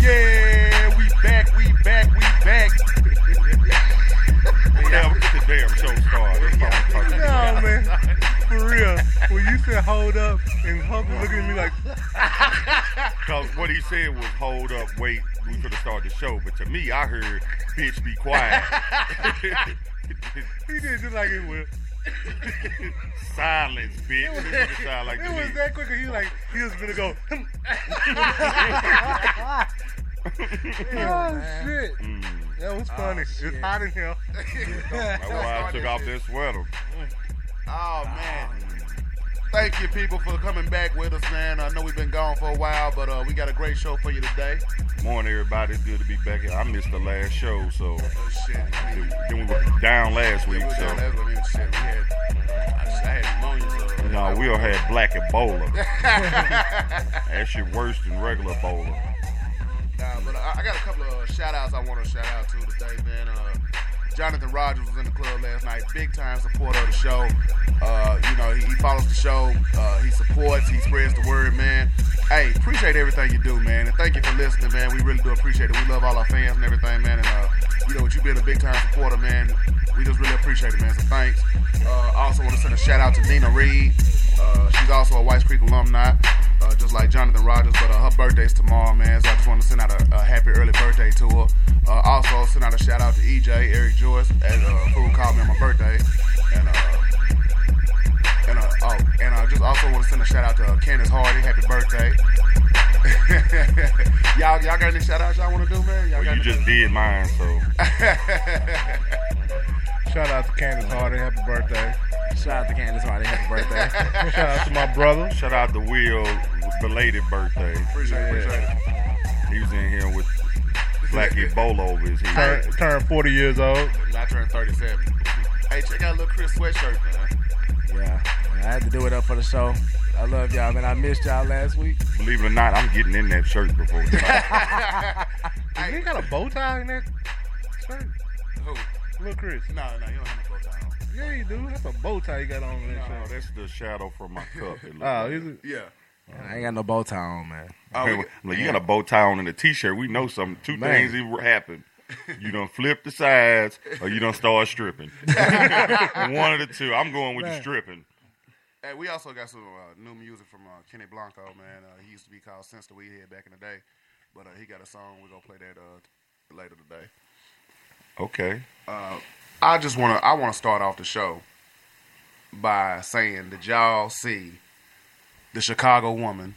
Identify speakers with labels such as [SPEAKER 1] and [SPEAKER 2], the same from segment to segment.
[SPEAKER 1] Yeah, we back, we back, we back. yeah, we get the damn show started. That's what I'm talking
[SPEAKER 2] No,
[SPEAKER 1] about.
[SPEAKER 2] man. For real. When you said hold up and Hunk was looking at me like,
[SPEAKER 1] Cause what he said was, hold up, wait, we could have started the show. But to me, I heard, bitch, be quiet.
[SPEAKER 2] he did just like it was.
[SPEAKER 1] Silence, bitch. That's what it sound like to
[SPEAKER 2] It
[SPEAKER 1] me.
[SPEAKER 2] was that quick and he was like, he was gonna go, "Hmm." oh shit. That
[SPEAKER 3] Oh,
[SPEAKER 2] was funny. it's hot in here.
[SPEAKER 1] Mm. That's why I took off this sweater.
[SPEAKER 3] Oh man. Thank you, people, for coming back with us, man. I know we've been gone for a while, but uh, we got a great show for you today.
[SPEAKER 1] Morning, everybody. It's good to be back here. I missed the last show, so
[SPEAKER 3] Oh, shit. I mean,
[SPEAKER 1] then we were down last
[SPEAKER 3] we
[SPEAKER 1] week.
[SPEAKER 3] were down
[SPEAKER 1] So
[SPEAKER 3] there, but then shit, we had, I, just- I had pneumonia, so.
[SPEAKER 1] no, we all had black Ebola. that shit worse than regular Ebola.
[SPEAKER 3] Nah, but I, I got a couple of uh, shout outs I want to shout out to today, man. Uh, Jonathan Rogers was in the club last night, big time supporter of the show. Uh, you know, he, he follows the show, uh, he supports, he spreads the word, man. Hey, appreciate everything you do, man, and thank you for listening, man. We really do appreciate it. We love all our fans and everything, man. And uh, you know, with you being a big time supporter, man, we just really appreciate it, man. So thanks. Uh, I also want to send a shout out to Nina Reed. Uh, she's also a White Creek alumni uh, just like Jonathan Rogers, but uh, her birthday's tomorrow, man. So I just want to send out a, a happy early birthday to her. Uh, also, send out a shout out to EJ Eric Joyce as uh, who called me on my birthday, and uh, and uh, oh, and I just also want to send a shout out to uh, Candace Hardy, happy birthday. y'all, y'all got any shout outs y'all want to do, man? Y'all got
[SPEAKER 1] Well, you
[SPEAKER 3] any-
[SPEAKER 1] just did mine, so
[SPEAKER 2] Shout out to Candace Hardy, happy birthday.
[SPEAKER 4] Shout out to Candace Hardy. Happy birthday.
[SPEAKER 2] Shout out to my brother.
[SPEAKER 1] shout out to Will belated birthday.
[SPEAKER 3] appreciate it, appreciate it.
[SPEAKER 1] He was in here with black Ebola over his head.
[SPEAKER 2] Turn, turned 40 years old.
[SPEAKER 3] And I turned 37. Hey, check out little Chris sweatshirt, man.
[SPEAKER 4] yeah. I had to do it up for the show. I love y'all, man. I missed y'all last week.
[SPEAKER 1] Believe it or not, I'm getting in that shirt before tonight.
[SPEAKER 2] He got a bow tie in that shirt.
[SPEAKER 3] Who?
[SPEAKER 2] Look, Chris.
[SPEAKER 3] No, no, you don't have no bow tie on.
[SPEAKER 2] Yeah, you do. That's a bow tie you got on in that
[SPEAKER 1] no,
[SPEAKER 2] shirt.
[SPEAKER 1] that's the shadow from my cup. It look
[SPEAKER 2] Oh,
[SPEAKER 1] like.
[SPEAKER 2] is it?
[SPEAKER 3] Yeah.
[SPEAKER 4] I ain't got no bow tie on, man.
[SPEAKER 3] Oh,
[SPEAKER 1] Hey,
[SPEAKER 3] we-
[SPEAKER 1] I'm like, you got a bow tie on and a t-shirt. We know some two
[SPEAKER 4] Man.
[SPEAKER 1] things that happened. You done flip the sides, or you done start stripping. One of the two. I'm going with the stripping.
[SPEAKER 3] Hey, we also got some uh, new music from uh, Kenny Blanco, man. Uh, he used to be called Since the Weed Head back in the day, but uh, he got a song. We're gonna play that uh, later today.
[SPEAKER 1] Okay.
[SPEAKER 3] I just wanna I wanna start off the show by saying that y'all see the Chicago woman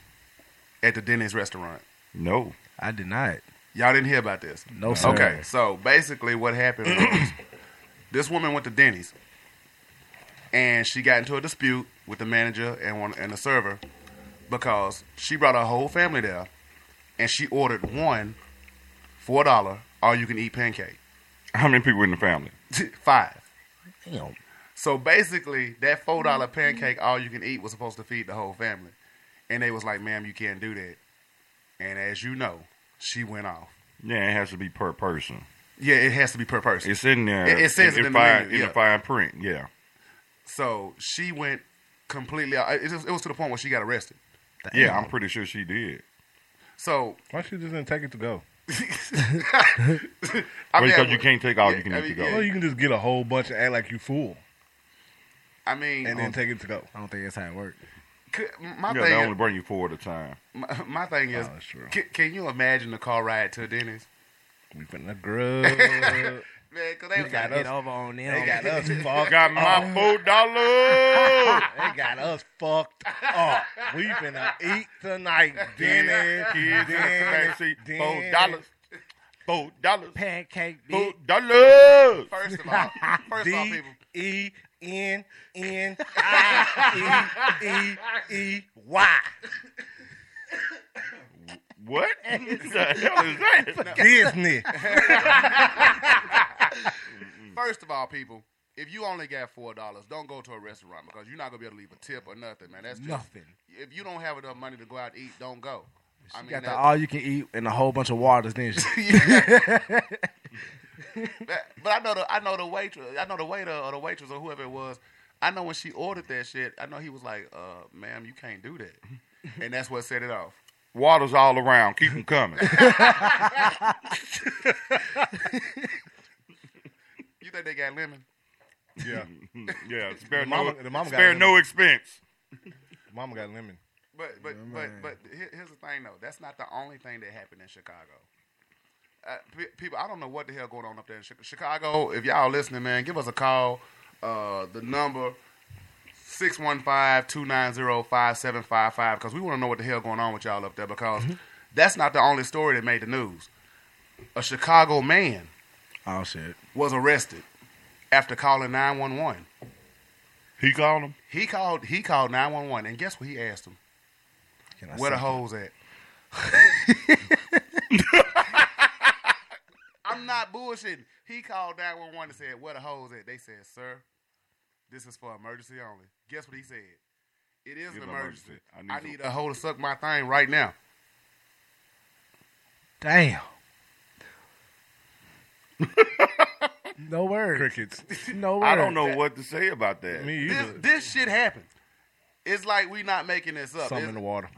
[SPEAKER 3] at the Denny's restaurant.
[SPEAKER 1] No.
[SPEAKER 4] I did not.
[SPEAKER 3] Y'all didn't hear about this.
[SPEAKER 4] No, sir.
[SPEAKER 3] Okay, so basically what happened was this woman went to Denny's and she got into a dispute with the manager and one and the server because she brought her whole family there, and she ordered one four dollar all you can eat pancake
[SPEAKER 1] How many people in the family?
[SPEAKER 3] five.
[SPEAKER 1] Damn.
[SPEAKER 3] So basically, that four dollar
[SPEAKER 5] Mm-hmm.
[SPEAKER 3] pancake all you can eat was supposed to feed the whole family, and they was like, "Ma'am, you can't do that." And as you know, she went off.
[SPEAKER 1] Yeah, it has to be per person.
[SPEAKER 3] Yeah, it has to be per person.
[SPEAKER 1] It's in there.
[SPEAKER 3] It- it says it in the
[SPEAKER 1] fine,
[SPEAKER 3] menu,
[SPEAKER 1] in
[SPEAKER 3] yeah.
[SPEAKER 1] the fine print. Yeah.
[SPEAKER 3] So she went completely. out. It, just, it was to the point where she got arrested.
[SPEAKER 1] Yeah, I'm pretty sure she did.
[SPEAKER 3] So
[SPEAKER 5] Why she just didn't take it to go?
[SPEAKER 3] I
[SPEAKER 1] Well,
[SPEAKER 3] mean,
[SPEAKER 1] because you can't take all
[SPEAKER 3] yeah,
[SPEAKER 1] you can
[SPEAKER 3] I
[SPEAKER 1] eat
[SPEAKER 3] mean,
[SPEAKER 1] to
[SPEAKER 3] yeah.
[SPEAKER 1] go.
[SPEAKER 5] Well, you can just get a whole bunch and act like you fool,
[SPEAKER 3] I mean, um,
[SPEAKER 5] and then take it to go.
[SPEAKER 4] I don't think that's how it works.
[SPEAKER 3] c- my
[SPEAKER 1] Yeah,
[SPEAKER 3] thing.
[SPEAKER 1] they
[SPEAKER 3] is-
[SPEAKER 1] only bring you four at a time.
[SPEAKER 3] My, my thing is,
[SPEAKER 5] Oh, that's true.
[SPEAKER 3] ca- can you imagine the car ride to Denny's?
[SPEAKER 5] We finna grub.
[SPEAKER 3] Man, cause they
[SPEAKER 4] You gotta
[SPEAKER 3] us.
[SPEAKER 4] get over on them.
[SPEAKER 5] they got us
[SPEAKER 1] I
[SPEAKER 5] fucked.
[SPEAKER 1] got my four dollars.
[SPEAKER 5] They got us fucked up. We finna eat tonight, Denny.
[SPEAKER 1] Kids in
[SPEAKER 5] Denny,
[SPEAKER 1] the fancy,
[SPEAKER 5] Denny.
[SPEAKER 1] four dollars. Four dollars.
[SPEAKER 4] pancake.
[SPEAKER 1] Four
[SPEAKER 4] Bitch.
[SPEAKER 1] dollars.
[SPEAKER 3] First of all, first of all,
[SPEAKER 5] D
[SPEAKER 3] people,
[SPEAKER 5] E N N I E E E Y.
[SPEAKER 1] What the hell is that?
[SPEAKER 5] Disney.
[SPEAKER 3] first of all, people, if you only got four dollars, don't go to a restaurant because you're not gonna be able to leave a tip or nothing, man. That's just,
[SPEAKER 4] Nothing.
[SPEAKER 3] If you don't have enough money to go out and eat, don't go. I mean,
[SPEAKER 4] You got the
[SPEAKER 3] that-
[SPEAKER 4] all you can eat and a whole bunch of waters, didn't you?
[SPEAKER 3] That- but I know the I know the waitress, I know the waiter or the waitress or whoever it was. I know when she ordered that shit, I know he was like, uh, "Ma'am, you can't do that," and that's what set it off.
[SPEAKER 1] Water's all around. Keep them coming.
[SPEAKER 3] You think they got lemon?
[SPEAKER 5] Yeah,
[SPEAKER 1] yeah, spare
[SPEAKER 5] The mama-
[SPEAKER 1] no,
[SPEAKER 5] the mama got
[SPEAKER 1] spare
[SPEAKER 5] it.
[SPEAKER 1] no expense.
[SPEAKER 5] Mama got lemon.
[SPEAKER 3] But but but but here- here's the thing though. That's not the only thing that happened in Chicago. Uh, pe- people, I don't know what the hell going on up there in Chi- Chicago. If y'all listening, man, give us a call. Uh, the number 615-290-5755 because we want to know what the hell going on with y'all up there because
[SPEAKER 1] Mm-hmm.
[SPEAKER 3] that's not the only story that made the news. A Chicago man
[SPEAKER 4] oh shit.
[SPEAKER 3] was arrested after calling 911.
[SPEAKER 1] He called him.
[SPEAKER 3] He called he called 911 and guess what he asked him?
[SPEAKER 4] Can I
[SPEAKER 3] Where the
[SPEAKER 4] suck
[SPEAKER 3] hoes at? I'm not bullshitting. He called 911 and said, Where the hoes at? They said, Sir, this is for emergency only. Guess what he said? It is an
[SPEAKER 1] an
[SPEAKER 3] emergency.
[SPEAKER 1] emergency.
[SPEAKER 3] I
[SPEAKER 1] I
[SPEAKER 3] need,
[SPEAKER 1] need to-
[SPEAKER 3] a hoe to suck my thing right now.
[SPEAKER 4] it? Damn. no word.
[SPEAKER 5] Crickets.
[SPEAKER 4] No word.
[SPEAKER 1] I don't know what to say about that.
[SPEAKER 5] Me
[SPEAKER 3] This,
[SPEAKER 5] either.
[SPEAKER 3] this shit happened. It's like we not making this up.
[SPEAKER 5] Something
[SPEAKER 3] It's-
[SPEAKER 5] in the water.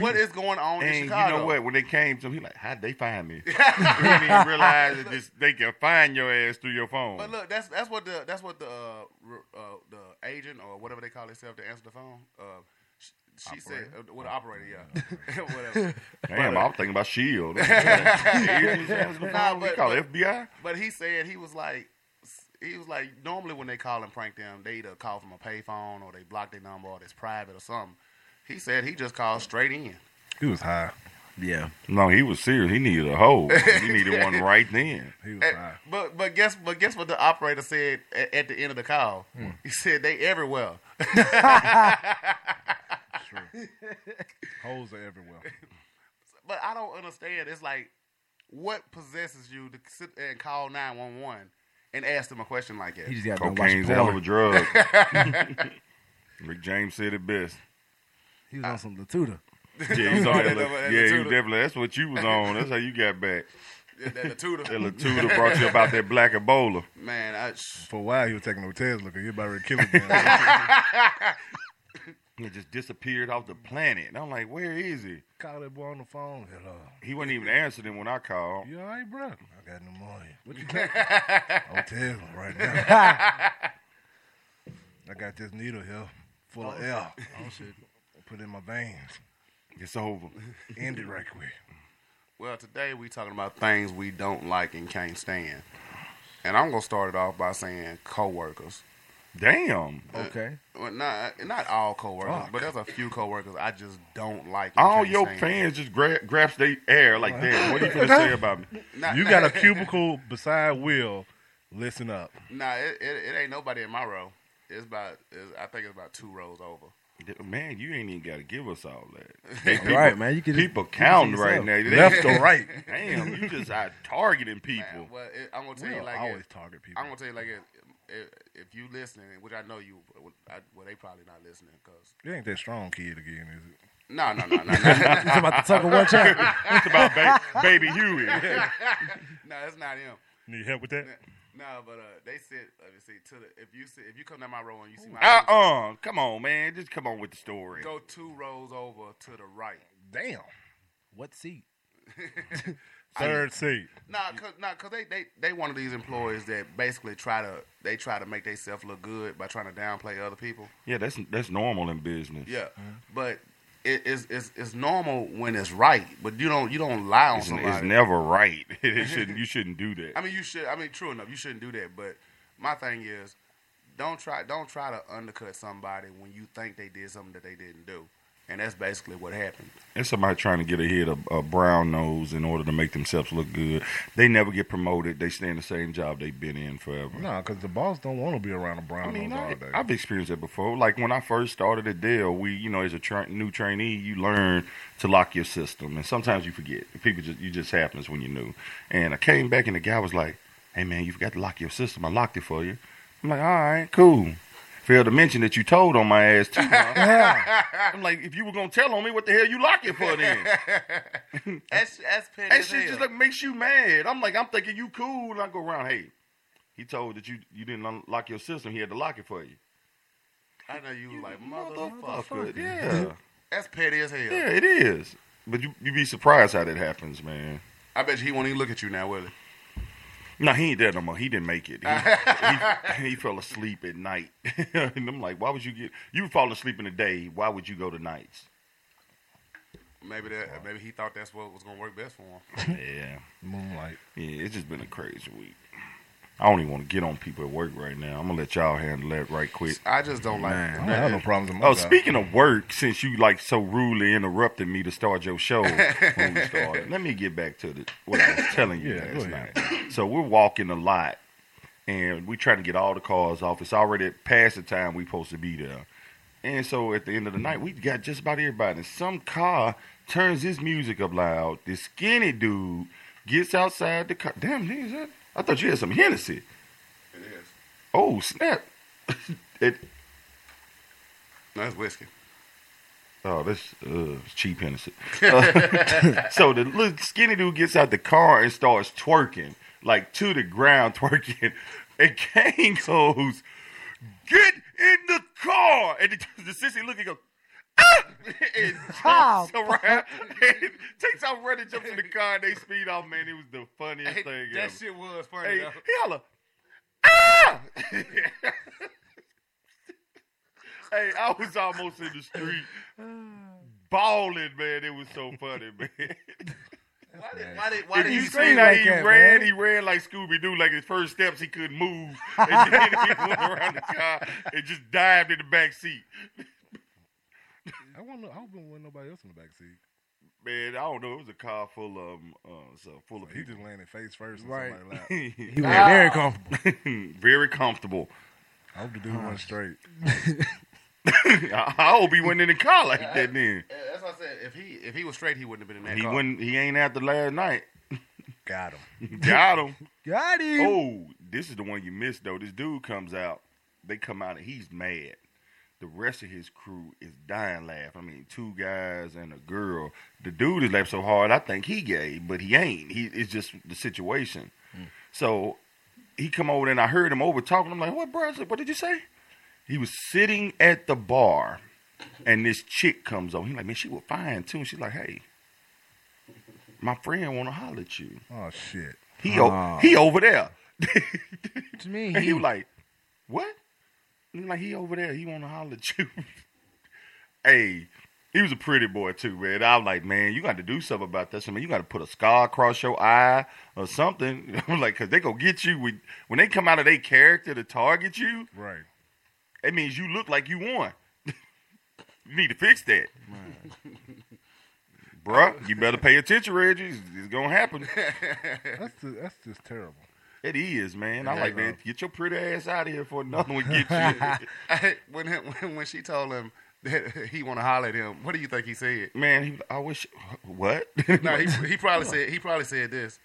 [SPEAKER 3] what is going on in
[SPEAKER 1] and you
[SPEAKER 3] Chicago?
[SPEAKER 1] know what? When they came to him, he like, how'd they find me? he didn't even realize that this, they can find your ass through your phone.
[SPEAKER 3] But look, that's that's what the that's what the uh, re- uh, the agent or whatever they call themselves to answer the phone. Uh, sh- she said, uh, "What the operator? Yeah, whatever."
[SPEAKER 1] Damn,
[SPEAKER 3] but, uh,
[SPEAKER 1] I'm thinking about Shield. He E nah,
[SPEAKER 3] but-
[SPEAKER 1] call
[SPEAKER 3] but-
[SPEAKER 1] FBI.
[SPEAKER 3] But he said he was like, he was like, normally when they call and prank them, they either call from a payphone or they block their number or it's private or something. He said he just called straight in.
[SPEAKER 5] He was high.
[SPEAKER 4] Yeah.
[SPEAKER 1] No, he was serious. He needed a hoe. He needed one right then.
[SPEAKER 5] He was
[SPEAKER 3] And-
[SPEAKER 5] high.
[SPEAKER 3] Eh, but but guess but guess what the operator said at, at the end of the call?
[SPEAKER 1] Hmm.
[SPEAKER 3] He said they everywhere.
[SPEAKER 5] Holes are everywhere.
[SPEAKER 3] But I don't understand. It's like, what possesses you to sit there and call nine one one and ask them a question like that?
[SPEAKER 4] He just got done watching
[SPEAKER 1] Cocaine's a hell of a
[SPEAKER 4] porn.
[SPEAKER 1] drug. Rick James said it best.
[SPEAKER 4] He was on some Latuda.
[SPEAKER 1] Yeah, he's on
[SPEAKER 3] that
[SPEAKER 1] that.
[SPEAKER 3] little-
[SPEAKER 1] Yeah,
[SPEAKER 3] that
[SPEAKER 1] he
[SPEAKER 3] Latuda.
[SPEAKER 1] was definitely. That's what you was on. That's how you got back.
[SPEAKER 3] That- that the tutor.
[SPEAKER 1] That Latuda brought you about that black Ebola.
[SPEAKER 3] Man, I, sh-
[SPEAKER 5] For a while, he was taking no Tesla because he about to kill him. man.
[SPEAKER 1] It just disappeared off the planet. And I'm like, where is he?
[SPEAKER 5] Call that boy on the phone. Hello.
[SPEAKER 1] He wasn't even answering when I called.
[SPEAKER 5] You all right, bro? I got pneumonia. What you taking? I'm Tesla right now. I got this needle here full of air. Oh, shit. Put it in my veins.
[SPEAKER 1] It's over.
[SPEAKER 5] End it right quick.
[SPEAKER 3] well, today we talking about things we don't like and can't stand. And I'm gonna start it off by saying coworkers. Uh,
[SPEAKER 1] Damn.
[SPEAKER 4] Okay.
[SPEAKER 3] Well, not not all coworkers, but there's a few coworkers I just don't like. and
[SPEAKER 1] All
[SPEAKER 3] can't
[SPEAKER 1] your
[SPEAKER 3] stand.
[SPEAKER 1] fans just gra- grasp their air like that. What are you gonna say about me?
[SPEAKER 3] Nah,
[SPEAKER 5] You
[SPEAKER 3] nah,
[SPEAKER 5] got a cubicle beside Will. Listen up.
[SPEAKER 3] Nah, it, it, it ain't nobody in my row. It's about. It's, I think it's about two rows over.
[SPEAKER 1] Man, you ain't even got to give us all that. They, people,
[SPEAKER 4] right, man, you can just
[SPEAKER 1] people
[SPEAKER 4] keep it to
[SPEAKER 1] counting right
[SPEAKER 4] yourself.
[SPEAKER 1] now. They-
[SPEAKER 4] Left or right.
[SPEAKER 1] Damn, you just out targeting people.
[SPEAKER 3] Man, well, it, I'm gonna tell
[SPEAKER 4] We
[SPEAKER 3] you
[SPEAKER 4] don't
[SPEAKER 3] like
[SPEAKER 4] always
[SPEAKER 3] it,
[SPEAKER 4] target people.
[SPEAKER 3] I'm gonna tell you like it, if, if you listening, which I know you, I, well they probably not listening because
[SPEAKER 4] It ain't that strong kid again, is it?
[SPEAKER 3] no, no, no, no, no,
[SPEAKER 4] It's about to tucker one child.
[SPEAKER 1] It's about ba- baby Huey.
[SPEAKER 3] no, it's not him.
[SPEAKER 5] Need help with that?
[SPEAKER 3] No, but uh, they sit. Let me see. To the, if you sit, if you come down my row and you see my,
[SPEAKER 1] Uh uh Come on, man. Just come on with the story.
[SPEAKER 3] go two rows over to the right.
[SPEAKER 4] Damn. What seat?
[SPEAKER 5] Third seat.
[SPEAKER 3] Nah, cause, nah, 'cause they, they they one of these employees that basically try to they try to make themselves look good by trying to downplay other people.
[SPEAKER 1] Yeah, that's that's normal in business.
[SPEAKER 3] Yeah, but it, it's, it's it's normal when it's right, but you don't you don't lie on
[SPEAKER 1] It's,
[SPEAKER 3] somebody.
[SPEAKER 1] it's never right. It shouldn't. You shouldn't do that.
[SPEAKER 3] I mean, you should. I mean, true enough, you shouldn't do that. But my thing is, don't try don't try to undercut somebody when you think they did something that they didn't do, and that's basically what happened.
[SPEAKER 1] It's somebody trying to get ahead of a brown nose in order to make themselves look good. They never get promoted. They stay in the same job they've been in forever.
[SPEAKER 4] No, because the boss don't want to be around a brown
[SPEAKER 1] I mean,
[SPEAKER 4] nose all
[SPEAKER 1] I,
[SPEAKER 4] day.
[SPEAKER 1] I've experienced that before. Like when I first started at Dell, we, you know, as a tra- new trainee, you learn to lock your system, and sometimes you forget. People just, you just happens when you're new. And I came back, and the guy was like, "Hey, man, you forgot to lock your system. I locked it for you." I'm like, "All right, cool." Failed to mention that you told on my ass too. huh?"
[SPEAKER 4] yeah.
[SPEAKER 1] I'm like, if you were gonna tell on me, what the hell you locking for then?
[SPEAKER 3] That's that's petty.
[SPEAKER 1] That
[SPEAKER 3] as
[SPEAKER 1] shit just
[SPEAKER 3] hell.
[SPEAKER 1] like makes you mad. I'm like, I'm thinking you cool, and I go around. Hey, he told that you you didn't unlock your system. He had to lock it for you.
[SPEAKER 3] I know you, like
[SPEAKER 1] Motherfucker,
[SPEAKER 3] motherfucker.
[SPEAKER 1] yeah,
[SPEAKER 3] That's petty as hell.
[SPEAKER 1] yeah, it is. But you you be surprised how that happens, man.
[SPEAKER 3] I bet you he won't even look at you now, will he?
[SPEAKER 1] No, he ain't there no more. He didn't make it. He, he, he fell asleep at night, and I'm like, why would you get you were falling asleep in the day? Why would you go to nights?
[SPEAKER 3] Maybe that. Maybe he thought that's what was gonna work best for him.
[SPEAKER 1] yeah,
[SPEAKER 4] Moonlight.
[SPEAKER 1] yeah. It's just been a crazy week. I don't even want to get on people at work right now. I'm gonna let y'all handle that right quick.
[SPEAKER 3] I just don't like.
[SPEAKER 4] I don't have no problems with my
[SPEAKER 1] Oh,
[SPEAKER 4] job.
[SPEAKER 1] speaking of work, since you like so rudely interrupted me to start your show when we started, let me get back to the, what I was telling you
[SPEAKER 4] Yeah, go
[SPEAKER 1] last
[SPEAKER 4] ahead.
[SPEAKER 1] night. So we're walking a lot, and we're trying to get all the cars off. It's already past the time we supposed to be there, and so at the end of the night, we got just about everybody. And some car turns his music up loud. This skinny dude gets outside the car. Damn, nigga, is that? I thought you had some Hennessy.
[SPEAKER 3] It is.
[SPEAKER 1] Oh snap! it,
[SPEAKER 3] No, it's whiskey.
[SPEAKER 1] Oh, that's uh, cheap Hennessy. Uh, so the little skinny dude gets out the car and starts twerking, like to the ground twerking. And Kane goes, "Get in the car!" And the, the sissy look and goes, "Ah!" and jumps around, and takes off running, jumps in the car, and they speed off. Man, it was the funniest
[SPEAKER 3] Hey,
[SPEAKER 1] thing
[SPEAKER 3] that
[SPEAKER 1] ever.
[SPEAKER 3] shit was funny.
[SPEAKER 1] hey,
[SPEAKER 3] though.
[SPEAKER 1] he holla, "Ah!" hey, I was almost in the street balling, man. It was so funny, man.
[SPEAKER 3] Why did, why did, why
[SPEAKER 1] If
[SPEAKER 3] did
[SPEAKER 1] you
[SPEAKER 3] you
[SPEAKER 1] seen
[SPEAKER 3] say
[SPEAKER 1] how
[SPEAKER 3] that?
[SPEAKER 4] like
[SPEAKER 1] he
[SPEAKER 4] that,
[SPEAKER 1] ran,
[SPEAKER 4] man?
[SPEAKER 1] he ran like Scooby Doo, like his first steps he couldn't move, and then he went around the car and just dived in the back seat.
[SPEAKER 4] I want to. I hope there wasn't nobody else in the back seat.
[SPEAKER 1] Man, I don't know. It was a car full of um, uh, so full of
[SPEAKER 4] He
[SPEAKER 1] people.
[SPEAKER 4] just landed face first. on
[SPEAKER 5] Right.
[SPEAKER 4] Somebody lap.
[SPEAKER 1] He
[SPEAKER 4] He was very comfortable.
[SPEAKER 1] very comfortable.
[SPEAKER 4] I hope the dude went straight.
[SPEAKER 1] I, I hope he went in the car like that. Then
[SPEAKER 3] Yeah, that's what I said. If he if he was straight, he wouldn't have been in that
[SPEAKER 1] he
[SPEAKER 3] car.
[SPEAKER 1] wouldn't. He ain't after last night.
[SPEAKER 4] Got him.
[SPEAKER 1] Got him.
[SPEAKER 4] Got him.
[SPEAKER 1] Oh, this is the one you missed though. This dude comes out. They come out and he's mad. The rest of his crew is dying laugh. I mean, two guys and a girl. The dude is laughing so hard, I think he gay, but he ain't. He it's just the situation. So he come over and I heard him over talking. I'm like, what, bro? I said, what did you say? He was sitting at the bar, and this chick comes over. He's like, man, she was fine too. And she's like, hey, my friend want to holler at you.
[SPEAKER 4] Oh shit. Ah.
[SPEAKER 1] He o-
[SPEAKER 5] Oh.
[SPEAKER 1] he over there.
[SPEAKER 5] To me,
[SPEAKER 1] And he was like, "What?" And I'm like he over there. He want to holler at you. hey, he was a pretty boy too, man. I'm like, man, you got to do something about this. I mean, you got to put a scar across your eye or something. I'm like, cause they gonna get you when when they come out of their character to target you.
[SPEAKER 4] Right.
[SPEAKER 1] That means you look like you won. you need to fix that. Bruh, you better pay attention, Reggie. It's, it's gonna happen.
[SPEAKER 4] That's just, that's just terrible.
[SPEAKER 1] It is, man. I
[SPEAKER 3] Okay,
[SPEAKER 1] like
[SPEAKER 3] bro.
[SPEAKER 1] that. Get your pretty ass out of here before another one gets you.
[SPEAKER 3] when, when when she told him that he want to holler at him, what do you think he said?
[SPEAKER 1] man, he, I wish. What?
[SPEAKER 3] No, he, he probably said he probably said this.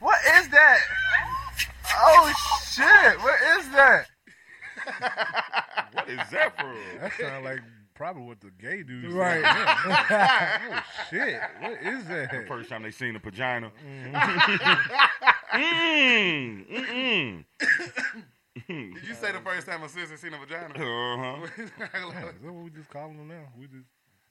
[SPEAKER 6] What is that? Oh shit! What is that?
[SPEAKER 1] what is that for?
[SPEAKER 5] That sounds like probably what the gay dude said.
[SPEAKER 4] Right. oh shit! What is that?
[SPEAKER 1] First time they seen a vagina. Mm.
[SPEAKER 4] Mm-hmm.
[SPEAKER 1] Mm-mm. Mm-hmm.
[SPEAKER 3] Did you say the first time a sister seen a vagina?
[SPEAKER 1] Uh-huh.
[SPEAKER 5] Is that what we just calling them now? We just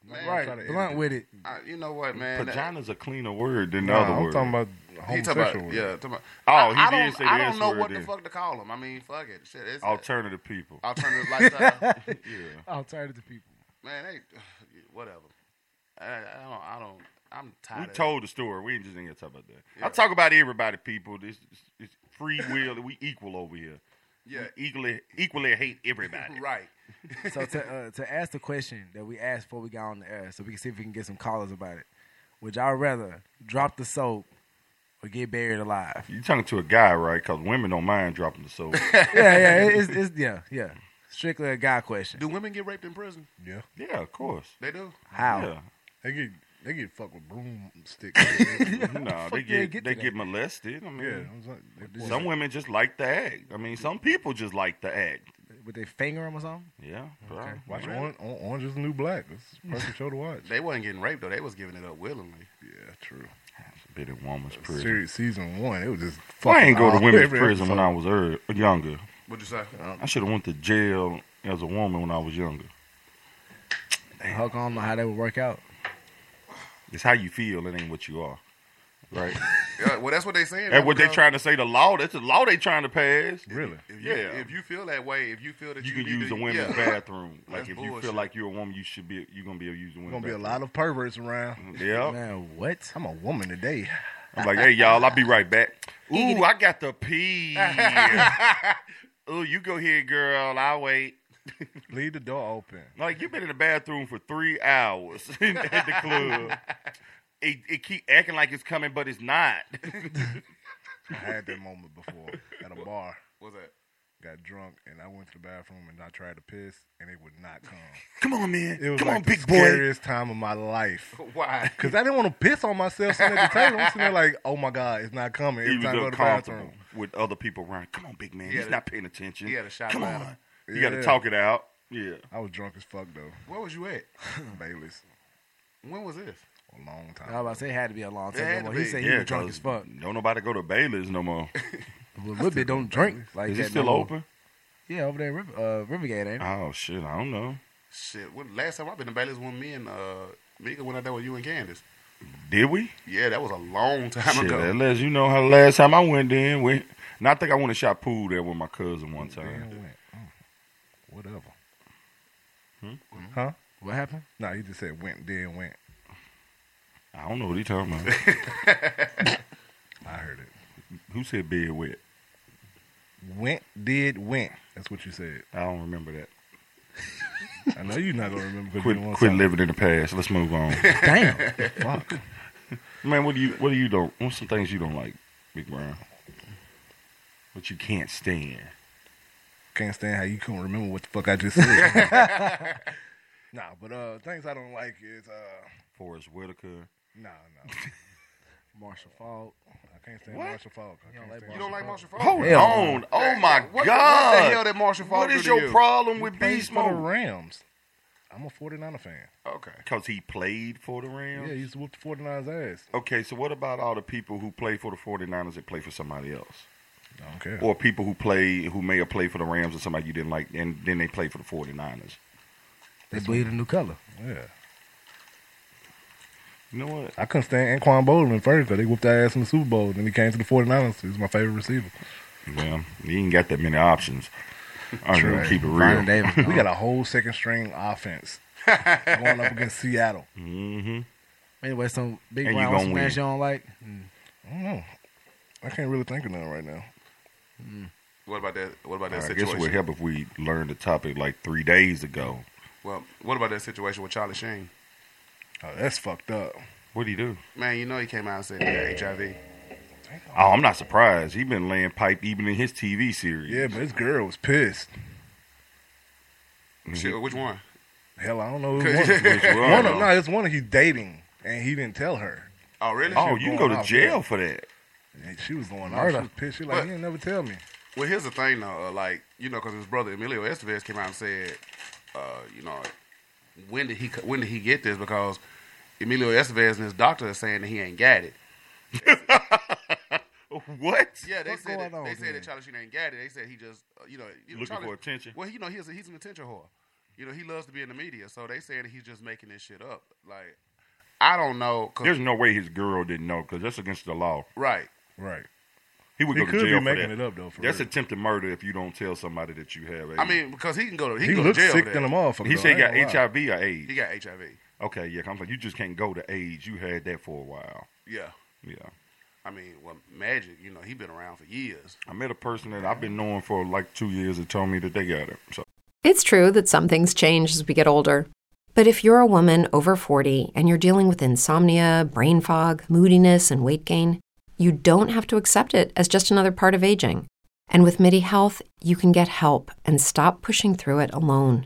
[SPEAKER 3] Man,
[SPEAKER 5] try to
[SPEAKER 4] Right, blunt
[SPEAKER 5] edit
[SPEAKER 4] with it.
[SPEAKER 3] I, uh, you know what, man?
[SPEAKER 1] Vagina's a cleaner word than the
[SPEAKER 5] Nah,
[SPEAKER 1] other
[SPEAKER 5] I'm
[SPEAKER 1] word.
[SPEAKER 5] talking about
[SPEAKER 3] He talking
[SPEAKER 5] homosexual.
[SPEAKER 3] about yeah. Talking about,
[SPEAKER 1] Oh, he
[SPEAKER 3] I, I
[SPEAKER 1] did
[SPEAKER 3] don't,
[SPEAKER 1] say the
[SPEAKER 3] I don't know
[SPEAKER 1] S-word
[SPEAKER 3] what
[SPEAKER 1] then.
[SPEAKER 3] the fuck to call him. I mean, fuck it, shit. It's
[SPEAKER 1] alternative people.
[SPEAKER 3] alternative lifestyle.
[SPEAKER 1] yeah.
[SPEAKER 4] Alternative people.
[SPEAKER 3] man, they whatever. I, I don't. I don't. I'm
[SPEAKER 1] We
[SPEAKER 3] tired. of
[SPEAKER 1] told the story. We ain't just ain't gonna talk about that. I talk about everybody, people. This it's free will. we equal over here.
[SPEAKER 3] Yeah.
[SPEAKER 1] We equally equally hate everybody.
[SPEAKER 3] it. right.
[SPEAKER 4] so to uh, to ask the question that we asked before we got on the air, so we can see if we can get some callers about it. Would y'all rather drop the soap or get buried alive?
[SPEAKER 1] You talking to a guy, right? Because women don't mind dropping the soap.
[SPEAKER 4] yeah, yeah, it- it's, it's yeah, yeah. Strictly a guy question.
[SPEAKER 3] Do women get raped in prison?
[SPEAKER 5] Yeah.
[SPEAKER 1] yeah, of course.
[SPEAKER 3] They do.
[SPEAKER 4] How?
[SPEAKER 1] Yeah.
[SPEAKER 5] They get they get fucked with broomsticks.
[SPEAKER 1] No, they
[SPEAKER 4] fuck you
[SPEAKER 1] get,
[SPEAKER 4] ain't get
[SPEAKER 1] they
[SPEAKER 4] to
[SPEAKER 1] get molested. I mean,
[SPEAKER 5] yeah. I was like, they-
[SPEAKER 1] some women just like the act. I mean, some people just like the act.
[SPEAKER 4] With their finger on or something?
[SPEAKER 1] Yeah. right.
[SPEAKER 5] Watch on, on Orange is the New Black. That's a perfect show to watch.
[SPEAKER 3] They wasn't getting raped though. They was giving it up willingly.
[SPEAKER 5] Yeah, true.
[SPEAKER 1] Bit of woman's
[SPEAKER 5] uh,
[SPEAKER 1] prison.
[SPEAKER 5] Series season one, it was just fucking.
[SPEAKER 1] I ain't go to
[SPEAKER 5] all-
[SPEAKER 1] women's
[SPEAKER 5] every
[SPEAKER 1] prison when
[SPEAKER 5] episode.
[SPEAKER 1] I was er- younger.
[SPEAKER 3] What'd you say?
[SPEAKER 1] I should have went to jail as a woman when I was younger.
[SPEAKER 4] How come I don't know how that would work out?
[SPEAKER 1] It's how you feel. It ain't what you are. Right.
[SPEAKER 3] Yeah, well, that's what they saying.
[SPEAKER 1] That's what they
[SPEAKER 3] because
[SPEAKER 1] trying to say. The law. That's the law they trying to pass.
[SPEAKER 5] Really?
[SPEAKER 3] If you,
[SPEAKER 1] Yeah.
[SPEAKER 3] If you feel that way, if you feel that
[SPEAKER 1] You
[SPEAKER 3] you,
[SPEAKER 1] can
[SPEAKER 3] need
[SPEAKER 1] use
[SPEAKER 3] to,
[SPEAKER 1] a women's
[SPEAKER 3] yeah.
[SPEAKER 1] bathroom. Like
[SPEAKER 3] That's
[SPEAKER 1] if you feel
[SPEAKER 3] bullshit.
[SPEAKER 1] like you're a woman, you should be. You're gonna be able to use the women's
[SPEAKER 5] Gonna be a
[SPEAKER 1] bathroom.
[SPEAKER 5] lot of perverts around.
[SPEAKER 1] Yeah.
[SPEAKER 4] Man, what?
[SPEAKER 5] I'm a woman today.
[SPEAKER 1] I'm like, hey y'all, I'll be right back. Ooh, I got the pee. Ooh, you go here, girl. I'll wait.
[SPEAKER 5] Leave the door open.
[SPEAKER 1] Like you've been in the bathroom for three hours at the club. It, it keep acting like it's coming, but it's not.
[SPEAKER 5] I had that moment before at a bar.
[SPEAKER 3] What's that?
[SPEAKER 5] Got drunk and I went to the bathroom and I tried to piss and it would not come.
[SPEAKER 1] Come on, man.
[SPEAKER 5] It was
[SPEAKER 1] Come
[SPEAKER 5] like
[SPEAKER 1] on,
[SPEAKER 5] the
[SPEAKER 1] big boy.
[SPEAKER 5] scariest time of my life.
[SPEAKER 3] Why?
[SPEAKER 5] Cause I didn't want to piss on myself sitting at the table. I'm sitting there like, oh my god, it's not coming. Every
[SPEAKER 1] He was
[SPEAKER 5] time I go to the
[SPEAKER 1] uncomfortable
[SPEAKER 5] bathroom,
[SPEAKER 1] with other people around. Come on, big man.
[SPEAKER 3] He
[SPEAKER 1] He's
[SPEAKER 3] had a-
[SPEAKER 1] not paying attention.
[SPEAKER 3] he had a shot
[SPEAKER 1] Come
[SPEAKER 3] at
[SPEAKER 1] on.
[SPEAKER 3] him.
[SPEAKER 1] You got to
[SPEAKER 5] Yeah.
[SPEAKER 1] talk it out. Yeah.
[SPEAKER 5] I was drunk as fuck though.
[SPEAKER 3] Where was you at?
[SPEAKER 5] Bayless,
[SPEAKER 3] When was this?
[SPEAKER 5] a long
[SPEAKER 4] I was
[SPEAKER 5] time.
[SPEAKER 4] about to say it had to be a long time.
[SPEAKER 3] had to
[SPEAKER 4] ago. He
[SPEAKER 3] be.
[SPEAKER 4] said he
[SPEAKER 1] yeah,
[SPEAKER 4] was drunk
[SPEAKER 1] 'cause
[SPEAKER 4] as fuck.
[SPEAKER 1] Don't nobody go to Baylor's no more.
[SPEAKER 4] Well, Ribbit don't drink like
[SPEAKER 1] Is
[SPEAKER 4] that.
[SPEAKER 1] it still
[SPEAKER 4] no more.
[SPEAKER 1] open?
[SPEAKER 4] Yeah, over there, in River, uh, Rivergate, ain't it?
[SPEAKER 1] Oh shit, I don't know.
[SPEAKER 3] Shit. When, last time I've been to Baylor's when me and uh, Mika went out there with you and Candace.
[SPEAKER 1] Did we?
[SPEAKER 3] Yeah, that was a long time
[SPEAKER 1] Shit,
[SPEAKER 3] ago.
[SPEAKER 1] that lets you know how the last time I went in. We, and I think I went and shot pool there with my cousin one time.
[SPEAKER 5] Damn, went, mm, whatever.
[SPEAKER 4] What happened?
[SPEAKER 5] Hmm? Nah, he just said went, then went.
[SPEAKER 1] I don't know what he talking about.
[SPEAKER 5] I heard it.
[SPEAKER 1] Who said bed wet?
[SPEAKER 5] Went, did, went. That's what you said.
[SPEAKER 1] I don't remember that.
[SPEAKER 5] I know you're not gonna remember. 'cause you
[SPEAKER 1] Quit,
[SPEAKER 5] don't want
[SPEAKER 1] quit
[SPEAKER 5] something.
[SPEAKER 1] living in the past. Let's move on.
[SPEAKER 4] Damn.
[SPEAKER 5] Fuck.
[SPEAKER 1] Man, what do you what do you don't? What's some things you don't like, Big Brown? What you can't stand?
[SPEAKER 5] Can't stand how you couldn't remember what the fuck I just said. nah, but uh, things I don't like is uh,
[SPEAKER 1] Forrest Whitaker.
[SPEAKER 5] nah, nah.
[SPEAKER 4] Marshall Falk.
[SPEAKER 5] I can't stand
[SPEAKER 1] What?
[SPEAKER 5] Marshall Falk. I can't
[SPEAKER 4] like
[SPEAKER 5] stand
[SPEAKER 3] you don't like Marshall Falk?
[SPEAKER 1] Hold
[SPEAKER 4] Hell
[SPEAKER 1] on! Oh my
[SPEAKER 3] What the- what the
[SPEAKER 1] God!
[SPEAKER 3] hell did Marshall Falk
[SPEAKER 1] What
[SPEAKER 3] do
[SPEAKER 1] is
[SPEAKER 3] to
[SPEAKER 1] your
[SPEAKER 3] you?
[SPEAKER 1] problem with
[SPEAKER 5] plays
[SPEAKER 1] Beast
[SPEAKER 5] for the
[SPEAKER 1] Mode?
[SPEAKER 5] Rams. I'm a 49er fan.
[SPEAKER 3] Okay.
[SPEAKER 1] Because he played for the Rams.
[SPEAKER 5] Yeah, he used to whoop the 49ers ass.
[SPEAKER 1] Okay, so what about all the people who play for the 49ers that play for somebody else?
[SPEAKER 5] I don't care.
[SPEAKER 1] Or people who play who may have played for the Rams or somebody you didn't like and then they play for the 49ers.
[SPEAKER 4] They bleed a new color.
[SPEAKER 5] yeah.
[SPEAKER 1] You know what?
[SPEAKER 5] I couldn't stand Anquan Bolden first because they whooped their ass in the Super Bowl. Then he came to the 49ers. He's my favorite receiver.
[SPEAKER 1] Well, you ain't got that many options. I'm gonna
[SPEAKER 5] True.
[SPEAKER 1] keep it
[SPEAKER 4] Vernon
[SPEAKER 1] real.
[SPEAKER 4] Davis.
[SPEAKER 5] We got a whole second string offense going up against Seattle.
[SPEAKER 1] Mm-hmm.
[SPEAKER 4] Anyway, some big
[SPEAKER 1] And you
[SPEAKER 4] round
[SPEAKER 1] gonna win.
[SPEAKER 4] smash you don't like.
[SPEAKER 5] I don't know. I can't really think of nothing right now. Hmm.
[SPEAKER 3] What about that? What about
[SPEAKER 1] I
[SPEAKER 3] that
[SPEAKER 1] guess it would
[SPEAKER 3] situation?
[SPEAKER 1] help if we learned the topic like three days ago.
[SPEAKER 3] Well, what about that situation with Charlie Sheen?
[SPEAKER 5] Oh, that's fucked up.
[SPEAKER 1] What'd he do?
[SPEAKER 3] Man, you know he came out and said he had HIV.
[SPEAKER 1] Oh, I'm not surprised. He been laying pipe even in his TV series.
[SPEAKER 5] Yeah, but this girl was pissed.
[SPEAKER 3] Shit, uh, which one?
[SPEAKER 5] Hell, I don't know. Who one,
[SPEAKER 1] Which one,
[SPEAKER 5] one of
[SPEAKER 1] though?
[SPEAKER 5] no, it's one of he's dating, and he didn't tell her.
[SPEAKER 3] Oh, really?
[SPEAKER 1] Oh, you can go to jail for that.
[SPEAKER 5] And she was going off. She was pissed. She like,
[SPEAKER 3] What?
[SPEAKER 5] you didn't never tell me.
[SPEAKER 3] Well, here's the thing, though. Uh, like, you know, because his brother Emilio Estevez came out and said, uh, you know, when did he co- when did he get this? Because Emilio Estevez and his doctor are saying that he ain't got it.
[SPEAKER 1] What?
[SPEAKER 3] Yeah, they
[SPEAKER 5] What's
[SPEAKER 3] said that,
[SPEAKER 5] going on
[SPEAKER 3] they said
[SPEAKER 5] then?
[SPEAKER 3] that Charlie Sheen ain't got it. They said he just, uh, you know, you know,
[SPEAKER 1] Looking
[SPEAKER 3] Charlie-
[SPEAKER 1] for attention.
[SPEAKER 3] Well, you know, he's a, he's an attention whore. You know, he loves to be in the media, so they saying that he's just making this shit up. Like, I don't know. 'cause-
[SPEAKER 1] There's no way his girl didn't know because that's against the law.
[SPEAKER 3] right.
[SPEAKER 5] Right.
[SPEAKER 1] He would
[SPEAKER 5] He
[SPEAKER 1] go
[SPEAKER 5] could
[SPEAKER 1] to
[SPEAKER 5] be
[SPEAKER 1] jail for
[SPEAKER 5] making
[SPEAKER 1] that.
[SPEAKER 5] it up though. For
[SPEAKER 1] that's
[SPEAKER 5] real.
[SPEAKER 1] attempted murder if you don't tell somebody that you have AIDS.
[SPEAKER 3] I mean, because he can go to he,
[SPEAKER 5] he
[SPEAKER 3] can go to
[SPEAKER 5] looks
[SPEAKER 3] jail.
[SPEAKER 5] sick
[SPEAKER 3] for
[SPEAKER 5] than
[SPEAKER 3] that.
[SPEAKER 5] a motherfucker.
[SPEAKER 1] he
[SPEAKER 5] though.
[SPEAKER 1] said
[SPEAKER 5] I
[SPEAKER 1] he got
[SPEAKER 5] ain't gonna lie.
[SPEAKER 1] HIV or AIDS.
[SPEAKER 3] He got HIV.
[SPEAKER 1] Okay, yeah. I'm like, you just can't go to AIDS. You had that for a while.
[SPEAKER 3] Yeah.
[SPEAKER 1] Yeah.
[SPEAKER 3] I mean, well, Magic, you know, he been around for years.
[SPEAKER 1] I met a person that I've been knowing for like two years that told me that they got it. So
[SPEAKER 7] It's true that some things change as we get older. But if you're a woman over 40 and you're dealing with insomnia, brain fog, moodiness, and weight gain, you don't have to accept it as just another part of aging. And with MIDI Health, you can get help and stop pushing through it alone.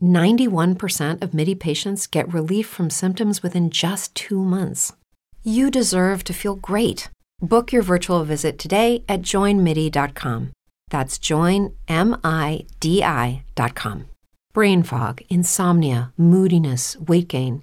[SPEAKER 7] 91% of MIDI patients get relief from symptoms within just two months. You deserve to feel great. Book your virtual visit today at joinmidi.com. That's joinmidi.com. Brain fog, insomnia, moodiness, weight gain.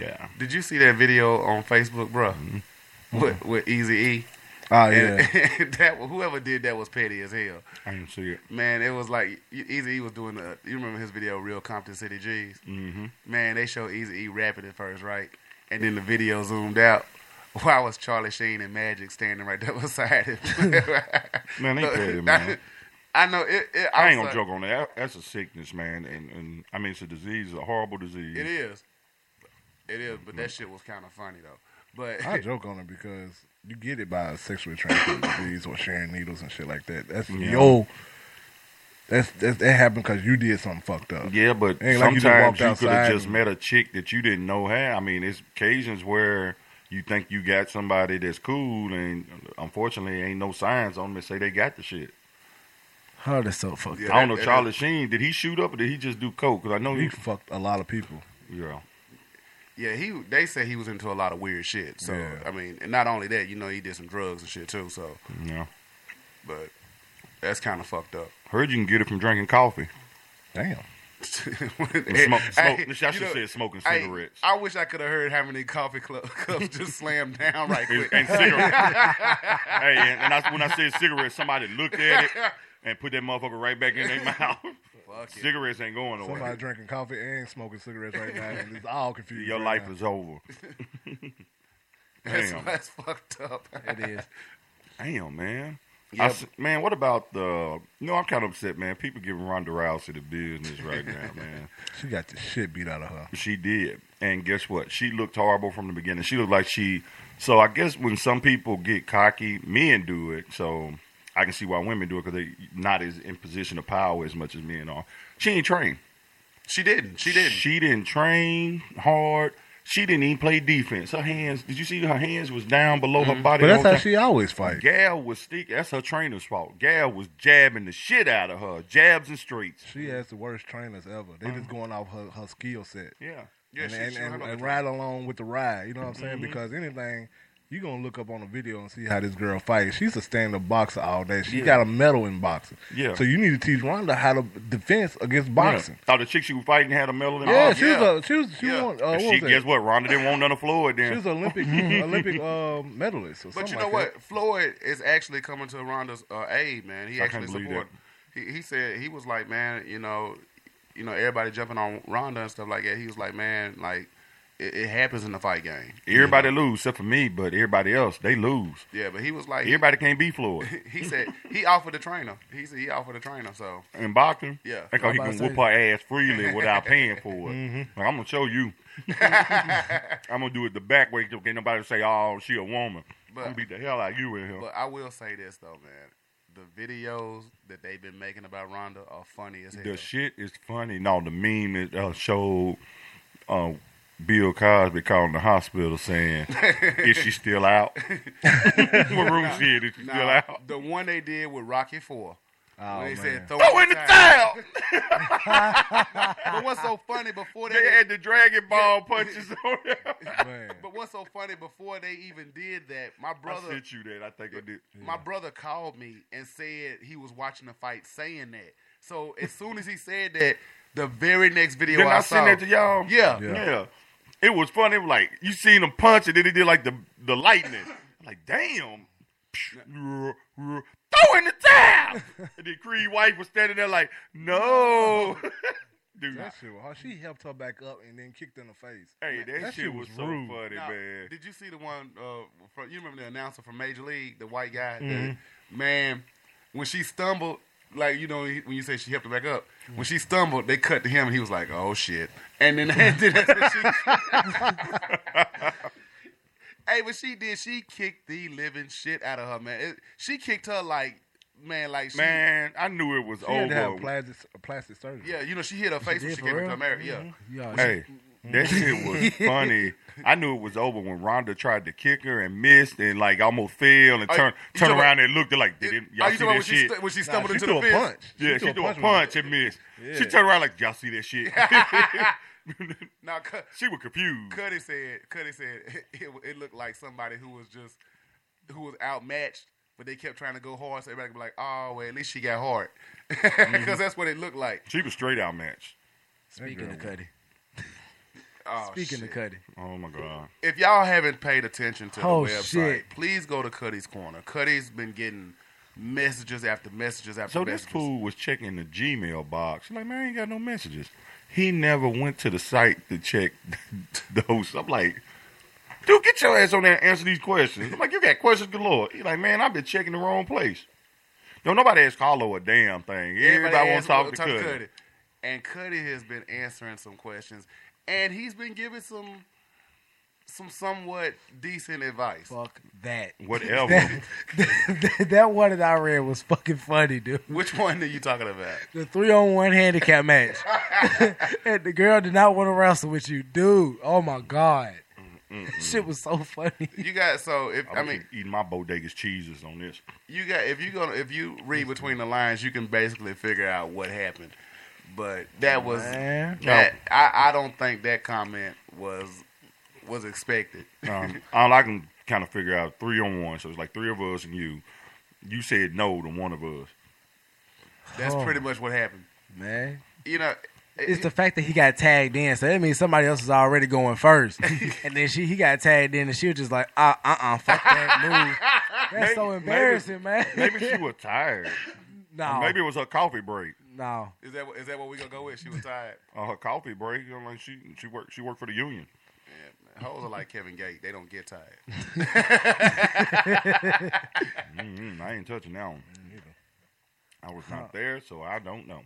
[SPEAKER 1] yeah, Mm-hmm.
[SPEAKER 3] Did you see that video on Facebook, bro? With, with Easy E.
[SPEAKER 1] Ah,
[SPEAKER 5] Oh
[SPEAKER 3] And,
[SPEAKER 5] yeah.
[SPEAKER 3] and that whoever did that was petty as hell.
[SPEAKER 1] I didn't see it.
[SPEAKER 3] Man, it was like Easy E was doing the. You remember his video, Real Compton City G's? Mm-hmm. Man, they show Easy E rapping at first, right? And then the video zoomed out. Why was Charlie Sheen and Magic standing right there beside him?
[SPEAKER 1] Man, they petty, man.
[SPEAKER 3] I know it. it
[SPEAKER 1] I
[SPEAKER 3] was
[SPEAKER 1] ain't gonna
[SPEAKER 3] like-
[SPEAKER 1] joke on that. That's a sickness, man, and, and I mean it's a disease, a horrible disease.
[SPEAKER 3] It is. It is, but
[SPEAKER 1] Mm-hmm.
[SPEAKER 3] that shit was kind of funny though. But
[SPEAKER 5] I joke on it because you get it by sexually transmitted disease or sharing needles and shit like that. That's
[SPEAKER 1] Yeah.
[SPEAKER 5] yo. That's, that's that happened because you did something fucked up.
[SPEAKER 1] Yeah, but
[SPEAKER 5] Ain't like you just
[SPEAKER 1] sometimes
[SPEAKER 5] walked
[SPEAKER 1] you, could have
[SPEAKER 5] outside
[SPEAKER 1] just
[SPEAKER 5] and-
[SPEAKER 1] met a chick that you didn't know had. I mean, it's occasions where you think you got somebody that's cool, and unfortunately, ain't no signs on them that say they got the shit.
[SPEAKER 4] How that's so fucked
[SPEAKER 3] Yeah,
[SPEAKER 4] up.
[SPEAKER 1] I don't
[SPEAKER 3] that-
[SPEAKER 1] know,
[SPEAKER 3] that-
[SPEAKER 1] Charlie Sheen, did he shoot up or did he just do coke? Because I know
[SPEAKER 5] He
[SPEAKER 1] he,
[SPEAKER 5] fucked a lot of people.
[SPEAKER 1] yeah,
[SPEAKER 3] yeah, he they say he was into a lot of weird shit. So
[SPEAKER 5] Yeah.
[SPEAKER 3] I mean, and not only that, you know, he did some drugs and shit too. So,
[SPEAKER 1] yeah.
[SPEAKER 3] but that's kind of fucked up.
[SPEAKER 1] Heard you can get it from drinking coffee.
[SPEAKER 5] Damn.
[SPEAKER 3] When-
[SPEAKER 1] smoke-
[SPEAKER 3] Hey,
[SPEAKER 1] smoke- I
[SPEAKER 3] you
[SPEAKER 1] should've
[SPEAKER 3] know,
[SPEAKER 1] said smoking
[SPEAKER 3] hey,
[SPEAKER 1] cigarettes.
[SPEAKER 3] I wish I could have heard how many coffee club cups just slammed down right
[SPEAKER 1] And,
[SPEAKER 3] quick.
[SPEAKER 1] and cigarettes. hey, and, and I, when I said cigarettes, somebody looked at it and put that motherfucker right back in their mouth.
[SPEAKER 3] Fuck it.
[SPEAKER 1] cigarettes ain't going nowhere.
[SPEAKER 5] Somebody drinking coffee and smoking cigarettes right now, and it's all confused.
[SPEAKER 1] Your
[SPEAKER 5] right
[SPEAKER 1] life
[SPEAKER 5] now.
[SPEAKER 1] is over.
[SPEAKER 3] That's,
[SPEAKER 1] Damn.
[SPEAKER 3] that's fucked up.
[SPEAKER 4] It is.
[SPEAKER 1] Damn, man. I
[SPEAKER 3] Yep.
[SPEAKER 1] s man, what about the? No, I'm kind of upset, man. People giving Ronda Rousey the business right now, man.
[SPEAKER 5] She got the shit beat out of her.
[SPEAKER 1] She did, and guess what? She looked horrible from the beginning. She looked like she. So I guess when some people get cocky, men do it. So I can see why women do it because they not as in position of power as much as men are. She ain't trained.
[SPEAKER 3] She didn't. She didn't.
[SPEAKER 1] She didn't train hard. She didn't even play defense. Her hands. Did you see her hands was down below
[SPEAKER 3] Mm-hmm.
[SPEAKER 1] her body?
[SPEAKER 5] Mm-hmm. But that's
[SPEAKER 1] the whole
[SPEAKER 5] how
[SPEAKER 1] time?
[SPEAKER 5] she always fight.
[SPEAKER 1] Gal was sneaking. That's her trainer's fault. Gal was jabbing the shit out of her. Jabs and streets.
[SPEAKER 5] She has the worst trainers ever. They just going off her, her skill set.
[SPEAKER 1] Yeah.
[SPEAKER 3] Yeah,
[SPEAKER 5] and
[SPEAKER 3] she-
[SPEAKER 5] and,
[SPEAKER 3] she don't
[SPEAKER 5] and,
[SPEAKER 3] have no
[SPEAKER 5] and ride along with the ride. You know what I'm saying? Because anything, you gonna look up on a video and see how this girl fights. She's a stand up boxer all day. She got a medal in boxing.
[SPEAKER 1] Yeah.
[SPEAKER 5] So you need to teach Ronda how to defense against boxing.
[SPEAKER 1] Oh, the chick she was fighting had a medal in
[SPEAKER 5] Yeah,
[SPEAKER 1] her.
[SPEAKER 5] she
[SPEAKER 3] yeah.
[SPEAKER 5] was a she was she
[SPEAKER 3] Yeah.
[SPEAKER 5] won uh,
[SPEAKER 1] And
[SPEAKER 5] what
[SPEAKER 1] she,
[SPEAKER 5] was that?
[SPEAKER 1] guess what? Ronda didn't want none of Floyd then.
[SPEAKER 5] She was an Olympic Olympic uh, medalist. Or
[SPEAKER 3] But
[SPEAKER 5] something
[SPEAKER 3] you know
[SPEAKER 5] like
[SPEAKER 3] what? Floyd is actually coming to Ronda's uh, aid, man. He
[SPEAKER 1] I
[SPEAKER 3] actually
[SPEAKER 1] can't believe
[SPEAKER 3] support. He, he said he was like, man, you know, you know, everybody jumping on Ronda and stuff like that. He was like, man, like it, it happens in the fight game.
[SPEAKER 1] Everybody lose except for me, but everybody else they lose.
[SPEAKER 3] Yeah, but he was like,
[SPEAKER 1] Everybody can't be Floyd
[SPEAKER 3] he said he offered the trainer. He said he offered the trainer. So
[SPEAKER 1] in boxing.
[SPEAKER 3] Yeah.
[SPEAKER 1] because he
[SPEAKER 4] I'm
[SPEAKER 1] can
[SPEAKER 4] about to Mm-hmm.
[SPEAKER 1] whoop her ass freely without paying for it. Like, I'm gonna show you. I'm gonna do it the back way. Don't get nobody to say, "Oh, she a woman."
[SPEAKER 3] But-
[SPEAKER 1] I'm gonna beat the hell out of you in here.
[SPEAKER 3] But I will say this though, man. The videos that they've been making about Ronda are funny as hell.
[SPEAKER 1] the shit is funny. No, the meme is uh, showed uh, Bill Cosby calling the hospital saying, "Is she still out?" Maroon shit. Is she
[SPEAKER 3] Nah,
[SPEAKER 1] still out?
[SPEAKER 3] The one they did with Rocky Four. Oh, they said throw,
[SPEAKER 1] Throw in the towel.
[SPEAKER 3] But what's so funny before they
[SPEAKER 1] They had the Dragon Ball punches on there.
[SPEAKER 5] that. Man.
[SPEAKER 3] But what's so funny before they even did that, my
[SPEAKER 1] I
[SPEAKER 3] brother
[SPEAKER 1] sent you that. I think I did.
[SPEAKER 3] my brother called me and said he was watching the fight saying that. So as soon as he said that, the very next video
[SPEAKER 1] Didn't
[SPEAKER 3] I,
[SPEAKER 1] I
[SPEAKER 3] saw
[SPEAKER 1] send that to y'all?
[SPEAKER 3] Yeah.
[SPEAKER 1] yeah. It was funny. Like you seen him punch, and then he did like the the lightning. I'm like damn. Throw in the towel. and then Creed White was standing there like, no, dude.
[SPEAKER 5] That shit was hard. She helped her back up and then kicked in the face.
[SPEAKER 1] Hey, that,
[SPEAKER 5] that
[SPEAKER 1] shit
[SPEAKER 5] shit
[SPEAKER 1] was,
[SPEAKER 5] was
[SPEAKER 1] so
[SPEAKER 5] rude.
[SPEAKER 1] funny,
[SPEAKER 3] Now,
[SPEAKER 1] man.
[SPEAKER 3] Did you see the one uh, from you remember the announcer from Major League, the white guy?
[SPEAKER 1] Mm-hmm.
[SPEAKER 3] that- man, when she stumbled, like you know he- when you say she helped her back up, when she stumbled, they cut to him and he was like, "Oh shit!" And then and then that's what she. hey, but she did. She kicked the living shit out of her, man. It- she kicked her like, man, like she,
[SPEAKER 1] Man, I knew it was
[SPEAKER 5] She had to have
[SPEAKER 1] over.
[SPEAKER 5] plastic, plastic surgery.
[SPEAKER 3] Yeah, you know she hit her face when
[SPEAKER 4] did
[SPEAKER 3] she
[SPEAKER 4] for
[SPEAKER 3] came into
[SPEAKER 4] real?
[SPEAKER 3] America. Yeah.
[SPEAKER 5] Mm-hmm.
[SPEAKER 4] Yeah,
[SPEAKER 1] Hey, that shit was funny. I knew it was over when Rhonda tried to kick her and missed and like almost fell and
[SPEAKER 3] Oh,
[SPEAKER 1] turned
[SPEAKER 3] you
[SPEAKER 1] turned
[SPEAKER 3] talking
[SPEAKER 1] around and looked at like did
[SPEAKER 3] Are
[SPEAKER 1] it,
[SPEAKER 3] you
[SPEAKER 1] y'all
[SPEAKER 3] talking
[SPEAKER 1] see
[SPEAKER 3] about when
[SPEAKER 1] that
[SPEAKER 3] she,
[SPEAKER 1] shit?
[SPEAKER 3] stu- when she
[SPEAKER 5] Nah,
[SPEAKER 3] stumbled
[SPEAKER 5] she
[SPEAKER 3] into
[SPEAKER 5] threw
[SPEAKER 3] the
[SPEAKER 5] a
[SPEAKER 3] fence?
[SPEAKER 5] punch.
[SPEAKER 1] yeah, she threw a
[SPEAKER 5] when-
[SPEAKER 1] punch and missed. She turned around like y'all see that shit.
[SPEAKER 3] Now, cut.
[SPEAKER 1] she was confused.
[SPEAKER 3] Cuddy said, Cuddy said it, it looked like somebody who was just who was outmatched, but they kept trying to go hard. So everybody could be like, "Oh, well, at least she got hard," because that's what it looked like.
[SPEAKER 1] Mm-hmm. She was straight outmatched.
[SPEAKER 4] speaking to Cuddy.
[SPEAKER 3] Oh,
[SPEAKER 4] Speaking to
[SPEAKER 3] shit.
[SPEAKER 4] Cuddy.
[SPEAKER 1] Oh my god.
[SPEAKER 3] if y'all haven't paid attention to the
[SPEAKER 4] Oh,
[SPEAKER 3] website,
[SPEAKER 4] shit.
[SPEAKER 3] please go to Cuddy's Corner. Cuddy's been getting messages after messages after
[SPEAKER 1] So this
[SPEAKER 3] messages.
[SPEAKER 1] fool was checking the Gmail box. She's like, man, I ain't got no messages. He never went to the site to check those. I'm like, dude, get your ass on there and answer these questions. I'm like, you got questions galore. He's like, man, I've been checking the wrong place. Don't nobody ask Carlo a damn thing. Everybody, wants
[SPEAKER 3] asks
[SPEAKER 1] to talk
[SPEAKER 3] about
[SPEAKER 1] to Cuddy.
[SPEAKER 3] And Cuddy has been answering some questions, and he's been giving some some somewhat decent advice.
[SPEAKER 4] Fuck that.
[SPEAKER 1] Whatever.
[SPEAKER 4] that one that I read was fucking funny, dude.
[SPEAKER 3] Which one are you talking about?
[SPEAKER 4] The three on one handicap match. and the girl did not want to wrestle with you, dude. Oh my god,
[SPEAKER 1] Mm,
[SPEAKER 4] shit was so funny.
[SPEAKER 3] You got so if I
[SPEAKER 1] I
[SPEAKER 3] mean
[SPEAKER 1] mean, eating my bodega's cheeses on this.
[SPEAKER 3] you got if you gonna if you read between the lines, you can basically figure out what happened. But that was
[SPEAKER 4] Man.
[SPEAKER 3] that I, I don't think that comment was was expected.
[SPEAKER 1] Um, all I can kind of figure out three on one. So it's like three of us and you. You said no to one of us.
[SPEAKER 3] That's pretty much what happened.
[SPEAKER 4] oh. Man,
[SPEAKER 3] You know,
[SPEAKER 4] it's the fact that he got tagged in, so that means somebody else is already going first. and then she, he got tagged in, and she was just like, uh, uh, uh, fuck that move. That's so embarrassing, man.
[SPEAKER 1] Maybe she was tired.
[SPEAKER 4] no,
[SPEAKER 1] Maybe it was her coffee break.
[SPEAKER 4] no.
[SPEAKER 3] is that what- is that what we gonna go with? She was tired.
[SPEAKER 1] on her coffee break. You know, like she she worked she worked for the union.
[SPEAKER 3] Hoes are like Kevin Gates; they don't get tired.
[SPEAKER 1] Mm-mm, Mm-hmm. I ain't touching that one. I was not there, so I don't know.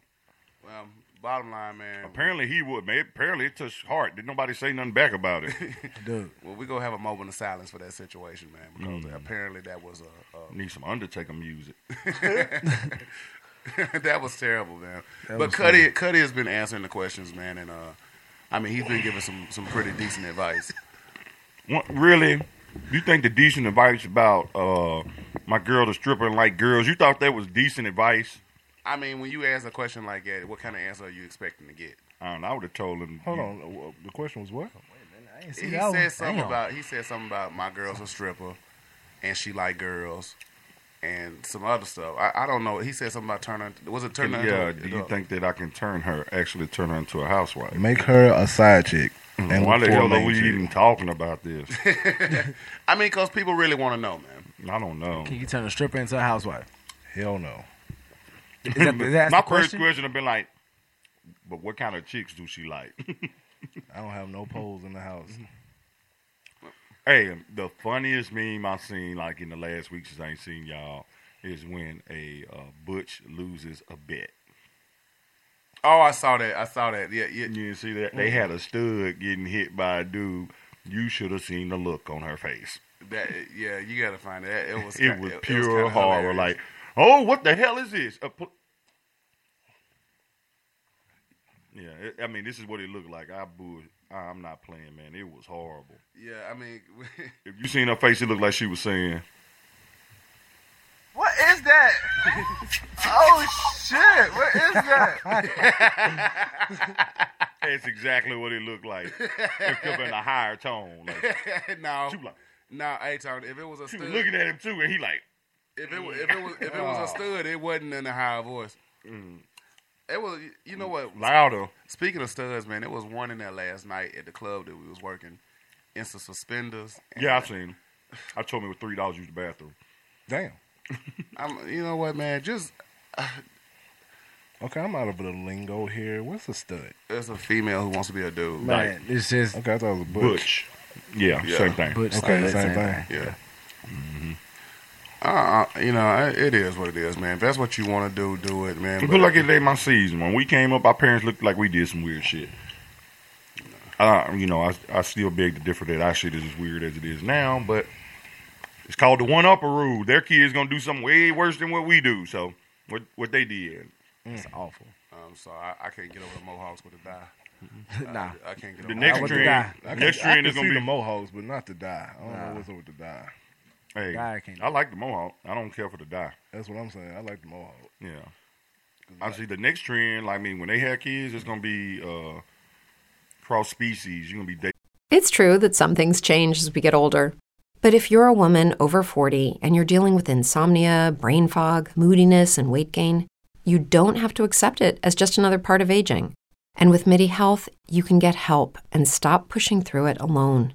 [SPEAKER 3] Well, Um, bottom line, man.
[SPEAKER 1] Apparently he would. Man, apparently it touched heart. Did nobody say nothing back about it?
[SPEAKER 4] Dude,
[SPEAKER 3] Well, we gonna have a moment of silence for that situation, man, because apparently that was a, a
[SPEAKER 1] Need some Undertaker music.
[SPEAKER 3] that was terrible, man. but Cuddy, Cuddy has been answering the questions, man, and uh, I mean he's been giving some some pretty decent advice.
[SPEAKER 1] What, really? You think the decent advice about uh, my girl the stripper and like girls? You thought that was decent advice?
[SPEAKER 3] I mean, when you ask a question like that, what kind of answer are you expecting to get?
[SPEAKER 1] I don't know. I would have told him.
[SPEAKER 5] Hold
[SPEAKER 1] you-
[SPEAKER 5] on. uh, The question was what?
[SPEAKER 4] I didn't see
[SPEAKER 3] He
[SPEAKER 4] that one.
[SPEAKER 3] said something
[SPEAKER 4] Damn.
[SPEAKER 3] about he said something about my girl's a stripper, and she like girls, and some other stuff. I, I don't know. He said something about turning. Was it turning?
[SPEAKER 1] yeah,
[SPEAKER 3] into a-
[SPEAKER 1] do you think that I can turn her, actually turn her into a housewife?
[SPEAKER 5] Make her a side chick.
[SPEAKER 1] And
[SPEAKER 5] look
[SPEAKER 1] Mm-hmm. why the
[SPEAKER 5] for a
[SPEAKER 1] hell are
[SPEAKER 5] main
[SPEAKER 1] we
[SPEAKER 5] chick.
[SPEAKER 1] even talking about this?
[SPEAKER 3] I mean, because people really want to know, man.
[SPEAKER 1] I don't know.
[SPEAKER 4] Can you turn a stripper into a housewife?
[SPEAKER 5] Hell no.
[SPEAKER 4] Is that, is that
[SPEAKER 1] My
[SPEAKER 4] the
[SPEAKER 1] first
[SPEAKER 4] question?
[SPEAKER 1] question have been like, but what kind of chicks do she like?
[SPEAKER 5] I don't have no poles in the house.
[SPEAKER 4] Mm-hmm.
[SPEAKER 1] hey, the funniest meme I seen like in the last week since I ain't seen y'all is when a uh, butch loses a bet.
[SPEAKER 3] Oh, I saw that. I saw that. Yeah, yeah.
[SPEAKER 1] You didn't see that?
[SPEAKER 3] Mm.
[SPEAKER 1] They had a stud getting hit by a dude. You should have seen the look on her face.
[SPEAKER 3] That, yeah, you gotta find it. It was
[SPEAKER 1] It was pure
[SPEAKER 3] kinda
[SPEAKER 1] horror.
[SPEAKER 3] hilarious.
[SPEAKER 1] Like, oh, what the hell is this? A pl- yeah, it, I mean, this is what it looked like. I bull- I'm not playing, man. It was horrible.
[SPEAKER 3] yeah, I mean,
[SPEAKER 1] If you seen her face, it looked like she was saying,
[SPEAKER 6] What is that? oh shit! What is that?
[SPEAKER 1] "That's exactly what it looked like." It up in a higher tone. Like,
[SPEAKER 3] no,
[SPEAKER 1] she was like,
[SPEAKER 3] no, hey, Tony. If it was a
[SPEAKER 1] she
[SPEAKER 3] stud,
[SPEAKER 1] was looking at him too, and he like, "Oh."
[SPEAKER 3] if it was, if it was, if it
[SPEAKER 5] Ah.
[SPEAKER 3] was a stud, it wasn't in a high voice. It was, you know what?
[SPEAKER 1] Mm. louder.
[SPEAKER 3] Speaking of studs, man, it was one in there last night at the club that we was working. In some suspenders. and
[SPEAKER 1] Yeah, I seen. him. I told me with three dollars, use the bathroom.
[SPEAKER 5] Damn.
[SPEAKER 3] I'm, you know what, man? Just
[SPEAKER 5] Okay, I'm out of the lingo here. What's a stud?
[SPEAKER 3] it's a female who wants to be a dude.
[SPEAKER 4] Man, it's just
[SPEAKER 5] Okay, I thought it was a butch.
[SPEAKER 1] Butch. Yeah,
[SPEAKER 3] Yeah.
[SPEAKER 1] same thing. Mm-hmm.
[SPEAKER 4] butch
[SPEAKER 5] Okay,
[SPEAKER 4] studs
[SPEAKER 5] same
[SPEAKER 4] and-
[SPEAKER 5] thing.
[SPEAKER 3] Yeah. Uh, uh, you know, I- it is what it is, man. If that's what you want to do, do it, man.
[SPEAKER 1] It looked like it ain't my season. When we came up, our parents looked like we did some weird shit. Uh, you know, I, I still beg to differ that our shit is as weird as it is now, but it's called the one upper rule. Their kids gonna do something way worse than what we do. So what what they did, Mm,
[SPEAKER 4] It's awful.
[SPEAKER 3] I'm sorry, Um, I, I can't get over the Mohawks with a die.
[SPEAKER 4] nah.
[SPEAKER 3] I can't get over
[SPEAKER 1] the
[SPEAKER 4] I
[SPEAKER 1] next
[SPEAKER 4] would
[SPEAKER 1] trend,
[SPEAKER 4] die.
[SPEAKER 5] I can,
[SPEAKER 1] next
[SPEAKER 5] I
[SPEAKER 1] trend
[SPEAKER 5] can
[SPEAKER 1] is gonna
[SPEAKER 5] see
[SPEAKER 1] be
[SPEAKER 5] the mohawks, but not the dye. I don't
[SPEAKER 4] Nah.
[SPEAKER 5] know what's up with the dye.
[SPEAKER 1] Hey,
[SPEAKER 4] Die, I can't do
[SPEAKER 1] I like the mohawk. I don't care for the die.
[SPEAKER 5] That's what I'm saying. I like the mohawk.
[SPEAKER 1] Yeah. I see the next trend. Like, I mean, when they have kids, it's gonna be uh, cross species. You're gonna be dating.
[SPEAKER 7] It's true that some things change as we get older. But if you're a woman over 40 and you're dealing with insomnia, brain fog, moodiness, and weight gain, you don't have to accept it as just another part of aging. And with MIDI Health, you can get help and stop pushing through it alone.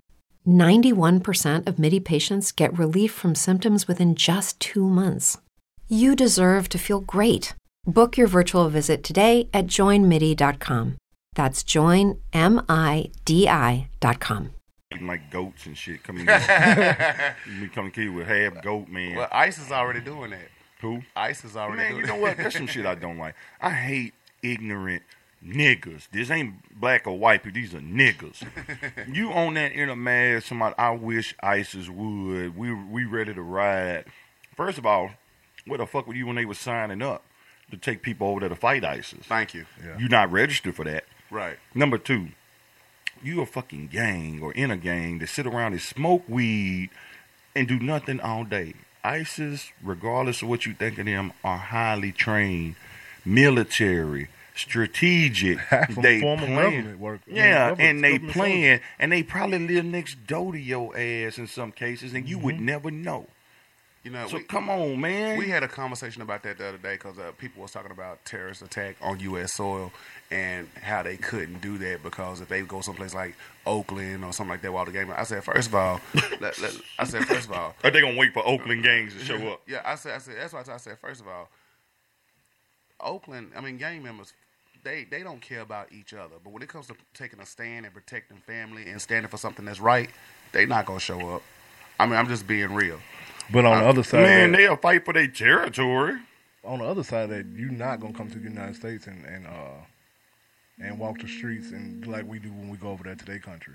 [SPEAKER 7] 91% of MIDI patients get relief from symptoms within just two months. You deserve to feel great. Book your virtual visit today at joinmidi.com. That's joinmidi.com.
[SPEAKER 1] eating, like goats and shit coming in. me coming kid with half goat man.
[SPEAKER 3] Well, Ice is already doing it.
[SPEAKER 1] Who?
[SPEAKER 3] Ice is already
[SPEAKER 1] Man,
[SPEAKER 3] doing
[SPEAKER 1] you
[SPEAKER 3] it.
[SPEAKER 1] know what? That's some shit I don't like. I hate ignorant niggas. This ain't black or white people. These are niggas. you on that inner mass, somebody I wish ISIS would. We we ready to ride. First of all, where the fuck were you when they were signing up to take people over there to fight ISIS?
[SPEAKER 3] Thank you.
[SPEAKER 1] You're not registered for that.
[SPEAKER 3] Right.
[SPEAKER 1] Number two, you a fucking gang or in a gang that sit around and smoke weed and do nothing all day. ISIS, regardless of what you think of them, are highly trained, military, strategic.
[SPEAKER 5] From
[SPEAKER 1] they
[SPEAKER 5] former
[SPEAKER 1] plan.
[SPEAKER 5] government work.
[SPEAKER 1] Yeah,
[SPEAKER 5] government-
[SPEAKER 1] and they
[SPEAKER 5] government
[SPEAKER 1] plan, and they probably live next door to your ass in some cases, and you would
[SPEAKER 5] Mm-hmm.
[SPEAKER 1] never know.
[SPEAKER 3] You know,
[SPEAKER 1] So
[SPEAKER 3] we,
[SPEAKER 1] come on, man.
[SPEAKER 3] we had a conversation about that the other day because uh, people was talking about terrorist attack on U.S. soil and how they couldn't do that because if they go someplace like Oakland or something like that while the game, I said first of all, let- let- I said first of all,
[SPEAKER 1] are they gonna wait for Oakland gangs to show up?
[SPEAKER 3] Yeah, I said, I said that's why I told- I said first of all, Oakland. I mean, gang members, they they don't care about each other, but when it comes to taking a stand and protecting family and standing for something that's right, they not gonna show up. I mean, I'm just being real.
[SPEAKER 5] But on the other side,
[SPEAKER 1] Man,
[SPEAKER 5] man,
[SPEAKER 1] they'll fight for their territory.
[SPEAKER 5] on the other side, of that you're not gonna come to the United States and and uh and walk the streets and like we do when we go over there to their country.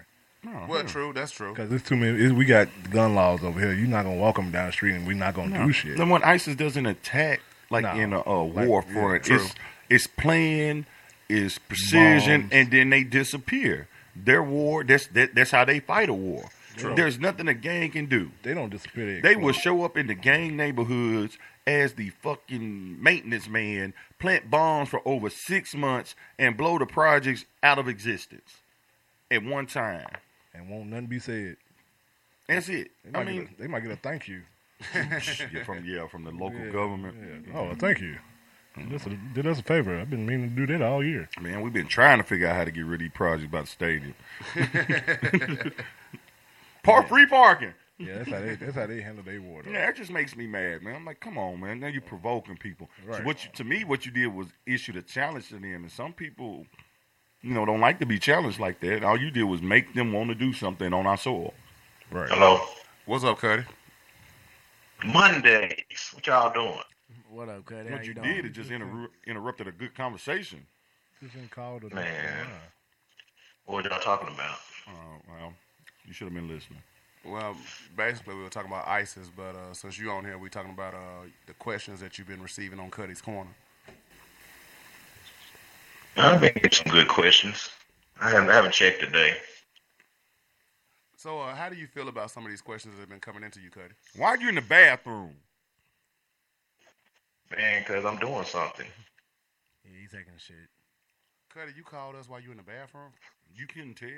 [SPEAKER 3] Well, true. That's true.
[SPEAKER 5] Because it's too many. It's, we got gun laws over here. You're not gonna walk them down the street, and we're not gonna do shit.
[SPEAKER 1] Then when ISIS doesn't attack like
[SPEAKER 5] No.
[SPEAKER 1] in a, a
[SPEAKER 5] Like,
[SPEAKER 1] war
[SPEAKER 5] yeah,
[SPEAKER 1] front,
[SPEAKER 3] true.
[SPEAKER 1] it's it's plan, it's precision,
[SPEAKER 5] Bombs.
[SPEAKER 1] and then they disappear. Their war. That's that, that's how they fight a war. There's nothing a gang can do.
[SPEAKER 5] They don't disappear.
[SPEAKER 1] They will show up in the gang neighborhoods as the fucking maintenance man, plant bombs for over six months, and blow the projects out of existence at one time.
[SPEAKER 5] and won't nothing be said.
[SPEAKER 1] That's it.
[SPEAKER 5] They might,
[SPEAKER 1] I
[SPEAKER 5] get
[SPEAKER 1] mean,
[SPEAKER 5] a, they might get a thank you.
[SPEAKER 1] yeah, from yeah, from the local government.
[SPEAKER 5] Oh, thank you. Did us, a, did us a favor. I've been meaning to do that all year.
[SPEAKER 1] Man, we've been trying to figure out how to get rid of these projects by the stadium. Park free parking.
[SPEAKER 5] Yeah, that's how they. That's how they handle their water.
[SPEAKER 1] Yeah, that just makes me mad, man. I'm like, come on, man. Now you're provoking people. So
[SPEAKER 5] Right.
[SPEAKER 1] what you, to me, what you did was issued a challenge to them, and some people, you know, don't like to be challenged like that. All you did was make them want to do something on our soil.
[SPEAKER 5] Right.
[SPEAKER 8] Hello.
[SPEAKER 3] What's up, Cuddy?
[SPEAKER 8] Mondays. What y'all doing?
[SPEAKER 4] What up, Cuddy? How
[SPEAKER 1] what you,
[SPEAKER 4] doing?
[SPEAKER 1] did is just interu- interrupted a good conversation.
[SPEAKER 8] Man. What y'all talking about?
[SPEAKER 1] Uh, well, you should have been listening.
[SPEAKER 3] Well, basically, we were talking about ISIS, but uh, since you on here, we talking about uh, the questions that you've been receiving on Cuddy's Corner.
[SPEAKER 8] I've been getting some good questions. I haven't, I haven't checked today.
[SPEAKER 3] So, uh, how do you feel about some of these questions that have been coming into you, Cuddy?
[SPEAKER 1] Why are you in the bathroom?
[SPEAKER 8] Man, because I'm doing something.
[SPEAKER 4] Yeah, you taking a shit.
[SPEAKER 3] Cuddy, you called us while you in the bathroom.
[SPEAKER 1] You couldn't tell.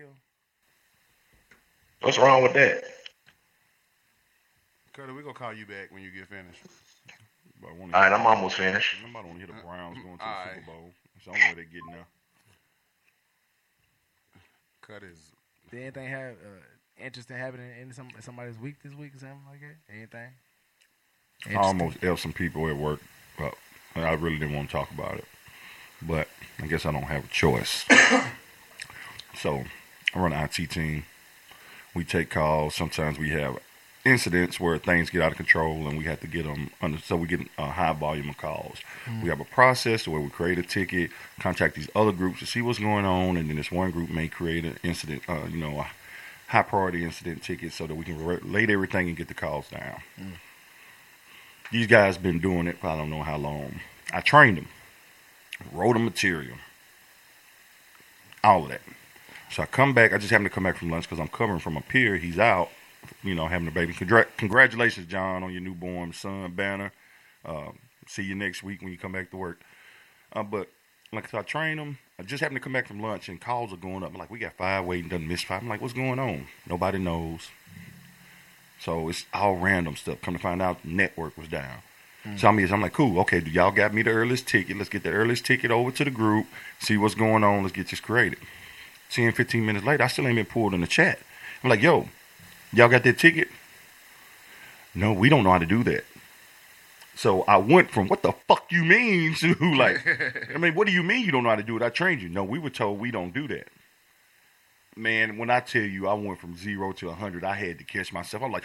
[SPEAKER 8] What's wrong with that?
[SPEAKER 3] Cuddy, we gonna call you back when you get finished.
[SPEAKER 1] But I wanna
[SPEAKER 8] All
[SPEAKER 1] hear-
[SPEAKER 8] right, I'm almost finished.
[SPEAKER 1] Nobody want to hear the Browns going to the
[SPEAKER 3] All right.
[SPEAKER 1] Super Bowl. It's the only way they're getting there.
[SPEAKER 3] Cuddy's
[SPEAKER 4] Did anything have uh, interesting happen in, in some somebody's week this week or something like that? Anything?
[SPEAKER 1] I
[SPEAKER 4] Interesting?
[SPEAKER 1] almost F some people at work up. and I really didn't want to talk about it. But I guess I don't have a choice. so I run an IT team. We take calls. Sometimes we have incidents where things get out of control and we have to get them under. So we get a high volume of calls. We have a process where we create a ticket, contact these other groups to see what's going on. And then this one group may create an incident, uh, you know, a high priority incident ticket so that we can relate everything and get the calls down these guys been doing it for I don't know how long. I trained them, wrote them material, all of that. So I come back. I just happened to come back from lunch because I'm covering from a peer. He's out, you know, having a baby. Congra- congratulations, John, on your newborn son, Banner. Uh, see you next week when you come back to work. Uh, but like so I trained them. I just happened to come back from lunch and calls are going up. I'm like, we got five waiting, doesn't miss five. I'm like, what's going on? Nobody knows. So it's all random stuff. Come to find out, the network was down. So I'm, I'm like, cool, okay, do y'all got me the earliest ticket? Let's get the earliest ticket over to the group, see what's going on, let's get this created. 10, 15 minutes later, I still ain't been pulled in the chat. I'm like, yo, y'all got that ticket? No, we don't know how to do that. So I went from what the fuck you mean to like, I mean, what do you mean you don't know how to do it? I trained you. No, we were told we don't do that. Man, when I tell you I went from zero to 100, I had to catch myself. I'm like,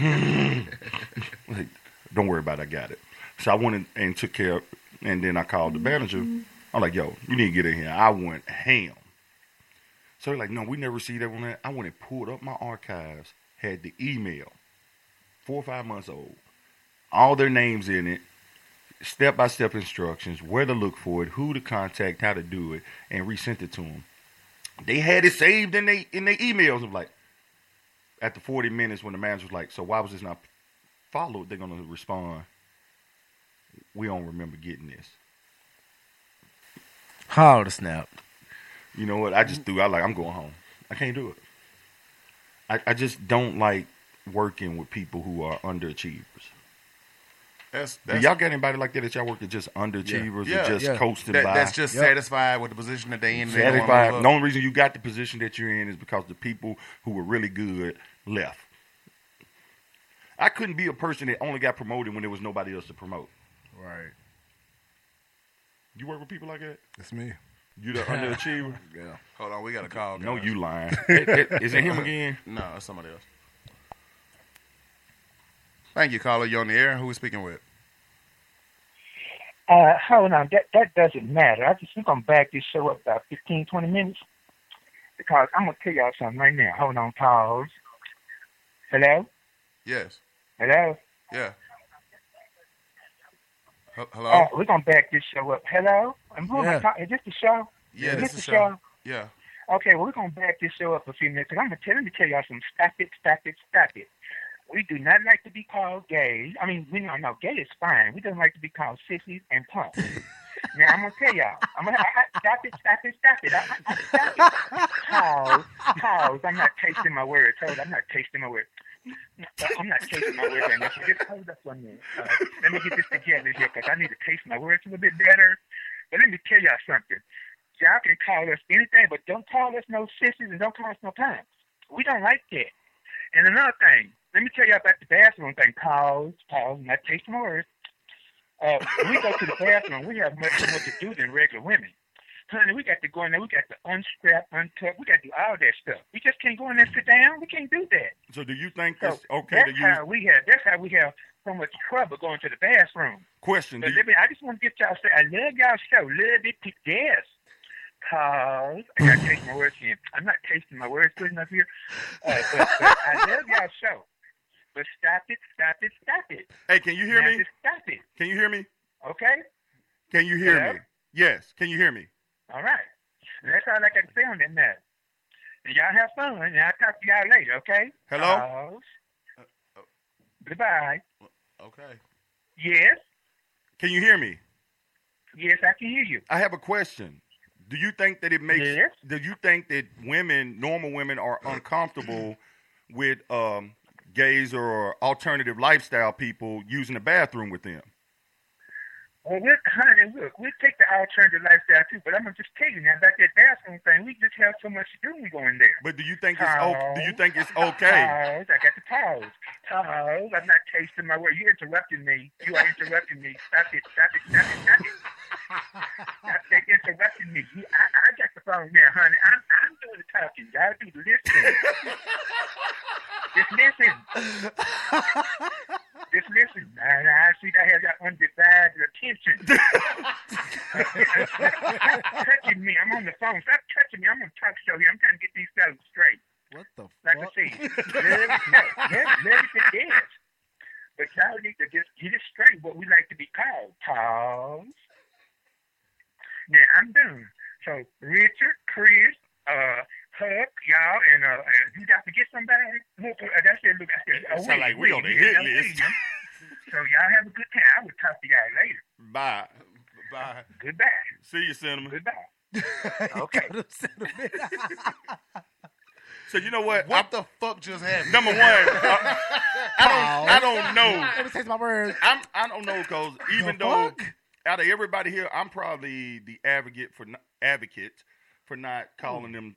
[SPEAKER 1] like, don't worry about it, I got it. So I went and, and took care of and then I called the manager. I'm like, yo, you need to get in here. I went ham. So they're like, no, we never received that one. man." I went and pulled up my archives, had the email, four or five months old, all their names in it, step by step instructions, where to look for it, who to contact, how to do it, and resent it to them. They had it saved in they in their emails. I'm like, after 40 minutes, when the manager was like, so why was this not followed? They're gonna respond, we don't remember getting this.
[SPEAKER 4] How to snap?
[SPEAKER 1] You know what? I just threw out like I'm going home. I can't do it. I, I just don't like working with people who are underachievers.
[SPEAKER 3] that's
[SPEAKER 1] Do
[SPEAKER 3] that's
[SPEAKER 1] y'all got anybody like that that y'all work with just underachievers
[SPEAKER 3] Yeah.
[SPEAKER 1] and just
[SPEAKER 4] Yeah.
[SPEAKER 1] coasting
[SPEAKER 3] that,
[SPEAKER 1] by?
[SPEAKER 3] that's just
[SPEAKER 4] Yep.
[SPEAKER 3] satisfied with the position that they in. They don't wanna
[SPEAKER 1] satisfied.
[SPEAKER 3] move
[SPEAKER 1] The
[SPEAKER 3] up.
[SPEAKER 1] only reason you got the position that you're in is because the people who were really good left. I couldn't be a person that only got promoted when there was nobody else to promote.
[SPEAKER 5] Right.
[SPEAKER 1] You work with people like that?
[SPEAKER 5] It's me.
[SPEAKER 1] You the underachiever?
[SPEAKER 3] Hold on, we got a call.
[SPEAKER 1] No,
[SPEAKER 3] guys.
[SPEAKER 1] you lying. It- it- Is it him again?
[SPEAKER 3] No, it's somebody else. Thank you, caller. You on the air? Who we speaking with?
[SPEAKER 9] Uh, hold on, that that doesn't matter. I just think I'm back this show up about 15, 20 minutes. Because I'm gonna tell y'all something right now. Hold on, pause. Hello,
[SPEAKER 3] Yes.
[SPEAKER 9] hello.
[SPEAKER 3] Yeah. H- Hello.
[SPEAKER 9] Oh, we're gonna back this show up. Hello, and who am I
[SPEAKER 4] Yeah.
[SPEAKER 9] talking? Is this the show?
[SPEAKER 3] yeah,
[SPEAKER 9] is
[SPEAKER 3] this
[SPEAKER 9] this
[SPEAKER 3] is show. Yeah.
[SPEAKER 9] Okay, well, we're going to back this show up a few minutes 'cause I'm going to tell, let me tell y'all some stop it, stop it, stop it. We do not like to be called gay. I mean, we don't know. Gay is fine. We don't like to be called sissies and punks. now, I'm going to tell y'all. I'm going to stop it, stop it, stop it. I, I, I- stop it. Pause, pause. I'm not tasting my words. Hold, I'm not tasting my words. I'm not tasting my words right now. So just hold up one minute. Uh, let me get this together here because I need to taste my words a little bit better. But let me tell y'all something y'all can call us anything, but don't call us no sissies and don't call us no punks. We don't like that. And another thing, let me tell y'all about the bathroom thing. Pause, pause, not take some words. Uh, when we go to the bathroom, we have much more to do than regular women. Honey, we got to go in there. We got to unstrap, untuck. We got to do all that stuff. We just can't go in there and sit down. We can't do that.
[SPEAKER 1] So do you think
[SPEAKER 9] So
[SPEAKER 1] it's okay
[SPEAKER 9] that's
[SPEAKER 1] to
[SPEAKER 9] how
[SPEAKER 1] use
[SPEAKER 9] we have. That's how we have so much trouble going to the bathroom.
[SPEAKER 1] question? Do
[SPEAKER 9] But
[SPEAKER 1] you,
[SPEAKER 9] let me, I just want to get y'all say I love y'all show. Love it to death. Cause I gotta taste my words here. I'm not tasting my words good enough here. Uh, but, but I love y'all show. But stop it, stop it, stop it.
[SPEAKER 1] hey, can you hear
[SPEAKER 9] Now
[SPEAKER 1] me?
[SPEAKER 9] Just stop it.
[SPEAKER 1] Can you hear me?
[SPEAKER 9] Okay?
[SPEAKER 1] Can you hear
[SPEAKER 9] Hello?
[SPEAKER 1] me? Yes. Can you hear me?
[SPEAKER 9] All right. And that's all I can say on that matter. And y'all have fun and I'll talk to y'all later, okay?
[SPEAKER 1] Hello? Uh, oh.
[SPEAKER 9] Cause- Goodbye.
[SPEAKER 3] Okay.
[SPEAKER 9] Yes,
[SPEAKER 1] Can you hear me?
[SPEAKER 9] yes, I can hear you.
[SPEAKER 1] I have a question. Do you think that it makes?
[SPEAKER 9] Yes.
[SPEAKER 1] Do you think that women, normal women, are uncomfortable with um, gays or alternative lifestyle people using the bathroom with them?
[SPEAKER 9] Well, we're, honey, look, we take the alternative lifestyle too, but I'm gonna just tell you now about that bathroom thing. We just have so much to do when we go in there.
[SPEAKER 1] But do you think it's okay? Do you think it's okay?
[SPEAKER 9] Pause. I got the pause. Pause. I'm not tasting my word. You're interrupting me. You are interrupting me. Stop it. Stop it. Stop it. Stop it. Stop that interrupting me. You, I, I got the phone now, honey. I'm, I'm doing the talking. Y'all do the listening. Just listen. Just listen. I, I see that I have your undivided attention. Stop touching me. I'm on the phone. Stop touching me. I'm on talk show here. I'm trying to get these fellas straight.
[SPEAKER 4] What the
[SPEAKER 9] Like I
[SPEAKER 4] fuck?
[SPEAKER 9] say, let it is. But y'all need to just get it straight what we like to be called. Pause. Now I'm done. So Richard, Chris, uh, Huck, y'all, and uh, uh, did I forget somebody? Look, uh, that's it. Look, I said,
[SPEAKER 1] That
[SPEAKER 9] oh,
[SPEAKER 1] sound like we on the hit list.
[SPEAKER 9] So y'all have a good time. I will talk to y'all later.
[SPEAKER 1] Bye. Bye.
[SPEAKER 9] Goodbye.
[SPEAKER 1] See you, cinnamon.
[SPEAKER 9] Goodbye.
[SPEAKER 4] okay.
[SPEAKER 1] So you know what?
[SPEAKER 3] What the fuck just happened?
[SPEAKER 1] Number one, I, I don't, I don't know.
[SPEAKER 4] Let me taste my words.
[SPEAKER 1] I'm, I don't know because even
[SPEAKER 4] The
[SPEAKER 1] though
[SPEAKER 4] fuck?
[SPEAKER 1] out of everybody here, I'm probably the advocate for not, advocate for not calling them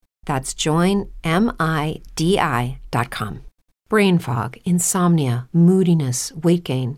[SPEAKER 7] That's joinmidi.com. Brain fog, insomnia, moodiness, weight gain.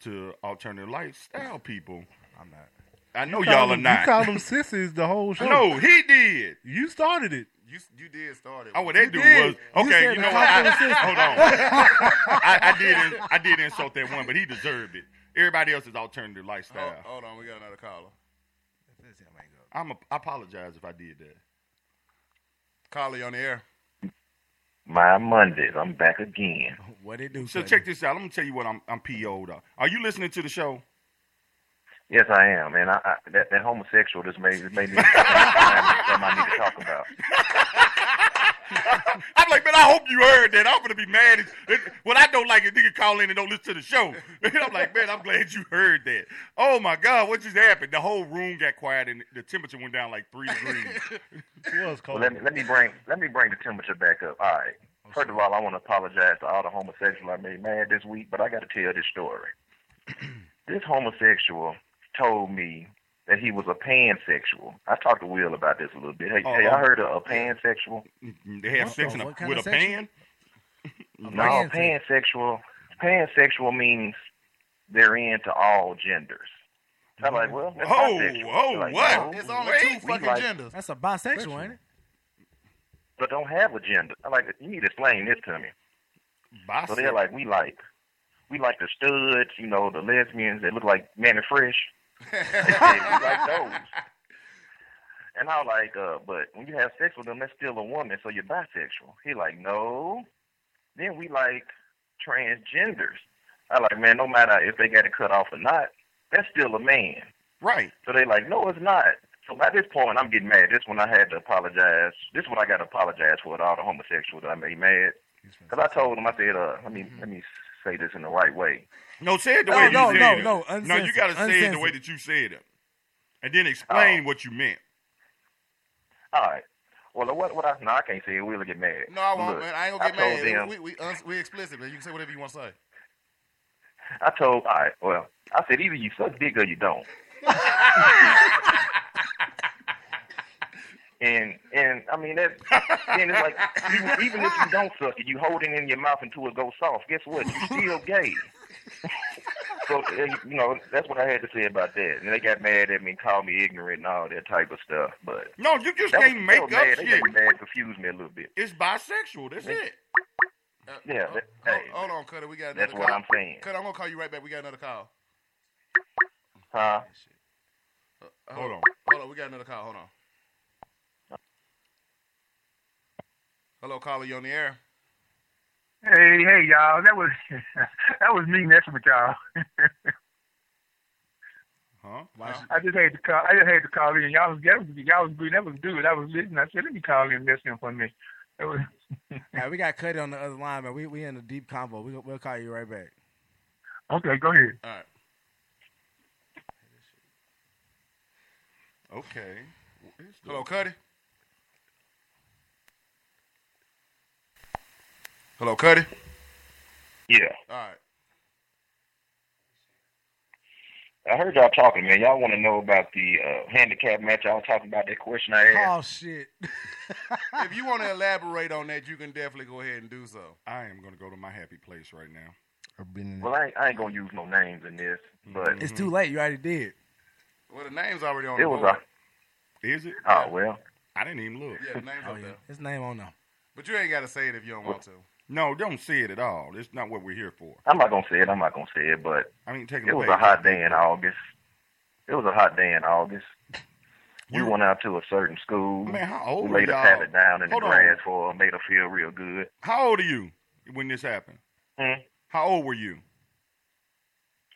[SPEAKER 1] to alternative lifestyle people. I'm not. I know Oh, y'all are
[SPEAKER 5] You
[SPEAKER 1] not.
[SPEAKER 5] called them sissies the whole show.
[SPEAKER 1] no, he did.
[SPEAKER 5] You started it.
[SPEAKER 3] You you did start it.
[SPEAKER 1] Oh, what that dude
[SPEAKER 5] did.
[SPEAKER 1] was
[SPEAKER 4] You
[SPEAKER 1] okay. You,
[SPEAKER 4] said
[SPEAKER 1] know
[SPEAKER 4] the
[SPEAKER 1] what? I,
[SPEAKER 4] compliment system.
[SPEAKER 1] hold on. I, I did. I did insult that one, but he deserved it. Everybody else is alternative
[SPEAKER 3] Hold,
[SPEAKER 1] lifestyle.
[SPEAKER 3] hold on, we got another caller.
[SPEAKER 1] I'm. A, I apologize if I did that.
[SPEAKER 3] Caller, you on the air.
[SPEAKER 8] My Mondays, I'm back again.
[SPEAKER 4] What it do?
[SPEAKER 1] So
[SPEAKER 4] cuz?
[SPEAKER 1] check this out. I'm gonna tell you what I'm. I'm PO'd on. Are you listening to the show?
[SPEAKER 8] Yes, I am, and I, I that, that homosexual just made just made me something I need to talk about.
[SPEAKER 1] I'm like, man. I hope you heard that. I'm gonna be mad. It's, it, what I don't like is nigga call in and don't listen to the show. I'm like, man. I'm glad you heard that. Oh my God, what just happened? The whole room got quiet and the temperature went down like three degrees.
[SPEAKER 5] It was
[SPEAKER 8] Well,
[SPEAKER 5] cold.
[SPEAKER 8] let me let me bring let me bring the temperature back up. All right. First of all, I want to apologize to all the homosexual I made mad this week, but I got to tell this story. this homosexual told me that he was a pansexual. I talked to Will about this a little bit. Hey,
[SPEAKER 1] Oh,
[SPEAKER 8] hey I
[SPEAKER 1] oh. Mm-hmm.
[SPEAKER 8] heard of a pansexual.
[SPEAKER 1] they have
[SPEAKER 4] What
[SPEAKER 1] sex in
[SPEAKER 4] the-
[SPEAKER 1] a,
[SPEAKER 4] what kind
[SPEAKER 1] with a
[SPEAKER 4] of section?
[SPEAKER 1] pan.
[SPEAKER 8] No, pansexual. Pansexual means they're into all genders. So I'm like, well, that's
[SPEAKER 1] Mm. Whoa,
[SPEAKER 8] bisexual.
[SPEAKER 1] whoa,
[SPEAKER 8] Like,
[SPEAKER 1] what?
[SPEAKER 8] no,
[SPEAKER 3] It's only
[SPEAKER 1] Wait,
[SPEAKER 3] two
[SPEAKER 8] we
[SPEAKER 3] fucking
[SPEAKER 8] like-
[SPEAKER 3] genders.
[SPEAKER 4] That's a bisexual, ain't it?
[SPEAKER 8] but don't have a gender. I'm like, you need to explain this to me. So they're like, we like, we like the studs, you know, the lesbians that look like Manny Fresh. They said, we like those. And I was like, uh, but when you have sex with them, that's still a woman, so you're bisexual. He like, no. Then we like transgenders. I like, man, no matter if they got it cut off or not, that's still a man.
[SPEAKER 1] Right.
[SPEAKER 8] So they like, no, it's not. So by this point, I'm getting mad. This one I had to apologize. This one I got to apologize for to all the homosexuals that I made mad. Because I told them, I said, uh, let me
[SPEAKER 3] Mm-hmm.
[SPEAKER 8] let me say this in the right way.
[SPEAKER 1] No, say it the
[SPEAKER 4] No,
[SPEAKER 1] way
[SPEAKER 4] no,
[SPEAKER 1] you
[SPEAKER 4] no,
[SPEAKER 1] said it.
[SPEAKER 4] no,
[SPEAKER 1] no, you
[SPEAKER 4] uncensored,
[SPEAKER 1] gotta say it the way
[SPEAKER 4] uncensored.
[SPEAKER 1] that you said it, and then explain
[SPEAKER 8] Oh.
[SPEAKER 1] what you meant.
[SPEAKER 8] All right. Well, what what I no, I can't say it. We'll get mad.
[SPEAKER 3] No, I won't,
[SPEAKER 8] Look,
[SPEAKER 3] man. I ain't gonna get
[SPEAKER 8] I told
[SPEAKER 3] mad.
[SPEAKER 8] them-
[SPEAKER 3] we we uns- we explicit, man. You can say whatever you want to say.
[SPEAKER 8] I told, all right, well, I said either you suck dick or you don't. and and I mean that. Then it's like even, even if you don't suck it, you hold it in your mouth until it goes soft. Guess what? You still gay. so uh, you know that's what I had to say about that. And they got mad at me, and called me ignorant, and all that type of stuff. But
[SPEAKER 1] No, you just
[SPEAKER 8] that was,
[SPEAKER 1] can't
[SPEAKER 8] that
[SPEAKER 1] make
[SPEAKER 8] was
[SPEAKER 1] up
[SPEAKER 8] mad. They
[SPEAKER 1] shit.
[SPEAKER 8] got mad, confused me a little bit.
[SPEAKER 1] It's bisexual. That's it.
[SPEAKER 3] Uh,
[SPEAKER 8] Yeah,
[SPEAKER 3] ho-
[SPEAKER 8] that-
[SPEAKER 3] ho-
[SPEAKER 8] hey,
[SPEAKER 3] hold, on, Cutter. We got another
[SPEAKER 8] that's
[SPEAKER 3] call.
[SPEAKER 8] what I'm saying.
[SPEAKER 3] Cutter, I'm gonna call you right back. We got another call.
[SPEAKER 8] Huh?
[SPEAKER 3] Uh,
[SPEAKER 1] Hold on.
[SPEAKER 3] Hold on. We got another call. Hold on. Hello, caller. You on the air?
[SPEAKER 9] Hey, hey, y'all. That was that was me messing with y'all.
[SPEAKER 1] Huh?
[SPEAKER 9] I just had to call. I just had to call in. Y'all was that was y'all was good. That was good. I was listening. I said, let me call in and listen for a minute. That was,
[SPEAKER 4] All right, we got Cuddy on the other line, man. We we in a deep convo. We, we'll call you right back.
[SPEAKER 9] okay, go ahead.
[SPEAKER 3] All right.
[SPEAKER 1] Okay. It's the-
[SPEAKER 3] Hello, Cuddy. Hello, Cuddy.
[SPEAKER 8] Yeah.
[SPEAKER 3] All right.
[SPEAKER 8] I heard y'all talking, man. Y'all want to know about the uh, handicap match? I was talking about that question I asked.
[SPEAKER 4] Oh shit!
[SPEAKER 3] If you want to elaborate on that, you can definitely go ahead and do so.
[SPEAKER 1] I am gonna go to my happy place right now.
[SPEAKER 5] I've been in
[SPEAKER 8] Well, I ain't, I ain't gonna use no names in this, but
[SPEAKER 4] It's too late. You already did.
[SPEAKER 3] Mm-hmm. Well, the name's already on.
[SPEAKER 8] it
[SPEAKER 3] the
[SPEAKER 8] was
[SPEAKER 3] board.
[SPEAKER 8] a.
[SPEAKER 1] Is it?
[SPEAKER 8] Oh well,
[SPEAKER 1] I didn't even look.
[SPEAKER 3] yeah, the name's
[SPEAKER 4] Oh
[SPEAKER 3] up
[SPEAKER 4] yeah,
[SPEAKER 3] there.
[SPEAKER 4] his name on there.
[SPEAKER 3] But you ain't got to say it if you don't want to.
[SPEAKER 1] No, don't say it at all. It's not what we're here for.
[SPEAKER 8] I'm not gonna say it. I'm not gonna say it, but
[SPEAKER 1] I mean, take it
[SPEAKER 8] it was
[SPEAKER 1] away.
[SPEAKER 8] a hot day in August. It was a hot day in August. We
[SPEAKER 1] You-
[SPEAKER 8] went out to a certain school.
[SPEAKER 1] Man, how old
[SPEAKER 8] we
[SPEAKER 1] are
[SPEAKER 8] laid a
[SPEAKER 1] y'all?
[SPEAKER 8] pallet down in
[SPEAKER 1] Hold
[SPEAKER 8] the
[SPEAKER 1] on.
[SPEAKER 8] grass for her, made her feel real good.
[SPEAKER 1] How old are you when this happened?
[SPEAKER 8] Hmm?
[SPEAKER 1] How old were you?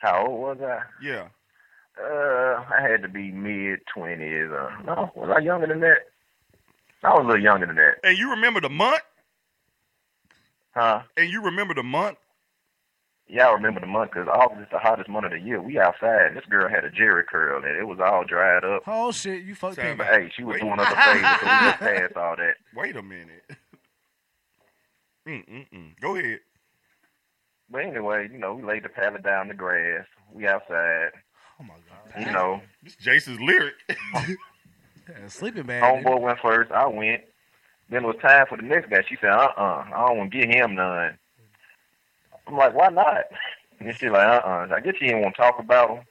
[SPEAKER 8] How old was I?
[SPEAKER 1] Yeah.
[SPEAKER 8] Uh, I had to be mid twenties. Uh, no, was I younger than that? I was a little younger than that,
[SPEAKER 1] And you remember the month?
[SPEAKER 8] huh?
[SPEAKER 1] And you remember the month?
[SPEAKER 8] Y'all remember the month 'cause August is the hottest month of the year. We outside. and This girl had a jerry curl and it was all dried up.
[SPEAKER 4] Oh shit! You fucked
[SPEAKER 1] Sorry,
[SPEAKER 4] him.
[SPEAKER 8] But hey, she was doing us a favor, so we just passed all that.
[SPEAKER 1] Wait a minute. Mm-mm-mm. Go ahead.
[SPEAKER 8] But anyway, you know, we laid the pallet down in the grass. We outside.
[SPEAKER 4] Oh my god!
[SPEAKER 8] You know,
[SPEAKER 1] This Jason's lyric.
[SPEAKER 4] Yeah, sleeping bag. dude.
[SPEAKER 8] homeboy went first. I went. Then it was time for the next guy. She said, "Uh, uh I don't want to get him none." uh-uh, I'm like, "Why not?" And she like, "Uh, uh I guess she didn't want to talk about him."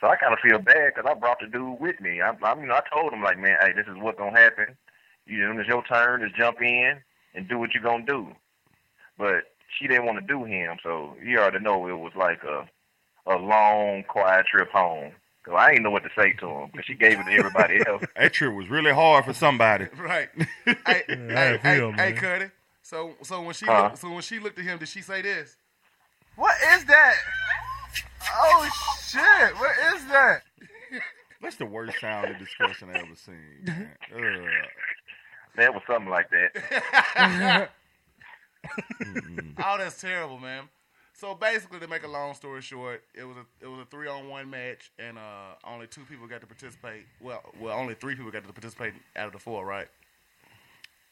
[SPEAKER 8] So I kind of feel bad because I brought the dude with me. I, I, you know, I told him like, man, hey, this is what's gonna happen. You know, it's your turn. Just jump in and do what you're gonna do. But she didn't want to do him, so you already know it was like a a long, quiet trip home. Cause I didn't know what to say to him because she gave it to everybody else.
[SPEAKER 1] That trip was really hard for somebody.
[SPEAKER 3] Right. hey, hey,
[SPEAKER 5] I feel,
[SPEAKER 3] hey, hey,
[SPEAKER 5] man.
[SPEAKER 3] Cuddy. So, so when she
[SPEAKER 8] Huh?
[SPEAKER 3] looked, so when she looked at him, did she say this?
[SPEAKER 6] What is that? Oh shit! What is that?
[SPEAKER 1] That's the worst sounding discussion I ever seen. man. Ugh.
[SPEAKER 8] That was something like that.
[SPEAKER 3] Oh, that's terrible, man. So basically, to make a long story short, it was a it was a three on one match, and uh, only two people got to participate. Well, well, only three people got to participate out of the four, right?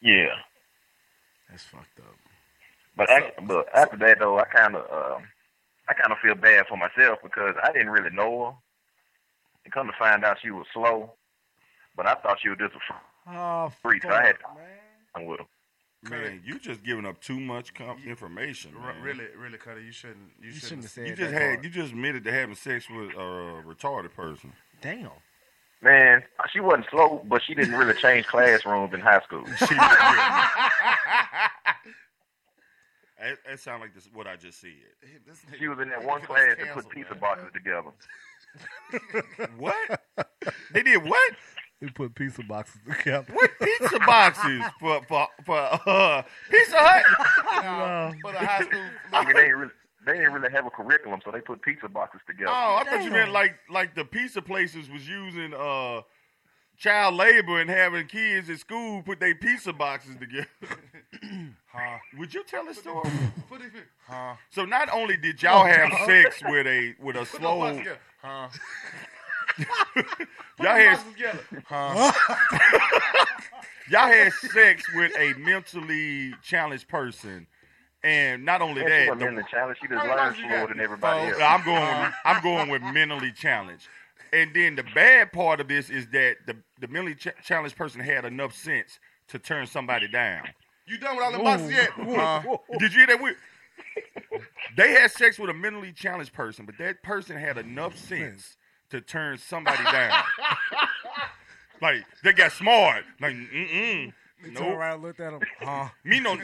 [SPEAKER 8] Yeah.
[SPEAKER 3] That's fucked up.
[SPEAKER 8] But I, but after that though, I kind of uh, I kind of feel bad for myself because I didn't really know her. And come to find out, she was slow. But I thought she was just a f-
[SPEAKER 4] Oh,
[SPEAKER 8] freak. So I had
[SPEAKER 4] fuck, man.
[SPEAKER 8] to with her.
[SPEAKER 1] Man, you just giving up too much com- information.
[SPEAKER 3] Re-
[SPEAKER 1] man.
[SPEAKER 3] Really, really, Cuddy, you shouldn't. You,
[SPEAKER 4] shouldn't have said
[SPEAKER 1] You just
[SPEAKER 4] that
[SPEAKER 1] had
[SPEAKER 4] part.
[SPEAKER 1] you just admitted to having sex with a uh, retarded person.
[SPEAKER 4] Damn.
[SPEAKER 8] Man, she wasn't slow, but she didn't really change classrooms in high school.
[SPEAKER 1] That, that sounds like this, what I just said.
[SPEAKER 3] This
[SPEAKER 8] She
[SPEAKER 3] nigga-
[SPEAKER 8] was in that
[SPEAKER 3] nigga
[SPEAKER 8] one
[SPEAKER 3] was
[SPEAKER 8] class that put
[SPEAKER 3] canceled,
[SPEAKER 8] pizza
[SPEAKER 3] man.
[SPEAKER 8] boxes together.
[SPEAKER 1] What? they did what?
[SPEAKER 5] He put pizza boxes together.
[SPEAKER 1] What pizza boxes for for for uh, Pizza Hut?
[SPEAKER 3] No, for the high school.
[SPEAKER 8] I mean, they didn't really they didn't really have a curriculum, so they put pizza boxes together.
[SPEAKER 1] Oh, I thought you meant like like the pizza places was using uh child labor and having kids at school put their pizza boxes together. Would you tell a story?
[SPEAKER 3] Put it here.
[SPEAKER 1] So not only did y'all have sex with a with a
[SPEAKER 3] Put the box
[SPEAKER 1] slow
[SPEAKER 3] together. Huh?
[SPEAKER 1] y'all had
[SPEAKER 3] Box together.
[SPEAKER 1] y'all had sex with a mentally challenged person, and not only
[SPEAKER 8] And she
[SPEAKER 1] that,
[SPEAKER 8] wasn't
[SPEAKER 1] the-
[SPEAKER 8] in the challenge. She just
[SPEAKER 3] How many
[SPEAKER 8] learned
[SPEAKER 3] boxes you got?
[SPEAKER 8] slower than everybody
[SPEAKER 1] Oh,
[SPEAKER 8] else. Uh-huh.
[SPEAKER 1] I'm going with I'm going with mentally challenged. And then the bad part of this is that the the mentally ch- challenged person had enough sense to turn somebody down.
[SPEAKER 3] You done with all the boxes yet? Huh?
[SPEAKER 1] Did you hear that? We- they had sex with a mentally challenged person, but that person had enough sense to turn somebody down. like they got smart. Like mm mm.
[SPEAKER 4] Turned
[SPEAKER 1] No,
[SPEAKER 4] around, looked at him. Huh?
[SPEAKER 1] me no, me,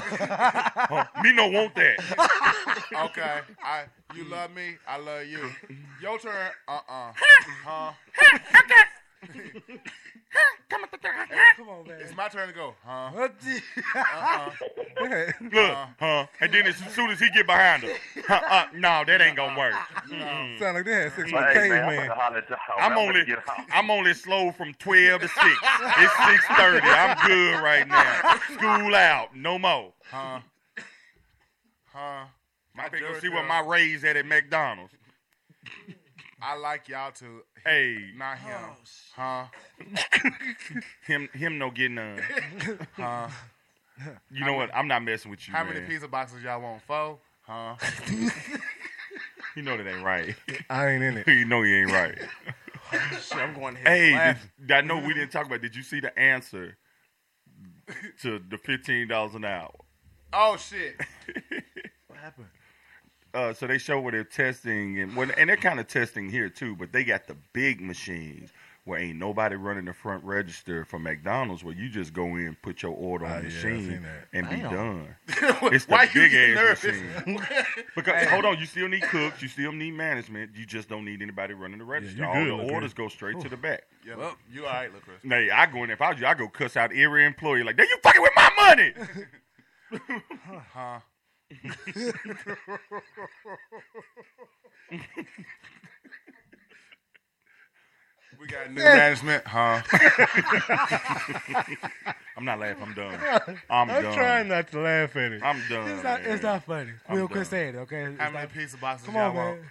[SPEAKER 1] Huh, me no want that.
[SPEAKER 3] Okay. I you love me, I love you. Your turn. Uh uh Huh?
[SPEAKER 4] Come on, man.
[SPEAKER 3] It's my turn to go. Huh? Uh-uh.
[SPEAKER 4] What the-
[SPEAKER 1] Look, huh? And then as soon as he get behind her, huh, uh, no, that ain't gonna work.
[SPEAKER 4] Sound like they had sex with
[SPEAKER 8] But,
[SPEAKER 4] a
[SPEAKER 8] hey, man, I'm about
[SPEAKER 4] caveman.
[SPEAKER 8] to holler at y'all.
[SPEAKER 1] I'm
[SPEAKER 8] about to
[SPEAKER 1] only,
[SPEAKER 8] get out.
[SPEAKER 1] I'm only slow from twelve to six. It's six thirty. I'm good right now. School out, no more.
[SPEAKER 3] Huh? Huh?
[SPEAKER 1] My
[SPEAKER 3] Jerry
[SPEAKER 1] go see what
[SPEAKER 3] curl.
[SPEAKER 1] my raise at at McDonald's.
[SPEAKER 3] I like y'all too.
[SPEAKER 1] Hey,
[SPEAKER 3] Not him.
[SPEAKER 4] Oh,
[SPEAKER 3] Huh?
[SPEAKER 1] him, him no get none. Huh? You know what? I'm not messing with you,
[SPEAKER 3] How
[SPEAKER 1] man.
[SPEAKER 3] many pizza boxes y'all want? Four? Huh?
[SPEAKER 1] You know that ain't right.
[SPEAKER 5] I ain't in it.
[SPEAKER 1] you know he ain't right.
[SPEAKER 4] Shit, I'm going to hit
[SPEAKER 1] Hey,
[SPEAKER 4] the laugh.
[SPEAKER 1] did- I know we didn't talk about. it. Did you see the answer to the fifteen dollars an hour?
[SPEAKER 3] Oh shit.
[SPEAKER 1] Uh, so they show where they're testing, and when, and they're kind of testing here too, but they got the big machines where ain't nobody running the front register for McDonald's, where you just go in, put your order on
[SPEAKER 5] Oh,
[SPEAKER 1] the
[SPEAKER 5] yeah, I
[SPEAKER 1] machine,
[SPEAKER 5] seen that.
[SPEAKER 1] and be done. It's the
[SPEAKER 3] Why you
[SPEAKER 1] big
[SPEAKER 3] get
[SPEAKER 1] ass
[SPEAKER 3] nervous?
[SPEAKER 1] Because hold on, you still need cooks, you still need management, you just don't need anybody running the register.
[SPEAKER 5] you
[SPEAKER 1] All
[SPEAKER 5] good,
[SPEAKER 1] the
[SPEAKER 5] Lil' Chris.
[SPEAKER 1] orders go straight to the back.
[SPEAKER 3] yeah, well, you all right, look, Chris.
[SPEAKER 1] Nay, I go in there, if I was you, I go cuss out every employee like, "There you fucking with my money."
[SPEAKER 3] Huh? we got new
[SPEAKER 5] Eh.
[SPEAKER 3] management, huh?
[SPEAKER 1] I'm not laughing. I'm done. I'm,
[SPEAKER 5] I'm
[SPEAKER 1] done.
[SPEAKER 5] trying not to laugh at it.
[SPEAKER 1] I'm done.
[SPEAKER 4] It's not, it's not funny.
[SPEAKER 1] I'm
[SPEAKER 4] We'll quit
[SPEAKER 1] done.
[SPEAKER 4] saying it, okay? It's
[SPEAKER 3] How many
[SPEAKER 4] not-
[SPEAKER 3] pizza boxes
[SPEAKER 4] Come
[SPEAKER 3] y'all
[SPEAKER 4] on,
[SPEAKER 3] want?
[SPEAKER 4] man.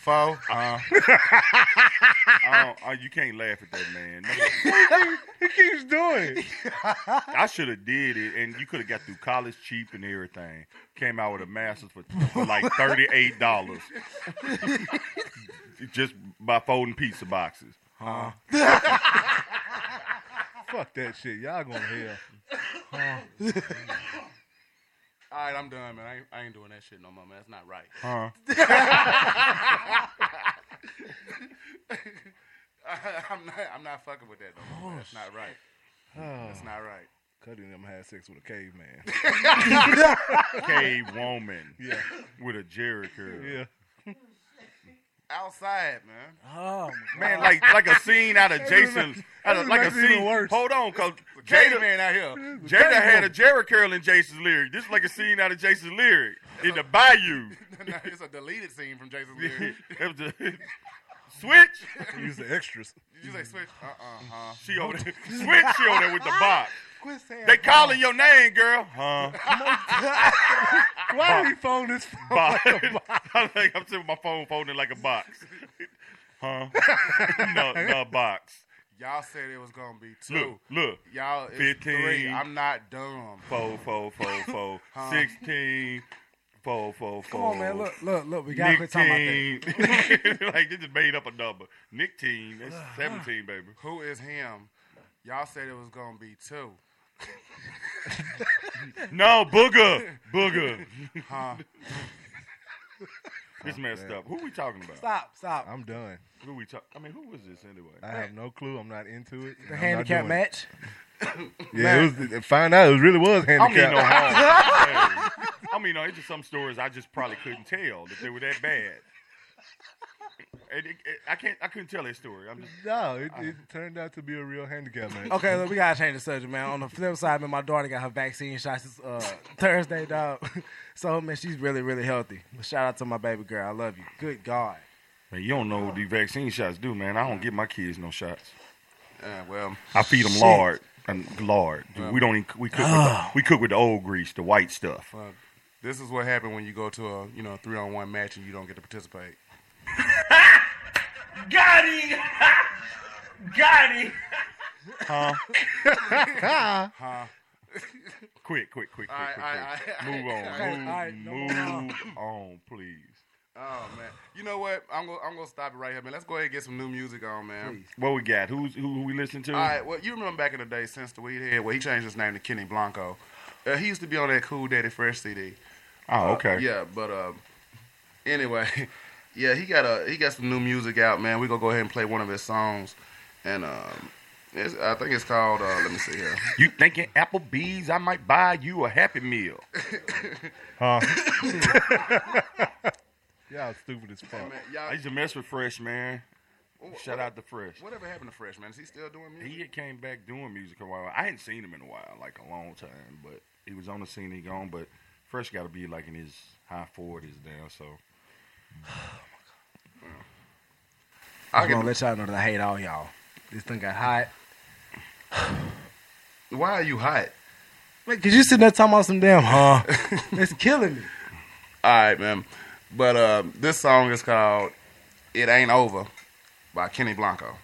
[SPEAKER 3] Four? Huh?
[SPEAKER 1] I Uh, don't- I- you can't laugh at that man. No.
[SPEAKER 5] He keeps doing it.
[SPEAKER 1] I should have did it, and you could have got through college cheap and everything. Came out with a master's for, for like thirty eight dollars, just by folding pizza boxes.
[SPEAKER 5] Fuck that shit. Y'all gonna hell.
[SPEAKER 3] All right, I'm done, man. I ain't, I ain't doing that shit no more, man. That's not right.
[SPEAKER 1] Huh?
[SPEAKER 3] I, am not. I'm not fucking with that. No more. That's not right. That's not right.
[SPEAKER 5] Cuddy and them had sex with a caveman.
[SPEAKER 1] Cave woman. Yeah. With a jerry curl.
[SPEAKER 5] yeah.
[SPEAKER 3] Outside, man.
[SPEAKER 4] Oh,
[SPEAKER 1] Man, like like a scene out of Jason's, out of, like a
[SPEAKER 5] makes it even
[SPEAKER 1] scene.
[SPEAKER 5] worse.
[SPEAKER 1] Hold on, cause
[SPEAKER 3] Jada
[SPEAKER 1] Jada,
[SPEAKER 3] man out here.
[SPEAKER 1] Jada had a Jerry curl in Jason's lyric. This is like a scene out of Jason's lyric in the bayou.
[SPEAKER 3] no, it's a deleted scene from Jason's lyric.
[SPEAKER 1] That was the- Switch,
[SPEAKER 5] Use the extras.
[SPEAKER 3] Did you say switch? Uh uh uh.
[SPEAKER 1] she over there. Switch, she over there with the box.
[SPEAKER 5] Quit saying.
[SPEAKER 1] They calling your name, girl. Huh?
[SPEAKER 5] Oh, Why do we phone this?
[SPEAKER 1] Box. I'm, like, I'm sitting with my phone folding like a box. Huh? no, no box.
[SPEAKER 3] Y'all said it was gonna be two.
[SPEAKER 1] Look, look.
[SPEAKER 3] Y'all it's
[SPEAKER 1] 15.
[SPEAKER 3] three. I'm not dumb.
[SPEAKER 1] Um, Four, four, four, four. Sixteen. Four, four, four.
[SPEAKER 4] come on, man. Look, look, look. We gotta quit talking about that.
[SPEAKER 1] Nicotine. like they just made up a number. Nicotine. That's seventeen, baby.
[SPEAKER 3] Who is him? Y'all said it was gonna be two.
[SPEAKER 1] No booger, booger. It's messed up. Who we talking about?
[SPEAKER 4] Stop, stop.
[SPEAKER 5] I'm done.
[SPEAKER 1] Who we talk? I mean, who was this anyway?
[SPEAKER 5] I have no clue. I'm not into it.
[SPEAKER 4] the handicap match.
[SPEAKER 5] Yeah, it was, it- find out it really was
[SPEAKER 1] I don't mean no
[SPEAKER 5] handicap.
[SPEAKER 1] harm. Hey. I mean, no, it's just some stories I just probably couldn't tell that they were that bad. And it- it- I can't. I couldn't tell that story. I'm just,
[SPEAKER 5] No, it, it turned out to be a real handicap match.
[SPEAKER 4] Okay, look, we gotta change the subject, man. On the flip side, man, my daughter got her vaccine shots this, uh, Thursday, dog. so man, she's really, really healthy. Shout out to my baby girl. I love you. Good God.
[SPEAKER 1] man, you don't know what these vaccine shots do, man. I don't give my kids no shots.
[SPEAKER 3] Uh, well,
[SPEAKER 1] I feed them lard and lard. Dude, we don't. Even, we cook. With the, we cook with the old grease, the white stuff.
[SPEAKER 3] uh, this is what happened when you go to a you know three on one match and you don't get to participate.
[SPEAKER 1] Got him. Got him. Huh? Quick, quick, quick, quick,
[SPEAKER 3] All right,
[SPEAKER 1] quick,
[SPEAKER 3] all right,
[SPEAKER 1] quick.
[SPEAKER 3] all right.
[SPEAKER 1] Move
[SPEAKER 4] Okay, all right,
[SPEAKER 1] on.
[SPEAKER 4] no
[SPEAKER 1] Move, move on, please.
[SPEAKER 3] Oh man, you know what? I'm gonna I'm gonna stop it right here, man. Let's go ahead and get some new music on, man.
[SPEAKER 1] What we got? Who's who we listen to?
[SPEAKER 3] All right. Well, you remember back in the day, since the weed head, well, he changed his name to Kenny Blanco. Uh, he used to be on that Cool Daddy Fresh CD.
[SPEAKER 1] Oh, okay.
[SPEAKER 3] Yeah, but uh, anyway, yeah, he got a he got some new music out, man. We gonna go ahead and play one of his songs, and um, it's, I think it's called. Uh, let me see here.
[SPEAKER 1] You thinking Applebee's? I might buy you a Happy Meal.
[SPEAKER 5] Y'all stupid as fuck.
[SPEAKER 3] Man,
[SPEAKER 1] I
[SPEAKER 3] y'all,
[SPEAKER 1] used to mess with Fresh, man. Shout out to Fresh.
[SPEAKER 3] whatever happened to Fresh, man? Is he still doing music?
[SPEAKER 1] He came back doing music a while. I hadn't seen him in a while, like a long time. But he was on the scene. He gone, but Fresh got to be like in his high forties now. So Oh,
[SPEAKER 3] I
[SPEAKER 4] I'm
[SPEAKER 3] can-
[SPEAKER 4] gonna let y'all know that I hate all y'all. This thing got hot.
[SPEAKER 3] Why are you hot?
[SPEAKER 4] Man, cause you sitting there talking about some damn huh? it's killing me.
[SPEAKER 3] All right, man. But uh, this song is called "It Ain't Over" by Kenny Blanco.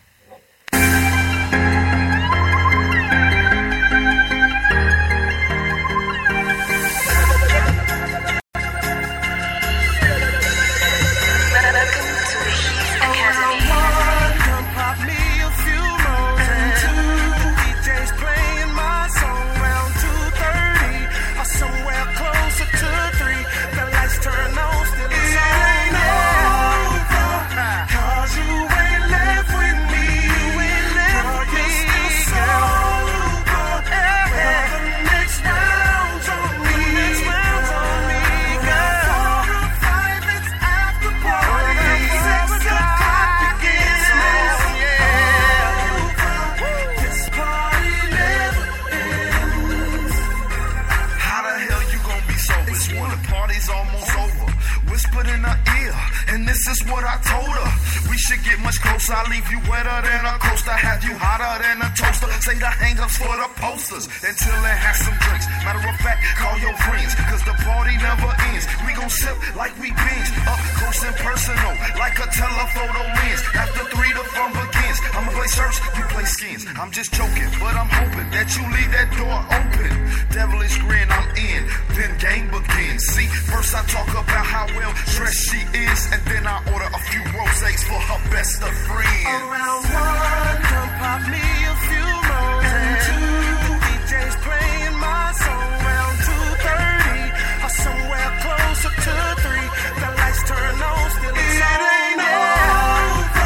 [SPEAKER 10] How the hell you gonna be sober? It's when the party's almost over. Whispered in her ear, and this is what I told her. We should get much closer. I leave you wetter than a coaster, have you hotter than a toaster. Say the hang-ups for the posters until it has some drinks. Matter of fact, call your friends, cause the party never ends. We gon' sip like we binge, up close and personal, like a telephoto lens. After three, the fun begins. I'ma play search, you play skins. I'm just joking, but I'm hoping that you leave that door open. Devilish grin, I'm in. Then game begins. See, first I talk about how well dressed she is, and then I order a few rosés for her best of friends. Around one, come pop me a few roses. Two, DJ's playing my song. Around two thirty, or somewhere closer to three. The lights turn on, still it's it ain't over.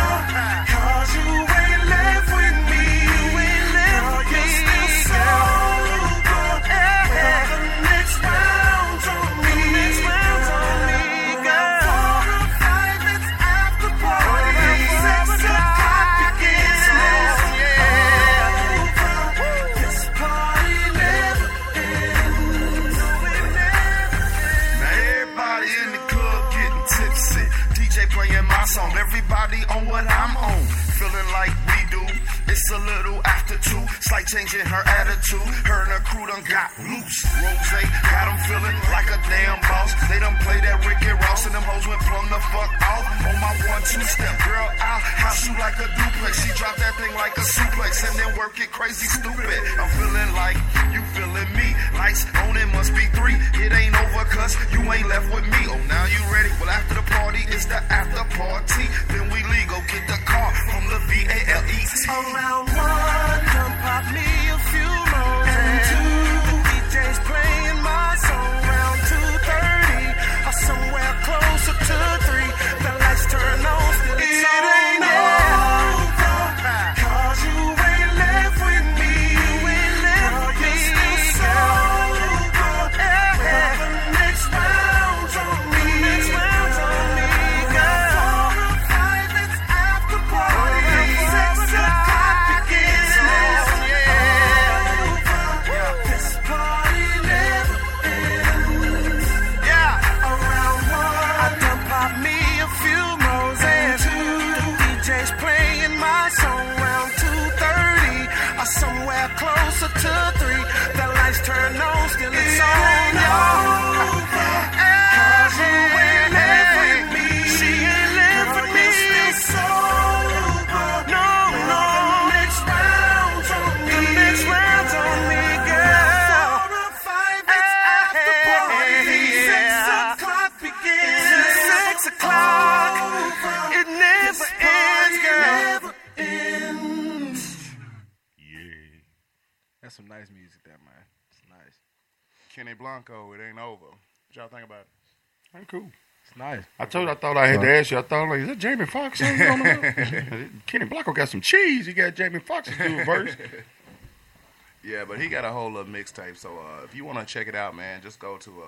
[SPEAKER 10] playing my song. Everybody on what I'm on, feeling like we do. It's a little after two, slight change in her attitude. Her and her crew done got loose. Rose got 'em feeling like a damn boss. They done play that Ricky Ross and them hoes went plumb the fuck off. On my one two step, girl, I'll house you like a duplex. She drop that thing like a suplex and then work it crazy stupid. I'm feeling like you feeling me. Lights on it must be three. It ain't over cuz you ain't left with me. Oh, now you ready? Well, after the party is the after party. Then we legal. Get the car from the V A L E T. Around one, come pop me a few more. And two, the DJ's playing my song. Round two thirty, or somewhere closer to three. The lights turn on, still it's it ain't over. Cause you ain't left with me. You ain't left with me. Still sober. Yeah. Well, the next round's on me. The next round's on me, girl. Four or five, it's after party. Six o'clock begins. Yeah. This party never ends. Yeah. Around one. I done pop me a few moles and two. The DJ's playing my song round 2.30 or somewhere closer to three. The lights turn on, still it's on, y'all. Cause you ain't left with me. She ain't left with me. Still sober. No, no. The next round's on me. The next round's on me, girl. Four or five, it's after party. Six o'clock begins. Six o'clock. It never ends, girl. Never ends.
[SPEAKER 4] That's some nice music, that man. It's nice.
[SPEAKER 3] Kenny Blanco, it ain't over. What y'all think about it?
[SPEAKER 1] I'm cool.
[SPEAKER 4] It's nice.
[SPEAKER 1] I told you I thought I had to ask you. I thought like, is that Jamie Foxx? on the- Kenny Blanco got some cheese. He got Jamie Foxx's new verse.
[SPEAKER 3] Yeah, but he got a whole other mixtape. So uh, if you want to check it out, man, just go to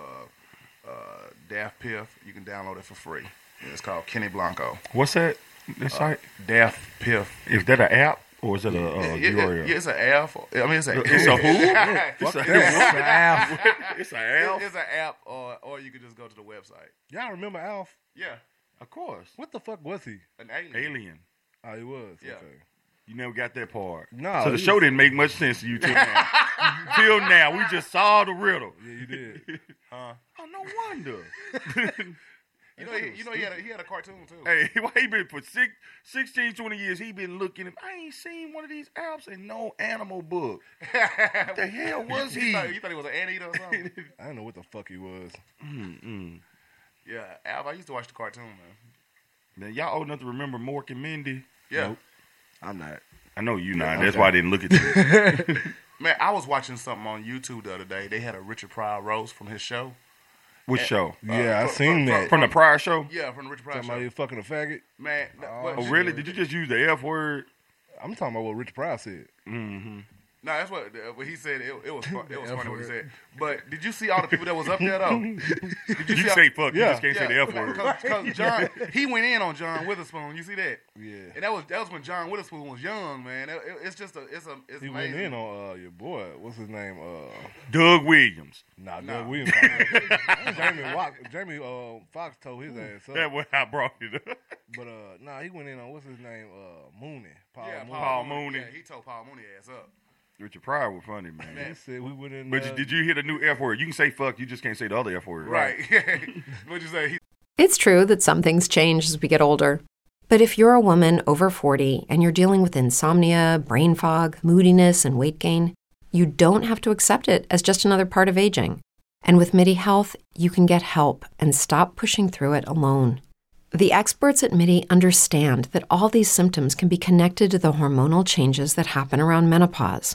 [SPEAKER 3] uh, uh, Daft Piff. You can download it for free. It's called Kenny Blanco.
[SPEAKER 1] What's that? This site?
[SPEAKER 3] Daft Uh, Piff.
[SPEAKER 1] Is that an app or is it a, a
[SPEAKER 3] Yeah, yeah,
[SPEAKER 1] URL?
[SPEAKER 3] yeah, it's an app. for- I mean, it's a
[SPEAKER 1] It's a who?
[SPEAKER 3] it's
[SPEAKER 1] It's a-
[SPEAKER 3] an
[SPEAKER 1] it's a
[SPEAKER 3] app.
[SPEAKER 1] app. It's a app?
[SPEAKER 3] It's an app, or or you could just go to the website.
[SPEAKER 5] Y'all remember Alf?
[SPEAKER 3] Yeah,
[SPEAKER 1] Of course.
[SPEAKER 5] What the fuck was he?
[SPEAKER 3] an alien.
[SPEAKER 1] Alien.
[SPEAKER 5] Oh, he was.
[SPEAKER 3] Yeah.
[SPEAKER 5] Okay.
[SPEAKER 1] You never got that part.
[SPEAKER 5] No,
[SPEAKER 1] So the
[SPEAKER 5] he-
[SPEAKER 1] show didn't make much sense to you till now. Till now, we just saw the riddle.
[SPEAKER 5] Yeah, you did.
[SPEAKER 1] Oh, no wonder.
[SPEAKER 3] You know, he, you know, he had a, he had a cartoon too.
[SPEAKER 1] hey, why he been for six, 16, 20 years? He been looking. at- I ain't seen one of these apps in no animal book. What the hell was
[SPEAKER 3] You
[SPEAKER 1] he?
[SPEAKER 3] thought, you thought he was an anteater or something?
[SPEAKER 5] I don't know what the fuck he was.
[SPEAKER 1] Mm-mm.
[SPEAKER 3] yeah, Alf. I used to watch the cartoon, man.
[SPEAKER 1] Man, y'all old enough to remember Mork and Mindy?
[SPEAKER 3] Yeah,
[SPEAKER 5] Nope. I'm not.
[SPEAKER 1] I know you not.
[SPEAKER 5] Yeah,
[SPEAKER 1] That's
[SPEAKER 5] okay.
[SPEAKER 1] why I didn't look at you.
[SPEAKER 3] man. I was watching something on YouTube the other day. They had a Richard Pryor roast from his show.
[SPEAKER 1] Which show?
[SPEAKER 5] Yeah, I
[SPEAKER 3] from-
[SPEAKER 5] seen
[SPEAKER 3] from-
[SPEAKER 5] that.
[SPEAKER 1] From the prior show?
[SPEAKER 3] Yeah, from the Richard Pryor
[SPEAKER 5] Talking about
[SPEAKER 3] show.
[SPEAKER 5] you fucking a faggot.
[SPEAKER 3] Man, no, but-
[SPEAKER 1] Oh, really? Did you just use the F word?
[SPEAKER 5] I'm talking about what Rich Pryor said.
[SPEAKER 1] Mm-hmm.
[SPEAKER 3] No, that's what, uh, what he said. It, it was fun, it was
[SPEAKER 5] F
[SPEAKER 3] funny what he
[SPEAKER 5] word.
[SPEAKER 3] said. But did you see all the people that was up there though? Did
[SPEAKER 1] You
[SPEAKER 3] see
[SPEAKER 1] say fuck. You
[SPEAKER 5] Yeah.
[SPEAKER 1] just can't say the F word.
[SPEAKER 3] Because John, he went in on John Witherspoon. You see that?
[SPEAKER 5] Yeah.
[SPEAKER 3] And that was that was when John Witherspoon was young, man. It- it- it's just a it's a it's
[SPEAKER 5] He
[SPEAKER 3] amazing.
[SPEAKER 5] went in on uh, your boy. What's his name? Uh,
[SPEAKER 1] Doug Williams.
[SPEAKER 5] nah,
[SPEAKER 3] Nah.
[SPEAKER 5] Doug Williams. Jamie, Wa- Jamie uh, Fox told his ass up.
[SPEAKER 1] That's what I brought it up.
[SPEAKER 5] But uh, nah, he went in on what's his name? Uh, Mooney. Paul
[SPEAKER 3] Yeah,
[SPEAKER 5] Mooney.
[SPEAKER 1] Paul Mooney.
[SPEAKER 3] Yeah, he told Paul Mooney ass up.
[SPEAKER 1] Richard Pryor was funny, man.
[SPEAKER 5] He said we went in.
[SPEAKER 1] But
[SPEAKER 5] uh,
[SPEAKER 1] you- did you hear the new F word? You can say fuck, you just can't say the other F word.
[SPEAKER 3] Right. What'd you say? He
[SPEAKER 7] It's true that some things change as we get older. But if you're a woman over 40 and you're dealing with insomnia, brain fog, moodiness, and weight gain, you don't have to accept it as just another part of aging. And with MIDI Health, you can get help and stop pushing through it alone. The experts at MIDI understand that all these symptoms can be connected to the hormonal changes that happen around menopause,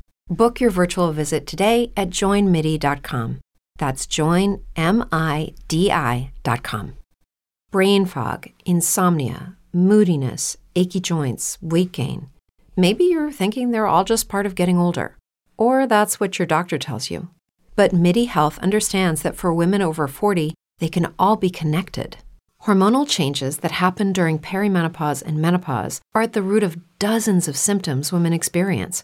[SPEAKER 7] Book your virtual visit today at joinmidi.com. That's joinmidi.com. brain fog, insomnia, moodiness, achy joints, weight gain. Maybe you're thinking they're all just part of getting older, or that's what your doctor tells you. But MIDI Health understands that for women over 40, they can all be connected. Hormonal changes that happen during perimenopause and menopause are at the root of dozens of symptoms women experience,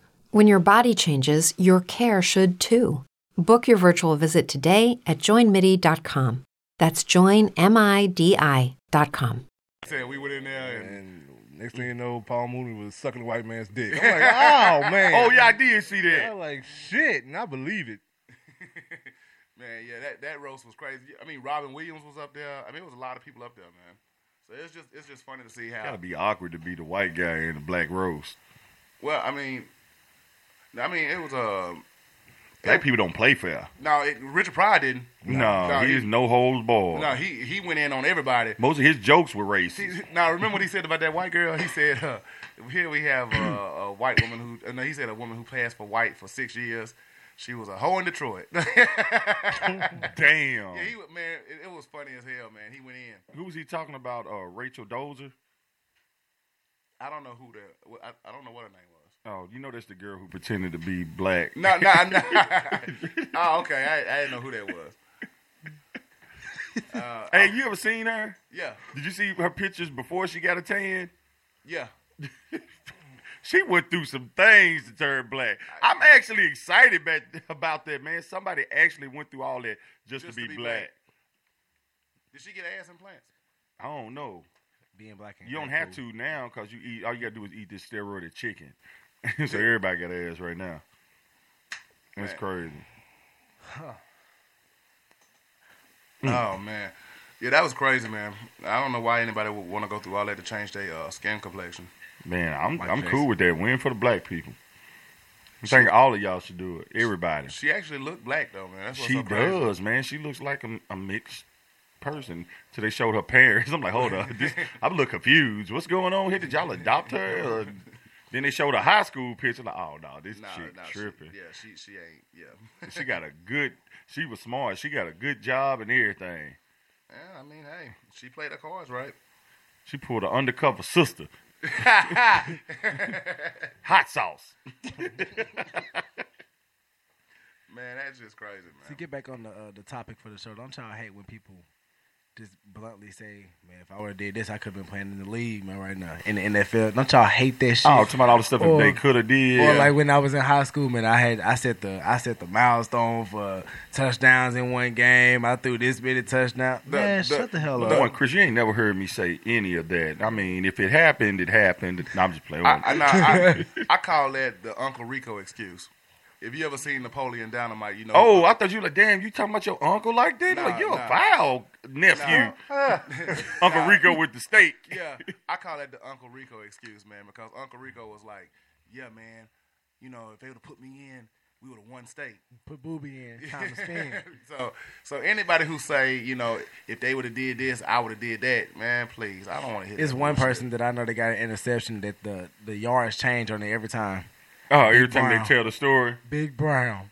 [SPEAKER 7] When your body changes, your care should too. Book your virtual visit today at joinmidi.com. That's joinmidi.com.
[SPEAKER 3] Said we went in there and
[SPEAKER 5] Next thing you know, Paul Mooney was sucking the white man's dick. I'm like, oh man.
[SPEAKER 3] Oh yeah, I did see that.
[SPEAKER 5] I'm like, shit, and I believe it.
[SPEAKER 3] man, yeah, that, that roast was crazy. I mean, Robin Williams was up there. I mean, it was a lot of people up there, man. So it's just it's just funny to see how.
[SPEAKER 1] Gotta be awkward to be the white guy in the black roast.
[SPEAKER 3] Well, I mean, I mean, it was a. Uh,
[SPEAKER 1] Black people don't play fair.
[SPEAKER 3] no, it, Richard Pryor didn't.
[SPEAKER 1] No, he is no holds barred.
[SPEAKER 3] No, he he went in on everybody.
[SPEAKER 1] Most of his jokes were racist.
[SPEAKER 3] He- now remember what he said about that white girl. He said, uh, "Here we have uh, a white woman who." uh, No, he said a woman who passed for white for six years. She was a hoe in Detroit.
[SPEAKER 1] Damn.
[SPEAKER 3] Yeah, he was, man, it, it was funny as hell, man. He went in.
[SPEAKER 1] Who was he talking about? Uh, Rachel Dozer.
[SPEAKER 3] I don't know who the. I, I don't know what her name was.
[SPEAKER 1] Oh, you know that's the girl who pretended to be black.
[SPEAKER 3] No, no, no. oh, okay. I, I didn't know who that was. Uh,
[SPEAKER 1] Hey, you ever seen her?
[SPEAKER 3] yeah,
[SPEAKER 1] Did you see her pictures before she got a tan?
[SPEAKER 3] yeah.
[SPEAKER 1] She went through some things to turn black. I'm actually excited about, about that, man. Somebody actually went through all that just, to be, black.
[SPEAKER 3] Did she get ass implants?
[SPEAKER 1] I don't know.
[SPEAKER 4] Being black and
[SPEAKER 1] You don't have to now because you eat. All you gotta do is eat this steroided chicken. so everybody got ass right now. That's
[SPEAKER 3] Right.
[SPEAKER 1] crazy.
[SPEAKER 3] Oh man, yeah, that was crazy, man. I don't know why anybody would want to go through all that to change their uh, skin complexion.
[SPEAKER 1] Man, I'm
[SPEAKER 3] Mike
[SPEAKER 1] I'm
[SPEAKER 3] Jackson.
[SPEAKER 1] cool with that. Win for the black people. I'm thinking all of y'all should do it. Everybody.
[SPEAKER 3] She actually looked black though, man. That's what's
[SPEAKER 1] She
[SPEAKER 3] so crazy.
[SPEAKER 1] does, man. She looks like a, a mixed person. So they showed her parents. I'm like, hold up, this, I'm a little confused. What's going on here? Did y'all adopt her? Or... Then they showed a high school picture. Like, oh no, this
[SPEAKER 3] Nah,
[SPEAKER 1] chick
[SPEAKER 3] nah, she-
[SPEAKER 1] tripping.
[SPEAKER 3] yeah, she she ain't. Yeah,
[SPEAKER 1] she got a good. She was smart. She got a good job and everything.
[SPEAKER 3] yeah. I mean, hey, she played her cards right.
[SPEAKER 1] She pulled an undercover sister. Hot sauce.
[SPEAKER 3] Man, that's just crazy,
[SPEAKER 4] To
[SPEAKER 3] man.
[SPEAKER 4] get back on the uh, the topic for the show, don't y'all hate when people just bluntly say, "Man, if I would have did this, I could have been playing in the league, man, right now in the NFL." Don't y'all hate that shit?
[SPEAKER 1] Oh, talking about all the stuff that
[SPEAKER 4] Or-
[SPEAKER 1] they could have did.
[SPEAKER 4] Or like when I was in high school, man, I had I set the I set the milestone for touchdowns in one game. I threw this many touchdowns. Man, shut the hell
[SPEAKER 1] Come on,
[SPEAKER 4] up.
[SPEAKER 1] Chris, you ain't never heard me say any of that. I mean, if it happened, it happened. No, I'm just playing.
[SPEAKER 3] I, I, nah, I, I call that the Uncle Rico excuse. If you ever seen Napoleon Dynamite, you know.
[SPEAKER 1] oh, I thought you were like, damn, you talking about your uncle like that?
[SPEAKER 3] Nah,
[SPEAKER 1] like, you're
[SPEAKER 3] nah.
[SPEAKER 1] a vile nephew. Uncle Rico with the steak.
[SPEAKER 3] yeah, I call that the Uncle Rico excuse, man, because Uncle Rico was like, "Yeah, man, you know, if they would have put me in, we would have won state."
[SPEAKER 4] Put booby in time to spend.
[SPEAKER 3] so, so anybody who say, you know, if they would have did this, I would have did that, man, please, I don't want to hit.
[SPEAKER 4] It's
[SPEAKER 3] that
[SPEAKER 4] one
[SPEAKER 3] bullshit.
[SPEAKER 4] person that I know that got an interception that the the yards change on it every time.
[SPEAKER 1] Oh, every time
[SPEAKER 4] Wow.
[SPEAKER 1] they tell the story,
[SPEAKER 4] Big Brown.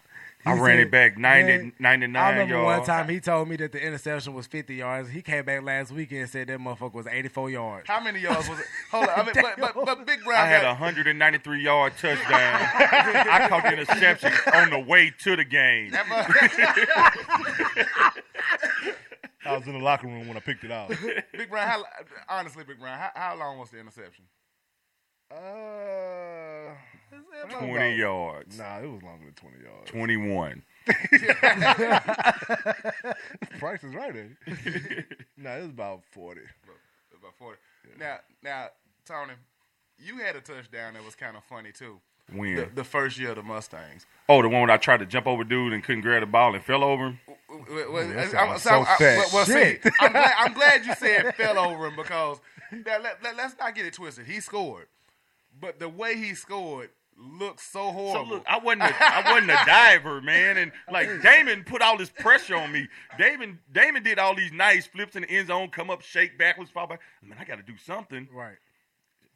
[SPEAKER 1] I
[SPEAKER 4] He
[SPEAKER 1] ran
[SPEAKER 4] said-
[SPEAKER 1] it back 90,
[SPEAKER 4] Man,
[SPEAKER 1] 99
[SPEAKER 4] I remember one
[SPEAKER 1] yards.
[SPEAKER 4] time he told me that the interception was 50 yards. He came back last weekend and said that motherfucker was 84 yards.
[SPEAKER 3] How many yards was it? Hold on, I mean, but, but, but Big Brown
[SPEAKER 1] I had a
[SPEAKER 3] got-
[SPEAKER 1] 193 yard touchdown. I caught the interception on the way to the game.
[SPEAKER 5] I was in the locker room when I picked it out.
[SPEAKER 3] Big Brown. How, honestly, Big Brown, how, how long was the interception?
[SPEAKER 5] Uh,
[SPEAKER 1] 20 yards.
[SPEAKER 5] nah, it was longer than twenty yards.
[SPEAKER 1] 21.
[SPEAKER 5] Price is right, ain't it? nah, it was about forty.
[SPEAKER 3] About forty. Now, now, Tony, you had a touchdown that was kind of funny too.
[SPEAKER 1] When?
[SPEAKER 3] The, the first year of the Mustangs.
[SPEAKER 1] oh, the one when I tried to jump over dude and couldn't grab the ball and fell over him?
[SPEAKER 3] W- w- Well, well,
[SPEAKER 5] Ooh, that
[SPEAKER 3] I'm-
[SPEAKER 5] sounds
[SPEAKER 3] so I'm-
[SPEAKER 5] so
[SPEAKER 3] I-
[SPEAKER 5] fat.
[SPEAKER 3] well, well, see,
[SPEAKER 5] Shit.
[SPEAKER 3] I'm glad, I'm glad you said fell over him because now, let, us not get it twisted. He scored, but the way he scored looked so horrible.
[SPEAKER 1] look, I wasn't a, I wasn't a diver, man, and like Damon put all this pressure on me. Damon Damon did all these nice flips in the end zone, come up, shake backwards, fall back. Man, I got to do something.
[SPEAKER 4] Right.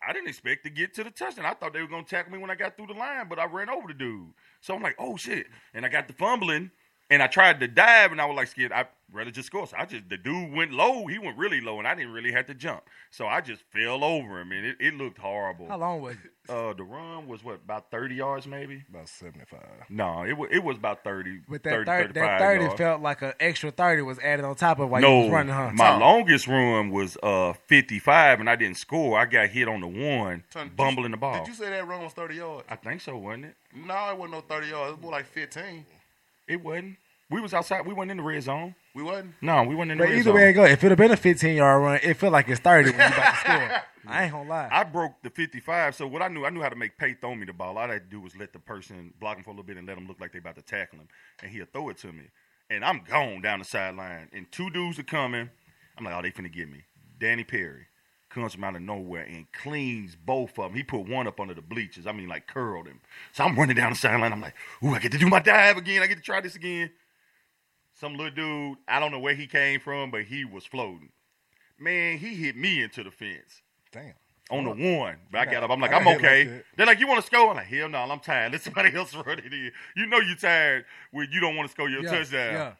[SPEAKER 1] I didn't expect to get to the touchdown. I thought they were gonna tackle me when I got through the line, but I ran over the dude. So I'm like, oh shit! And I got the fumbling, and I tried to dive, and I was like, scared. I'd rather just score. So I just the dude went low. He went really low, and I didn't really have to jump. So I just fell over him, and it, it looked horrible.
[SPEAKER 4] How long was it?
[SPEAKER 1] Uh, the run was what about thirty yards, maybe? About
[SPEAKER 5] seventy-five.
[SPEAKER 1] No, it was it was about thirty.
[SPEAKER 4] But that
[SPEAKER 1] 30,
[SPEAKER 4] 30, that
[SPEAKER 1] 35
[SPEAKER 4] 30
[SPEAKER 1] yards.
[SPEAKER 4] felt like an extra 30 was added on top of while you
[SPEAKER 1] no,
[SPEAKER 4] was running, huh?
[SPEAKER 1] my longest run was uh fifty five, and I didn't score. I got hit on the one,
[SPEAKER 3] Son, did
[SPEAKER 1] bumbling
[SPEAKER 3] you-
[SPEAKER 1] the ball.
[SPEAKER 3] Did you say that run was 30 yards?
[SPEAKER 1] I think so, wasn't it?
[SPEAKER 3] No, it wasn't no 30 yards. It was more like 15.
[SPEAKER 1] It wasn't. We was outside. We weren't in the red zone.
[SPEAKER 3] We wasn't.
[SPEAKER 1] No, we wasn't in the
[SPEAKER 4] But
[SPEAKER 1] red
[SPEAKER 4] either
[SPEAKER 1] zone.
[SPEAKER 4] way it go, if it had been a 15 yard run, it felt like it's 30 when you about to score. I ain't gonna lie.
[SPEAKER 1] I broke the 55. So what I knew, I knew how to make Pay throw me the ball. All I had to do was let the person block him for a little bit and let him look like they about to tackle him, and he'll throw it to me. And I'm gone down the sideline, and two dudes are coming. I'm like, oh, they finna get me. Danny Perry comes from out of nowhere and cleans both of them. He put one up under the bleachers. I mean, like curled him. So I'm running down the sideline. I'm like, ooh, I get to do my dive again. I get to try this again. Some little dude, I don't know where he came from, but he was floating. Man, he hit me into the fence.
[SPEAKER 5] Damn.
[SPEAKER 1] on the one. But I
[SPEAKER 5] Nah,
[SPEAKER 1] got up. I'm like,
[SPEAKER 5] I
[SPEAKER 1] I'm
[SPEAKER 5] hate like
[SPEAKER 1] okay.
[SPEAKER 5] that.
[SPEAKER 1] They're like, you want to score? I'm like, hell no, I'm tired. Let somebody else run it in. You know you're tired when you don't want to score your touchdown.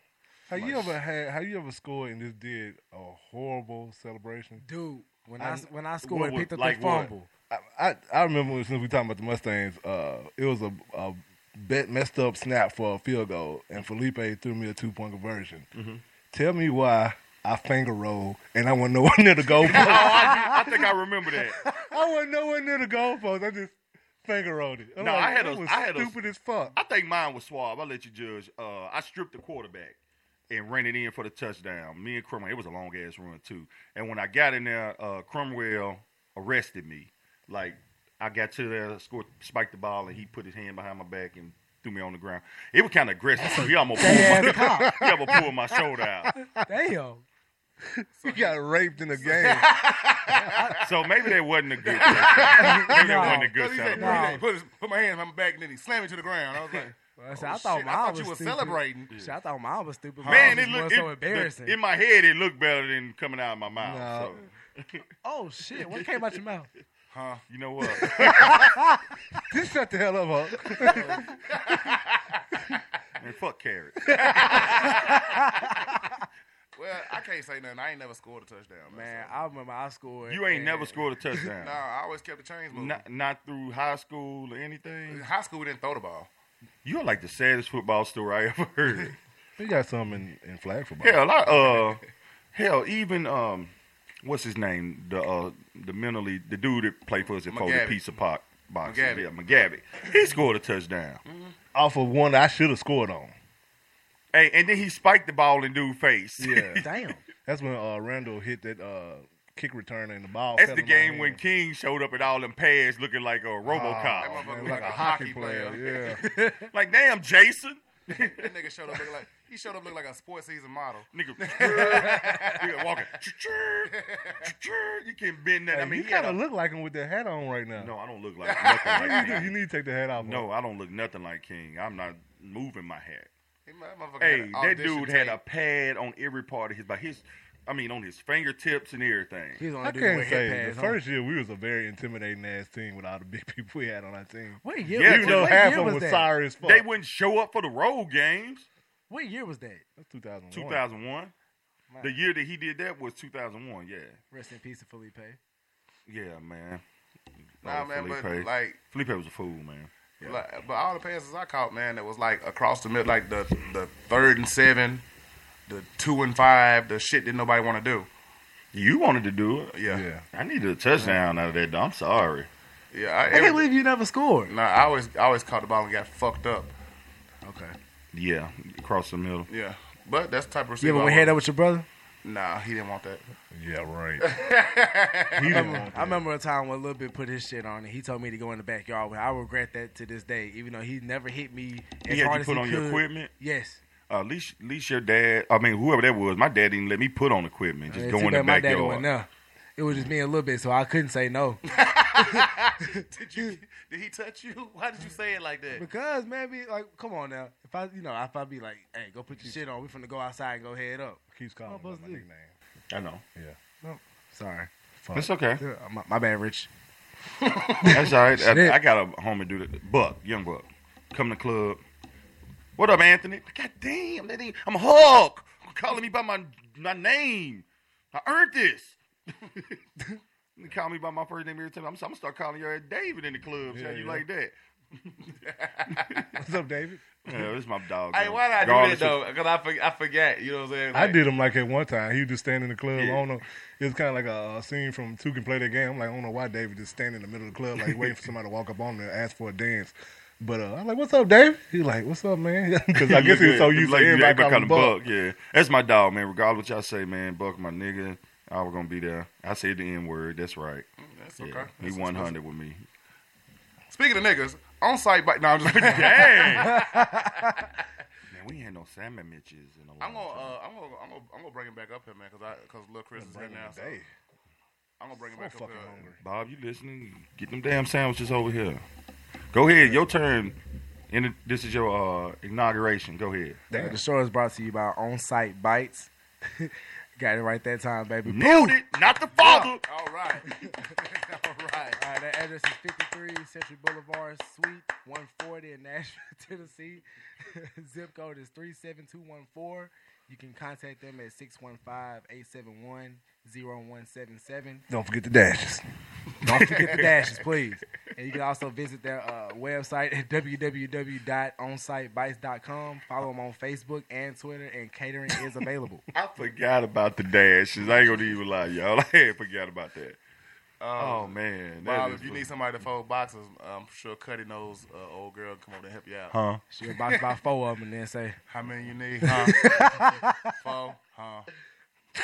[SPEAKER 5] Have you ever had? Have you ever scored and just did a horrible celebration,
[SPEAKER 4] dude? When I s- when I scored and picked up the fumble.
[SPEAKER 5] I, I I remember when- since we talking about the Mustangs, uh, it was a, a bet messed up snap for a field goal, and Felipe threw me a two point conversion.
[SPEAKER 1] Mm-hmm.
[SPEAKER 5] Tell me why I finger rolled and I wasn't nowhere near the
[SPEAKER 1] oh,
[SPEAKER 5] goalpost.
[SPEAKER 1] I, I think I remember that.
[SPEAKER 5] I wasn't nowhere near the goalpost. I just finger rolled it. I'm
[SPEAKER 1] No,
[SPEAKER 5] like,
[SPEAKER 1] I had
[SPEAKER 5] that
[SPEAKER 1] a,
[SPEAKER 5] was
[SPEAKER 1] I had
[SPEAKER 5] stupid
[SPEAKER 1] a,
[SPEAKER 5] as fuck.
[SPEAKER 1] I think mine was suave. I'll let you judge. Uh, I stripped the quarterback and ran it in for the touchdown. Me and Crumwell, it was a long ass run too. And when I got in there, uh, Crumwell arrested me. Like I got to there, scored, spiked the ball, and he put his hand behind my back and threw me on the ground. It was kind of aggressive, so he almost pulled my, he almost pulled my shoulder out.
[SPEAKER 4] Damn.
[SPEAKER 5] We got raped in the game.
[SPEAKER 1] So maybe that wasn't a good. touchdown. Maybe that wasn't a
[SPEAKER 3] Cause
[SPEAKER 1] good
[SPEAKER 5] Oh,
[SPEAKER 3] he said- he
[SPEAKER 1] celebration.
[SPEAKER 3] said, put, his- put my hand on my back and then he slammed it to the ground. I was like,
[SPEAKER 4] I, said,
[SPEAKER 3] oh,
[SPEAKER 4] I thought
[SPEAKER 3] shit,
[SPEAKER 4] mine
[SPEAKER 3] I thought
[SPEAKER 4] was
[SPEAKER 3] you were
[SPEAKER 4] stupid.
[SPEAKER 3] celebrating.
[SPEAKER 4] Shit, I thought mine was stupid.
[SPEAKER 1] Man,
[SPEAKER 4] Mine
[SPEAKER 1] it
[SPEAKER 4] was
[SPEAKER 1] looked
[SPEAKER 4] so
[SPEAKER 1] it-
[SPEAKER 4] embarrassing.
[SPEAKER 1] In my head, it looked better than coming out of my mouth.
[SPEAKER 4] No.
[SPEAKER 1] so.
[SPEAKER 4] oh shit! What came out your mouth?
[SPEAKER 1] Huh? You know what?
[SPEAKER 5] Just shut the hell up, Hulk.
[SPEAKER 1] Man, fuck carrot.
[SPEAKER 3] well, I can't say nothing. I ain't never scored a touchdown.
[SPEAKER 4] Man, I remember I scored.
[SPEAKER 1] You ain't
[SPEAKER 4] and-
[SPEAKER 1] never scored a
[SPEAKER 3] No,
[SPEAKER 1] touchdown.
[SPEAKER 3] I always kept the chains moving.
[SPEAKER 1] not, not through high school or anything.
[SPEAKER 3] In high school, we didn't throw the ball.
[SPEAKER 1] You're like the saddest football story I ever heard.
[SPEAKER 5] We got some in, in flag football.
[SPEAKER 1] hell, I, uh, hell, even um, what's his name? The uh, the mentally the dude that played for us at Foley
[SPEAKER 3] McGavick.
[SPEAKER 1] Pizza Pot Box.
[SPEAKER 3] McGavick.
[SPEAKER 1] Yeah, McGavick. He scored a touchdown.
[SPEAKER 5] off of one I should have scored on.
[SPEAKER 1] Hey, and then he spiked the ball in dude's face.
[SPEAKER 5] Yeah.
[SPEAKER 4] Damn.
[SPEAKER 5] That's when uh, Randall hit that uh, kick return and the ball.
[SPEAKER 1] That's
[SPEAKER 5] fell
[SPEAKER 1] the
[SPEAKER 5] in my
[SPEAKER 1] game
[SPEAKER 5] hand.
[SPEAKER 1] when King showed up at all them pads looking like a
[SPEAKER 5] Ah,
[SPEAKER 1] RoboCop.
[SPEAKER 5] man,
[SPEAKER 3] motherfucker
[SPEAKER 5] like a hockey player. Yeah.
[SPEAKER 1] like, damn, Jason.
[SPEAKER 3] That nigga showed up looking like he showed up looking like a sports season model.
[SPEAKER 1] Nigga, nigga walking. You can't bend that. I
[SPEAKER 5] Hey,
[SPEAKER 1] mean,
[SPEAKER 5] you
[SPEAKER 1] he had
[SPEAKER 5] kind of
[SPEAKER 1] a-
[SPEAKER 5] look like him with that hat on right now.
[SPEAKER 1] No, I don't look like nothing like
[SPEAKER 5] You,
[SPEAKER 1] King.
[SPEAKER 5] need to take the hat off.
[SPEAKER 1] No, I don't look nothing like King. I'm not moving my hat.
[SPEAKER 3] He- that motherfucker had
[SPEAKER 1] Hey,
[SPEAKER 3] an
[SPEAKER 1] that
[SPEAKER 3] audition
[SPEAKER 1] dude had a
[SPEAKER 3] tape.
[SPEAKER 1] pad on every part of his body. His, I mean, on his fingertips and everything.
[SPEAKER 4] He's on
[SPEAKER 5] I
[SPEAKER 4] the dude
[SPEAKER 5] can't
[SPEAKER 4] with
[SPEAKER 5] say.
[SPEAKER 4] head
[SPEAKER 5] The
[SPEAKER 4] pads.
[SPEAKER 5] first year we was a very intimidating ass team with all the big people we had on our team.
[SPEAKER 4] What year?
[SPEAKER 1] Yeah,
[SPEAKER 4] what-
[SPEAKER 1] you
[SPEAKER 5] Even though
[SPEAKER 4] what
[SPEAKER 5] half
[SPEAKER 4] year
[SPEAKER 5] of them
[SPEAKER 4] was
[SPEAKER 5] was
[SPEAKER 4] that?
[SPEAKER 5] sorry as fuck.
[SPEAKER 1] They wouldn't show up for the road games.
[SPEAKER 4] What year was that?
[SPEAKER 5] That's 2001.
[SPEAKER 1] 2001. The year that he did that was 2001. Yeah,
[SPEAKER 4] Rest in peace, to Felipe.
[SPEAKER 1] yeah, man.
[SPEAKER 3] Nah,
[SPEAKER 1] Oh,
[SPEAKER 3] man, but
[SPEAKER 1] Felipe.
[SPEAKER 3] like,
[SPEAKER 1] Felipe was a fool, man.
[SPEAKER 3] like, but all the passes I caught, man, that was like across the middle, like the the third and seven, the two and five, the shit that nobody want to do.
[SPEAKER 1] You wanted to do it.
[SPEAKER 3] Yeah, yeah.
[SPEAKER 5] Yeah.
[SPEAKER 1] I needed a touchdown out of that. though. I'm sorry.
[SPEAKER 3] I,
[SPEAKER 4] I
[SPEAKER 3] it
[SPEAKER 4] can't
[SPEAKER 3] was-
[SPEAKER 4] believe you never scored.
[SPEAKER 3] nah, I always I always caught the ball and got fucked up.
[SPEAKER 4] Okay.
[SPEAKER 1] Yeah, across the middle.
[SPEAKER 3] Yeah, but that's the type of
[SPEAKER 4] You
[SPEAKER 3] receiver.
[SPEAKER 4] ever
[SPEAKER 3] I
[SPEAKER 4] went head
[SPEAKER 3] was.
[SPEAKER 4] up with your brother?
[SPEAKER 3] Nah, he didn't want that.
[SPEAKER 5] Yeah, right.
[SPEAKER 4] I remember, I remember a time when Lil Bit put his shit on, and he told me to go in the backyard. But I regret that to this day, even though he never hit me as
[SPEAKER 1] had you
[SPEAKER 4] hard as
[SPEAKER 1] put
[SPEAKER 4] he
[SPEAKER 1] on your
[SPEAKER 4] could.
[SPEAKER 1] equipment?
[SPEAKER 4] Yes.
[SPEAKER 1] Uh, at least, at least your dad. I mean, whoever that was, my dad didn't let me put on equipment. Just
[SPEAKER 4] Yeah,
[SPEAKER 1] go
[SPEAKER 4] too
[SPEAKER 1] in the
[SPEAKER 4] bad my daddy wasn't
[SPEAKER 1] backyard.
[SPEAKER 4] there. It was just me a little bit, so I couldn't say no.
[SPEAKER 3] did you? Did he touch you? Why did you say it like that?
[SPEAKER 4] Because man, be like, come on now. If I, you know, if I be like, hey, go put your shit on. We finna go outside and go head up.
[SPEAKER 5] Keeps calling
[SPEAKER 4] my nickname.
[SPEAKER 1] I know.
[SPEAKER 5] Yeah.
[SPEAKER 4] No, Oh, sorry. Fuck.
[SPEAKER 1] It's okay.
[SPEAKER 4] Yeah, My, my bad, Rich.
[SPEAKER 1] That's all right.
[SPEAKER 4] Shit.
[SPEAKER 1] I, I got a homie dude, that- Buck, young Buck, come to the club. What up, Anthony? God damn, that ain't, I'm Hulk. Calling me by my my name. I earned this. they call me by my first name every time. I'm, I'm gonna start calling your ass David in the club.
[SPEAKER 5] Yeah,
[SPEAKER 1] Yeah, you
[SPEAKER 5] yeah.
[SPEAKER 1] like that?
[SPEAKER 5] What's up, David?
[SPEAKER 1] Yeah, this is my dog.
[SPEAKER 6] Hey,
[SPEAKER 1] man.
[SPEAKER 6] why not do that
[SPEAKER 1] Regardless of-
[SPEAKER 6] though? Because I, for, I forget. You know what I'm saying?
[SPEAKER 5] I did him like at one time. He would just stand in the club.
[SPEAKER 6] Yeah.
[SPEAKER 5] I don't know. It was kind of like a, a scene from Two Can Play That Game. I'm like, I don't know why David just standing in the middle of the club, like waiting for somebody to walk up on him and ask for a dance. But uh, I'm like, what's up, David? He was like, what's up, man? Because I guess he was so used
[SPEAKER 1] Like,
[SPEAKER 5] to everybody, calling him Buck.
[SPEAKER 1] Yeah, that's my dog, man. Regardless what y'all say, man, Buck, my nigga, I was gonna be there. I said the N word. That's right.
[SPEAKER 3] that's
[SPEAKER 1] Yeah,
[SPEAKER 3] okay.
[SPEAKER 1] He
[SPEAKER 3] That's
[SPEAKER 1] one hundred with me.
[SPEAKER 3] Speaking of niggas, on site bite. No, I'm just
[SPEAKER 1] Dang. Man, we ain't no salmon mitches in a long
[SPEAKER 3] I'm gonna,
[SPEAKER 1] time.
[SPEAKER 3] uh, I'm gonna, I'm gonna, I'm gonna bring him back up here, man, cause I, cause Lil Chris is here now. So I'm gonna bring him
[SPEAKER 5] So
[SPEAKER 3] back up
[SPEAKER 5] fucking
[SPEAKER 3] here.
[SPEAKER 5] hungry.
[SPEAKER 1] Bob, you listening? Get them damn sandwiches over here. Go ahead, your turn. And it- this is your uh, inauguration. Go ahead.
[SPEAKER 4] Uh, The show is brought to you by On Site Bites. Got it right that time, baby.
[SPEAKER 1] Nailed
[SPEAKER 4] Boom!
[SPEAKER 1] it. Not the father.
[SPEAKER 3] All right, all right.
[SPEAKER 4] All right, that address is 53 Century Boulevard, Suite 140 in Nashville, Tennessee. Zip code is 37214. You can contact them at 615-871-0177.
[SPEAKER 5] Don't forget the dashes.
[SPEAKER 4] Don't forget the dashes, please. And you can also visit their uh, website at www.onsitebites.com. Follow them on Facebook and Twitter, and catering is available.
[SPEAKER 1] I forgot about the dashes. I ain't gonna even lie, y'all. I had forgot about that. oh man, that
[SPEAKER 3] Bob,
[SPEAKER 1] is
[SPEAKER 3] if you
[SPEAKER 1] what-
[SPEAKER 3] need somebody to fold boxes, I'm sure Cuddy knows uh, old girl. Come over and help you out.
[SPEAKER 1] Huh?
[SPEAKER 4] She'll box about four of them and then say,
[SPEAKER 3] How many you need? Huh? Four, huh?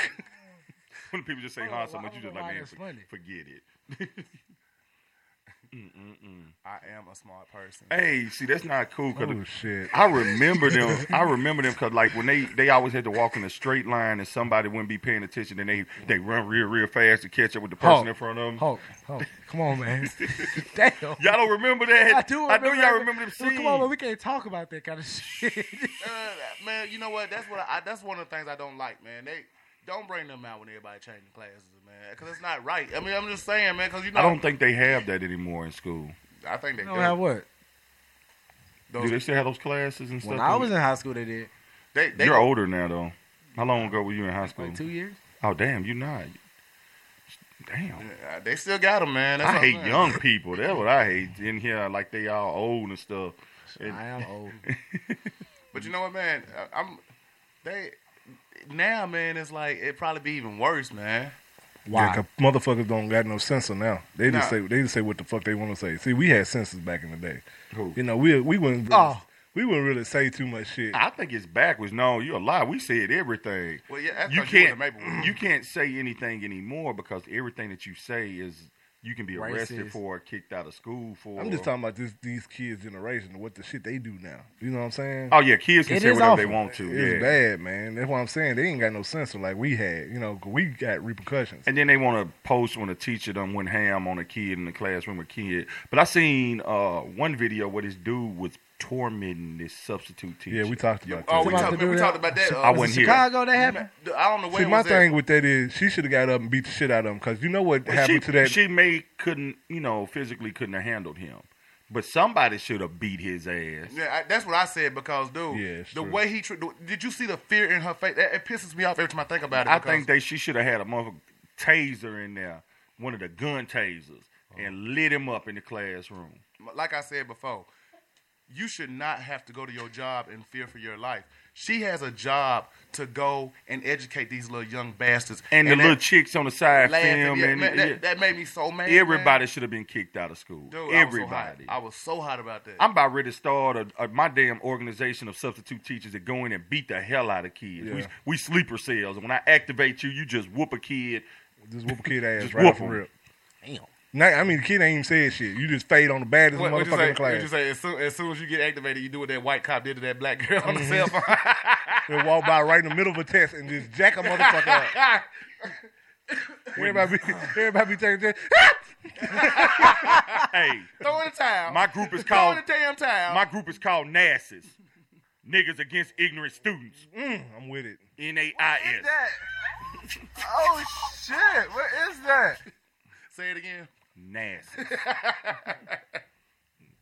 [SPEAKER 1] when people just say
[SPEAKER 4] I don't
[SPEAKER 1] huh
[SPEAKER 4] know
[SPEAKER 1] so
[SPEAKER 4] why-
[SPEAKER 1] much,
[SPEAKER 4] I
[SPEAKER 1] you
[SPEAKER 4] don't
[SPEAKER 1] just
[SPEAKER 4] know
[SPEAKER 1] like
[SPEAKER 4] why
[SPEAKER 1] man,
[SPEAKER 4] that's funny.
[SPEAKER 1] for- forget it. Mm-mm-mm.
[SPEAKER 3] I am a smart person.
[SPEAKER 1] Hey, see, that's not cool. Cause
[SPEAKER 5] Oh, shit.
[SPEAKER 1] I remember them. I remember them because, like, when they they always had to walk in a straight line, and somebody wouldn't be paying attention, and they they run real real fast to catch up with the person
[SPEAKER 4] Hulk.
[SPEAKER 1] in front of them.
[SPEAKER 4] Hulk, Hulk, come on, man. Damn.
[SPEAKER 1] Y'all don't remember that?
[SPEAKER 4] I do.
[SPEAKER 1] I know y'all
[SPEAKER 4] that.
[SPEAKER 1] remember them
[SPEAKER 4] Well,
[SPEAKER 1] scenes.
[SPEAKER 4] Come on, man. We can't talk about that kind of shit.
[SPEAKER 3] Uh, man, you know what? That's what I, that's one of the things I don't like, man. They don't bring them out when everybody changing classes, man, because it's not right. I mean, I'm just saying, man, because you know,
[SPEAKER 1] I don't think they have that anymore in school.
[SPEAKER 3] I think they
[SPEAKER 4] You know
[SPEAKER 3] do.
[SPEAKER 4] how what?
[SPEAKER 1] do they still have those classes and stuff?
[SPEAKER 4] When I was in high school, they did.
[SPEAKER 3] They, they
[SPEAKER 1] You're older now, though. How long ago were you in high school?
[SPEAKER 4] Like two years.
[SPEAKER 1] Oh, damn, you not. Damn.
[SPEAKER 3] uh, they still got them, man. That's
[SPEAKER 1] I
[SPEAKER 3] what I'm
[SPEAKER 1] hate
[SPEAKER 3] saying.
[SPEAKER 1] young people. That's what I hate. In here, like they all old and stuff. It-
[SPEAKER 4] I am old.
[SPEAKER 3] But you know what, man? I- I'm they now, man. It's like it probably be even worse, man.
[SPEAKER 4] Why?
[SPEAKER 5] Yeah, 'cause motherfuckers don't got no censor now. They just
[SPEAKER 3] Nah.
[SPEAKER 5] say they just say what the fuck they want to say. See, we had censors back in the day.
[SPEAKER 1] Who?
[SPEAKER 5] You know, we we wouldn't really,
[SPEAKER 4] Oh.
[SPEAKER 5] we wouldn't really say too much shit.
[SPEAKER 1] I think it's backwards. No, you're a lie. We said everything.
[SPEAKER 3] Well, yeah, that's
[SPEAKER 1] you
[SPEAKER 3] 'cause you
[SPEAKER 1] can't.
[SPEAKER 3] went to Maplewood.
[SPEAKER 1] You can't say anything anymore because everything that you say is you can be arrested
[SPEAKER 4] Racist.
[SPEAKER 1] for, kicked out of school for.
[SPEAKER 5] I'm just talking about this these kids generation and what the shit they do now. You know what I'm saying?
[SPEAKER 1] Oh yeah, kids can
[SPEAKER 4] It
[SPEAKER 1] say
[SPEAKER 4] is
[SPEAKER 1] whatever they
[SPEAKER 4] awful.
[SPEAKER 1] want to.
[SPEAKER 5] It's
[SPEAKER 1] yeah.
[SPEAKER 5] bad, man. That's what I'm saying. They ain't got no censor like we had. You know, 'cause we got repercussions.
[SPEAKER 1] And then they want to post when a teacher done went ham on a kid in the classroom, a kid. But I seen uh, one video where this dude was tormenting this substitute teacher.
[SPEAKER 5] Yeah, we talked about
[SPEAKER 3] Oh, we,
[SPEAKER 5] that.
[SPEAKER 4] Somebody
[SPEAKER 3] talked,
[SPEAKER 4] to do
[SPEAKER 3] we
[SPEAKER 4] that?
[SPEAKER 3] talked about that. Uh,
[SPEAKER 1] I wasn't here.
[SPEAKER 4] Chicago, that happened.
[SPEAKER 3] I don't know
[SPEAKER 5] See,
[SPEAKER 3] when
[SPEAKER 5] my
[SPEAKER 3] was that.
[SPEAKER 5] thing with that is she should have got up and beat the shit out of him because you know what
[SPEAKER 1] But
[SPEAKER 5] happened to
[SPEAKER 1] she,
[SPEAKER 5] that.
[SPEAKER 1] She may couldn't, you know, physically couldn't have handled him. But somebody should have beat his ass.
[SPEAKER 3] Yeah, I, that's what I said because, dude,
[SPEAKER 5] Yeah, it's
[SPEAKER 3] the
[SPEAKER 5] true.
[SPEAKER 3] way he treated. Did you see the fear in her face? That, it pisses me off every time I think about it.
[SPEAKER 1] I
[SPEAKER 3] because-
[SPEAKER 1] think they she should have had a motherfucking taser in there, one of the gun tasers,
[SPEAKER 3] Uh-huh.
[SPEAKER 1] and lit him up in the classroom.
[SPEAKER 3] like I said before, you should not have to go to your job and fear for your life. She has a job to go and educate these little young bastards
[SPEAKER 1] And, the
[SPEAKER 3] that
[SPEAKER 1] little chicks on the side
[SPEAKER 3] laugh at
[SPEAKER 1] film
[SPEAKER 3] me-
[SPEAKER 1] and
[SPEAKER 3] man,
[SPEAKER 1] yeah.
[SPEAKER 3] that, that made me so mad. man.
[SPEAKER 1] everybody should have been kicked out of school.
[SPEAKER 3] dude,
[SPEAKER 1] everybody.
[SPEAKER 3] I was, so hot. I was so hot about that.
[SPEAKER 1] I'm about ready to start a, a, my damn organization of substitute teachers that go in and beat the hell out of kids. We,
[SPEAKER 5] Yeah.
[SPEAKER 1] we sleeper cells. And when I activate you, you just whoop a kid.
[SPEAKER 5] Just whoop a kid ass
[SPEAKER 1] Just
[SPEAKER 5] right
[SPEAKER 1] whoop
[SPEAKER 5] off the
[SPEAKER 1] him.
[SPEAKER 5] rip. Nah, I mean, the kid ain't even said shit. You just fade on the baddest
[SPEAKER 3] What, what you
[SPEAKER 5] motherfucker
[SPEAKER 3] say,
[SPEAKER 5] in the
[SPEAKER 3] what you
[SPEAKER 5] class.
[SPEAKER 3] say? As soon, as soon as you get activated, you do what that white cop did to that black girl on the
[SPEAKER 1] Mm-hmm.
[SPEAKER 5] Mhm.
[SPEAKER 3] cell phone.
[SPEAKER 5] They walk by right in the middle of a test and just jack a motherfucker up. Everybody be, everybody be taking that.
[SPEAKER 1] hey,
[SPEAKER 3] Throw in the towel.
[SPEAKER 1] My group is
[SPEAKER 3] Throw
[SPEAKER 1] called
[SPEAKER 3] in the damn towel.
[SPEAKER 1] My group is called NASIS. Niggas against ignorant students.
[SPEAKER 3] Mm,
[SPEAKER 5] I'm with it.
[SPEAKER 1] N A I S.
[SPEAKER 6] Oh shit! What is that?
[SPEAKER 3] Say it again.
[SPEAKER 1] Nasty.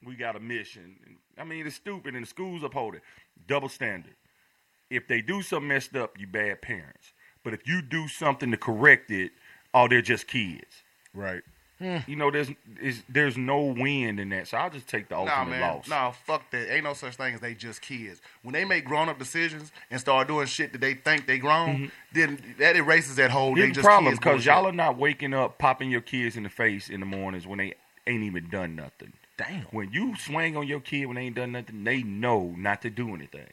[SPEAKER 1] we got a mission. I mean, it's stupid, and the schools uphold it. Double standard. If they do something messed up, you bad parents. But if you do something to correct it, oh, they're just kids.
[SPEAKER 5] Right.
[SPEAKER 1] You know, there's is there's no win in that. So I'll just take the ultimate
[SPEAKER 3] Nah, man.
[SPEAKER 1] loss.
[SPEAKER 3] Nah, fuck that. Ain't no such thing as they just kids. When they make grown up decisions and start doing shit that they think they grown,
[SPEAKER 1] Mhm.
[SPEAKER 3] then that erases that whole they
[SPEAKER 1] Here's the
[SPEAKER 3] just
[SPEAKER 1] problem
[SPEAKER 3] kids
[SPEAKER 1] because
[SPEAKER 3] bullshit.
[SPEAKER 1] y'all are not waking up, popping your kids in the face in the mornings when they ain't even done nothing.
[SPEAKER 4] Damn.
[SPEAKER 1] When you swing on your kid when they ain't done nothing, they know not to do anything.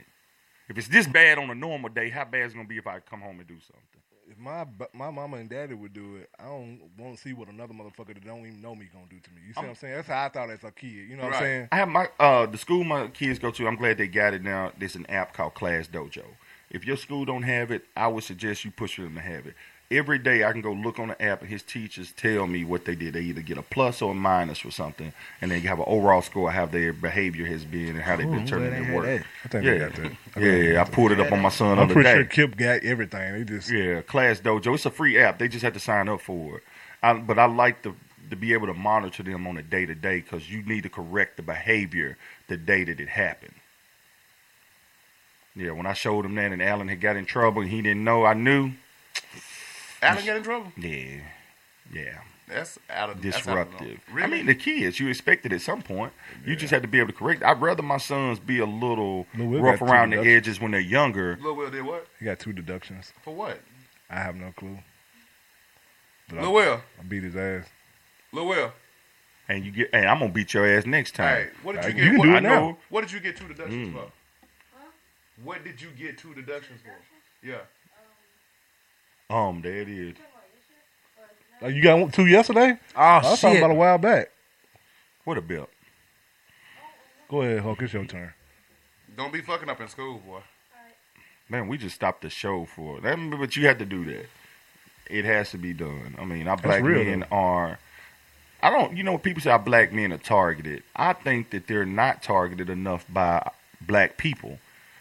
[SPEAKER 1] If it's this bad on a normal day, how bad is it gonna be if I come home and do something?
[SPEAKER 5] If my b- my mama and daddy would do it, I don't want to see what another motherfucker that don't even know me gonna do to me. You see
[SPEAKER 1] I'm-
[SPEAKER 5] what I'm saying? That's how I thought as a kid. You know what I'm
[SPEAKER 1] Right.
[SPEAKER 5] saying?
[SPEAKER 1] I have my uh the school my kids go to. I'm glad they got it now. There's an app called Class Dojo. If your school don't have it, I would suggest you push them to have it. Every day I can go look on the app and his teachers tell me what they did. They either get a plus or a minus for something, and they have an overall score of how their behavior has been and how they've
[SPEAKER 5] Cool,
[SPEAKER 1] been
[SPEAKER 5] I'm
[SPEAKER 1] turning
[SPEAKER 5] glad they
[SPEAKER 1] their
[SPEAKER 5] had
[SPEAKER 1] work.
[SPEAKER 5] that. I think
[SPEAKER 1] yeah.
[SPEAKER 5] they got that. I
[SPEAKER 1] yeah,
[SPEAKER 5] think they
[SPEAKER 1] I
[SPEAKER 5] got
[SPEAKER 1] pulled it
[SPEAKER 5] that.
[SPEAKER 1] up on my son.
[SPEAKER 5] I'm
[SPEAKER 1] the
[SPEAKER 5] pretty
[SPEAKER 1] day.
[SPEAKER 5] sure Kip got everything. They just
[SPEAKER 1] Yeah, Class Dojo. It's a free app. They just have to sign up for it. I, but I like to to be able to monitor them on a day to day because you need to correct the behavior the day that it happened. Yeah, when I showed him that and Alan had got in trouble and he didn't know, I knew.
[SPEAKER 3] Alan got in trouble.
[SPEAKER 1] Yeah, yeah.
[SPEAKER 3] That's out of that's out of the norm.
[SPEAKER 1] Disruptive.
[SPEAKER 3] Really?
[SPEAKER 1] I mean, the kids you expect it at some point. You just have to be able to correct. I'd rather my sons be a little
[SPEAKER 5] Lil Will
[SPEAKER 1] rough
[SPEAKER 5] got two
[SPEAKER 1] around the
[SPEAKER 5] deductions.
[SPEAKER 1] edges when they're younger.
[SPEAKER 3] Lil Will did what?
[SPEAKER 5] He got two deductions.
[SPEAKER 3] For what?
[SPEAKER 5] I have no clue. But
[SPEAKER 3] Lil Will.
[SPEAKER 5] I beat his ass.
[SPEAKER 3] Lil Will.
[SPEAKER 1] And you get, and I'm gonna beat your ass next time.
[SPEAKER 3] Hey, what did you
[SPEAKER 1] Like,
[SPEAKER 3] get?
[SPEAKER 1] can
[SPEAKER 3] what,
[SPEAKER 1] do it
[SPEAKER 3] I
[SPEAKER 1] now.
[SPEAKER 3] know. What did you get two deductions
[SPEAKER 1] Mm.
[SPEAKER 3] for? What did you get two deductions for? Yeah.
[SPEAKER 1] Um, there it is.
[SPEAKER 5] Oh, you got one- two yesterday?
[SPEAKER 4] Oh,
[SPEAKER 5] I was talking
[SPEAKER 4] shit.
[SPEAKER 5] about a while back.
[SPEAKER 1] What a belt.
[SPEAKER 5] Go ahead, Hulk. It's your turn.
[SPEAKER 3] Don't be fucking up in school, boy.
[SPEAKER 1] Man, we just stopped the show for that, but you had to do that. It has to be done. I mean, our black
[SPEAKER 5] real,
[SPEAKER 1] men are. I don't. You know, people say our black men are targeted. I think that they're not targeted enough by black people,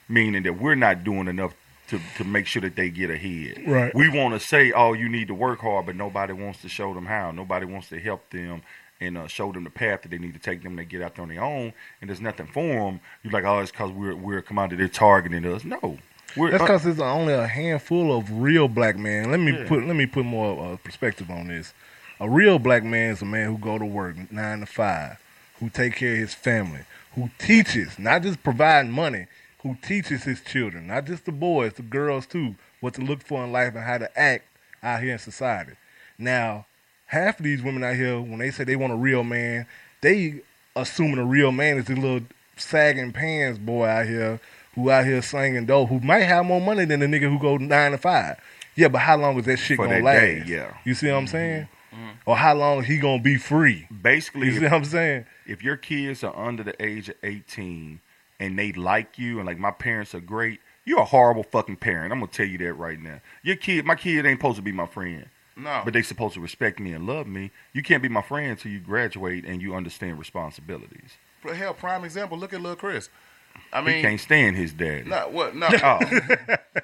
[SPEAKER 1] meaning that we're not doing enough to to make sure that they get ahead.
[SPEAKER 5] Right.
[SPEAKER 1] We want to say, "Oh, you need to work hard," but nobody wants to show them how. Nobody wants to help them and uh, show them the path that they need to take them to get out there on their own. And there's nothing for them. You're like, "Oh, it's because we're we're a commander. They're targeting us." No. We're, uh,
[SPEAKER 5] That's because there's only a handful of real black men. Let me
[SPEAKER 1] Yeah.
[SPEAKER 5] put let me put more uh, perspective on this. A real black man is a man who go to work nine to five, who take care of his family, who teaches, not just providing money, who teaches his children, not just the boys, the girls too, what to look for in life and how to act out here in society. Now, half of these women out here, when they say they want a real man, they assuming a real man is the little sagging pants boy out here who out here slinging dope, who might have more money than the nigga who go nine to five. Yeah, but how long is that shit
[SPEAKER 1] For
[SPEAKER 5] gonna
[SPEAKER 1] that
[SPEAKER 5] last?
[SPEAKER 1] day, yeah. Mm-hmm.
[SPEAKER 5] You see what I'm saying? Or how long he gonna be free?
[SPEAKER 1] basically,
[SPEAKER 5] You see what I'm saying?
[SPEAKER 1] if your kids are under the age of 18 and they like you and like my parents are great, you're a horrible fucking parent. I'm gonna tell you that right now. Your kid, my kid ain't supposed to be my friend.
[SPEAKER 3] No.
[SPEAKER 1] But they supposed to respect me and love me. You can't be my friend until you graduate and you understand responsibilities.
[SPEAKER 3] But hell, prime example. Look at Lil Chris. I
[SPEAKER 1] he
[SPEAKER 3] mean,
[SPEAKER 1] can't stand his daddy.
[SPEAKER 3] No, what? No.
[SPEAKER 1] Oh.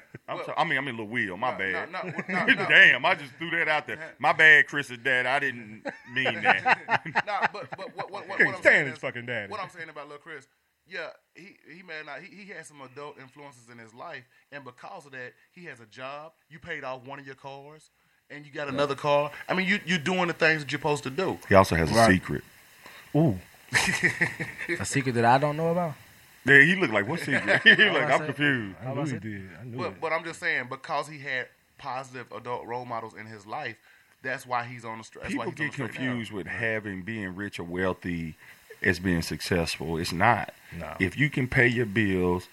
[SPEAKER 1] I'm so- I mean, I mean, Lil Will, my bad.
[SPEAKER 3] no, no, no.
[SPEAKER 1] Damn, I just threw that out there. My bad, Chris's dad. I didn't mean that.
[SPEAKER 3] nah, but but what what what,
[SPEAKER 5] Can't
[SPEAKER 3] what I'm
[SPEAKER 5] stand
[SPEAKER 3] saying
[SPEAKER 5] his
[SPEAKER 3] is-
[SPEAKER 5] fucking daddy.
[SPEAKER 3] What I'm saying about Lil Chris, yeah, he he may not he, he has some adult influences in his life, and because of that, he has a job. You paid off one of your cars, and you got another car. I mean, you you're doing the things that you're supposed to do.
[SPEAKER 1] He also has a
[SPEAKER 4] Right.
[SPEAKER 1] secret.
[SPEAKER 5] Ooh.
[SPEAKER 4] a secret that I don't know about.
[SPEAKER 1] Yeah, he looked like what secret? he looked like I'm confused.
[SPEAKER 4] I knew he
[SPEAKER 5] did. I knew
[SPEAKER 3] But but I'm just saying because he had positive adult role models in his life, that's why he's on the str- that's why
[SPEAKER 1] People
[SPEAKER 3] he's on
[SPEAKER 1] get
[SPEAKER 3] the straight and
[SPEAKER 1] confused with having being rich or wealthy as being successful. It's not. If you can pay your bills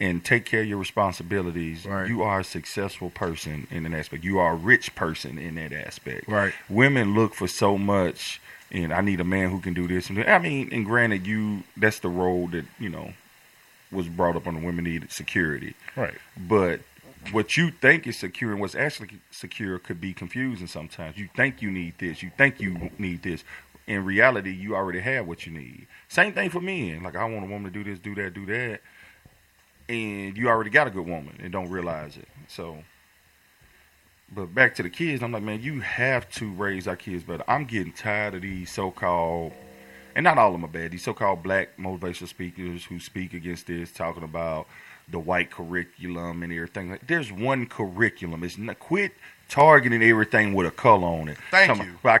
[SPEAKER 1] and take care of your responsibilities, you are a successful person in an aspect. You are a rich person in that aspect.
[SPEAKER 5] Right.
[SPEAKER 1] Women look for so much, and I need a man who can do this. And that. I mean, and granted, you that's the role that you know was brought up on the women needed security.
[SPEAKER 5] Right.
[SPEAKER 1] But what you think is secure and what's actually secure could be confusing sometimes. You think you need this, you think you need this. In reality, you already have what you need. Same thing for men. Like I want a woman to do this, do that, do that, and you already got a good woman and don't realize it. So, but back to the kids, I'm like, man, you have to raise our kids better. I'm getting tired of these so-called, and not all of them are bad. These so-called black motivational speakers who speak against this, talking about the white curriculum and everything. Like, there's one curriculum. It's not, quit targeting everything with a color on it.
[SPEAKER 3] Thank
[SPEAKER 1] you. About,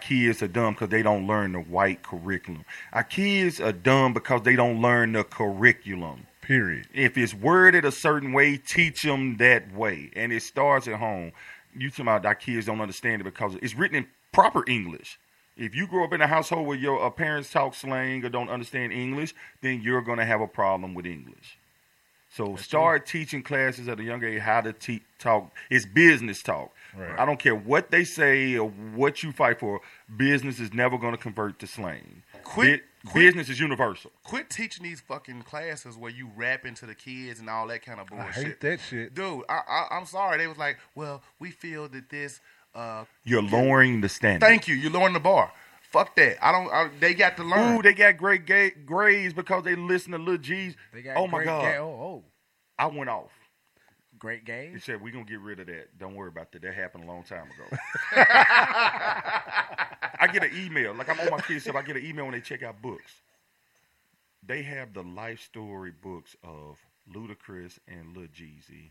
[SPEAKER 1] kids are dumb because they don't learn the white curriculum. Our kids are dumb because they don't learn the curriculum.
[SPEAKER 5] Period.
[SPEAKER 1] If it's worded a certain way, teach them that way, and it starts at home. You talking about our kids don't understand it because it's written in proper English. If you grow up in a household where your uh, parents talk slang or don't understand English, then you're going to have a problem with English. So start teaching classes at a young age how to te- talk. It's business talk.
[SPEAKER 5] Right.
[SPEAKER 1] I don't care what they say or what you fight for. Business is never going to convert to slang.
[SPEAKER 3] Quit-
[SPEAKER 1] Bu-
[SPEAKER 3] quit-
[SPEAKER 1] Business is universal.
[SPEAKER 3] Quit teaching these fucking classes where you rap into the kids and all that kind of bullshit.
[SPEAKER 5] hate that shit.
[SPEAKER 3] Dude, I, I, I'm sorry. They was like, well, we feel that this. Uh,
[SPEAKER 1] You're lowering the standard.
[SPEAKER 3] thank you. You're lowering the bar. Fuck that. I don't. I, they got to learn.
[SPEAKER 1] Ooh, they got great ga- grades because they listen to Lil G's.
[SPEAKER 3] They got
[SPEAKER 1] oh my
[SPEAKER 3] great
[SPEAKER 1] God.
[SPEAKER 3] ga-
[SPEAKER 4] oh,
[SPEAKER 1] I went off.
[SPEAKER 4] Great game.
[SPEAKER 1] He said, we're going to get rid of that. Don't worry about that. That happened a long time ago. I get an email. Like I'm on my kids' stuff. I get an email when they check out books. They have the life story books of Ludacris and Lil Jeezy.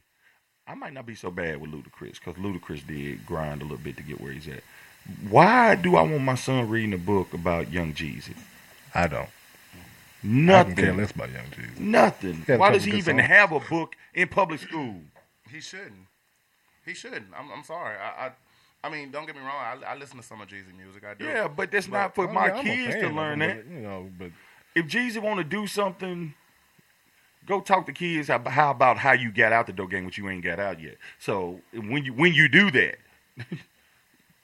[SPEAKER 1] I might not be so bad with Ludacris because Ludacris did grind a little bit to get where he's at. Why do I want my son reading a book about Young Jeezy?
[SPEAKER 5] I don't.
[SPEAKER 1] Nothing.
[SPEAKER 5] I can care less about Young Jeezy.
[SPEAKER 1] Nothing.
[SPEAKER 5] had a
[SPEAKER 1] Why
[SPEAKER 5] couple
[SPEAKER 1] does he
[SPEAKER 5] good
[SPEAKER 1] even
[SPEAKER 5] songs.
[SPEAKER 1] have a book in public school?
[SPEAKER 3] He shouldn't. He shouldn't. I'm, I'm sorry. I, I I mean, don't get me wrong. I, I listen to some of Jeezy music. I do.
[SPEAKER 1] Yeah, but that's not for
[SPEAKER 3] I
[SPEAKER 1] my
[SPEAKER 3] mean, Oh, I'm a
[SPEAKER 1] kids
[SPEAKER 3] fan
[SPEAKER 1] to
[SPEAKER 3] of
[SPEAKER 1] learn
[SPEAKER 3] him,
[SPEAKER 1] that.
[SPEAKER 5] You know, but
[SPEAKER 1] if Jeezy want to do something, go talk to kids ab- how about how you got out the dough game, which you ain't got out yet. So when you when you do that,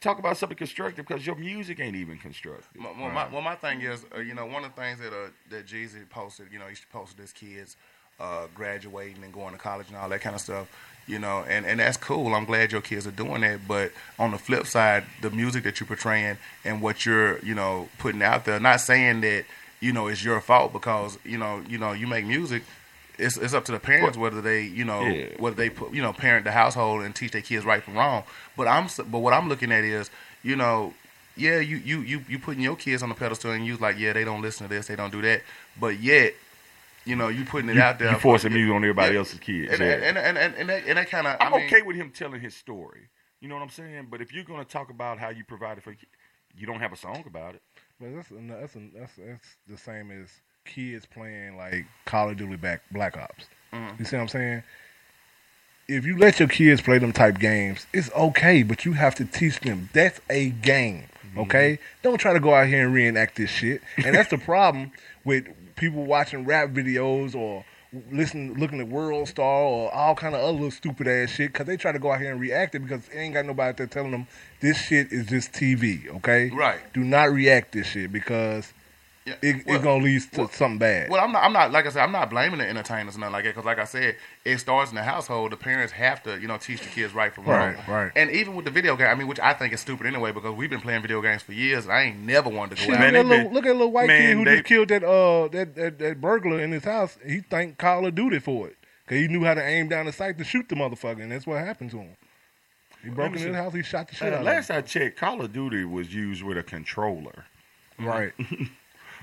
[SPEAKER 1] talk about something constructive because your music ain't even constructive.
[SPEAKER 3] My, well, my, well, my thing is, uh, you know, one of the things that uh, that Jeezy posted, you know, he posted his kids uh, graduating and going to college and all that kind of stuff, you know, and, and that's cool. I'm glad your kids are doing that. But on the flip side, the music that you're portraying and what you're, you know, putting out there, not saying that, you know, it's your fault because, you know, you know, you make music. It's, it's up to the parents whether they, you know,
[SPEAKER 1] Yeah.
[SPEAKER 3] whether they put, you know, parent the household and teach their kids right from wrong. But I'm, s- but what I'm looking at is, you know, yeah, you you you you putting your kids on the pedestal and you like, yeah, they don't listen to this, they don't do that, but yet, you know, you putting it
[SPEAKER 1] You-
[SPEAKER 3] out there.
[SPEAKER 1] you forcing music on everybody else's kids,
[SPEAKER 3] and
[SPEAKER 1] yeah.
[SPEAKER 3] and and and, and that, and that kind of.
[SPEAKER 1] I'm
[SPEAKER 3] I mean,
[SPEAKER 1] okay with him telling his story. You know what I'm saying? But if you're gonna talk about how you provided for, your kid- you don't have a song about it.
[SPEAKER 5] But that's an- that's an- that's that's the same as kids playing like Call of Duty back Black Ops.
[SPEAKER 1] Mhm.
[SPEAKER 5] You see what I'm saying? If you let your kids play them type games, it's okay, but you have to teach them that's a game. Okay? Don't try to go out here and reenact this shit. And that's the problem with people watching rap videos or listen looking at World Star or all kind of other little stupid ass shit because they try to go out here and react it because they ain't got nobody out there telling them this shit is just TV, okay?
[SPEAKER 3] Right.
[SPEAKER 5] Do not react this shit because it, it gonna lead to something bad.
[SPEAKER 3] Well, I'm not. I'm not. Like I said, I'm not blaming the entertainers or nothing like that. Because, like I said, it starts in the household. The parents have to, you know, teach the kids right from wrong.
[SPEAKER 5] Right, right.
[SPEAKER 3] And even with the video game, I mean, which I think is stupid anyway, because we've been playing video games for years, and I ain't never wanted to
[SPEAKER 5] Shit,
[SPEAKER 3] go out.
[SPEAKER 5] look, at little, look at little white
[SPEAKER 3] Man,
[SPEAKER 5] kid who
[SPEAKER 3] they-
[SPEAKER 5] just killed that uh that, that that burglar in his house. He thanked Call of Duty for it because he knew how to aim down the sight to shoot the motherfucker, and that's what happened to him. He
[SPEAKER 1] Well, let
[SPEAKER 5] broke
[SPEAKER 1] me
[SPEAKER 5] into
[SPEAKER 1] see.
[SPEAKER 5] the house. He shot the
[SPEAKER 1] Uh,
[SPEAKER 5] shit out of him.
[SPEAKER 1] last I checked, Call of Duty was used with a controller.
[SPEAKER 4] Right.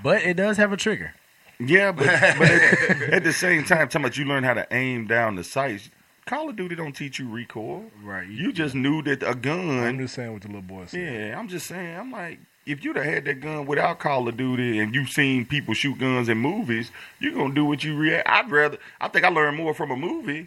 [SPEAKER 4] but it does have a trigger.
[SPEAKER 1] Yeah, but, but at, at the same time, talking about you learn how to aim down the sights. Call of Duty don't teach you recoil.
[SPEAKER 4] Right.
[SPEAKER 1] You, just knew that a gun. I'm
[SPEAKER 5] just saying what the little boy said.
[SPEAKER 1] Yeah, I'm just saying. I'm like, if you'd have had that gun without Call of Duty and you've seen people shoot guns in movies, you're gonna do what you react. I'd rather. I think I learned more from a movie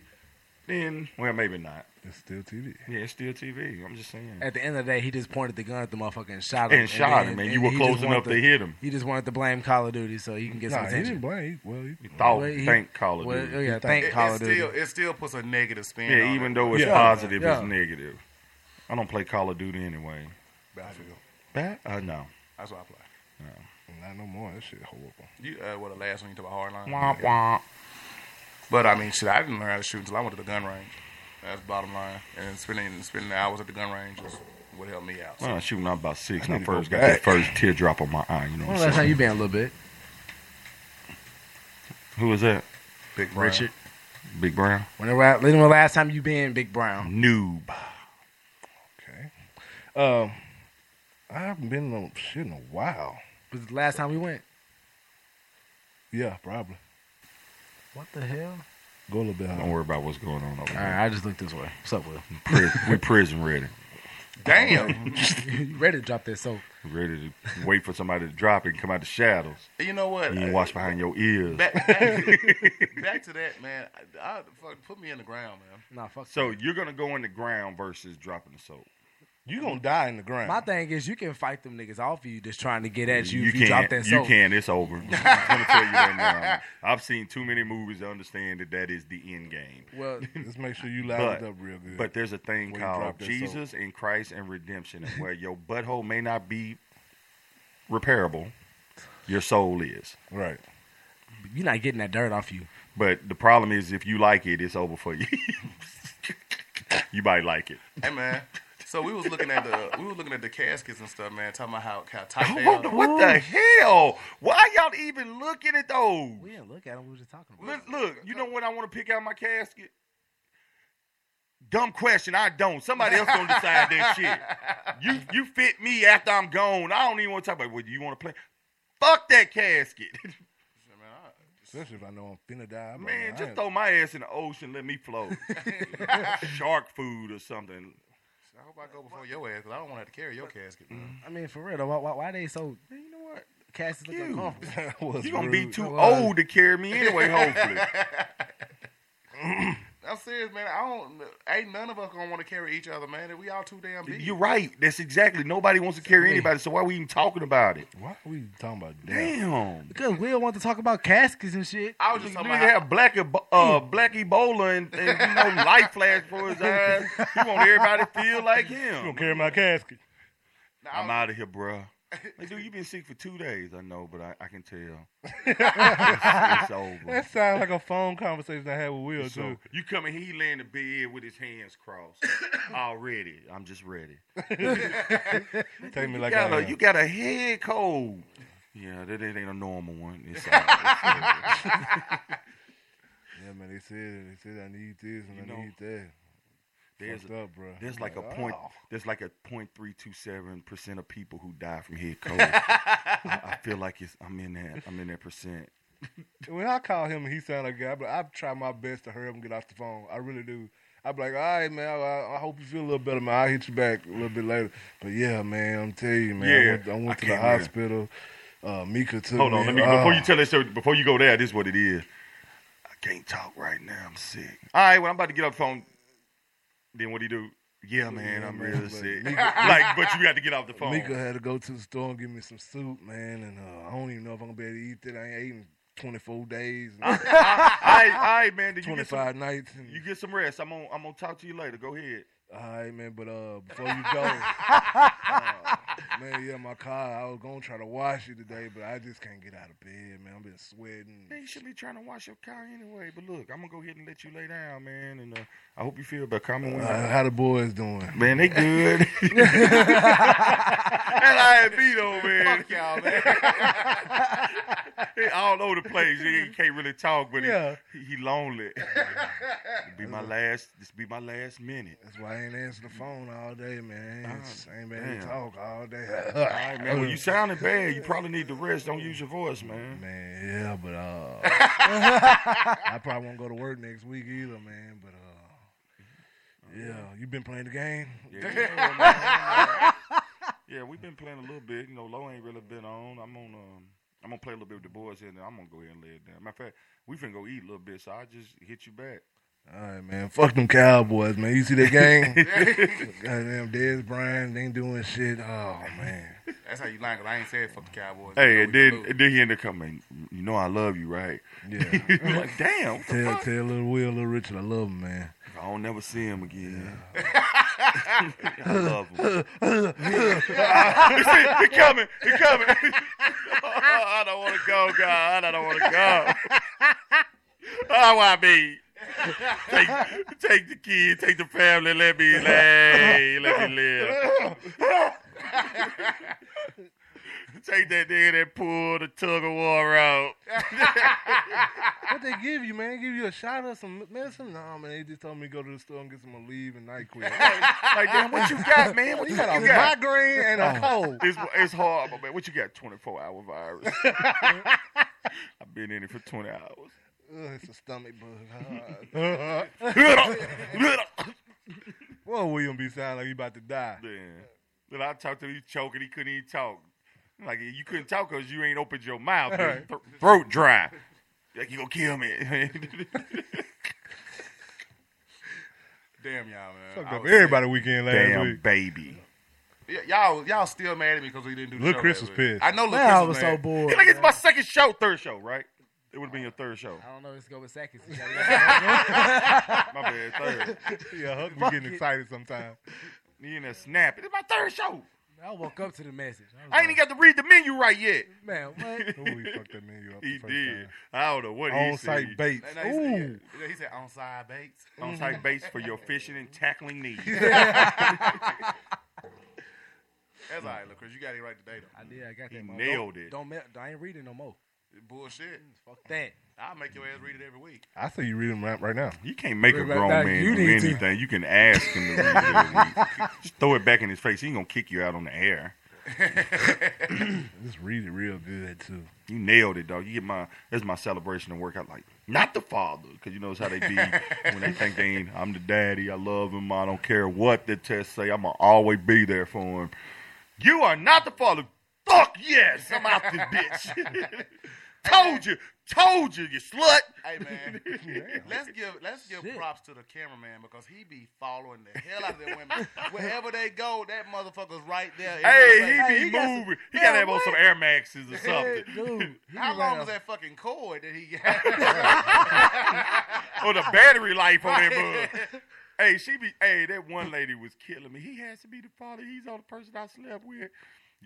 [SPEAKER 1] than well, maybe not.
[SPEAKER 5] It's still TV.
[SPEAKER 1] Yeah, it's still TV. I'm just saying.
[SPEAKER 4] At the end of the day, he just pointed the gun at the motherfucker and shot him.
[SPEAKER 1] And shot him, and you were
[SPEAKER 4] he
[SPEAKER 1] close
[SPEAKER 4] just
[SPEAKER 1] enough to
[SPEAKER 4] wanted
[SPEAKER 1] hit him.
[SPEAKER 4] He just wanted to blame Call of Duty so he can get
[SPEAKER 5] Nah,
[SPEAKER 4] some
[SPEAKER 5] he
[SPEAKER 4] attention.
[SPEAKER 5] didn't blame. Well, he,
[SPEAKER 1] thought
[SPEAKER 4] Well, he-
[SPEAKER 1] thank Call of
[SPEAKER 4] well,
[SPEAKER 1] Duty.
[SPEAKER 4] oh, yeah,
[SPEAKER 1] He
[SPEAKER 4] thank
[SPEAKER 3] it,
[SPEAKER 4] Call
[SPEAKER 3] it
[SPEAKER 4] of Duty.
[SPEAKER 3] still, it still puts a negative spin.
[SPEAKER 1] Yeah,
[SPEAKER 3] on
[SPEAKER 1] even
[SPEAKER 3] it.
[SPEAKER 1] though it's
[SPEAKER 4] Yeah.
[SPEAKER 1] positive,
[SPEAKER 4] Yeah.
[SPEAKER 1] it's negative. I don't play Call of Duty anyway.
[SPEAKER 5] Battlefield.
[SPEAKER 1] Bat? Uh, no.
[SPEAKER 3] That's what I play.
[SPEAKER 1] no.
[SPEAKER 5] Not no more. That shit horrible.
[SPEAKER 3] You uh, what the last one you talk about hardline.
[SPEAKER 5] Womp
[SPEAKER 3] Yeah. But I mean, shit, I didn't learn how to shoot until I went to the gun range. That's bottom line. And spending spending the hours at the gun range was what helped me out.
[SPEAKER 1] Well, shoot, when I'm about six, and
[SPEAKER 3] need
[SPEAKER 1] I
[SPEAKER 3] to
[SPEAKER 1] first
[SPEAKER 3] go
[SPEAKER 1] got that
[SPEAKER 3] back.
[SPEAKER 1] first teardrop on my eye. You know
[SPEAKER 4] When
[SPEAKER 1] what
[SPEAKER 4] was
[SPEAKER 1] I'm
[SPEAKER 4] last time
[SPEAKER 1] saying?
[SPEAKER 4] you been a little bit?
[SPEAKER 1] Who was that?
[SPEAKER 3] Big
[SPEAKER 4] Brown. Richard.
[SPEAKER 1] Big Brown.
[SPEAKER 4] Whenever I, when was the last time you been Big Brown?
[SPEAKER 1] Noob.
[SPEAKER 5] Um, I haven't been on shit in a while.
[SPEAKER 4] Was the last time we went?
[SPEAKER 5] Yeah, probably.
[SPEAKER 4] What the hell?
[SPEAKER 5] Go a little bit.
[SPEAKER 1] Don't worry about what's going on over
[SPEAKER 4] All
[SPEAKER 1] there.
[SPEAKER 4] right, I just looked this way. What's up, Will?
[SPEAKER 1] Pri- we prison ready.
[SPEAKER 3] Damn.
[SPEAKER 4] you ready to drop that soap?
[SPEAKER 1] Ready to wait for somebody to drop it and come out the shadows.
[SPEAKER 3] You know what?
[SPEAKER 1] You can watch behind your ears.
[SPEAKER 3] Back, back, back to that, man. I, I, fuck, put me in the ground, man.
[SPEAKER 4] Nah, fuck.
[SPEAKER 1] So you're gonna go in the ground versus dropping the soap.
[SPEAKER 5] You gonna die in the ground.
[SPEAKER 4] My thing is, you can fight them niggas off of you just trying to get at you, if you
[SPEAKER 1] can't.
[SPEAKER 4] drop that
[SPEAKER 1] you
[SPEAKER 4] soap.
[SPEAKER 1] can. It's over. I'm gonna tell you right now. I've seen too many movies to understand that that is the end game.
[SPEAKER 4] Well,
[SPEAKER 5] just make sure you loud
[SPEAKER 1] But,
[SPEAKER 5] it up real good.
[SPEAKER 1] but there's a thing
[SPEAKER 5] before you
[SPEAKER 1] called
[SPEAKER 5] drop that soap.
[SPEAKER 1] Jesus and Christ and redemption, and where your butthole may not be repairable, your soul is.
[SPEAKER 5] Right.
[SPEAKER 4] You're not getting that dirt off you.
[SPEAKER 1] But the problem is, if you like it, it's over for you. you might like it.
[SPEAKER 3] Hey, man. So we was looking at the we were looking at the caskets and stuff, man. Talking about how how tight they
[SPEAKER 1] What,
[SPEAKER 3] are.
[SPEAKER 1] the- what the hell? Why y'all even looking at those?
[SPEAKER 4] We didn't look at them. We were just talking about
[SPEAKER 1] Look, look, you know when I want to pick out my casket? Dumb question. I don't. Somebody else gonna decide that shit. You you fit me after I'm gone. I don't even want to talk about whether you want to play. Fuck that casket,
[SPEAKER 5] Especially if I know I'm finna die. I'm
[SPEAKER 1] man.
[SPEAKER 5] like, I
[SPEAKER 1] Just
[SPEAKER 5] ain't-
[SPEAKER 1] throw my ass in the ocean. Let me float. Shark food or something.
[SPEAKER 3] I hope I go before your ass because I don't want to have to carry your casket. bro.
[SPEAKER 4] I mean, for real, though, why, why, why they so. you know what? Cassidy look uncomfortable.
[SPEAKER 1] You gonna be too
[SPEAKER 4] That was-
[SPEAKER 1] old to carry me anyway. Hopefully.
[SPEAKER 3] I'm serious, man. I don't. Ain't none of us gonna want to carry each other, man. We all too damn big.
[SPEAKER 1] You're right. That's exactly. Nobody wants to carry anybody. So why are we even talking about it?
[SPEAKER 5] Why are we talking about
[SPEAKER 1] Damn.
[SPEAKER 4] Because Will want to talk about caskets and shit.
[SPEAKER 3] I was just
[SPEAKER 1] You
[SPEAKER 3] talking
[SPEAKER 1] need
[SPEAKER 3] about
[SPEAKER 1] to have black, Ebo- uh, black Ebola and, and you know, light flash for his eyes. He want everybody to feel like him.
[SPEAKER 5] gonna carry my casket.
[SPEAKER 1] I'm out of here, bruh. Like, dude, you've been sick for two days. I know, but I, I can tell. it's, it's over.
[SPEAKER 5] That sounds like a phone conversation I had with Will
[SPEAKER 1] It's over.
[SPEAKER 5] too.
[SPEAKER 1] you come in here, he lay in the bed with his hands crossed. Already, I'm just ready.
[SPEAKER 5] Take me
[SPEAKER 1] You
[SPEAKER 5] like I
[SPEAKER 1] got a-
[SPEAKER 5] am.
[SPEAKER 1] you got a head cold. Yeah, that, that ain't a normal one. It's, all- it's over.
[SPEAKER 5] Yeah, man. They said they said I need this and I
[SPEAKER 1] know,
[SPEAKER 5] need that.
[SPEAKER 1] There's,
[SPEAKER 5] Fucked up, bro.
[SPEAKER 1] there's like a
[SPEAKER 5] Like,
[SPEAKER 1] point.
[SPEAKER 5] oh.
[SPEAKER 1] There's like a point three two seven percent of people who die from head cold. I, I feel like it's. I'm in that. I'm in that percent.
[SPEAKER 5] When I call him, he sound like a guy, but I try my best to hurry up and get off the phone. I really do. I be like, all right, man. I, I hope you feel a little better, man. I'll hit you back a little bit later. But yeah, man, I'm telling you, man. I
[SPEAKER 1] Yeah,
[SPEAKER 5] went, I went
[SPEAKER 1] I
[SPEAKER 5] to the
[SPEAKER 1] can't hear.
[SPEAKER 5] hospital. Uh, Mika took
[SPEAKER 1] Hold
[SPEAKER 5] me.
[SPEAKER 1] on. Let me
[SPEAKER 5] Oh,
[SPEAKER 1] before you tell this story. Before you go there, this is what it is. I can't talk right now. I'm sick. All right. Well, I'm about to get off the phone. Then what do you do? Yeah, man. I'm
[SPEAKER 5] man,
[SPEAKER 1] really
[SPEAKER 5] but
[SPEAKER 1] sick.
[SPEAKER 5] Mika-
[SPEAKER 1] like, but you got to get off the phone.
[SPEAKER 5] Mika had to go to the store and get me some soup, man. And uh, I don't even know if I'm gonna be able to eat that. I ain't eaten 24 days.
[SPEAKER 1] I, I, man. Did you get
[SPEAKER 5] 25
[SPEAKER 1] some,
[SPEAKER 5] nights. And,
[SPEAKER 1] You get some rest. I'm gonna I'm gonna talk to you later. Go ahead.
[SPEAKER 5] all right, man. But uh, before you go, man, yeah, my car. I was gonna try to wash it today, but I just can't get out of bed, man. I've been sweating.
[SPEAKER 1] They should be trying to wash your car anyway. But look, I'm gonna go ahead and let you lay down, man. And uh, I hope you feel better. Comment when
[SPEAKER 5] Uh, how the boys doing?
[SPEAKER 1] Man, they good. that IFB though, man.
[SPEAKER 3] Fuck y'all, man.
[SPEAKER 1] He all over the place. He can't really talk, but
[SPEAKER 5] Yeah.
[SPEAKER 1] he, he, he lonely. It'll be my last. This be my last minute.
[SPEAKER 5] That's why I ain't answering the phone all day, man. I ain't, I ain't been able
[SPEAKER 1] Damn.
[SPEAKER 5] to talk all day.
[SPEAKER 1] All right, man. When you sounding bad, you probably need to rest. Don't use your voice, man.
[SPEAKER 5] Man, yeah, but uh, I probably won't go to work next week either, man. But uh, yeah, you been playing the game.
[SPEAKER 1] Yeah, you know, man. yeah, we've been playing a little bit. You know, low ain't really been on. I'm on. Um, I'm gonna play a little bit with the boys here, and then I'm gonna go ahead and lay it down. Matter of fact, we finna go eat a little bit, so I just hit you back.
[SPEAKER 5] All right, man. Fuck them Cowboys, man. You see that game? Goddamn, Dez Bryant they ain't doing shit. Oh man,
[SPEAKER 3] That's how you lying, 'cause I ain't said fuck the Cowboys.
[SPEAKER 1] Hey,
[SPEAKER 3] You know
[SPEAKER 1] and
[SPEAKER 3] we
[SPEAKER 1] then
[SPEAKER 3] salute.
[SPEAKER 1] and then he ended up coming. You know I love you, right?
[SPEAKER 5] Yeah.
[SPEAKER 1] like damn. What the
[SPEAKER 5] tell
[SPEAKER 1] fuck?
[SPEAKER 5] tell little Will, little Richard, I love him, man.
[SPEAKER 1] I don't never see him again. I love him. he coming. He coming. I don't want to go, Oh, God. I don't want to go. Oh, I mean, take, take the kid, take the family. Let me lay. Let me live. take that nigga that pulled the tug of war out.
[SPEAKER 5] what they give you, man? They give you a shot or some medicine? Nah, man. They just told me to go to the store and get some Aleve and Nyquil. like,
[SPEAKER 1] Like, damn, what you got, man? What you got? Oh.
[SPEAKER 5] It's migraine and a cold.
[SPEAKER 1] It's, it's horrible, man. What you got? 24 hour virus. I've been in it for 20 hours.
[SPEAKER 5] Ugh, it's a stomach bug.
[SPEAKER 1] Hard.
[SPEAKER 5] Well, William be sounding like he about to die.
[SPEAKER 1] Man. Then I talked to him, he choking, he couldn't even talk. Like, you couldn't talk because you ain't opened your mouth. your
[SPEAKER 5] Right.
[SPEAKER 1] thro- throat dry. Like, you gonna kill me.
[SPEAKER 3] Damn y'all, man.
[SPEAKER 5] Fucked
[SPEAKER 3] I
[SPEAKER 5] up
[SPEAKER 3] was
[SPEAKER 5] everybody
[SPEAKER 3] sick.
[SPEAKER 5] weekend last
[SPEAKER 1] Damn,
[SPEAKER 5] week.
[SPEAKER 1] baby.
[SPEAKER 3] Y- y'all, y'all still mad at me because we didn't do. The
[SPEAKER 5] Lil'
[SPEAKER 3] show
[SPEAKER 5] Chris
[SPEAKER 3] last
[SPEAKER 5] was
[SPEAKER 3] week.
[SPEAKER 5] pissed.
[SPEAKER 3] I know. Lil
[SPEAKER 5] Man,
[SPEAKER 3] Chris
[SPEAKER 5] I
[SPEAKER 3] was
[SPEAKER 5] was
[SPEAKER 3] mad.
[SPEAKER 5] so bored,
[SPEAKER 1] He like, it's my second show, third show, right? It would have been your third show.
[SPEAKER 4] I don't know. Let's go with seconds. My
[SPEAKER 1] bad, third.
[SPEAKER 5] Yeah, Huck be
[SPEAKER 4] Fuck
[SPEAKER 5] getting
[SPEAKER 4] it.
[SPEAKER 5] excited sometimes.
[SPEAKER 1] Me in a snap. It's my third show.
[SPEAKER 4] I woke up to the message.
[SPEAKER 1] I ain't even got to read the menu right yet.
[SPEAKER 4] Man, what?
[SPEAKER 5] Ooh, he fucked that menu up. the
[SPEAKER 1] He
[SPEAKER 5] first
[SPEAKER 1] did.
[SPEAKER 5] time.
[SPEAKER 1] I don't know what he said.
[SPEAKER 5] On-site baits.
[SPEAKER 3] No, no, he said-
[SPEAKER 5] Ooh.
[SPEAKER 3] yeah, He said on side baits.
[SPEAKER 1] On site base for your fishing and tackling needs.
[SPEAKER 3] That's all right, look, Chris. You got it right today, though.
[SPEAKER 4] I did. I got that. mo-
[SPEAKER 1] nailed
[SPEAKER 4] don't,
[SPEAKER 1] it.
[SPEAKER 4] Don't. Me- I ain't reading no more.
[SPEAKER 3] Bullshit.
[SPEAKER 4] Fuck that.
[SPEAKER 3] I'll make your ass read it every week.
[SPEAKER 5] I say you read them right, right now.
[SPEAKER 1] You can't make a
[SPEAKER 5] Right
[SPEAKER 1] grown
[SPEAKER 5] back,
[SPEAKER 1] man
[SPEAKER 5] you
[SPEAKER 1] do
[SPEAKER 5] need to.
[SPEAKER 1] anything. You can ask him to read it every week. Just throw it back in his face. He ain't gonna kick you out on the air.
[SPEAKER 5] Just read it real good too.
[SPEAKER 1] You nailed it, dog. You get my that's my celebration and workout. Like not the father, because you know how they be when they think they ain't. I'm the daddy. I love him. I don't care what the tests say. I'm gonna always be there for him. You are not the father. Fuck yes, I'm out this bitch. told you, told you, you slut.
[SPEAKER 3] Hey man, let's give let's give props to the cameraman because he be following the hell out of them women wherever they go. That motherfucker's right there. in their
[SPEAKER 1] Hey,
[SPEAKER 3] face.
[SPEAKER 1] he be moving. he gotta have on some Air Maxes or something.
[SPEAKER 4] Dude,
[SPEAKER 3] How long was that fucking cord that he had?
[SPEAKER 1] or the battery life on that bug. Hey, she be hey, that one lady was killing me. He has to be the father. He's the only person I slept with.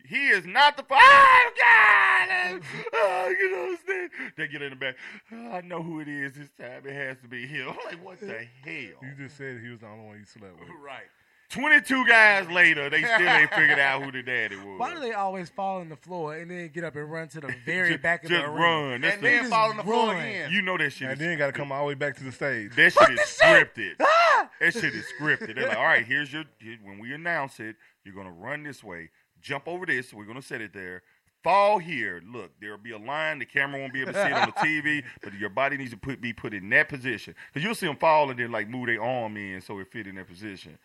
[SPEAKER 1] He is not the father. Oh God! Oh, you know what I'm saying? They get in the back. "Oh, I know who it is this time. It has to be him. I'm like, what the hell?
[SPEAKER 5] You just said he was the only one you slept with.
[SPEAKER 3] right.
[SPEAKER 1] Twenty-two guys later, they still ain't figured out who the daddy was.
[SPEAKER 4] Why do they always fall on the floor and then get up and run to the very back of
[SPEAKER 1] just
[SPEAKER 4] the arena?
[SPEAKER 1] run. That's And the- then
[SPEAKER 4] They
[SPEAKER 1] fall
[SPEAKER 4] just
[SPEAKER 1] on the floor
[SPEAKER 4] run.
[SPEAKER 1] again. You know that shit
[SPEAKER 5] And
[SPEAKER 1] is-
[SPEAKER 5] then got to come all the way back to the stage.
[SPEAKER 1] That shit is scripted. That shit is scripted. They're like, all right, here's your here- when we announce it, you're gonna run this way, jump over this, we're gonna set it there. Fall here. Look, there'll be a line. The camera won't be able to see it on the TV, but your body needs to put be put in that position because you'll see them fall and then like move their arm in so it fit in that position.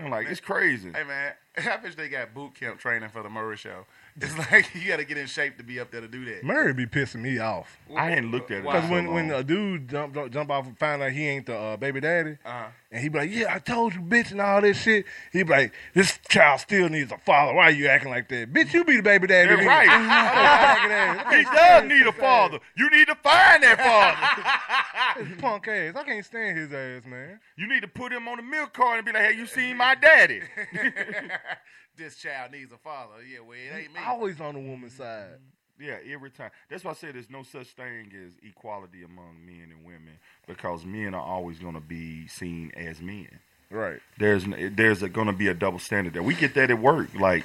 [SPEAKER 1] I'm like, it's crazy.
[SPEAKER 3] Hey man, I wish they got boot camp training for the Murray show. It's like you got to get in shape to be up there to do that.
[SPEAKER 5] Murray be pissing me off.
[SPEAKER 1] I hadn't looked at it.
[SPEAKER 5] Because
[SPEAKER 1] in so
[SPEAKER 5] when, when
[SPEAKER 1] long.
[SPEAKER 5] a dude jump jump- jump off and find out he ain't the uh, baby daddy,
[SPEAKER 3] Uh-huh.
[SPEAKER 5] and he be like, "Yeah, I told you, bitch," and all this shit. He be like, "This child still needs a father. Why you acting like that, bitch? You be the baby daddy,
[SPEAKER 1] They're
[SPEAKER 5] nigga."
[SPEAKER 1] right. he does need a father. You need to find that father.
[SPEAKER 5] Punk ass. I can't stand his ass, man.
[SPEAKER 1] You need to put him on the milk cart and be like, hey, you seen my daddy.
[SPEAKER 3] this child needs a father. Yeah, well, it ain't me.
[SPEAKER 1] Always on the woman's side. Yeah, every time. That's why I said there's no such thing as equality among men and women because men are always going to be seen as men.
[SPEAKER 5] Right.
[SPEAKER 1] There's n- there's going to be a double standard there. We get that at work, like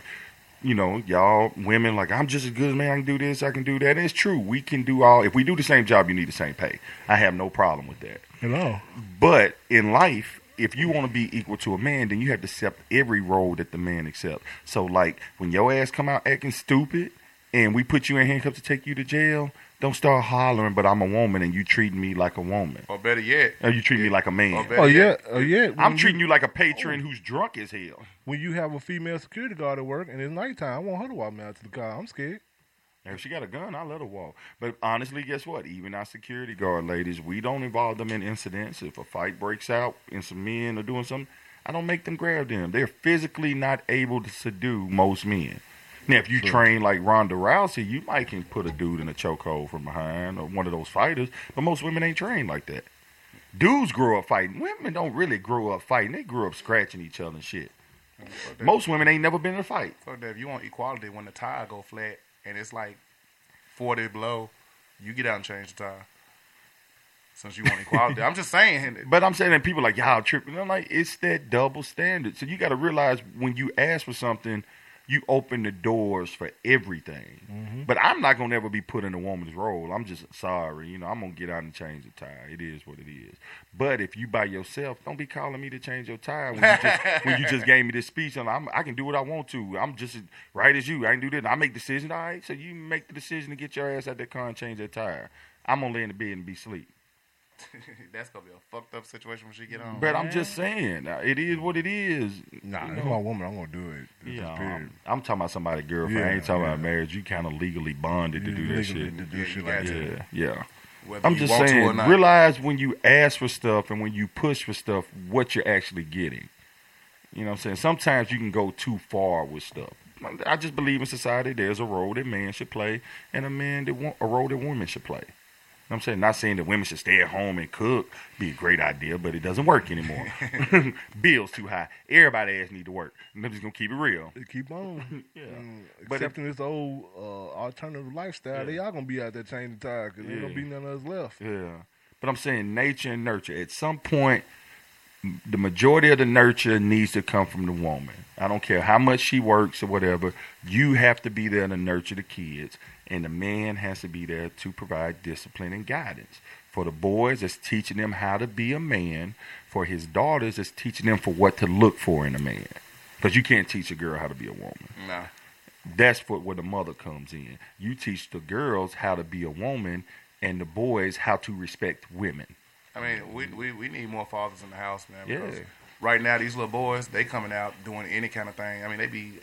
[SPEAKER 1] you know, y'all women like I'm just as good as man. I can do this, I can do that. And it's true. We can do all. If we do the same job, you need the same pay. I have no problem with that.
[SPEAKER 5] Hello.
[SPEAKER 1] But in life, if you want to be equal to a man, then you have to accept every role that the man accepts. So, like when your ass come out acting stupid, and we put you in handcuffs to take you to jail, don't start hollering. But I'm a woman, and you treat me like a woman.
[SPEAKER 3] Or better yet,
[SPEAKER 1] Or you treat me like a man.
[SPEAKER 5] Oh yeah, oh yeah.
[SPEAKER 1] I'm treating you like a patron who's drunk as hell.
[SPEAKER 5] When you have a female security guard at work and it's nighttime, I want her to walk me out to the car. I'm scared.
[SPEAKER 1] If she got a gun, I let her walk. But honestly, guess what? Even our security guard ladies, we don't involve them in incidents. If a fight breaks out and some men are doing something, I don't make them grab them. They're physically not able to subdue most men. Now, if you
[SPEAKER 5] Sure.
[SPEAKER 1] train like Ronda Rousey, you might can put a dude in a chokehold from behind or one of those fighters. But most women ain't trained like that. Dudes grow up fighting. Women don't really grow up fighting. They grow up scratching each other and shit. Most women ain't never been in a fight.
[SPEAKER 3] So Dave, you want equality when the tire go flat and it's like forty below, you get out and change the tire. Since you want equality, I'm just saying.
[SPEAKER 1] But I'm saying that people like y'all tripping. I'm like, it's that double standard. So you got to realize when you ask for something, you open the doors for everything. But I'm not gonna ever be put in a woman's role. I'm just sorry, you know. I'm gonna get out and change the tire. It is what it is. But if you by yourself, don't be calling me to change your tire when you just, when you just gave me this speech. And I'm, I can do what I want to. I'm just as right as you. I can do this. I make decisions. All right, so you make the decision to get your ass out that car and change that tire. I'm gonna lay in the bed and be sleep.
[SPEAKER 3] That's gonna be a fucked up situation when she get home.
[SPEAKER 1] But I'm just saying, uh, it is what it is.
[SPEAKER 5] Nah,
[SPEAKER 1] You
[SPEAKER 5] it's
[SPEAKER 1] know?
[SPEAKER 5] my woman. I'm gonna do it. It's
[SPEAKER 1] Yeah,
[SPEAKER 5] just period.
[SPEAKER 1] I'm, I'm talking about somebody girlfriend. I
[SPEAKER 5] Yeah,
[SPEAKER 1] ain't talking
[SPEAKER 5] yeah.
[SPEAKER 1] about marriage. You kind of legally bonded
[SPEAKER 5] You
[SPEAKER 1] to do that
[SPEAKER 5] legally
[SPEAKER 1] shit.
[SPEAKER 5] to do Yeah, shit you like got that.
[SPEAKER 1] yeah,
[SPEAKER 5] to.
[SPEAKER 1] yeah.
[SPEAKER 5] Whether
[SPEAKER 1] I'm
[SPEAKER 5] you
[SPEAKER 1] just
[SPEAKER 5] want to or
[SPEAKER 1] saying,
[SPEAKER 5] not.
[SPEAKER 1] realize when you ask for stuff and when you push for stuff, what you're actually getting. You know what I'm saying? Sometimes you can go too far with stuff. I just believe in society. There's a role that man should play, and a man that wo- a role that women should play. You know what I'm saying, not saying that women should stay at home and cook be a great idea, but it doesn't work anymore. Bills too high. Everybody ass need to work. And I'm just gonna keep it real.
[SPEAKER 5] Keep on. yeah.
[SPEAKER 1] But if-
[SPEAKER 5] Accepting this old uh, alternative lifestyle, they all gonna be out there changing the tire because ain't gonna
[SPEAKER 1] Yeah.
[SPEAKER 5] be none of us left.
[SPEAKER 1] Yeah. But I'm saying nature and nurture. At some point, m- the majority of the nurture needs to come from the woman. I don't care how much she works or whatever. You have to be there to nurture the kids, and the man has to be there to provide discipline and guidance. For the boys, it's teaching them how to be a man. For his daughters, it's teaching them for what to look for in a man. Because you can't teach a girl how to be a woman.
[SPEAKER 3] Nah.
[SPEAKER 1] That's what where the mother comes in. You teach the girls how to be a woman and the boys how to respect women.
[SPEAKER 3] I mean, we, we, we need more fathers in the house, man. because
[SPEAKER 1] Yeah.
[SPEAKER 3] Right now, these little boys, they coming out doing any kind of thing. I mean, they be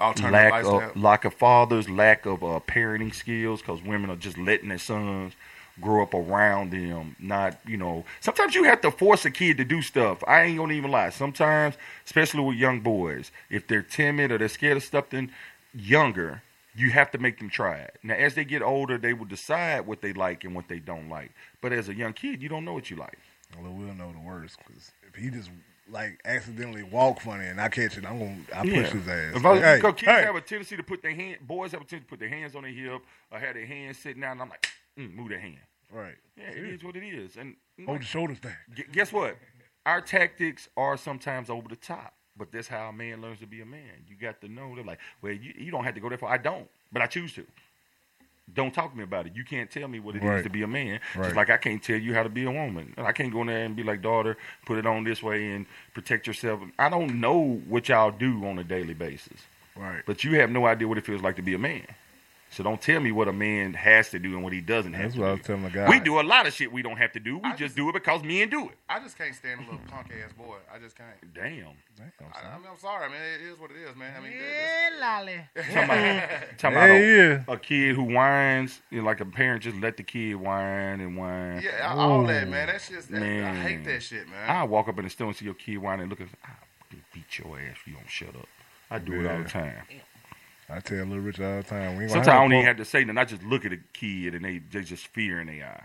[SPEAKER 3] alternative
[SPEAKER 1] Lack
[SPEAKER 3] lifestyle.
[SPEAKER 1] of, lack of fathers, lack of uh, parenting skills, because women are just letting their sons grow up around them. Not, you know, sometimes you have to force a kid to do stuff. I ain't gonna even lie. Sometimes, especially with young boys, if they're timid or they're scared of something younger, you have to make them try it. Now, as they get older, they will decide what they like and what they don't like. But as a young kid, you don't know what you like.
[SPEAKER 5] Although we'll know the worst because if he just like accidentally walk funny and I catch it, I'm gonna I push
[SPEAKER 1] Yeah.
[SPEAKER 5] his ass.
[SPEAKER 1] If I-
[SPEAKER 5] Hey,
[SPEAKER 1] because kids
[SPEAKER 5] hey.
[SPEAKER 1] have a tendency to put their hand, boys have a tendency to put their hands on their hip or have their hands sitting down, and I'm like, mm, move their hand.
[SPEAKER 5] Right.
[SPEAKER 1] Yeah, it is what it is. And
[SPEAKER 5] Hold your shoulders back.
[SPEAKER 1] Gu- Guess what? Our tactics are sometimes over the top, but that's how a man learns to be a man. You got to know they're like, well, you, you don't have to go there for. I don't, but I choose to. Don't talk to me about it. You can't tell me what it is
[SPEAKER 5] Right.
[SPEAKER 1] to be a man.
[SPEAKER 5] Right.
[SPEAKER 1] Just like I can't tell you how to be a woman. I can't go in there and be like, daughter, put it on this way and protect yourself. I don't know what y'all do on a daily basis.
[SPEAKER 5] Right.
[SPEAKER 1] But you have no idea what it feels like to be a man. So don't tell me what a man has to do and what he doesn't have
[SPEAKER 5] That's
[SPEAKER 1] to
[SPEAKER 5] what I
[SPEAKER 1] do.
[SPEAKER 5] was telling the guy.
[SPEAKER 1] We do a lot of shit we don't have to do. We just, do it because men do it.
[SPEAKER 3] I just can't stand a little punk ass boy. I just can't.
[SPEAKER 1] Damn.
[SPEAKER 3] I, I mean, I'm sorry, man. It is what it is, man. I mean,
[SPEAKER 2] Yeah, lolly.
[SPEAKER 1] Talking about
[SPEAKER 5] Yeah,
[SPEAKER 1] a, a kid who whines, you know, like a parent just let the kid whine and whine.
[SPEAKER 3] Yeah, I- all that, man. That's just- that- I hate that shit, man.
[SPEAKER 1] I walk up in the store and see your kid whining and look at I fucking beat your ass if you don't shut up. I do it all
[SPEAKER 5] Yeah.
[SPEAKER 1] the time.
[SPEAKER 5] I tell Little Rich all the time. We ain't gonna
[SPEAKER 1] Sometimes
[SPEAKER 5] have
[SPEAKER 1] I
[SPEAKER 5] a
[SPEAKER 1] don't even
[SPEAKER 5] punk-
[SPEAKER 1] have to say nothing. I just look at a kid and they, they just fear in their eye.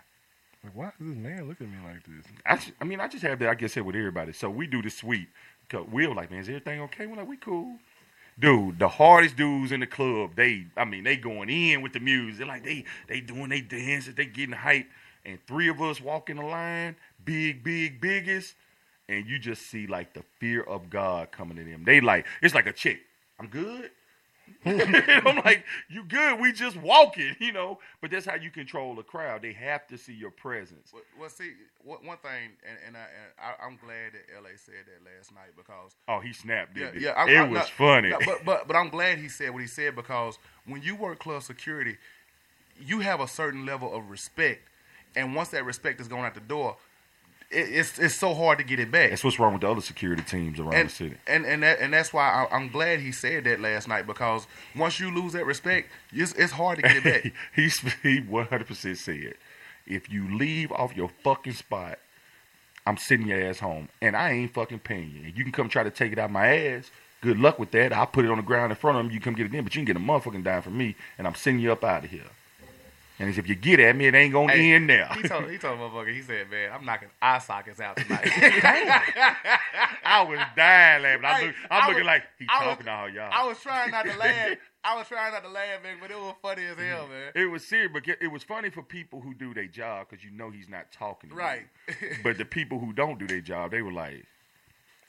[SPEAKER 5] Like, why does this man look at me like this?
[SPEAKER 1] I, ju- I mean, I just have that. I guess it with everybody. So we do the sweep. Cause Will like, man, is everything okay? We're like, we cool. Dude, the hardest dudes in the club. They, I mean, they going in with the music. They're like, they, they doing they dances. They getting hype. And three of us walk in the line. Big, big, biggest. And you just see like the fear of God coming to them. They like, it's like a chick. I'm good. I'm like, you good? We just walking, you know. But that's how you control the crowd. They have to see your presence.
[SPEAKER 3] Well, well see, one one thing, and, and, I, and I, I'm glad that LA said that last night because
[SPEAKER 1] Oh, he snapped.
[SPEAKER 3] yeah,
[SPEAKER 1] didn't he?
[SPEAKER 3] yeah, I-
[SPEAKER 1] it
[SPEAKER 3] I-
[SPEAKER 1] was
[SPEAKER 3] no,
[SPEAKER 1] funny.
[SPEAKER 3] no, but but but I'm glad he said what he said because when you work club security, you have a certain level of respect, and once that respect is going out the door, it, it's it's so hard to get it back.
[SPEAKER 1] that's what's wrong with the other security teams around
[SPEAKER 3] and,
[SPEAKER 1] the city.
[SPEAKER 3] And and that, and that's why I, I'm glad he said that last night because once you lose that respect, it's, it's hard to get it back.
[SPEAKER 1] he sp- he 100 percent said, if you leave off your fucking spot, I'm sending your ass home, and I ain't fucking paying you. You can come try to take it out my ass. Good luck with that. I'll put it on the ground in front of him. You come get it in, but you can get a motherfucking dime from me, and I'm sending you up out of here. And he said, if you get at me, it ain't gonna
[SPEAKER 3] Hey,
[SPEAKER 1] end now.
[SPEAKER 3] He told he told the motherfucker. He said, "Man, I'm knocking eye sockets out tonight."
[SPEAKER 1] I was dying laughing. I look, I'm
[SPEAKER 3] I
[SPEAKER 1] looking
[SPEAKER 3] was-
[SPEAKER 1] like he
[SPEAKER 3] I was-
[SPEAKER 1] talking to all y'all.
[SPEAKER 3] I was trying not to laugh. I was trying not to laugh, man, but it was funny as hell, man.
[SPEAKER 1] It was serious, but it was funny for people who do their job because you know he's not talking. To you.
[SPEAKER 3] Right.
[SPEAKER 1] but the people who don't do their job, they were like,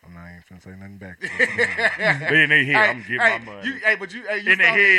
[SPEAKER 5] I'm not even finna say nothing back.
[SPEAKER 1] they in their head, I'm getting
[SPEAKER 3] hey,
[SPEAKER 1] my money.
[SPEAKER 3] You, hey, but you, hey, you
[SPEAKER 1] In their
[SPEAKER 3] saw-
[SPEAKER 1] head.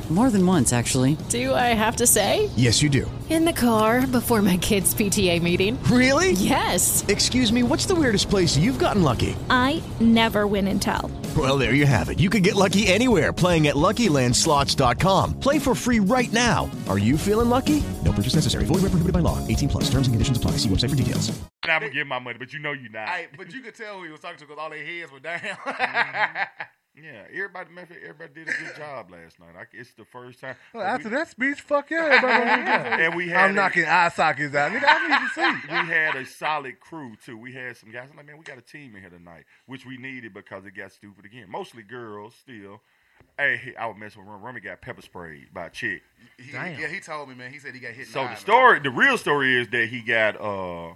[SPEAKER 11] More than once, actually.
[SPEAKER 12] Do I have to say?
[SPEAKER 13] Yes, you do.
[SPEAKER 12] In the car before my kids' PTA meeting.
[SPEAKER 13] Really?
[SPEAKER 12] Yes.
[SPEAKER 13] Excuse me, what's the weirdest place you've gotten lucky?
[SPEAKER 12] I never win and tell.
[SPEAKER 13] Well, there you have it. You can get lucky anywhere playing at LuckyLandSlots.com. Play for free right now. Are you feeling lucky? No purchase necessary. Void where prohibited by law. 18 plus. Terms and conditions apply. See website for details.
[SPEAKER 1] And I'm gonna get my money, but you know you're not.
[SPEAKER 3] Hey, but you could tell who he was talking to because all their heads were down.
[SPEAKER 1] Mm-hmm. yeah, everybody, matter of fact, everybody did a good job last night. I, it's the first time.
[SPEAKER 5] Well, after that speech, fuck yeah, everybody. gonna be down.
[SPEAKER 1] And we had
[SPEAKER 5] I'm
[SPEAKER 1] a-
[SPEAKER 5] knocking eye sockets out. Nigga, I need to see.
[SPEAKER 1] We had a solid crew too. We had some guys. I'm like, man, we got a team in here tonight, which we needed because it got stupid again. Mostly girls, still. Hey, I was messing with Rummy. Rummy got pepper sprayed by a chick.
[SPEAKER 3] He- yeah, he told me, man. He said he got hit. in
[SPEAKER 1] So
[SPEAKER 3] eye,
[SPEAKER 1] the
[SPEAKER 3] man.
[SPEAKER 1] story, the real story is that he got uh,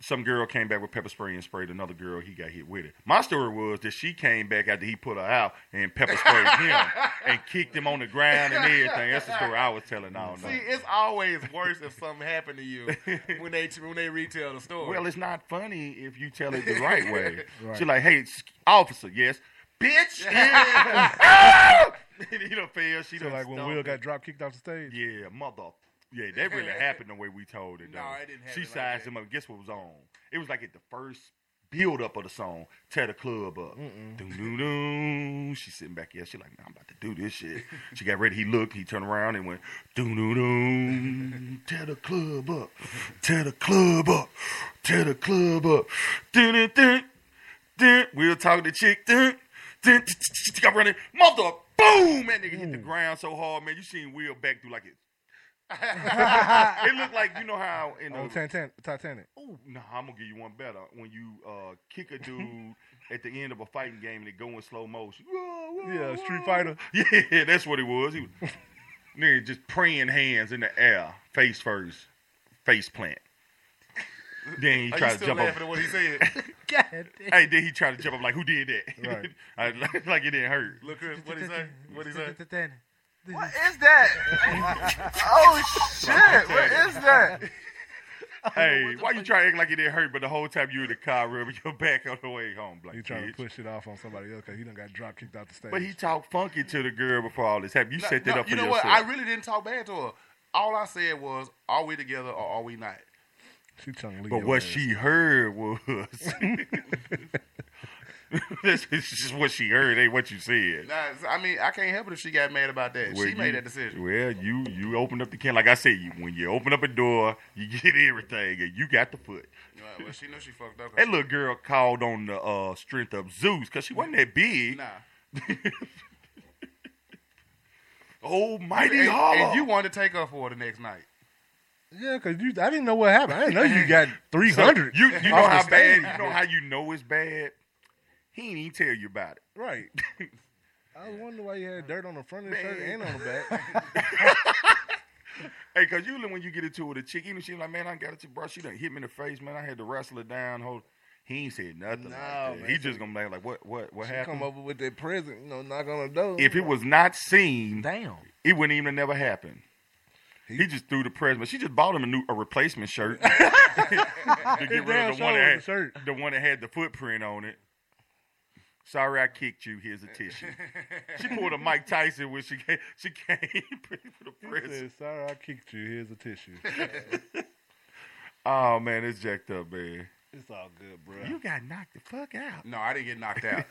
[SPEAKER 1] some girl came back with pepper spray and sprayed another girl. He got hit with it. My story was that she came back after he put her out and pepper sprayed him and kicked him on the ground and everything. That's the story I was telling all
[SPEAKER 3] See,
[SPEAKER 1] night.
[SPEAKER 3] it's always worse if something happened to you when they when they retell the story.
[SPEAKER 1] Well, it's not funny if you tell it the right way.
[SPEAKER 3] Right.
[SPEAKER 1] She's like, "Hey, s- officer, yes, bitch." yeah." you know, fail. She
[SPEAKER 5] So
[SPEAKER 1] done
[SPEAKER 5] like when
[SPEAKER 1] stomped
[SPEAKER 5] Will
[SPEAKER 1] it.
[SPEAKER 5] got drop kicked off the stage.
[SPEAKER 1] Yeah, mother. Yeah, that really happened the way we told it. Though. No, it didn't happen. She sized him up. Guess what was on? It was like at the first build up of the song, tear the club up. Doo doo doo. She's sitting back here. She like, nah, I'm about to do this shit. she got ready. He looked. He turned around and went, doo doo doo. Tear the club up. Tear the club
[SPEAKER 5] oh.
[SPEAKER 1] up. Tear the club up. Dun, dun, dun, dun. We were talking to chick. Dun, dun, dun, dun, dun, dun. I'm running. Mother. Boom! That nigga hit the ground so hard, man. You seen Will back through like it. it looked like you know how in
[SPEAKER 5] On
[SPEAKER 1] the
[SPEAKER 5] Titan- Titanic.
[SPEAKER 1] Ooh, nah, I'm gonna give you one better. When you uh, kick a dude at the end of a fighting game and it go in slow motion.
[SPEAKER 5] Yeah, Street Fighter.
[SPEAKER 1] Yeah, that's what it was. He was nigga just praying hands in the air, face first, face plant. Then he
[SPEAKER 3] Are
[SPEAKER 1] tried
[SPEAKER 3] you
[SPEAKER 1] to
[SPEAKER 3] still
[SPEAKER 1] jump
[SPEAKER 3] laughing
[SPEAKER 1] up.
[SPEAKER 3] at what he said?
[SPEAKER 1] Hey, then he tried to jump up like who did that?
[SPEAKER 3] Right.
[SPEAKER 1] I, like, like it didn't hurt.
[SPEAKER 3] Look, Chris, what he say? What he say?
[SPEAKER 6] What is that? oh shit! What is that?
[SPEAKER 1] Hey, why you try to act like it didn't hurt, but the whole time you in the car rubbing your back on the way home, like
[SPEAKER 5] You trying
[SPEAKER 1] bitch.
[SPEAKER 5] to push it off on somebody else because he done got drop kicked off the stage.
[SPEAKER 1] But he talked funky to the girl before all this happened. You
[SPEAKER 3] No,
[SPEAKER 1] set that
[SPEAKER 3] no,
[SPEAKER 1] up for
[SPEAKER 3] You know
[SPEAKER 1] yourself.
[SPEAKER 3] what? I really didn't talk bad to her. All I said was, "Are we together or are we not?"
[SPEAKER 5] She trying to leave
[SPEAKER 1] but
[SPEAKER 5] your
[SPEAKER 1] what
[SPEAKER 5] ass.
[SPEAKER 1] she heard was this is just what she heard, ain't what you said.
[SPEAKER 3] Nah, it's- I mean, I can't help it if she got mad about that.
[SPEAKER 1] Well,
[SPEAKER 3] she
[SPEAKER 1] you-
[SPEAKER 3] made that decision.
[SPEAKER 1] Well, you you opened up the can. Like I said, you, when you open up a door, you get everything, and you got the foot.
[SPEAKER 3] Right, well, she knew she fucked up.
[SPEAKER 1] That little girl called on the uh, strength of Zeus because she wasn't that big. Nah. oh, mighty
[SPEAKER 3] and,
[SPEAKER 1] holler.
[SPEAKER 3] and you wanted to take her for the next night.
[SPEAKER 5] Yeah, cause you, I didn't know what happened. I didn't know you got three hundred.
[SPEAKER 1] So, you you know how bad you know how you know it's bad. He ain't even tell you about it.
[SPEAKER 5] Right. I was wondering why you had dirt on the front of the shirt and on the back.
[SPEAKER 1] Hey, cause usually when you get into it, with a chick, even she like, man, I got it to bro. She done hit me in the face, man. I had to wrestle her down. Hold. He ain't said nothing. like that.
[SPEAKER 5] man.
[SPEAKER 1] He just gonna be like, what, what, what
[SPEAKER 5] She
[SPEAKER 1] happened?
[SPEAKER 5] Come over with that present, you know, knock on the door.
[SPEAKER 1] If it was not seen,
[SPEAKER 5] Damn.
[SPEAKER 1] it wouldn't even have never happened. He, just threw the present. She just bought him a new a replacement shirt to get rid
[SPEAKER 5] Damn
[SPEAKER 1] of the
[SPEAKER 5] sure
[SPEAKER 1] one
[SPEAKER 5] it
[SPEAKER 1] that
[SPEAKER 5] was
[SPEAKER 1] had, the one that had the footprint on it. Sorry, I kicked you. Here's a tissue. she pulled a Mike Tyson when she came. She came for the
[SPEAKER 5] He
[SPEAKER 1] present.
[SPEAKER 5] said, Sorry, I kicked you. Here's a tissue.
[SPEAKER 1] Oh man, it's jacked up, man.
[SPEAKER 5] it's all good, bro.
[SPEAKER 1] You got knocked the fuck out.
[SPEAKER 3] No, I didn't get knocked out.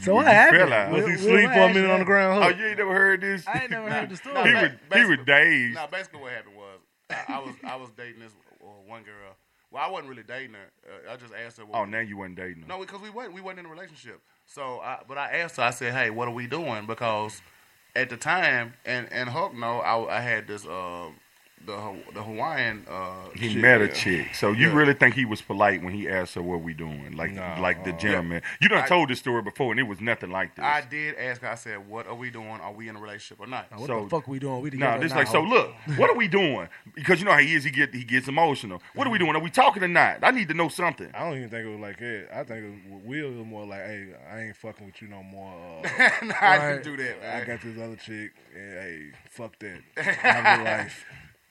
[SPEAKER 5] So what happened?
[SPEAKER 1] fell out.
[SPEAKER 5] Was he What- asleep what for a minute on the actually ground?
[SPEAKER 1] Oh,
[SPEAKER 5] happened?
[SPEAKER 1] you ain't never heard this?
[SPEAKER 3] I ain't never heard the story.
[SPEAKER 1] He
[SPEAKER 3] No,
[SPEAKER 1] was
[SPEAKER 3] ba-
[SPEAKER 1] he was dazed.
[SPEAKER 3] No, basically what happened was I, I was I was dating this uh, one girl. Well, I wasn't really dating her. Uh, I just asked her. What
[SPEAKER 1] Oh, now you wasn't dating him.
[SPEAKER 3] No, because we wasn't we wasn't in a relationship. So, I, but I asked her. I said, "Hey, what are we doing?" Because at the time, and and Hulk, no, I, I had this uh, the Ha- the Hawaiian. Uh,
[SPEAKER 1] He
[SPEAKER 3] chick.
[SPEAKER 1] met a chick, so you
[SPEAKER 3] Yeah.
[SPEAKER 1] really think he was polite when he asked her what we doing, like like the gentleman. You done
[SPEAKER 3] I-
[SPEAKER 1] told this story before, and it was nothing like this.
[SPEAKER 3] I did ask her. I said, "What are we doing? Are we in a relationship or not?"
[SPEAKER 1] So- No,
[SPEAKER 3] No,
[SPEAKER 1] this like so. Look, what are we doing? Because you know how he is. He get he gets emotional. What are we doing? Are we talking or not? I need to know something.
[SPEAKER 5] I don't even think it was like that. I think it was, Will was more like, hey, I ain't fucking with you no more. Uh,
[SPEAKER 3] Nah, I didn't do that, man.
[SPEAKER 5] I got this other chick, and hey, fuck that. Have your life.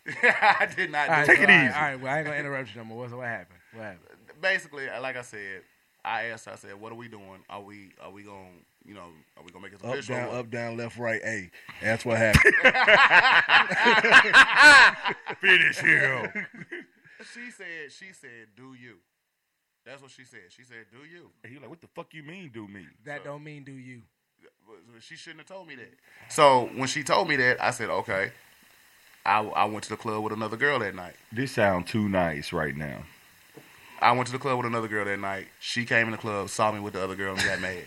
[SPEAKER 3] I did not.
[SPEAKER 4] All right,
[SPEAKER 3] do
[SPEAKER 4] so
[SPEAKER 3] that.
[SPEAKER 4] all right, All right, well, I ain't gonna interrupt you no more. What's what happened? What happened?
[SPEAKER 3] basically, I- like I said, I asked. her, I said, "What are we doing? Are we are we going? to You know, are we gonna make this
[SPEAKER 5] Up,
[SPEAKER 3] official?" or
[SPEAKER 5] down,
[SPEAKER 3] what?"
[SPEAKER 5] up, down, left, right. Hey, that's what happened.
[SPEAKER 1] Finish him.
[SPEAKER 3] she said. She said, "Do you?" That's what she said. She said, "Do you?"
[SPEAKER 1] And he like, what the fuck you mean? Do me?
[SPEAKER 4] That don't mean do you.
[SPEAKER 3] She shouldn't have told me that. So when she told me that, I said, "Okay." I, I went to the club with another girl that night.
[SPEAKER 1] This sound too nice right now.
[SPEAKER 3] I went to the club with another girl that night. She came in the club, saw me with the other girl, and got mad.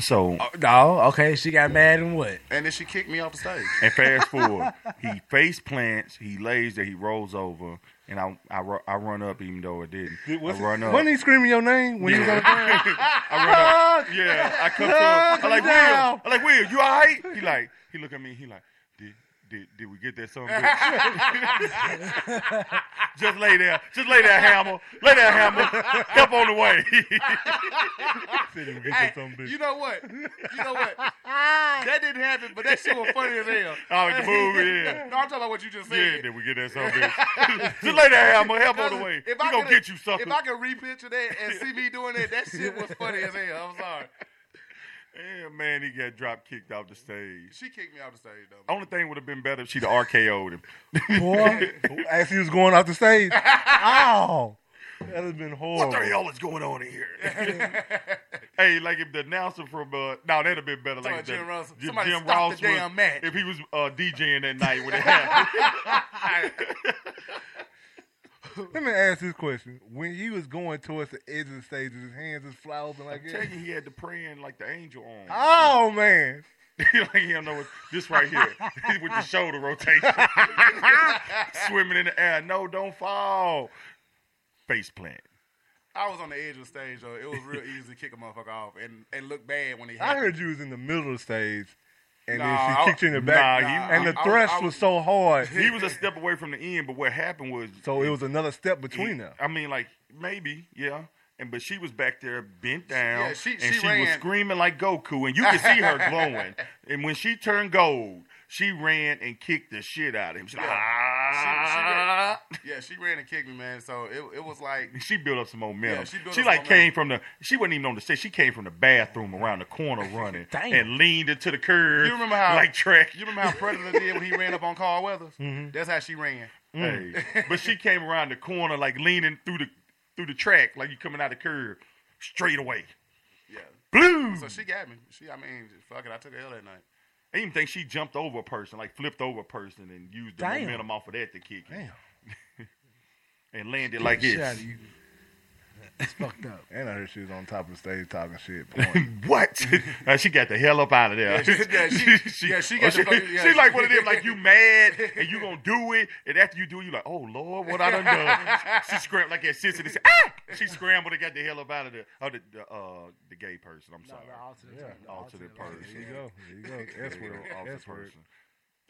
[SPEAKER 1] So
[SPEAKER 4] no, okay. She got mad and what?
[SPEAKER 3] And then she kicked me off the stage.
[SPEAKER 1] And fast forward, he face plants, he lays there, he rolls over, and I I, ru- I run up even though it didn't. I run up.
[SPEAKER 5] Wasn't he screaming your name when you was on the ground?
[SPEAKER 1] I run up. Yeah, I come to him. I
[SPEAKER 5] Come
[SPEAKER 1] like
[SPEAKER 5] down.
[SPEAKER 1] Will. I like Will. You all right? He like he look at me. He like did did, did we get that song? bitch?" just lay there. Just lay there, hammer. Lay there, hammer. Help on the way.
[SPEAKER 3] Hey, you know what? You know what? that didn't happen, but that shit was funny as hell.
[SPEAKER 1] Oh, the movie, yeah.
[SPEAKER 3] no, I'm talking about what you just
[SPEAKER 1] yeah,
[SPEAKER 3] said.
[SPEAKER 1] did we get that song? bitch? just lay there, hammer. Help on the
[SPEAKER 3] Cousin,
[SPEAKER 1] way. We
[SPEAKER 3] if I
[SPEAKER 1] gonna
[SPEAKER 3] coulda-
[SPEAKER 1] get you, sucker.
[SPEAKER 3] If I could re-picture that and see me doing that, that shit was funny as hell. I'm sorry.
[SPEAKER 1] Yeah, Eh, man, he got drop kicked off the stage.
[SPEAKER 3] She kicked me off the stage though.
[SPEAKER 1] Only thing would have been better if she'd have RKO'd him.
[SPEAKER 5] Boy, as he was going off the stage. Ow. That has been horrible.
[SPEAKER 1] What the hell is going on in here? hey, like if the announcer from uh, no, that'd have been better.
[SPEAKER 3] Talking
[SPEAKER 1] Like
[SPEAKER 3] about
[SPEAKER 1] if the,
[SPEAKER 3] Jim Ross.
[SPEAKER 1] Jim,
[SPEAKER 3] Somebody
[SPEAKER 1] Jim
[SPEAKER 3] stop the
[SPEAKER 1] Ross was-
[SPEAKER 3] damn match.
[SPEAKER 1] if he was uh, DJing that night when it happened.
[SPEAKER 5] Let me ask this question. When he was going towards the edge of the stage with his hands just fly open like
[SPEAKER 1] I'm
[SPEAKER 5] that.
[SPEAKER 1] telling you, he had the praying like the angel on.
[SPEAKER 5] Oh man.
[SPEAKER 1] like he don't know what this right here with the shoulder rotation, swimming in the air. No, don't fall. Face plant.
[SPEAKER 3] I was on the edge of the stage though. It was real easy to kick a motherfucker off and, and look bad when he.
[SPEAKER 5] I heard you was in the middle of the stage and then
[SPEAKER 1] Nah,
[SPEAKER 5] she kicked you in the
[SPEAKER 1] I-
[SPEAKER 5] back.
[SPEAKER 1] nah, he-
[SPEAKER 5] and the
[SPEAKER 1] I- I-
[SPEAKER 5] thrust
[SPEAKER 1] I
[SPEAKER 5] was
[SPEAKER 1] was-
[SPEAKER 5] so hard.
[SPEAKER 1] He was a step away from the end, but what happened was
[SPEAKER 5] so it was another step between them.
[SPEAKER 1] I mean, like maybe, yeah. And but she was back there bent down,
[SPEAKER 3] yeah, she-
[SPEAKER 1] and
[SPEAKER 3] she
[SPEAKER 1] she, was
[SPEAKER 3] ran.
[SPEAKER 1] screaming like Goku, and you could see her glowing. And when she turned gold, she ran and kicked the shit out of him. She's like, "Ah."
[SPEAKER 3] Yeah, she, she ran, yeah, she ran and kicked me, man. So it, it was like
[SPEAKER 1] And she built up some momentum.
[SPEAKER 3] Yeah,
[SPEAKER 1] she
[SPEAKER 3] she built up
[SPEAKER 1] like
[SPEAKER 3] some momentum.
[SPEAKER 1] came from the. She wasn't even on the stage. She came from the bathroom around the corner running
[SPEAKER 3] Damn.
[SPEAKER 1] and leaned into the curb.
[SPEAKER 3] You remember how
[SPEAKER 1] like track?
[SPEAKER 3] You remember how Predator did when he ran up on Carl Weathers?
[SPEAKER 1] Mhm.
[SPEAKER 3] That's how she ran. Mm.
[SPEAKER 1] Hey, but she came around the corner like leaning through the through the track like you coming out of the curb straight away.
[SPEAKER 3] Yeah.
[SPEAKER 1] Blue.
[SPEAKER 3] So she got me. She, I mean, fuck it. I took a L that night.
[SPEAKER 1] I even think she jumped over a person, like flipped over a person, and used the
[SPEAKER 3] Damn.
[SPEAKER 1] momentum off of that to kick it.
[SPEAKER 3] Damn.
[SPEAKER 1] and landed like this.
[SPEAKER 5] It's fucked up. And I heard she was on top of the stage talking shit. porn.
[SPEAKER 1] what? Uh, she got the hell up out of
[SPEAKER 5] Yeah,
[SPEAKER 1] there.
[SPEAKER 5] she- yeah, she- yeah, she got the fucking- yeah.
[SPEAKER 1] she's oh, like one of them, like you mad and you gonna do it, and after you do it, you like, oh Lord, what I done done? she scrambled like that sister. and said, ah! She scrambled and got the hell up out of there. Oh, the, the uh, the gay person. I'm sorry.
[SPEAKER 4] alternate-
[SPEAKER 1] yeah.
[SPEAKER 4] the
[SPEAKER 1] alternate
[SPEAKER 4] alternate-
[SPEAKER 1] person.
[SPEAKER 4] There you
[SPEAKER 5] go. There you go. That's
[SPEAKER 1] There you
[SPEAKER 5] where-
[SPEAKER 1] go, alternate
[SPEAKER 5] that's where-
[SPEAKER 1] person.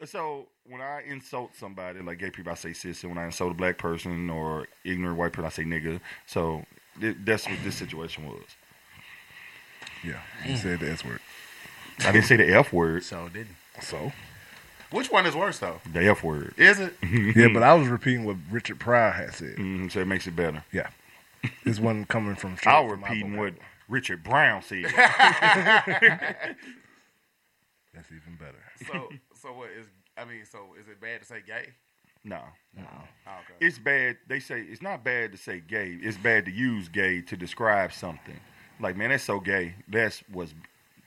[SPEAKER 1] So when I insult somebody, like gay people, I say sis, and when I insult a black person or ignorant white person, I say nigga. So th- that's what this situation was.
[SPEAKER 5] Yeah, you said the S word.
[SPEAKER 1] I didn't say the F word.
[SPEAKER 4] So didn't.
[SPEAKER 5] So
[SPEAKER 3] Which one is worse though?
[SPEAKER 1] the F word.
[SPEAKER 3] Is it?
[SPEAKER 5] yeah, but I was repeating what Richard Pryor had said.
[SPEAKER 1] Mm, so it makes it better.
[SPEAKER 5] Yeah, this one coming from. straight
[SPEAKER 1] I
[SPEAKER 5] from my
[SPEAKER 1] repeating what Richard Brown said.
[SPEAKER 5] That's even better.
[SPEAKER 3] So, so what is? I mean, so is it bad to say gay?
[SPEAKER 1] no.
[SPEAKER 3] No. okay.
[SPEAKER 1] Oh, It's bad. They say it's not bad to say gay. It's bad to use gay to describe something. Like, man, that's so gay. That's what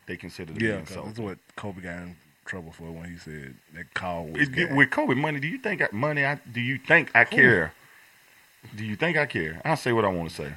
[SPEAKER 1] they consider to be
[SPEAKER 5] Yeah, 'cause
[SPEAKER 1] insult.
[SPEAKER 5] that's what Kobe got in trouble for when he said that call was
[SPEAKER 1] It-
[SPEAKER 5] gay.
[SPEAKER 1] With Kobe money, do you think I, money? I, do you think I
[SPEAKER 5] Cool.
[SPEAKER 1] care? Do you think I care? I'll say what I want to say.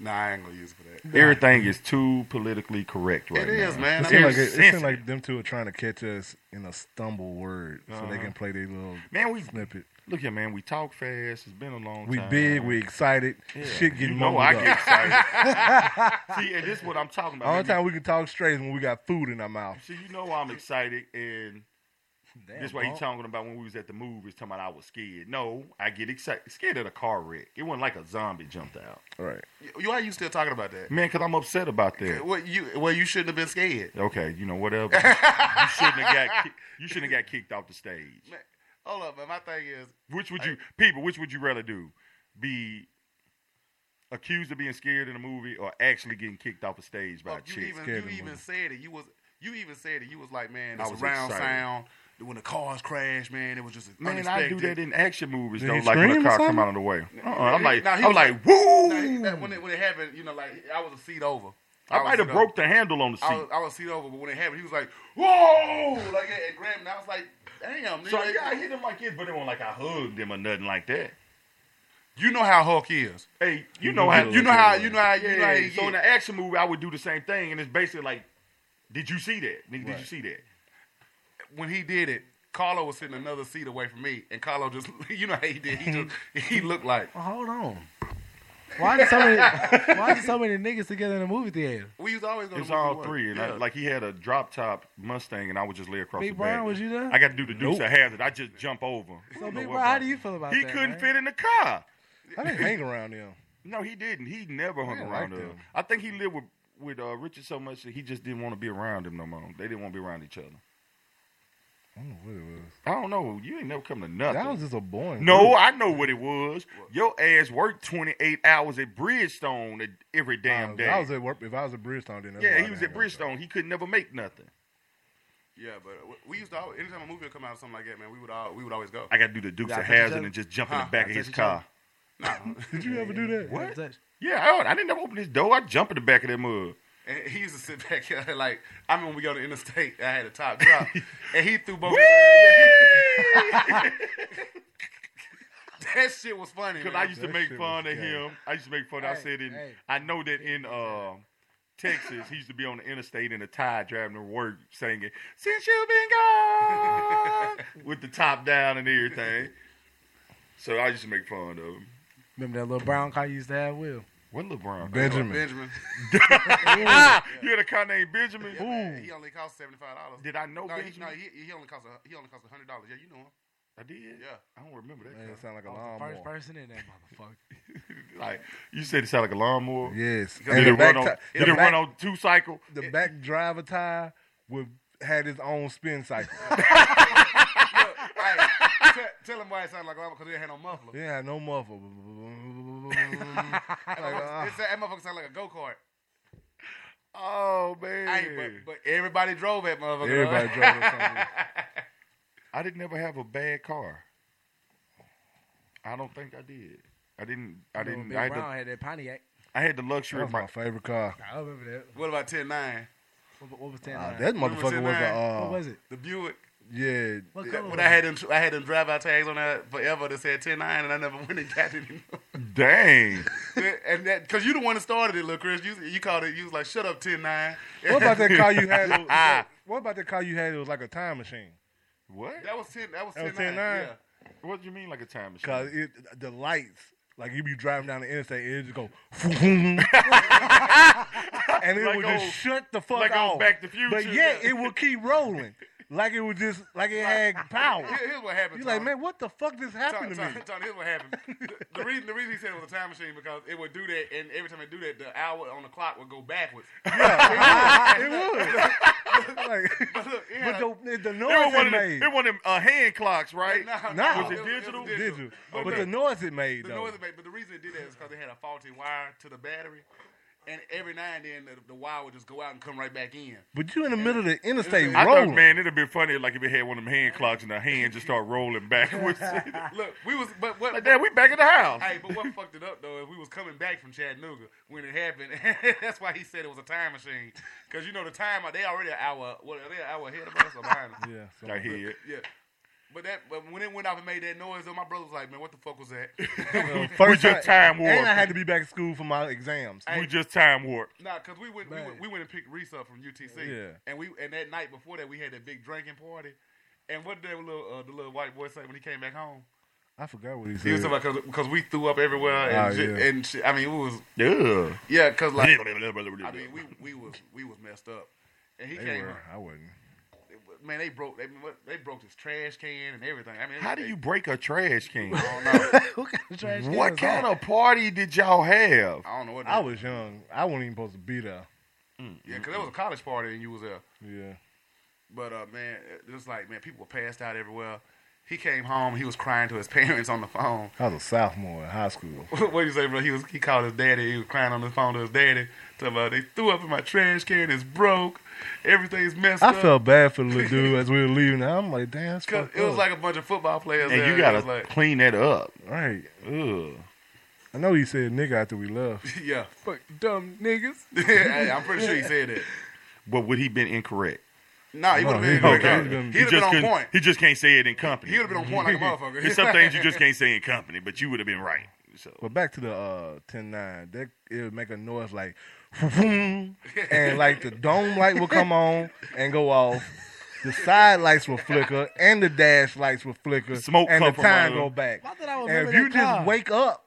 [SPEAKER 3] Nah, I ain't gonna use it for that.
[SPEAKER 1] Everything is too politically correct right now.
[SPEAKER 5] It seemed like, it, it seemed like them two are trying to catch us in a stumble word so they
[SPEAKER 1] Uh-huh.
[SPEAKER 5] can play their little
[SPEAKER 1] Man, we-
[SPEAKER 5] snippet.
[SPEAKER 1] Look here, man. We talk fast. It's been a long
[SPEAKER 5] We
[SPEAKER 1] time.
[SPEAKER 5] big, we excited.
[SPEAKER 1] Yeah.
[SPEAKER 5] Shit getting
[SPEAKER 1] You know
[SPEAKER 5] mumbled
[SPEAKER 1] I
[SPEAKER 5] up.
[SPEAKER 1] get excited. See, and this is what I'm talking about.
[SPEAKER 5] Only
[SPEAKER 1] Maybe-
[SPEAKER 5] time we can talk straight is when we got food in our mouth.
[SPEAKER 1] So you know I'm excited, and
[SPEAKER 5] Damn,
[SPEAKER 1] this way you
[SPEAKER 5] Paul.
[SPEAKER 1] talking about when we was at the movies, talking about I was scared. No, I get excited, scared of a car wreck. It wasn't like a zombie jumped out,
[SPEAKER 5] Right.
[SPEAKER 3] You, why are you still talking about that?
[SPEAKER 1] man? Because I'm upset about that.
[SPEAKER 3] Well, you well, you shouldn't have been scared.
[SPEAKER 1] Okay, you know whatever. you shouldn't have got ki- you shouldn't have got kicked off the stage.
[SPEAKER 3] Man, hold up, man. My thing is,
[SPEAKER 1] Which would you people? Which would you rather do? Be accused of being scared in a movie, or actually getting kicked off a stage by a
[SPEAKER 3] Oh, uh, you
[SPEAKER 1] chick?
[SPEAKER 3] even you even said it. You was you even said it. You was like, man,
[SPEAKER 1] I
[SPEAKER 3] this
[SPEAKER 1] was
[SPEAKER 3] round
[SPEAKER 1] excited.
[SPEAKER 3] sound. When the cars crashed, man, it was just
[SPEAKER 1] Man, I do
[SPEAKER 3] unexpected.
[SPEAKER 1] that in action movies
[SPEAKER 5] Did
[SPEAKER 1] though.
[SPEAKER 5] he
[SPEAKER 1] Like when a
[SPEAKER 5] scream or
[SPEAKER 1] car come
[SPEAKER 5] something?
[SPEAKER 1] out of the way, uh-uh, I'm like,
[SPEAKER 3] Now, he
[SPEAKER 1] I'm
[SPEAKER 3] was-
[SPEAKER 1] like, woo!
[SPEAKER 3] Now, he- that- when, it, when it happened, you know, like I was a seat over.
[SPEAKER 1] I
[SPEAKER 3] was
[SPEAKER 1] might have
[SPEAKER 3] seat
[SPEAKER 1] broke the handle on the
[SPEAKER 3] I
[SPEAKER 1] seat.
[SPEAKER 3] was, I was seat over, but when it happened, he was like, "Whoa!" Like and and grabbed me. I was like, "Damn!"
[SPEAKER 1] So,
[SPEAKER 3] nigga.
[SPEAKER 1] yeah, I hit him like this, but it wasn't like I hugged him or nothing like that.
[SPEAKER 3] You know how Hulk is.
[SPEAKER 1] Hey, you
[SPEAKER 3] You
[SPEAKER 1] know
[SPEAKER 3] know
[SPEAKER 1] how
[SPEAKER 3] you know how- you know how- you
[SPEAKER 1] yeah.
[SPEAKER 3] know how he
[SPEAKER 1] so in
[SPEAKER 3] get.
[SPEAKER 1] the action movie, I would do the same thing, and it's basically like, did you see that? Nigga, did you see that?
[SPEAKER 3] when he did it, Carlo was sitting another seat away from me, and Carlo just, you know how he did. He just he looked like
[SPEAKER 4] Well, hold on. Why did so many? why is so many niggas together in a movie theater?
[SPEAKER 3] we was always
[SPEAKER 1] It
[SPEAKER 3] going.
[SPEAKER 1] was all three, and I- like he had a drop top Mustang, and I would just lay across
[SPEAKER 4] Big
[SPEAKER 1] the
[SPEAKER 4] Brian,
[SPEAKER 1] back.
[SPEAKER 4] was you there?
[SPEAKER 1] I got to do the Dukes of Hazard. I just jump over.
[SPEAKER 4] So,
[SPEAKER 1] You know
[SPEAKER 4] Big
[SPEAKER 1] what,
[SPEAKER 4] Bro, how do you feel about
[SPEAKER 1] He
[SPEAKER 4] that?
[SPEAKER 1] couldn't
[SPEAKER 4] man?
[SPEAKER 1] fit in the car.
[SPEAKER 5] I didn't hang around them.
[SPEAKER 1] No, he didn't. He never hung
[SPEAKER 5] I didn't
[SPEAKER 1] around
[SPEAKER 5] like
[SPEAKER 1] them.
[SPEAKER 5] them.
[SPEAKER 1] I think he lived with with uh, Richard so much that he just didn't want to be around him no more. They didn't want to be around each other.
[SPEAKER 5] I don't know what it was.
[SPEAKER 1] I don't know. You ain't never come to nothing.
[SPEAKER 5] That was just a boring.
[SPEAKER 1] No,
[SPEAKER 5] group.
[SPEAKER 1] I know what it was. Your ass worked 28 hours at Bridgestone a- every damn
[SPEAKER 5] If
[SPEAKER 1] day.
[SPEAKER 5] I was at work. If I was at Bridgestone, then that's why
[SPEAKER 1] yeah,
[SPEAKER 5] I
[SPEAKER 1] he was
[SPEAKER 5] didn't
[SPEAKER 1] at
[SPEAKER 5] hang out.
[SPEAKER 1] Bridgestone. He could never make nothing.
[SPEAKER 3] Yeah, but w- we used to always, anytime a movie would come out or something like that, man, we would all, we would always go.
[SPEAKER 1] I got to do the Dukes
[SPEAKER 3] Y'all
[SPEAKER 1] of
[SPEAKER 3] touch each
[SPEAKER 1] Hazard
[SPEAKER 3] other?
[SPEAKER 1] and just jump in
[SPEAKER 3] Huh?
[SPEAKER 1] the back of
[SPEAKER 3] Y'all
[SPEAKER 1] his
[SPEAKER 3] touch each
[SPEAKER 1] car.
[SPEAKER 5] Did you ever do that?
[SPEAKER 1] What?
[SPEAKER 4] Touch.
[SPEAKER 1] Yeah, I, I didn't ever open this door. I jump in the back of that mug.
[SPEAKER 3] And he used to sit back here like I remember when we go to the interstate. I had a top drop, and he threw both. that shit was funny.
[SPEAKER 1] Because
[SPEAKER 3] man.
[SPEAKER 1] I used to make fun of him. I used to make fun. I
[SPEAKER 3] Hey,
[SPEAKER 1] said in.
[SPEAKER 3] hey.
[SPEAKER 1] I know that in um Texas, he used to be on the interstate in a tie driving to work, singing "Since You've Been Gone" with the top down and everything. So I used to make fun of him.
[SPEAKER 4] Remember that little brown car you used to have, Will?
[SPEAKER 1] What LeBron?
[SPEAKER 4] Benjamin.
[SPEAKER 1] Oh,
[SPEAKER 3] Benjamin.
[SPEAKER 1] you had a car named Benjamin.
[SPEAKER 3] Yeah, man, he only cost seventy five dollars.
[SPEAKER 1] Did I know
[SPEAKER 3] no, he, no,
[SPEAKER 1] Benjamin?
[SPEAKER 3] he, he only cost a, he only cost hundred dollars. Yeah, you know him.
[SPEAKER 1] I did.
[SPEAKER 3] Yeah, Oh.
[SPEAKER 1] I don't remember that.
[SPEAKER 5] Man, it sound like a
[SPEAKER 4] I was the first person in that motherfucker.
[SPEAKER 1] Like you said, it sounded like a lawnmower.
[SPEAKER 5] Yes.
[SPEAKER 1] Did it,
[SPEAKER 5] the
[SPEAKER 1] run
[SPEAKER 5] back
[SPEAKER 1] on,
[SPEAKER 5] ti- the
[SPEAKER 1] did it
[SPEAKER 5] back-
[SPEAKER 1] run on two cycle?
[SPEAKER 5] The back driver tire would had his own spin cycle.
[SPEAKER 3] Hey, te- tell him why it sounded like lava because it had no muffler.
[SPEAKER 5] yeah, no muffle.
[SPEAKER 3] That
[SPEAKER 5] uh,
[SPEAKER 3] motherfucker- it's- that motherfucker sounded like a go kart.
[SPEAKER 1] Oh man!
[SPEAKER 3] Hey, but, but everybody drove that motherfucker. though.
[SPEAKER 5] Everybody drove that
[SPEAKER 1] I didn't ever have a bad car. I don't think I did. I didn't. I
[SPEAKER 4] Remember
[SPEAKER 1] didn't.
[SPEAKER 4] Big
[SPEAKER 1] I had
[SPEAKER 4] Brown
[SPEAKER 1] to,
[SPEAKER 4] had that Pontiac.
[SPEAKER 1] I had the luxury
[SPEAKER 5] That
[SPEAKER 1] of
[SPEAKER 5] was my favorite car.
[SPEAKER 4] I remember that.
[SPEAKER 3] What about ten nine? Uh,
[SPEAKER 4] What, what uh, was ten
[SPEAKER 5] Ah, that motherfucker was a. Uh,
[SPEAKER 4] What was it?
[SPEAKER 3] The Buick.
[SPEAKER 5] Yeah.
[SPEAKER 4] What
[SPEAKER 3] Yeah,
[SPEAKER 4] color
[SPEAKER 3] When
[SPEAKER 4] was
[SPEAKER 3] I
[SPEAKER 4] it?
[SPEAKER 3] had them, I had them drive-out tags on that forever that said ten nine, and I never went and got it. anymore.
[SPEAKER 1] Dang.
[SPEAKER 3] and that because you the one that started it, look, Chris. You you called it. You was like, shut up, ten nine. ah.
[SPEAKER 5] What about that car you had? that was- what about that car you had? It was like a time machine.
[SPEAKER 1] What?
[SPEAKER 3] That was ten. That was
[SPEAKER 5] That
[SPEAKER 3] ten
[SPEAKER 5] was
[SPEAKER 3] nine.
[SPEAKER 5] 10-9?
[SPEAKER 1] What do you mean, like a time machine?
[SPEAKER 5] Cause it, the lights, like you be driving down the interstate, it just go, and it
[SPEAKER 1] Like
[SPEAKER 5] would
[SPEAKER 1] old-
[SPEAKER 5] just shut the fuck
[SPEAKER 1] like
[SPEAKER 5] off.
[SPEAKER 1] old Back to Future.
[SPEAKER 5] But yet it would keep rolling, like it was just like it had power.
[SPEAKER 3] Here- here's what happened,
[SPEAKER 5] You like,
[SPEAKER 3] Tom.
[SPEAKER 5] man, what the fuck just happened
[SPEAKER 3] Tony,
[SPEAKER 5] to
[SPEAKER 3] Tony,
[SPEAKER 5] me?
[SPEAKER 3] Tony, here's what happened. The, the reason the reason he said it was a time machine because it would do that, and every time it do that, the hour on the clock would go backwards.
[SPEAKER 5] Yeah, it would.
[SPEAKER 3] but look, it had
[SPEAKER 5] But
[SPEAKER 3] a-
[SPEAKER 5] the, the
[SPEAKER 1] it
[SPEAKER 5] noise
[SPEAKER 1] was one
[SPEAKER 5] it
[SPEAKER 1] of them,
[SPEAKER 5] made,
[SPEAKER 1] it one of them uh, hand clocks, right?
[SPEAKER 3] No,
[SPEAKER 5] no,
[SPEAKER 1] was
[SPEAKER 5] it
[SPEAKER 1] it
[SPEAKER 5] was- it
[SPEAKER 1] digital?
[SPEAKER 3] was
[SPEAKER 5] digital.
[SPEAKER 3] Okay.
[SPEAKER 5] But the noise it made
[SPEAKER 3] The
[SPEAKER 5] though.
[SPEAKER 3] noise it made, but the reason it did that is because they had a faulty wire to the battery, and every now and then the, the wire would just go out and come right back in.
[SPEAKER 5] But you in the middle of the interstate
[SPEAKER 1] I
[SPEAKER 5] rolling.
[SPEAKER 1] thought, man, it'd have been funny like if it had one of them hand clocks and the hand just start rolling backwards. Uh,
[SPEAKER 3] Look, we was but what?
[SPEAKER 1] Like, damn, we back in the house.
[SPEAKER 3] Hey, but what fucked it up though is we was coming back from Chattanooga when it happened. That's why he said it was a time machine because you know the time they already an hour. What are they an hour ahead of us or behind us?
[SPEAKER 5] Yeah,
[SPEAKER 1] so- I hear it.
[SPEAKER 3] Yeah. But that, but when it went off and made that noise, though, my brother was like, "Man, what the fuck was that?"
[SPEAKER 5] I- And I had to be back at school for my exams.
[SPEAKER 3] Hey. Nah, cause we went, we
[SPEAKER 5] Man.
[SPEAKER 3] went we went and picked Reese up from UTC.
[SPEAKER 5] Yeah.
[SPEAKER 3] And we and that night before that we had that big drinking party. And what did that little uh, the little white boy say when he came back home?
[SPEAKER 5] I forgot what he said.
[SPEAKER 3] He was talking about cause, 'cause we threw up everywhere and
[SPEAKER 5] Oh,
[SPEAKER 3] shit,
[SPEAKER 5] yeah.
[SPEAKER 3] and shit. I mean it was
[SPEAKER 1] Yeah.
[SPEAKER 3] yeah cause like
[SPEAKER 1] Yeah.
[SPEAKER 3] I mean we we was we was messed up. And he
[SPEAKER 5] They
[SPEAKER 3] came
[SPEAKER 5] were.
[SPEAKER 3] home-
[SPEAKER 5] I wasn't.
[SPEAKER 3] man they broke they, they broke his trash can and everything. I mean
[SPEAKER 1] How
[SPEAKER 3] they- Oh,
[SPEAKER 1] do you break a trash can?
[SPEAKER 3] what kind of trash can
[SPEAKER 1] What
[SPEAKER 3] was
[SPEAKER 1] kind
[SPEAKER 3] that?
[SPEAKER 1] of party did y'all have?
[SPEAKER 3] I don't know what Mm,
[SPEAKER 5] I was young. I wasn't even supposed to be there.
[SPEAKER 3] Yeah, because it was a college party and you was there.
[SPEAKER 5] Yeah.
[SPEAKER 3] But uh, man, it was like man, people were passed out everywhere. He came home. He was crying to his parents on the phone.
[SPEAKER 5] I was a sophomore in high school.
[SPEAKER 3] what do you say, bro? He was he called his daddy. He was crying on the phone to his daddy. Talking about they threw up in my trash can. It's broke. Everything's messed
[SPEAKER 5] I
[SPEAKER 3] up.
[SPEAKER 5] felt bad for the little dude as we were leaving. I'm like, damn, it's
[SPEAKER 3] Cause
[SPEAKER 5] fucked
[SPEAKER 3] it was
[SPEAKER 5] up.
[SPEAKER 3] like a bunch of football players.
[SPEAKER 1] And
[SPEAKER 3] there.
[SPEAKER 1] you
[SPEAKER 3] It
[SPEAKER 1] gotta
[SPEAKER 3] was like,
[SPEAKER 1] clean that up.
[SPEAKER 5] Right.
[SPEAKER 1] Ugh.
[SPEAKER 5] I know he said nigga after we left.
[SPEAKER 3] yeah,
[SPEAKER 4] fuck dumb niggas.
[SPEAKER 3] Hey, I'm pretty sure he said that.
[SPEAKER 1] But would he been incorrect?
[SPEAKER 3] Nah, he
[SPEAKER 5] No,
[SPEAKER 3] would've
[SPEAKER 5] he
[SPEAKER 3] been.
[SPEAKER 5] would've
[SPEAKER 3] Okay.
[SPEAKER 5] been-
[SPEAKER 3] He'd have
[SPEAKER 1] just
[SPEAKER 3] been on
[SPEAKER 1] couldn't-
[SPEAKER 3] point.
[SPEAKER 1] He just can't say it in company.
[SPEAKER 3] He would've been on point like a motherfucker.
[SPEAKER 1] There's some things you just can't say in company, but you would have been right. So
[SPEAKER 5] But back to the uh, 10 9, that, it would make a noise like, and like the dome light will come on and go off. The side lights will flicker and the dash lights will flicker.
[SPEAKER 1] Smoke
[SPEAKER 5] and the
[SPEAKER 1] come from
[SPEAKER 5] time
[SPEAKER 1] under.
[SPEAKER 5] go back.
[SPEAKER 4] Why did I
[SPEAKER 5] And
[SPEAKER 4] remember
[SPEAKER 5] if you
[SPEAKER 4] that car?
[SPEAKER 5] just wake up,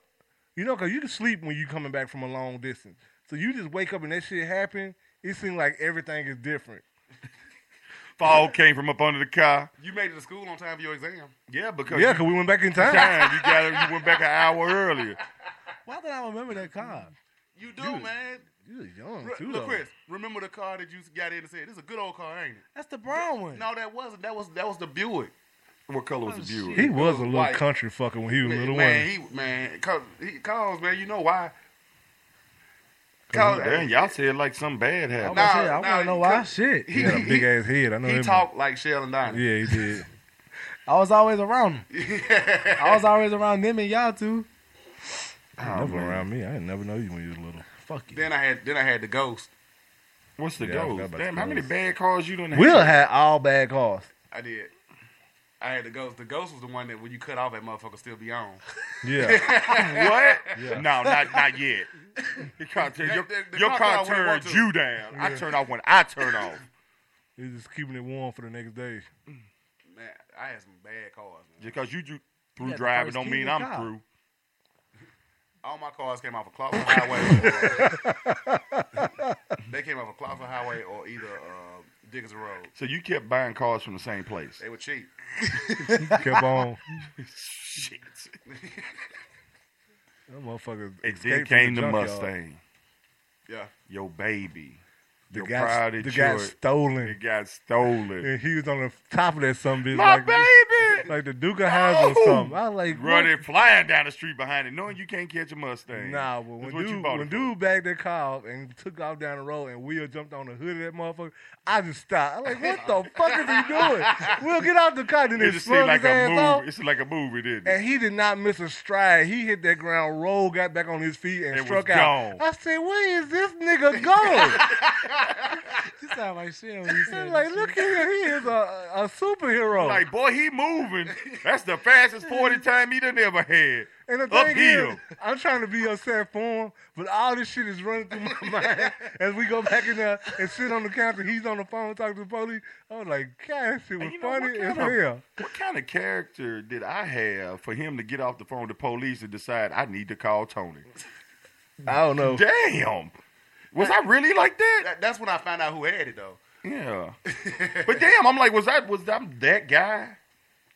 [SPEAKER 5] you know, because you can sleep when you coming back from a long distance. So you just wake up and that shit happen, it seems like everything is different.
[SPEAKER 1] fall came from up under the car.
[SPEAKER 3] You made it to school on time for your exam.
[SPEAKER 1] Yeah, because
[SPEAKER 5] Yeah,
[SPEAKER 1] you-
[SPEAKER 5] because we went back in time.
[SPEAKER 1] You got you went back an hour earlier.
[SPEAKER 4] Why did I remember that car?
[SPEAKER 3] You do, man.
[SPEAKER 5] You was young
[SPEAKER 3] Re-
[SPEAKER 5] too,
[SPEAKER 3] look,
[SPEAKER 5] though.
[SPEAKER 3] Chris, remember the car that you got in and said, "This is a good old car, ain't it?"
[SPEAKER 4] That's the brown one.
[SPEAKER 3] No, that wasn't. That was that was the Buick.
[SPEAKER 1] What color was the Buick?
[SPEAKER 5] He was a little
[SPEAKER 3] white.
[SPEAKER 5] country fucker when he was a
[SPEAKER 3] Man,
[SPEAKER 5] little
[SPEAKER 3] man,
[SPEAKER 5] one.
[SPEAKER 3] he man, cause, he, cause man, you know why?
[SPEAKER 1] Cause, damn, y'all said like something bad happened.
[SPEAKER 3] Nah, say, I nah, wanna
[SPEAKER 4] know why. Shit.
[SPEAKER 5] He had a big ass head. I know
[SPEAKER 3] he
[SPEAKER 5] him.
[SPEAKER 3] talked like Shell and Donnie.
[SPEAKER 5] Yeah, he did.
[SPEAKER 4] I was always around them. I was always around them and y'all too.
[SPEAKER 5] You never around me. I didn't never know you when you was little.
[SPEAKER 4] Fuck
[SPEAKER 3] Then I had then I had the Ghost.
[SPEAKER 1] What's the
[SPEAKER 5] Yeah, I forgot
[SPEAKER 1] ghost?
[SPEAKER 5] about
[SPEAKER 1] Damn,
[SPEAKER 5] the
[SPEAKER 1] how many
[SPEAKER 5] ghost.
[SPEAKER 1] bad cars you done
[SPEAKER 5] Will had all bad cars.
[SPEAKER 3] I did. I had the Ghost. The Ghost was the one that when you cut off, that motherfucker still be on.
[SPEAKER 5] Yeah.
[SPEAKER 1] what?
[SPEAKER 5] Yeah.
[SPEAKER 1] No, not not yet. Your car,
[SPEAKER 3] That-
[SPEAKER 1] your,
[SPEAKER 3] that- the
[SPEAKER 1] your
[SPEAKER 3] car
[SPEAKER 1] car
[SPEAKER 3] I wouldn't want
[SPEAKER 1] turns
[SPEAKER 3] to.
[SPEAKER 1] you down. I
[SPEAKER 5] Yeah.
[SPEAKER 1] turn off when I turn off.
[SPEAKER 5] He's just keeping it warm for the next day.
[SPEAKER 3] Man, I had some bad cars. Man.
[SPEAKER 1] Just because you do
[SPEAKER 3] You
[SPEAKER 1] through
[SPEAKER 3] got the
[SPEAKER 1] driving
[SPEAKER 3] first
[SPEAKER 1] don't
[SPEAKER 3] key
[SPEAKER 1] mean
[SPEAKER 3] to the
[SPEAKER 1] I'm
[SPEAKER 3] car.
[SPEAKER 1] through.
[SPEAKER 3] All my cars came off a Clarkson Highway. they came off a Clarkson Highway or either uh, Dickens Road.
[SPEAKER 1] So you kept buying cars from the same place.
[SPEAKER 3] They were cheap.
[SPEAKER 5] Kept on.
[SPEAKER 1] Shit.
[SPEAKER 5] That motherfucker.
[SPEAKER 1] And then
[SPEAKER 5] escaped from
[SPEAKER 1] came the,
[SPEAKER 5] junkyard.
[SPEAKER 1] Mustang.
[SPEAKER 3] Yeah.
[SPEAKER 1] Your baby.
[SPEAKER 5] The
[SPEAKER 1] your
[SPEAKER 5] got-
[SPEAKER 1] pride
[SPEAKER 5] the
[SPEAKER 1] and
[SPEAKER 5] got
[SPEAKER 1] joy.
[SPEAKER 5] stolen.
[SPEAKER 1] It got stolen.
[SPEAKER 5] And he was on the top of that some bitch.
[SPEAKER 1] My
[SPEAKER 5] like,
[SPEAKER 1] baby. Oh!
[SPEAKER 5] like the Duke of Hazard or something. I was like,
[SPEAKER 1] run
[SPEAKER 5] what?
[SPEAKER 1] it flying down the street behind it, knowing you can't catch a Mustang.
[SPEAKER 5] Nah, but
[SPEAKER 1] That's
[SPEAKER 5] when
[SPEAKER 1] what you
[SPEAKER 5] dude,
[SPEAKER 1] bought it
[SPEAKER 5] when
[SPEAKER 1] for.
[SPEAKER 5] dude bagged that car off and took off down the road and Will jumped on the hood of that motherfucker, I just stopped. I'm like, what the fuck is he doing? Will get out the car and
[SPEAKER 1] It
[SPEAKER 5] then
[SPEAKER 1] just
[SPEAKER 5] slung
[SPEAKER 1] seemed like
[SPEAKER 5] his
[SPEAKER 1] a
[SPEAKER 5] ass
[SPEAKER 1] movie.
[SPEAKER 5] off.
[SPEAKER 1] It's like a movie, didn't it?
[SPEAKER 5] And he did not miss a stride. He hit that ground, rolled, got back on his feet, and
[SPEAKER 1] It was
[SPEAKER 5] struck out.
[SPEAKER 1] gone.
[SPEAKER 5] I said, where is this nigga going?
[SPEAKER 4] You sound like shit when you said
[SPEAKER 5] like, look at him. He is uh, a, a superhero.
[SPEAKER 1] Like, boy, he moving. That's the fastest 40 time he done ever had.
[SPEAKER 5] And the thing
[SPEAKER 1] Uphill.
[SPEAKER 5] is, I'm trying to be upset for him, but all this shit is running through my mind as we go back in there and sit on the couch and he's on the phone talking to the police. I was like, God, that shit was
[SPEAKER 1] You know, what
[SPEAKER 5] funny as
[SPEAKER 1] kind of-
[SPEAKER 5] hell.
[SPEAKER 1] What kind of character did I have for him to get off the phone to police and decide I need to call Tony?
[SPEAKER 5] I don't know.
[SPEAKER 1] Damn. Was I really like that?
[SPEAKER 3] That's when I found out who had it though.
[SPEAKER 1] Yeah. but damn, I'm like, was I was I'm that guy?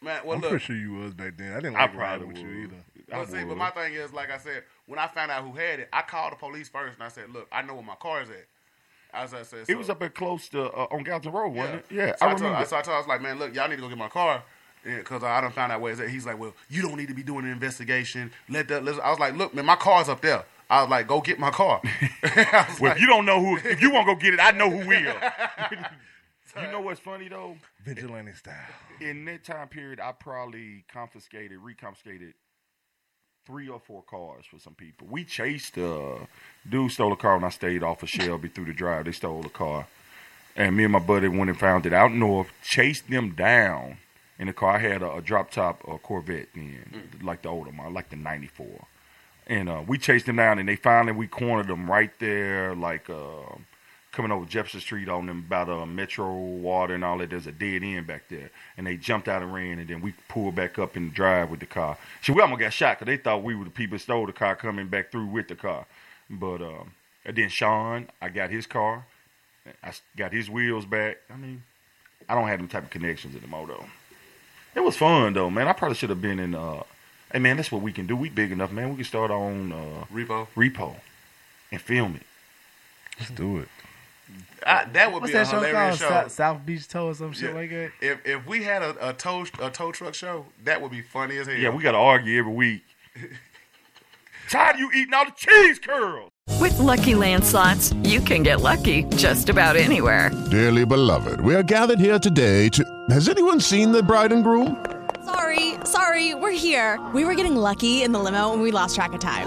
[SPEAKER 3] Man, well,
[SPEAKER 5] I'm
[SPEAKER 3] look.
[SPEAKER 5] pretty sure you was back then. I didn't
[SPEAKER 1] I
[SPEAKER 5] like riding
[SPEAKER 1] probably
[SPEAKER 5] with
[SPEAKER 1] would.
[SPEAKER 5] you either.
[SPEAKER 3] But see, but my thing is, like I said, when I found out who had it, I called the police first and I said, "Look, I know where my car is at." As I said,
[SPEAKER 1] It was up at close to uh, on Galton Road, wasn't it? Yeah,
[SPEAKER 3] so I,
[SPEAKER 1] I
[SPEAKER 3] told-
[SPEAKER 1] remember.
[SPEAKER 3] so I told, I was like, "Man, look, y'all need to go get my car." Because I don't find out where it's at. He's like, well, you don't need to be doing an investigation. Let that. Let, I was like, look, man, my car's up there. I was like, go get my car.
[SPEAKER 1] well, if you don't know who, if you won't go get it, I know who will. you know what's funny though?
[SPEAKER 5] Vigilante style.
[SPEAKER 1] In that time period, I probably confiscated, reconfiscated three or four cars for some people. We chased uh dude stole a car when I stayed off of Shelby through the drive. They stole a car. And me and my buddy went and found it out north, chased them down in the car. I had a, a drop top uh, Corvette then,
[SPEAKER 5] Mm.
[SPEAKER 1] like the older model, like the 94. And uh, we chased them down, and they finally, we cornered them right there, like uh, coming over Jefferson Street on them, about uh, Metro Water and all that. There's a dead end back there. And they jumped out and ran, and then we pulled back up in the drive with the car. So we almost got shot because they thought we were the people that stole the car coming back through with the car. But um, and then Sean, I got his car. I s- got his wheels back. I mean, I don't have them type of connections anymore though. It was fun though, man. I probably should have been in. uh Hey man, that's what we can do. We big enough, man. We can start our own uh,
[SPEAKER 3] repo,
[SPEAKER 1] repo, and film it.
[SPEAKER 5] Let's do it.
[SPEAKER 3] I, that would
[SPEAKER 4] What's
[SPEAKER 3] be a
[SPEAKER 4] that show
[SPEAKER 3] hilarious
[SPEAKER 4] called?
[SPEAKER 3] show.
[SPEAKER 4] South, South Beach Toe or some shit
[SPEAKER 3] Yeah.
[SPEAKER 4] like that?
[SPEAKER 3] If if we had a, a tow a tow truck show, that would be funny as hell.
[SPEAKER 1] Yeah, we got to argue every week. Tired of you eating all the cheese curls.
[SPEAKER 14] With Lucky Land slots, you can get lucky just about anywhere.
[SPEAKER 15] Dearly beloved, we are gathered here today to. Has anyone seen the bride and groom?
[SPEAKER 16] Sorry, sorry, we're here. We were getting lucky in the limo and we lost track of time.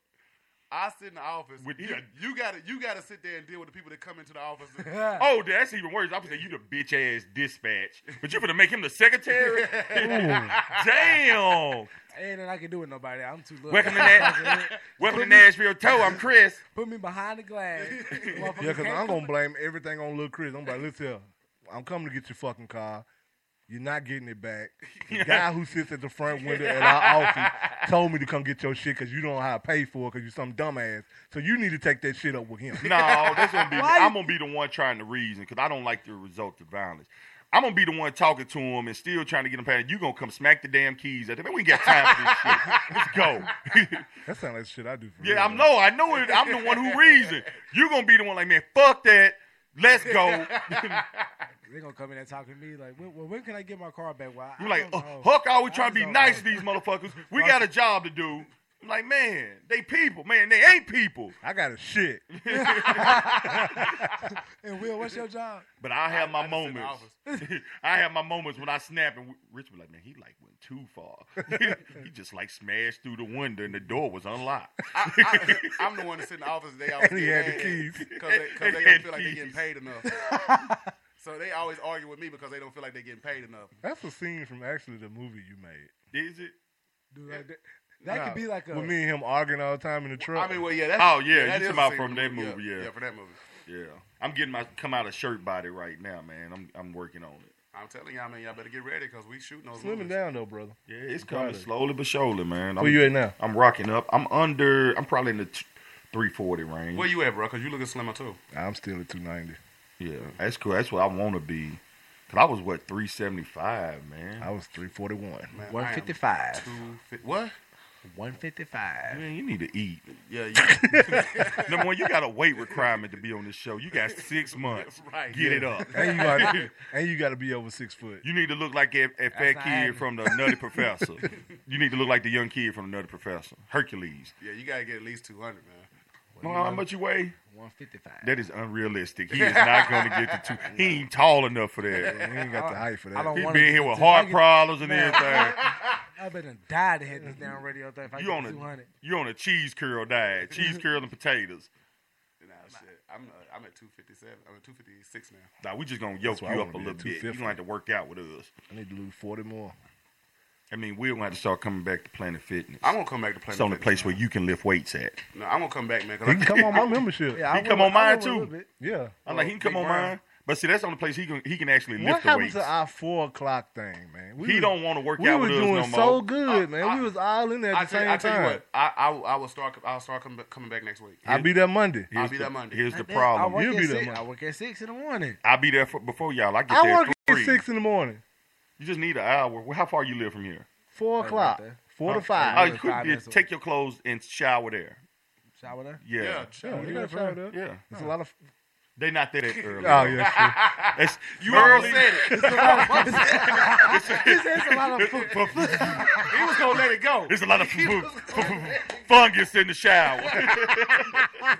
[SPEAKER 3] I sit in the office.
[SPEAKER 1] With
[SPEAKER 3] you,
[SPEAKER 1] you-
[SPEAKER 3] you gotta you gotta sit there and deal with the people that come into the office.
[SPEAKER 1] Oh, that's even worse. I'm saying you the bitch ass dispatch, but you gonna make him the secretary. Damn.
[SPEAKER 4] Ain't nothing I can do with nobody. I'm too little.
[SPEAKER 1] Welcome to
[SPEAKER 4] That's
[SPEAKER 1] that.
[SPEAKER 4] it.
[SPEAKER 1] Welcome to
[SPEAKER 4] Put me-
[SPEAKER 1] Nashville. Toe. I'm Chris.
[SPEAKER 4] Put me behind the glass.
[SPEAKER 5] Yeah, because I'm going to blame everything on Lil Chris. I'm like, listen here, I'm coming to get your fucking car. You're not getting it back. The guy who sits at the front window at our office told me to come get your shit because you don't know how to pay for it because you're some dumbass. So you need to take that shit up with him.
[SPEAKER 1] No, that's gonna be. I'm gonna be the one trying to reason because I don't like the result of violence. I'm gonna be the one talking to him and still trying to get him past. You gonna come smack the damn keys at them? Man, we ain't got time for this shit. Let's go.
[SPEAKER 5] That sounds like shit I do for
[SPEAKER 1] Yeah, I know. I know it. I'm the one who reason. You gonna be the one like, man, fuck that. Let's go.
[SPEAKER 4] They're going to come in and talk to me like, when, well, when can I get my car back? Well, I
[SPEAKER 1] You're like,
[SPEAKER 4] don't
[SPEAKER 1] uh,
[SPEAKER 4] know.
[SPEAKER 1] Huck always trying to be nice to these motherfuckers. We got a job to do. I'm like, man, they people. Man, they ain't people.
[SPEAKER 5] I got a shit.
[SPEAKER 4] And Will, what's your job?
[SPEAKER 1] But I have my moments. I have my moments when I snap and Rich be like, man, he like when too far. he just like smashed through the window and the door was unlocked.
[SPEAKER 3] I, I, I'm the one that's in the office. They always
[SPEAKER 1] And he
[SPEAKER 3] get
[SPEAKER 1] had the
[SPEAKER 3] mad
[SPEAKER 1] keys.
[SPEAKER 3] because they, 'cause
[SPEAKER 1] And
[SPEAKER 3] they don't
[SPEAKER 1] he had
[SPEAKER 3] feel like they're getting
[SPEAKER 1] keys.
[SPEAKER 3] paid enough. so they always argue with me because they don't feel like they're getting paid enough.
[SPEAKER 5] That's a scene from actually the movie you made.
[SPEAKER 1] Is it?
[SPEAKER 4] Dude, like that that could be like a.
[SPEAKER 5] With me and him arguing all the time in the truck.
[SPEAKER 3] I mean, well, yeah, that's
[SPEAKER 1] oh yeah,
[SPEAKER 3] that is
[SPEAKER 1] you talking
[SPEAKER 3] a
[SPEAKER 1] about
[SPEAKER 3] scene
[SPEAKER 1] from that movie?
[SPEAKER 3] Yeah,
[SPEAKER 1] Yeah,
[SPEAKER 3] yeah, from that movie.
[SPEAKER 1] Yeah, I'm getting my come out of shirt body right now, man. I'm I'm working on it.
[SPEAKER 3] I'm telling y'all, man, y'all better get ready because we shooting those
[SPEAKER 5] Slimming
[SPEAKER 3] movies.
[SPEAKER 5] down though, brother.
[SPEAKER 1] Yeah, it's coming slowly but surely, man.
[SPEAKER 5] Where you at now?
[SPEAKER 1] I'm rocking up. I'm under. I'm probably in the t- 340 range.
[SPEAKER 3] Where you at, bro? Because you looking slimmer too.
[SPEAKER 5] I'm still at 290.
[SPEAKER 1] Yeah, that's cool. That's what I want to be. Cause I was what 375, man.
[SPEAKER 5] I was 341.
[SPEAKER 1] Man,
[SPEAKER 4] 155.
[SPEAKER 3] what?
[SPEAKER 4] 155.
[SPEAKER 1] Man, you need to eat.
[SPEAKER 3] Yeah,
[SPEAKER 1] you, number one, you got a weight requirement to be on this show. You got six months.
[SPEAKER 3] Right.
[SPEAKER 1] Get
[SPEAKER 5] Yeah.
[SPEAKER 1] it up.
[SPEAKER 5] And you, gotta, and you gotta be over six foot.
[SPEAKER 1] You need to look like that, that
[SPEAKER 5] That's
[SPEAKER 1] fat
[SPEAKER 5] not
[SPEAKER 1] kid
[SPEAKER 5] happening.
[SPEAKER 1] from the Nutty Professor. You need to look like the young kid from the Nutty Professor. Hercules.
[SPEAKER 3] Yeah, you gotta get at least 200, man.
[SPEAKER 1] No, how much you weigh?
[SPEAKER 4] 155.
[SPEAKER 1] That is unrealistic. He is not going to get the two. He ain't tall enough for that.
[SPEAKER 5] he ain't got the height for
[SPEAKER 4] I don't
[SPEAKER 1] He
[SPEAKER 4] want
[SPEAKER 1] been
[SPEAKER 4] him
[SPEAKER 1] here
[SPEAKER 4] to-
[SPEAKER 1] with
[SPEAKER 4] to- I
[SPEAKER 1] heart
[SPEAKER 4] get-
[SPEAKER 1] problems and
[SPEAKER 4] Man,
[SPEAKER 1] everything.
[SPEAKER 4] I better die to hit this damn radio thing if I
[SPEAKER 1] You
[SPEAKER 4] get
[SPEAKER 1] on a
[SPEAKER 4] 200.
[SPEAKER 1] you on a cheese curl diet? Cheese curl and potatoes.
[SPEAKER 3] Nah, shit. I'm uh, I'm at 257. I'm at 256 now.
[SPEAKER 1] Nah, we just gonna yoke
[SPEAKER 5] That's why I
[SPEAKER 1] you up
[SPEAKER 5] wanna
[SPEAKER 1] a
[SPEAKER 5] be
[SPEAKER 1] little
[SPEAKER 5] at
[SPEAKER 1] bit. You
[SPEAKER 5] 250.
[SPEAKER 1] gonna have to work out with us.
[SPEAKER 5] I need to lose 40 more.
[SPEAKER 1] I mean, we're gonna have to start coming back to Planet Fitness.
[SPEAKER 3] I'm gonna come back to Planet
[SPEAKER 1] It's the only
[SPEAKER 3] Fitness,
[SPEAKER 1] place where you can lift weights at.
[SPEAKER 3] No, I'm gonna come back, man. 'cause
[SPEAKER 1] He
[SPEAKER 3] I-
[SPEAKER 1] can come on my membership. Yeah, I He come will- on I mine, will a too. little bit.
[SPEAKER 5] Yeah.
[SPEAKER 1] I'm like, he can come
[SPEAKER 5] Big
[SPEAKER 1] on
[SPEAKER 5] Brown.
[SPEAKER 1] mine, but see, that's the only place he can he can actually lift
[SPEAKER 5] What
[SPEAKER 1] the
[SPEAKER 5] happened
[SPEAKER 1] weights.
[SPEAKER 5] to our four o'clock thing, man?
[SPEAKER 1] He don't wanna work
[SPEAKER 5] we
[SPEAKER 1] out
[SPEAKER 5] was
[SPEAKER 1] with us
[SPEAKER 5] doing
[SPEAKER 1] no
[SPEAKER 5] so
[SPEAKER 1] more.
[SPEAKER 5] good, man. we was all in there at
[SPEAKER 3] I
[SPEAKER 5] the
[SPEAKER 3] tell,
[SPEAKER 5] same
[SPEAKER 3] I tell
[SPEAKER 5] time.
[SPEAKER 3] you what, I, I I will start I'll start coming back, coming back next week.
[SPEAKER 5] I'll be there Monday.
[SPEAKER 3] I'll be there Monday.
[SPEAKER 1] Here's the
[SPEAKER 4] I bet- I
[SPEAKER 1] problem.
[SPEAKER 4] work
[SPEAKER 1] You'll
[SPEAKER 4] at
[SPEAKER 1] be there
[SPEAKER 4] six-
[SPEAKER 1] Monday.
[SPEAKER 4] I work at 6 in the morning.
[SPEAKER 1] I'll be there for, before y'all. I get
[SPEAKER 4] I
[SPEAKER 1] there
[SPEAKER 4] work
[SPEAKER 1] at
[SPEAKER 4] at
[SPEAKER 1] three.
[SPEAKER 4] six in the morning.
[SPEAKER 1] You just need an hour. Well, How far you live from here?
[SPEAKER 4] Four o'clock. Four to five.
[SPEAKER 1] Oh, you could just take your clothes and shower there.
[SPEAKER 4] Shower there?
[SPEAKER 1] Yeah.
[SPEAKER 4] Yeah, shower there. Shower there.
[SPEAKER 1] Yeah.
[SPEAKER 4] There's a lot of.
[SPEAKER 1] They not that early.
[SPEAKER 4] Oh, yeah,
[SPEAKER 1] It's-
[SPEAKER 3] You already
[SPEAKER 1] early-
[SPEAKER 3] said it.
[SPEAKER 4] It's a lot of- He said it's a lot of fu-
[SPEAKER 1] fu- fu-
[SPEAKER 3] He was gonna let it go.
[SPEAKER 1] There's a lot of fu- fu- fu- fungus in the shower.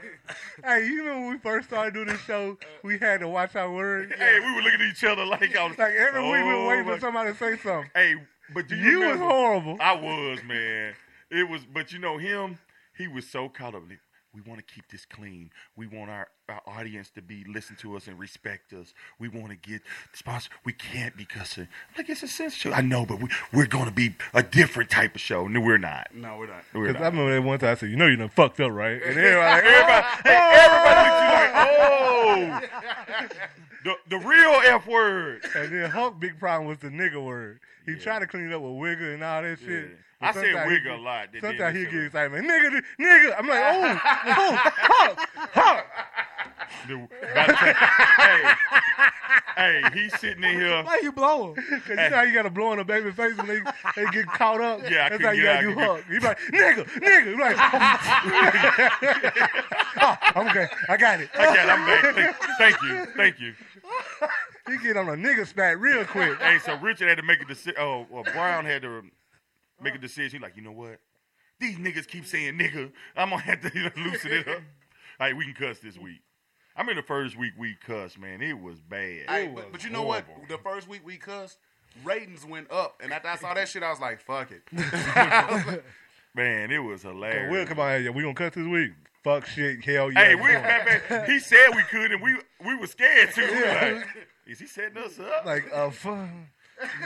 [SPEAKER 5] Hey, you remember when we first started doing this show, we had to watch our words.
[SPEAKER 1] Hey, we were looking at each other like I was
[SPEAKER 5] like every week we
[SPEAKER 1] Oh,
[SPEAKER 5] were waiting
[SPEAKER 1] my-
[SPEAKER 5] for somebody to say something.
[SPEAKER 1] Hey, but do you,
[SPEAKER 5] You was
[SPEAKER 1] remember-
[SPEAKER 5] horrible.
[SPEAKER 1] I was, man. It was, but you know him. He was so caught up. in it. We want to keep this clean. We want our, our audience to be listen to us and respect us. We want to get sponsor. We can't because of, like it's a censorship. I know, but we we're going to be a different type of show. No, we're not.
[SPEAKER 3] No, we're not.
[SPEAKER 1] We're
[SPEAKER 5] Because I
[SPEAKER 1] not.
[SPEAKER 5] remember that one time I said, "You know you done fucked up, right?" And everybody, like,
[SPEAKER 1] Everybody- hey, everybody looked at you like, "Oh, the, the real f word."
[SPEAKER 5] And then Hulk' big problem was the nigga word. He tried to clean it up with wigger and all that shit.
[SPEAKER 1] Yeah.
[SPEAKER 5] but
[SPEAKER 1] I said
[SPEAKER 5] sometimes he
[SPEAKER 1] wigger
[SPEAKER 5] get-
[SPEAKER 1] a lot, that
[SPEAKER 5] Sometimes he
[SPEAKER 1] didn't
[SPEAKER 5] get excited, nigga, nigga. I'm like, oh, oh, Hulk, Hulk.
[SPEAKER 1] The- by the time- hey, hey, he's sitting in here.
[SPEAKER 5] Why you blow him? Cause you know how you gotta blow in a baby face when they, they get caught up.
[SPEAKER 1] Yeah, I
[SPEAKER 5] that's
[SPEAKER 1] couldn't
[SPEAKER 5] how you
[SPEAKER 1] get
[SPEAKER 5] gotta do
[SPEAKER 1] out,
[SPEAKER 5] Hulk. You like, nigga, nigga. Like, oh, okay, I got it.
[SPEAKER 1] I got it. I'm back. Thank, thank you. Thank you.
[SPEAKER 5] He get on a nigga spat real quick.
[SPEAKER 1] Hey, so Richard had to make a decision. Oh, well, Brown had to make a decision. He like, you know what? These niggas keep saying nigga. I'm going to have to you know, loosen it up. All right, we can cuss this week. I mean, the first week we cussed, man. It was bad.
[SPEAKER 3] Hey,
[SPEAKER 1] It was
[SPEAKER 3] but, but you know
[SPEAKER 1] horrible.
[SPEAKER 3] what? The first week we cussed, ratings went up, and after I saw that shit, I was like, "Fuck it."
[SPEAKER 1] Man, it was hilarious.
[SPEAKER 5] We'll come out here. We gonna cut this week. Fuck shit.
[SPEAKER 3] Oh,
[SPEAKER 5] Hell yeah.
[SPEAKER 1] Hey,
[SPEAKER 5] come
[SPEAKER 1] we,
[SPEAKER 5] on.
[SPEAKER 1] man, man, he said we could, and we we were scared too. We were like, is he setting us up?
[SPEAKER 5] like uh, fuck.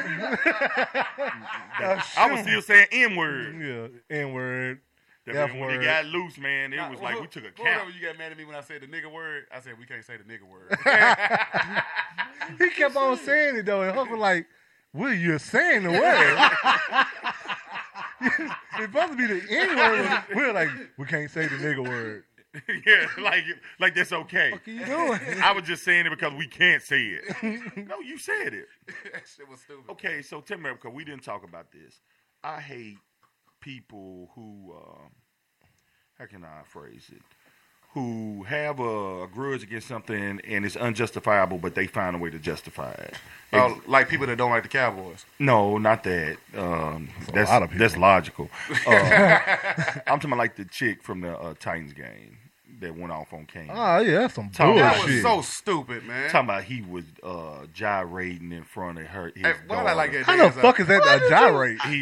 [SPEAKER 1] I was still saying N word.
[SPEAKER 5] Yeah, N word.
[SPEAKER 1] That when it got loose, man, it was like we took a count.
[SPEAKER 3] Whenever you got mad at me when I said the nigga word, I said we can't say the nigga word.
[SPEAKER 5] he kept on saying it though, and Hulk was like, "Well, you're saying the word." it's supposed to be the N word. We We're like, we can't say the nigga word.
[SPEAKER 1] yeah, like like that's okay. What
[SPEAKER 5] are you doing?
[SPEAKER 1] I was just saying it because we can't say it. no, you said it.
[SPEAKER 3] that shit was stupid.
[SPEAKER 1] Okay, so tell me because we didn't talk about this. I hate people who um, how can I phrase it? Who have a, grudge against something and it's unjustifiable, but they find a way to justify it.
[SPEAKER 3] Oh, like people that don't like the Cowboys.
[SPEAKER 1] No, not that. Um, that's that's,
[SPEAKER 3] lot of people.
[SPEAKER 1] logical. Uh, I'm talking about like the chick from the uh, Titans game. that went off on Kane.
[SPEAKER 5] Oh, yeah, that's some
[SPEAKER 1] Talking about-
[SPEAKER 5] bullshit. That was so
[SPEAKER 3] stupid, man.
[SPEAKER 1] Talking about he was uh, gyrating in front of her. His
[SPEAKER 3] Hey, why did I like
[SPEAKER 1] daughter.
[SPEAKER 3] that How the dance? fuck is that
[SPEAKER 5] Why a did you- gyrate?
[SPEAKER 1] He,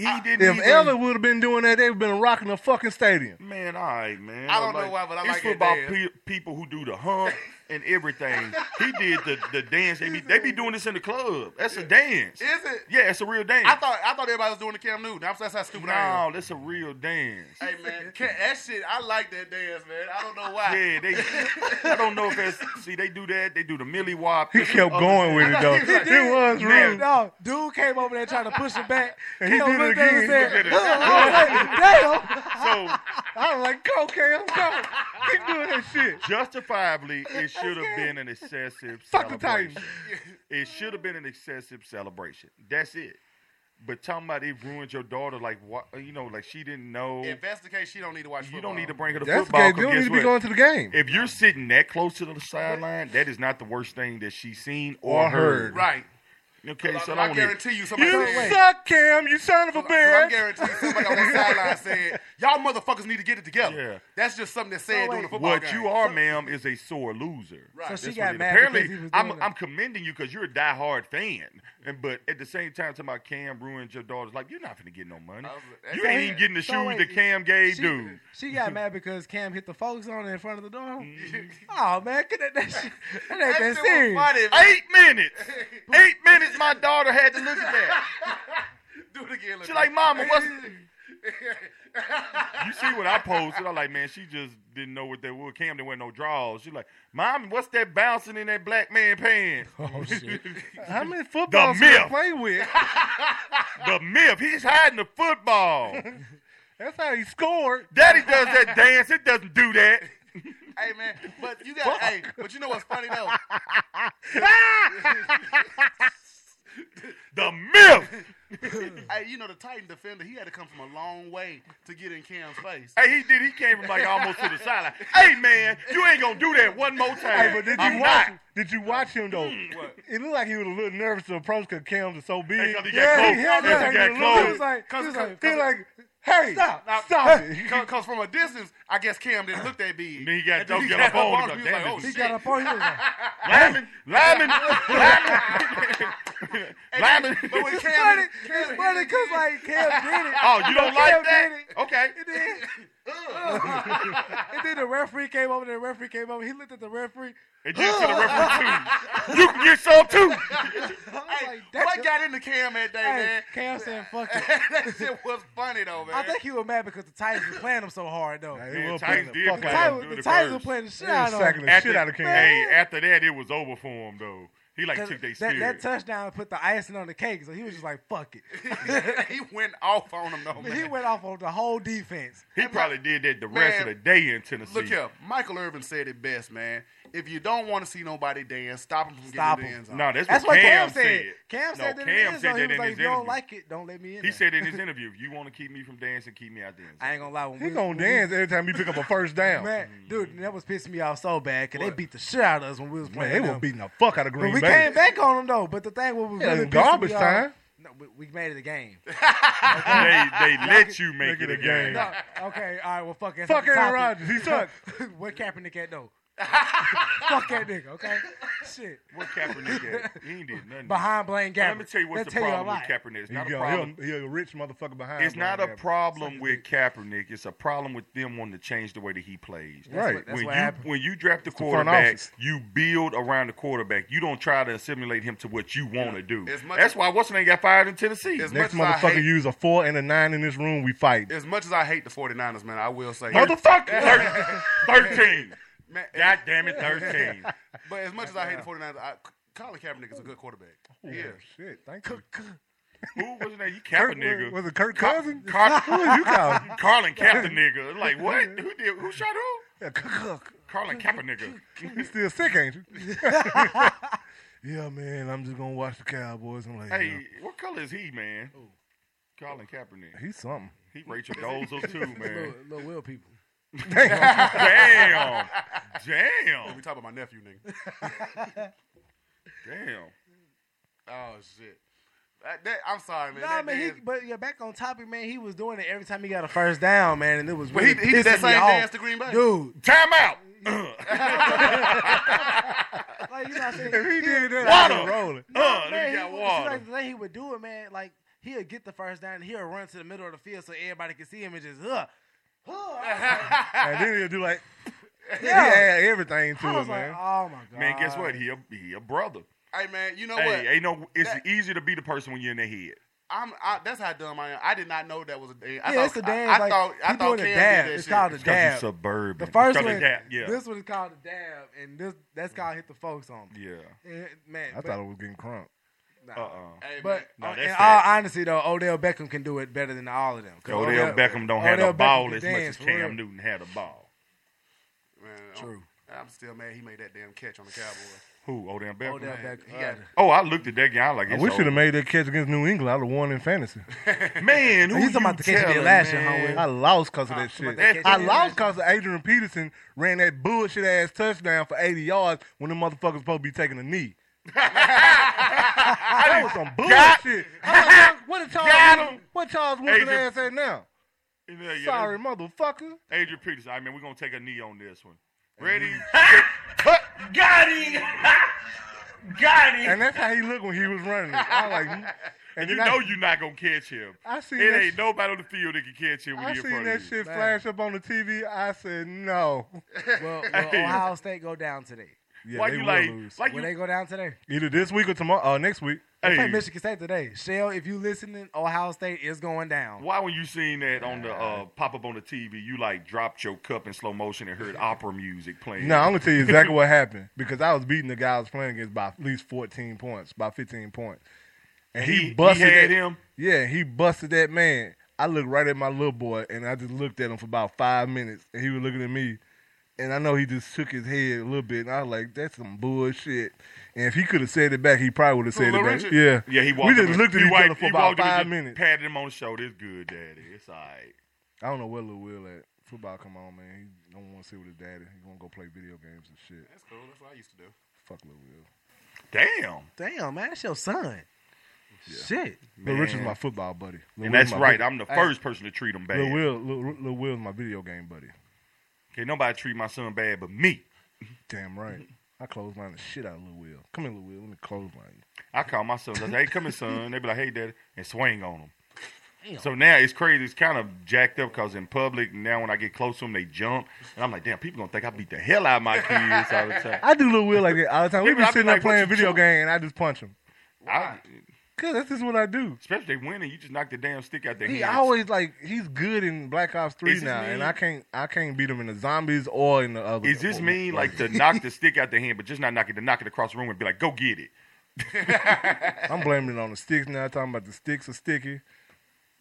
[SPEAKER 3] He didn't.
[SPEAKER 5] If
[SPEAKER 3] even-
[SPEAKER 5] Ellen would have been doing that, they would have been rocking the fucking stadium.
[SPEAKER 1] man, all right, man.
[SPEAKER 3] I don't know why, but I
[SPEAKER 1] it's
[SPEAKER 3] like that
[SPEAKER 1] football
[SPEAKER 3] dance.
[SPEAKER 1] pe- people who do the hump and everything. he did the, the dance. They be, they be doing this in the club. That's a dance.
[SPEAKER 3] Is it?
[SPEAKER 1] Yeah, it's a real dance.
[SPEAKER 3] I thought I thought everybody was doing the Cam Newton. I'm, that's how stupid I
[SPEAKER 1] no,
[SPEAKER 3] am.
[SPEAKER 1] that's a real dance.
[SPEAKER 3] Hey man, Cam- that shit. I like that dance, man. I don't know why.
[SPEAKER 1] Yeah, they. I don't know if that's. See, they do that. They do the Millie Wop.
[SPEAKER 5] He kept going with it, though.
[SPEAKER 4] He did.
[SPEAKER 5] It was real.
[SPEAKER 4] No, dude came over there trying to push it back.
[SPEAKER 5] And he
[SPEAKER 4] Cam
[SPEAKER 5] did it
[SPEAKER 4] looked at him and
[SPEAKER 5] again.
[SPEAKER 4] said,
[SPEAKER 5] He did it.
[SPEAKER 4] "Ugh,"
[SPEAKER 1] So
[SPEAKER 4] I was like, Damn. I was like, go, Cam, go. Keep doing that shit.
[SPEAKER 1] Justifiably, it should have been an excessive
[SPEAKER 4] Fuck the
[SPEAKER 1] celebration.
[SPEAKER 4] Titans.
[SPEAKER 1] It should have been an excessive celebration. That's it. But talking about it ruined your daughter, like what you know, like she didn't know.
[SPEAKER 3] Investigate. She don't need to watch.
[SPEAKER 1] You don't need to bring her to
[SPEAKER 5] That's
[SPEAKER 1] football.
[SPEAKER 5] okay.
[SPEAKER 1] 'cause
[SPEAKER 5] You don't
[SPEAKER 1] guess
[SPEAKER 5] need to be
[SPEAKER 1] what?
[SPEAKER 5] going to the game.
[SPEAKER 1] If you're sitting that close to the sideline, that is not the worst thing that she's seen or,
[SPEAKER 5] Or
[SPEAKER 1] heard.
[SPEAKER 5] heard.
[SPEAKER 3] Right.
[SPEAKER 1] Okay, so
[SPEAKER 3] I
[SPEAKER 1] don't hear-
[SPEAKER 3] guarantee you somebody
[SPEAKER 5] You
[SPEAKER 3] said-
[SPEAKER 5] suck, Cam. You son of a
[SPEAKER 3] I
[SPEAKER 5] bitch.
[SPEAKER 3] guarantee you somebody on the sideline said, "Y'all motherfuckers need to get it together." That's just something that's said during the football
[SPEAKER 1] What
[SPEAKER 3] game.
[SPEAKER 1] you are, ma'am, is a sore loser.
[SPEAKER 3] Right. So she
[SPEAKER 1] That's
[SPEAKER 3] got
[SPEAKER 1] what it
[SPEAKER 3] mad
[SPEAKER 1] is.
[SPEAKER 3] because he
[SPEAKER 1] Apparently,
[SPEAKER 3] was doing
[SPEAKER 1] I'm,
[SPEAKER 3] that.
[SPEAKER 1] I'm commending you because you're a diehard fan, and but at the same time, talking about Cam ruined your daughter's life, you're not gonna get no money. you ain't even getting the
[SPEAKER 4] So
[SPEAKER 1] shoes
[SPEAKER 4] wait,
[SPEAKER 1] that Cam gave,
[SPEAKER 4] she-
[SPEAKER 1] dude.
[SPEAKER 4] She got mad because Cam hit the focus on her in front of the door.
[SPEAKER 1] Mm-hmm.
[SPEAKER 4] oh man, get that, that, shit, that ain't that,
[SPEAKER 3] shit was
[SPEAKER 4] serious.
[SPEAKER 3] funny, man.
[SPEAKER 1] Eight minutes. Eight minutes. My daughter had to look at that.
[SPEAKER 3] Do it again.
[SPEAKER 1] She like, "Mama, what's-" You see what I posted? I'm like, man, she just didn't know what that was. Cam, there wasn't no draws. She like, mom, what's that bouncing in that black man pants?
[SPEAKER 5] Oh shit! How many
[SPEAKER 1] The
[SPEAKER 5] footballs you
[SPEAKER 1] myth.
[SPEAKER 5] play with?
[SPEAKER 1] The myth. He's hiding the football.
[SPEAKER 5] That's how he scored.
[SPEAKER 1] Daddy does that dance. It doesn't do that.
[SPEAKER 3] Hey man, but you got hey, but you know what's funny though?
[SPEAKER 1] the myth.
[SPEAKER 3] hey, you know the Titan defender, he had to come from a long way to get in Cam's face.
[SPEAKER 1] Hey, he did. He came from like almost to the sideline. Hey, man, you ain't gonna do that one more time.
[SPEAKER 5] Hey, but did you
[SPEAKER 1] I'm
[SPEAKER 5] watch?
[SPEAKER 1] not.
[SPEAKER 5] Did you watch him though? It looked like he was a little nervous to approach because Cam was so big.
[SPEAKER 1] got
[SPEAKER 5] yeah, he
[SPEAKER 1] close.
[SPEAKER 5] had that.
[SPEAKER 1] He got
[SPEAKER 5] was a little-
[SPEAKER 1] close.
[SPEAKER 5] he was like,
[SPEAKER 3] cause-
[SPEAKER 5] he like, hey,
[SPEAKER 3] Stop! Now,
[SPEAKER 5] stop
[SPEAKER 3] hey,
[SPEAKER 5] it.
[SPEAKER 3] Cause, 'cause from a distance, I guess Cam didn't look that big. Then
[SPEAKER 1] he got
[SPEAKER 3] dope.
[SPEAKER 1] dope, got up on him, like, damn,
[SPEAKER 3] oh,
[SPEAKER 1] this
[SPEAKER 3] shit.
[SPEAKER 1] He got
[SPEAKER 4] up on him.
[SPEAKER 1] Lyman, Lyman, Lyman. Lyman.
[SPEAKER 3] But when
[SPEAKER 4] It's
[SPEAKER 3] Cam,
[SPEAKER 4] funny, it's funny because like Cam did it.
[SPEAKER 1] Oh, you don't
[SPEAKER 4] Cam
[SPEAKER 1] like
[SPEAKER 4] did
[SPEAKER 1] that?
[SPEAKER 4] it.
[SPEAKER 1] Okay.
[SPEAKER 4] And then, and then the referee came over. The referee came over. He looked at the referee.
[SPEAKER 1] And you to the referee too. You can get some too.
[SPEAKER 3] hey, what got into Cam that day, man?
[SPEAKER 4] Cam said, "Fuck it."
[SPEAKER 3] that shit was funny though, man.
[SPEAKER 4] I think he was mad because the Titans were playing him so hard though.
[SPEAKER 5] they Yeah, were Titans playing the did fuck play out of him
[SPEAKER 4] Titans-
[SPEAKER 5] through
[SPEAKER 4] the
[SPEAKER 5] the
[SPEAKER 4] Titans were
[SPEAKER 5] first.
[SPEAKER 4] playing the shit
[SPEAKER 5] They
[SPEAKER 4] out of him.
[SPEAKER 5] sacking the shit out of Cam.
[SPEAKER 1] Hey, after that, it was over for him though. He like
[SPEAKER 4] 'Cause
[SPEAKER 1] took their
[SPEAKER 4] that,
[SPEAKER 1] spirit.
[SPEAKER 4] that touchdown put the icing on the cake, so he was just like, "Fuck it."
[SPEAKER 3] he went off on him
[SPEAKER 1] Oh,
[SPEAKER 3] though, man.
[SPEAKER 4] He went off on the whole defense.
[SPEAKER 1] he probably did that the
[SPEAKER 3] Man,
[SPEAKER 1] rest of the day in Tennessee.
[SPEAKER 3] Look here, Michael Irvin said it best, man. If you don't want to see nobody dance, stop him from
[SPEAKER 4] Stop
[SPEAKER 3] getting
[SPEAKER 4] him.
[SPEAKER 3] in the end zone.
[SPEAKER 1] No, that's That's what what Cam Cam said. said.
[SPEAKER 4] Cam
[SPEAKER 1] No,
[SPEAKER 4] said that
[SPEAKER 1] Cam
[SPEAKER 4] in
[SPEAKER 1] said
[SPEAKER 4] his
[SPEAKER 1] that
[SPEAKER 4] zone. He was
[SPEAKER 1] in
[SPEAKER 4] like,
[SPEAKER 1] his
[SPEAKER 4] "If you don't
[SPEAKER 1] interview.
[SPEAKER 4] like it, don't let me in."
[SPEAKER 1] He
[SPEAKER 4] there."
[SPEAKER 1] said in his interview, "If you want to keep me from dancing, keep me out there."
[SPEAKER 4] I ain't gonna lie. When
[SPEAKER 5] He
[SPEAKER 4] we-
[SPEAKER 5] gonna
[SPEAKER 4] when we-
[SPEAKER 5] dance every time he pick up a first down.
[SPEAKER 4] Man, dude, that was pissing me off so bad because they beat the shit out of us when we was
[SPEAKER 5] Man,
[SPEAKER 4] playing.
[SPEAKER 5] they were
[SPEAKER 4] them.
[SPEAKER 5] beating the fuck out of
[SPEAKER 4] But
[SPEAKER 5] Green
[SPEAKER 4] we
[SPEAKER 5] Bay.
[SPEAKER 4] came back on them though. But the thing what was
[SPEAKER 5] Yeah,
[SPEAKER 4] really
[SPEAKER 5] in
[SPEAKER 4] pissing
[SPEAKER 5] garbage
[SPEAKER 4] me off-
[SPEAKER 5] time.
[SPEAKER 4] No, we, we made it a game. they
[SPEAKER 1] they let you make it a game.
[SPEAKER 4] No, okay, all right. Well, fuck it.
[SPEAKER 5] Fuck Aaron Rodgers, he
[SPEAKER 4] sucked. what Kaepernick at though? fuck that nigga. Okay, shit.
[SPEAKER 1] What Kaepernick at? He ain't did nothing.
[SPEAKER 4] Behind Blaine
[SPEAKER 1] Let me
[SPEAKER 4] Gabbert.
[SPEAKER 1] tell you what's
[SPEAKER 4] That
[SPEAKER 1] the
[SPEAKER 4] tell you a
[SPEAKER 1] problem with
[SPEAKER 4] lot.
[SPEAKER 1] Kaepernick. It's
[SPEAKER 5] He
[SPEAKER 1] not a
[SPEAKER 5] go-
[SPEAKER 1] problem.
[SPEAKER 5] He'll, he'll a rich motherfucker behind.
[SPEAKER 1] It's not a
[SPEAKER 5] Blaine Gabbert.
[SPEAKER 1] problem with Kaepernick. It's a problem with them wanting to change the way that he plays.
[SPEAKER 5] That's Right. what- that's
[SPEAKER 1] when
[SPEAKER 5] what
[SPEAKER 1] you
[SPEAKER 5] happened.
[SPEAKER 1] when you draft the
[SPEAKER 5] the front
[SPEAKER 1] quarterback,
[SPEAKER 5] office.
[SPEAKER 1] you build around the quarterback. You don't try to assimilate him to what you want to do.
[SPEAKER 3] As much
[SPEAKER 1] That's
[SPEAKER 3] as-
[SPEAKER 1] why Watson ain't got fired in Tennessee.
[SPEAKER 5] Next
[SPEAKER 3] much as I
[SPEAKER 5] motherfucker
[SPEAKER 3] hate-
[SPEAKER 5] use a four and a nine in this room. We fight.
[SPEAKER 3] As much as I hate the 49ers, man, I will say.
[SPEAKER 1] Motherfucker! Thirteen.
[SPEAKER 3] Man,
[SPEAKER 1] God damn it, 13.
[SPEAKER 3] But as much as I hate the 49ers, I, Colin Kaepernick is a good quarterback. yeah.
[SPEAKER 5] Shit, thank you.
[SPEAKER 1] Who was his name? You
[SPEAKER 5] Kirk-
[SPEAKER 1] Kaepernick.
[SPEAKER 5] was it Kirk Cousins?
[SPEAKER 1] Car-
[SPEAKER 5] Who was you calling?
[SPEAKER 1] Carlin Kaepernick. Like what? Who did? Who shot who? Carlin Kaepernick.
[SPEAKER 5] You still sick, ain't you? yeah, man. I'm just gonna watch the Cowboys. I'm like,
[SPEAKER 1] Hey, what color is he, man? Colin Kaepernick.
[SPEAKER 5] yeah, he's something.
[SPEAKER 1] He Rachel Dolezal too, man.
[SPEAKER 4] Little, little Will people.
[SPEAKER 1] Damn. Damn.
[SPEAKER 3] We talking about my nephew, nigga.
[SPEAKER 1] Damn.
[SPEAKER 3] Oh shit. That- that- I'm sorry, man.
[SPEAKER 4] No,
[SPEAKER 3] That-
[SPEAKER 4] man,
[SPEAKER 3] that
[SPEAKER 4] he,
[SPEAKER 3] is-
[SPEAKER 4] but yeah, back on topic, man, he was doing it every time he got a first down, man, and it was
[SPEAKER 3] Well,
[SPEAKER 4] really
[SPEAKER 3] he- he did that
[SPEAKER 4] pissing
[SPEAKER 3] same
[SPEAKER 4] me off.
[SPEAKER 3] dance to Green Bay.
[SPEAKER 4] dude.
[SPEAKER 1] Time out.
[SPEAKER 4] like you know, what I'm saying?
[SPEAKER 3] If he did that, I'd
[SPEAKER 4] Water.
[SPEAKER 3] be rolling.
[SPEAKER 4] No,
[SPEAKER 3] Uh,
[SPEAKER 4] man,
[SPEAKER 3] he got
[SPEAKER 4] would- see,
[SPEAKER 3] water.
[SPEAKER 4] Like the way he would do it, man, like he'll get the first down, and he'll run to the middle of the field so everybody can see him and just huh.
[SPEAKER 5] and then he'll do like,
[SPEAKER 4] Yeah.
[SPEAKER 5] yeah, add everything to
[SPEAKER 4] I was
[SPEAKER 5] it,
[SPEAKER 4] like,
[SPEAKER 5] man.
[SPEAKER 4] oh my god,
[SPEAKER 1] Man, guess what? He a, he a brother.
[SPEAKER 3] Hey, man, you know
[SPEAKER 1] hey,
[SPEAKER 3] what?
[SPEAKER 1] ain't no. It's
[SPEAKER 3] That-
[SPEAKER 1] easier to be the person when you're in their head.
[SPEAKER 3] I'm, I, that's how dumb I am. I did not know that was a thing. I
[SPEAKER 4] yeah,
[SPEAKER 3] thought,
[SPEAKER 4] it's the
[SPEAKER 3] I-
[SPEAKER 4] dab.
[SPEAKER 3] I,
[SPEAKER 4] like,
[SPEAKER 3] thought, I thought
[SPEAKER 4] he doing the
[SPEAKER 3] Cam
[SPEAKER 4] dab.
[SPEAKER 3] did that
[SPEAKER 4] It's
[SPEAKER 3] shit.
[SPEAKER 4] called the dab. The first
[SPEAKER 1] It's 'cause
[SPEAKER 4] one,
[SPEAKER 1] of dab, yeah.
[SPEAKER 4] this one is called the dab, and this that's called hit the folks on.
[SPEAKER 1] Yeah.
[SPEAKER 4] Eh, man.
[SPEAKER 5] I
[SPEAKER 4] but-
[SPEAKER 5] thought it was getting crunk.
[SPEAKER 4] Nah.
[SPEAKER 1] Uh-uh.
[SPEAKER 3] Hey,
[SPEAKER 4] But
[SPEAKER 5] man. No,
[SPEAKER 4] uh,
[SPEAKER 5] that's
[SPEAKER 4] in all
[SPEAKER 5] facts.
[SPEAKER 4] honesty, though, Odell Beckham can do it better than all of them. 'Cause
[SPEAKER 1] Odell Beckham don't have
[SPEAKER 4] Odell
[SPEAKER 1] the Oh, ball
[SPEAKER 4] Beckham
[SPEAKER 1] as
[SPEAKER 4] can
[SPEAKER 1] much as
[SPEAKER 4] dance, for
[SPEAKER 1] Cam
[SPEAKER 4] real.
[SPEAKER 1] Newton had a ball.
[SPEAKER 3] Man,
[SPEAKER 4] True.
[SPEAKER 3] I'm still mad he made that damn catch on the Cowboys.
[SPEAKER 1] Who? Odell Beckham.
[SPEAKER 3] Odell Beckham.
[SPEAKER 1] He got- Oh, I looked at that guy I like.
[SPEAKER 5] I
[SPEAKER 1] it's
[SPEAKER 5] wish you'd
[SPEAKER 1] over.
[SPEAKER 5] have made that catch against New England. I'd have won in fantasy.
[SPEAKER 1] Man, who
[SPEAKER 5] He's
[SPEAKER 1] you
[SPEAKER 5] talking about the catch he did
[SPEAKER 1] telling,
[SPEAKER 5] last year,
[SPEAKER 1] man?
[SPEAKER 5] I lost because of that shit.
[SPEAKER 1] that catch
[SPEAKER 5] I
[SPEAKER 1] he did
[SPEAKER 5] lost because Adrian Peterson ran that bullshit ass touchdown for 80 yards when the motherfuckers supposed to be taking a knee. that was some
[SPEAKER 1] Got-
[SPEAKER 5] bullshit. I'm like, what did
[SPEAKER 1] Got
[SPEAKER 5] Charles?
[SPEAKER 1] him.
[SPEAKER 5] What Charles Woodson
[SPEAKER 1] Adrian-
[SPEAKER 5] ass at now?
[SPEAKER 1] Yeah, yeah,
[SPEAKER 5] Sorry,
[SPEAKER 1] that-
[SPEAKER 5] motherfucker.
[SPEAKER 1] Adrian Peterson. I mean, we're gonna take a knee on this one. Ready? set, cut. Got him. Got him.
[SPEAKER 5] And that's how he looked when he was running. it. I was like,
[SPEAKER 1] And
[SPEAKER 5] and
[SPEAKER 1] you
[SPEAKER 5] then I-
[SPEAKER 1] know you're not gonna catch him.
[SPEAKER 5] I seen
[SPEAKER 1] it.
[SPEAKER 5] that
[SPEAKER 1] Ain't
[SPEAKER 5] sh-
[SPEAKER 1] nobody on the field that can catch him. When
[SPEAKER 5] I
[SPEAKER 1] he in
[SPEAKER 5] seen
[SPEAKER 1] front
[SPEAKER 5] that
[SPEAKER 1] of you.
[SPEAKER 5] shit flash up on the TV. I said no.
[SPEAKER 4] Will, will Ohio State go down today?
[SPEAKER 5] Yeah, Why they you will like- lose. like
[SPEAKER 4] will
[SPEAKER 5] you-
[SPEAKER 4] they go down today?
[SPEAKER 5] Either this week or tomorrow, uh, next week.
[SPEAKER 4] They play Michigan State today. Shell, if you listening, Ohio State is going down.
[SPEAKER 1] Why, when you seen that on the uh, pop up on the TV, you like dropped your cup in slow motion and heard opera music playing?
[SPEAKER 5] No, I'm gonna tell you exactly what happened because I was beating the guy I was playing against by at least 14 points, by 15 points, and
[SPEAKER 1] He-
[SPEAKER 5] he,
[SPEAKER 1] he
[SPEAKER 5] busted that-
[SPEAKER 1] had him?
[SPEAKER 5] Yeah, he busted that man. I looked right at my little boy, and I just looked at him for about five minutes, and he was looking at me, and I know he just shook his head a little bit, and I was like, "That's some bullshit." And if he could have said it back, he probably would have said it
[SPEAKER 1] Little
[SPEAKER 5] back.
[SPEAKER 1] Richard?
[SPEAKER 5] Yeah,
[SPEAKER 1] yeah. He walked.
[SPEAKER 5] We
[SPEAKER 1] up
[SPEAKER 5] just
[SPEAKER 1] and-
[SPEAKER 5] looked at
[SPEAKER 1] he
[SPEAKER 5] each other
[SPEAKER 1] wiped-
[SPEAKER 5] for
[SPEAKER 1] he
[SPEAKER 5] about
[SPEAKER 1] walked up and
[SPEAKER 5] five
[SPEAKER 1] just
[SPEAKER 5] minutes.
[SPEAKER 1] Patted him on the shoulder. It's good, daddy. It's all right.
[SPEAKER 5] I don't know where Lil Will at. Football, come on, man. He don't want to sit with his daddy. He want to go play video games and shit.
[SPEAKER 3] That's cool. That's what I used to do.
[SPEAKER 5] Fuck Lil Will.
[SPEAKER 1] Damn.
[SPEAKER 4] Damn, man, that's your son. Shit.
[SPEAKER 5] Lil Richard's my football buddy. Lil Will's
[SPEAKER 1] and that's
[SPEAKER 5] my
[SPEAKER 1] right.
[SPEAKER 5] video-
[SPEAKER 1] I'm the
[SPEAKER 5] Hey,
[SPEAKER 1] first person to treat him bad.
[SPEAKER 5] Lil Will, Lil, Lil Will's my video game buddy.
[SPEAKER 1] Can't nobody treat my son bad but me.
[SPEAKER 5] Damn right. I clothesline the shit out of Lil Will. Come here, Lil Will. Let me clothesline
[SPEAKER 1] I call my sons. I say, "Hey, come here, son." They be like, "Hey, daddy," and swing on them. So now it's crazy. It's kind of jacked up because in public now, when I get close to them, they jump, and I'm like, "Damn, people gonna think I beat the hell out of my kids all the
[SPEAKER 5] you.
[SPEAKER 1] time."
[SPEAKER 5] I do Lil Will like that all the time. We
[SPEAKER 1] Yeah,
[SPEAKER 5] be
[SPEAKER 1] but I be
[SPEAKER 5] sitting
[SPEAKER 1] like,
[SPEAKER 5] there
[SPEAKER 1] what
[SPEAKER 5] playing
[SPEAKER 1] you
[SPEAKER 5] video
[SPEAKER 1] doing?
[SPEAKER 5] game and I just punch him.
[SPEAKER 1] I,
[SPEAKER 5] Cause that's just what I do.
[SPEAKER 1] Especially if they winning, you just knock the damn stick out their
[SPEAKER 5] He
[SPEAKER 1] hand.
[SPEAKER 5] always like he's good in Black Ops Three
[SPEAKER 1] Is this
[SPEAKER 5] now,
[SPEAKER 1] mean?
[SPEAKER 5] and I can't I can't beat him in the zombies or in the other.
[SPEAKER 1] Is this mean like to knock the stick out their hand, but just not knock it, to knock it across the room and be like, "Go get it"?
[SPEAKER 5] I'm blaming it on the sticks now. Talking about the sticks are sticky.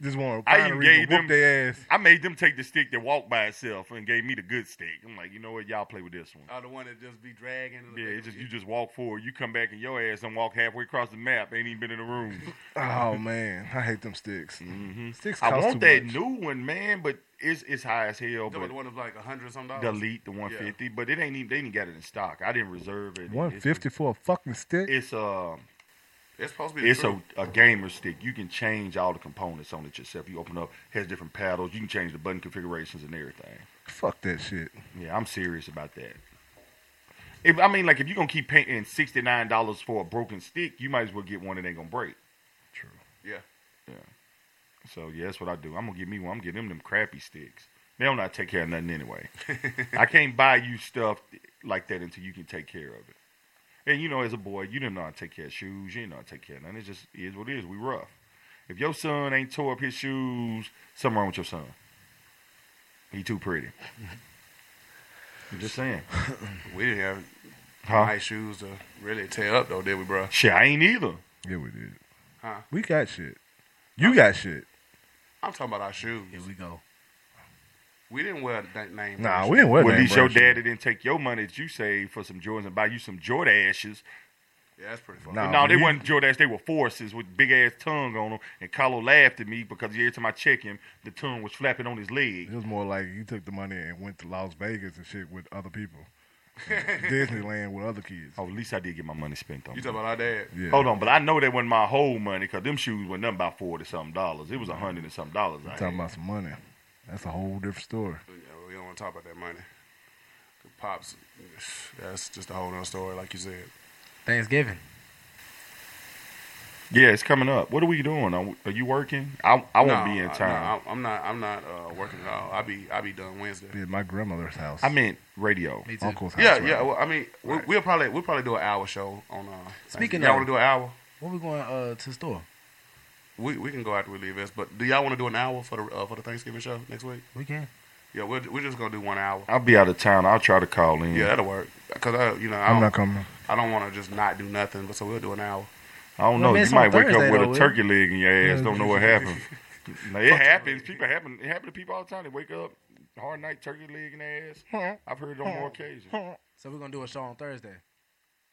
[SPEAKER 5] Just want to
[SPEAKER 1] I
[SPEAKER 5] find a
[SPEAKER 1] even
[SPEAKER 5] reason
[SPEAKER 1] gave
[SPEAKER 5] to whoop
[SPEAKER 1] them.
[SPEAKER 5] their ass.
[SPEAKER 1] I made them take the stick that walked by itself and gave me the good stick. I'm like, you know what? Y'all play with this one.
[SPEAKER 3] Oh, the one that just be dragging. and-
[SPEAKER 1] Yeah, it's just you just walk forward. You come back and your ass and walk halfway across the map. Ain't even been in the room.
[SPEAKER 5] Oh man, I hate them sticks. Sticks
[SPEAKER 1] Mm-hmm. I
[SPEAKER 5] cost
[SPEAKER 1] want
[SPEAKER 5] too
[SPEAKER 1] that
[SPEAKER 5] much.
[SPEAKER 1] new one, man, but it's it's high as hell.
[SPEAKER 3] The
[SPEAKER 1] But
[SPEAKER 3] one that was like a hundred some dollars.
[SPEAKER 1] delete the
[SPEAKER 3] Yeah.
[SPEAKER 1] 150, but it ain't even they didn't got it in stock. I didn't reserve it.
[SPEAKER 5] One fifty for a fucking stick.
[SPEAKER 1] It's uh,
[SPEAKER 3] It's supposed to be. the
[SPEAKER 1] it's a,
[SPEAKER 3] truth.
[SPEAKER 1] a gamer stick. You can change all the components on it yourself. You open up, has different paddles. You can change the button configurations and everything.
[SPEAKER 5] Fuck that shit.
[SPEAKER 1] Yeah, I'm serious about that. If I mean, like, if you're gonna keep paying sixty nine dollars for a broken stick, you might as well get one that ain't gonna break.
[SPEAKER 5] True.
[SPEAKER 3] Yeah.
[SPEAKER 1] Yeah. So yeah, that's what I do. I'm gonna get me one. I'm getting them them crappy sticks. They don't not take care of nothing anyway. I can't buy you stuff like that until you can take care of it. And you know, as a boy, you didn't know how to take care of shoes. You didn't know how to take care of nothing. It just is what it is. We rough. If your son ain't tore up his shoes, something wrong with your son. He too pretty. I'm just saying.
[SPEAKER 3] We didn't have
[SPEAKER 1] Huh?
[SPEAKER 3] nice shoes to really tear up though, did we, bro?
[SPEAKER 1] Shit, I ain't either.
[SPEAKER 5] Yeah, we did.
[SPEAKER 3] Huh?
[SPEAKER 5] We got shit. You got shit.
[SPEAKER 3] I'm talking about our shoes. Here
[SPEAKER 4] we go.
[SPEAKER 3] We didn't wear the name.
[SPEAKER 5] Nah,
[SPEAKER 3] brand
[SPEAKER 5] we didn't wear
[SPEAKER 3] shoes.
[SPEAKER 1] Well, at
[SPEAKER 5] name
[SPEAKER 1] least your
[SPEAKER 5] brand shoes.
[SPEAKER 1] daddy didn't take your money that you saved for some Jordans and buy you some Jordan ashes.
[SPEAKER 3] Yeah, that's pretty funny.
[SPEAKER 1] No, they wasn't Jordash. They were forces with big ass tongue on them. And Carlo laughed at me because every time I check him, the tongue was flapping on his leg.
[SPEAKER 5] It was more like you took the money and went to Las Vegas and shit with other people. Disneyland with other kids.
[SPEAKER 1] Oh, at least I did get my money spent on.
[SPEAKER 3] You
[SPEAKER 1] it.
[SPEAKER 3] talking about our dad?
[SPEAKER 1] Yeah. Hold on, but I know that wasn't my whole money because them shoes were nothing about forty something dollars. It was a hundred and something dollars. I
[SPEAKER 5] I'm talking
[SPEAKER 1] had.
[SPEAKER 5] about some money. That's a whole different story.
[SPEAKER 3] Yeah, we don't want to talk about that money. The pops, that's just a whole nother story, like you said.
[SPEAKER 4] Thanksgiving.
[SPEAKER 1] Yeah, it's coming up. What are we doing? Are, we- are you working? I I won't
[SPEAKER 3] No,
[SPEAKER 1] be in
[SPEAKER 3] I-
[SPEAKER 1] time.
[SPEAKER 3] No, I'm- I'm not. I'm not uh, working at all. I be. I be done Wednesday.
[SPEAKER 5] Be at my grandmother's house.
[SPEAKER 1] I meant radio.
[SPEAKER 5] Me too. Uncle's house.
[SPEAKER 3] Yeah,
[SPEAKER 5] right?
[SPEAKER 3] yeah. Well, I mean, we- we'll probably we'll probably do an hour show on. Uh,
[SPEAKER 4] Speaking
[SPEAKER 3] y'all
[SPEAKER 4] of-
[SPEAKER 3] want to do an hour?
[SPEAKER 4] What we going uh, to the store?
[SPEAKER 3] We we can go after we leave this. But do y'all want to do an hour for the uh, for the Thanksgiving show next week?
[SPEAKER 4] We can.
[SPEAKER 3] Yeah, we're we're just gonna do one hour.
[SPEAKER 1] I'll be out of town. I'll try to call in.
[SPEAKER 3] Yeah, that'll work. Cause I, you know, I
[SPEAKER 5] I'm
[SPEAKER 3] don't-
[SPEAKER 5] not coming.
[SPEAKER 3] I don't want to just not do nothing. But so we'll do an hour.
[SPEAKER 1] I don't
[SPEAKER 3] Well,
[SPEAKER 1] know.
[SPEAKER 3] man,
[SPEAKER 1] You
[SPEAKER 3] it's
[SPEAKER 1] might
[SPEAKER 3] on
[SPEAKER 1] wake
[SPEAKER 3] Thursday,
[SPEAKER 1] up with
[SPEAKER 3] though,
[SPEAKER 1] a
[SPEAKER 3] isn't
[SPEAKER 1] turkey
[SPEAKER 3] it?
[SPEAKER 1] leg in your ass. Don't know what happened. now, it happens. People happen. It happened to people all the time. They wake up, hard night, turkey leg in their ass. I've heard it on more occasions.
[SPEAKER 4] So we're gonna do a show on Thursday.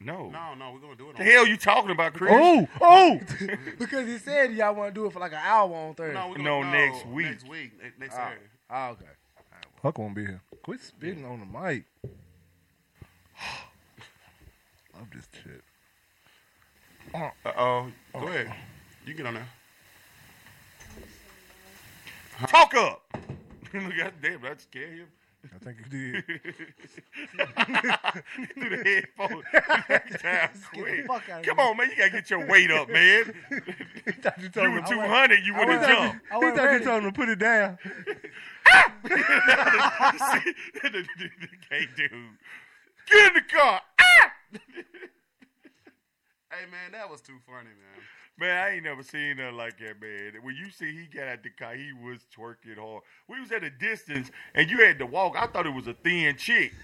[SPEAKER 1] No. No,
[SPEAKER 3] no, we're gonna do it.
[SPEAKER 1] The hell you talking about, Chris?
[SPEAKER 4] Oh, oh! because he said y'all want to do it for like an hour on Thursday.
[SPEAKER 3] No, we're gonna,
[SPEAKER 1] No, next week.
[SPEAKER 3] Next week. ne- Next
[SPEAKER 4] Oh.
[SPEAKER 3] Saturday.
[SPEAKER 4] Oh, okay.
[SPEAKER 5] Huck won't be here. Quit spitting on the mic. Love this shit.
[SPEAKER 3] Uh oh. Go ahead. You get on there.
[SPEAKER 1] Talk up. Look, God damn, that scared him.
[SPEAKER 5] I think you did.
[SPEAKER 1] Through the headphones. Time quick.
[SPEAKER 4] the fuck out of
[SPEAKER 1] Come
[SPEAKER 4] me.
[SPEAKER 1] on, man. You got to get your weight up, man. you
[SPEAKER 5] told
[SPEAKER 1] were
[SPEAKER 5] him- I
[SPEAKER 1] 200, you
[SPEAKER 5] I
[SPEAKER 1] would have
[SPEAKER 5] wasn't-
[SPEAKER 1] jumped.
[SPEAKER 5] He thought you told him to put it down.
[SPEAKER 1] the, the, the, the gay dude. Get in the car. Ah!
[SPEAKER 3] Hey man, that was too funny, man.
[SPEAKER 1] Man, I ain't never seen nothing like that, man. When you see he got out the car, he was twerking hard. We was at a distance, and you had to walk. I thought it was a thin chick.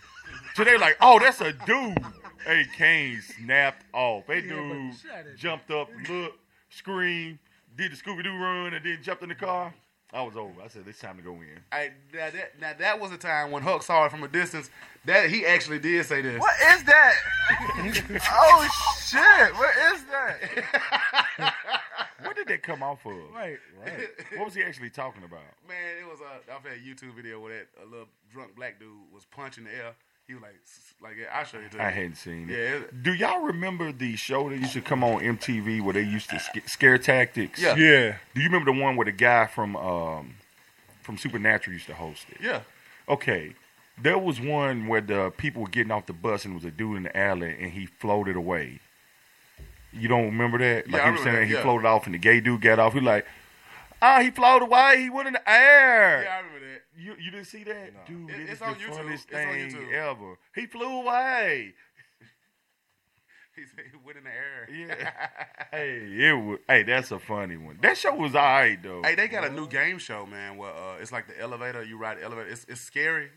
[SPEAKER 1] So they like, oh, that's a dude. Hey, Kane snapped off. That
[SPEAKER 4] Yeah, but
[SPEAKER 1] dude
[SPEAKER 4] shut it.
[SPEAKER 1] jumped up, looked, screamed, did the Scooby Doo run, and then jumped in the car. I was over. I said, it's time to go in.
[SPEAKER 3] Hey, now that, now that was a time when Huck saw it from a distance. That he actually did say this.
[SPEAKER 6] What is that? oh shit! What is that?
[SPEAKER 1] What did that come off of?
[SPEAKER 3] Right, right.
[SPEAKER 1] What was he actually talking about?
[SPEAKER 3] Man, it was a. I've had a YouTube video where that a little drunk black dude was punching the air. He was like, s- like I'll show you. to
[SPEAKER 1] I
[SPEAKER 3] you.
[SPEAKER 1] hadn't seen it.
[SPEAKER 3] Yeah,
[SPEAKER 1] Do y'all remember the show that used to come on MTV where they used to sca- scare tactics?
[SPEAKER 3] Yeah. Yeah.
[SPEAKER 1] Do you remember the one where the guy from um, from Supernatural used to host it?
[SPEAKER 3] Yeah.
[SPEAKER 1] Okay. There was one where the people were getting off the bus and it was a dude in the alley and he floated away. You don't remember that?
[SPEAKER 3] Yeah,
[SPEAKER 1] like
[SPEAKER 3] I
[SPEAKER 1] he was
[SPEAKER 3] remember
[SPEAKER 1] saying
[SPEAKER 3] that,
[SPEAKER 1] he
[SPEAKER 3] yeah.
[SPEAKER 1] floated off and the gay dude got off. He like, ah, he floated away. He went in the air.
[SPEAKER 3] Yeah, I remember that.
[SPEAKER 1] You you didn't see that, dude?
[SPEAKER 3] It-
[SPEAKER 1] it
[SPEAKER 3] it's
[SPEAKER 1] is
[SPEAKER 3] on
[SPEAKER 1] the
[SPEAKER 3] YouTube.
[SPEAKER 1] funniest
[SPEAKER 3] It's on
[SPEAKER 1] thing
[SPEAKER 3] YouTube.
[SPEAKER 1] ever. He flew away.
[SPEAKER 3] He said he went in the air.
[SPEAKER 1] Yeah. Hey, it was, hey, that's a funny one. That show was all right though.
[SPEAKER 3] Hey, they got a new game show, man. Where uh, it's like the elevator. You ride the elevator. It's it's scary.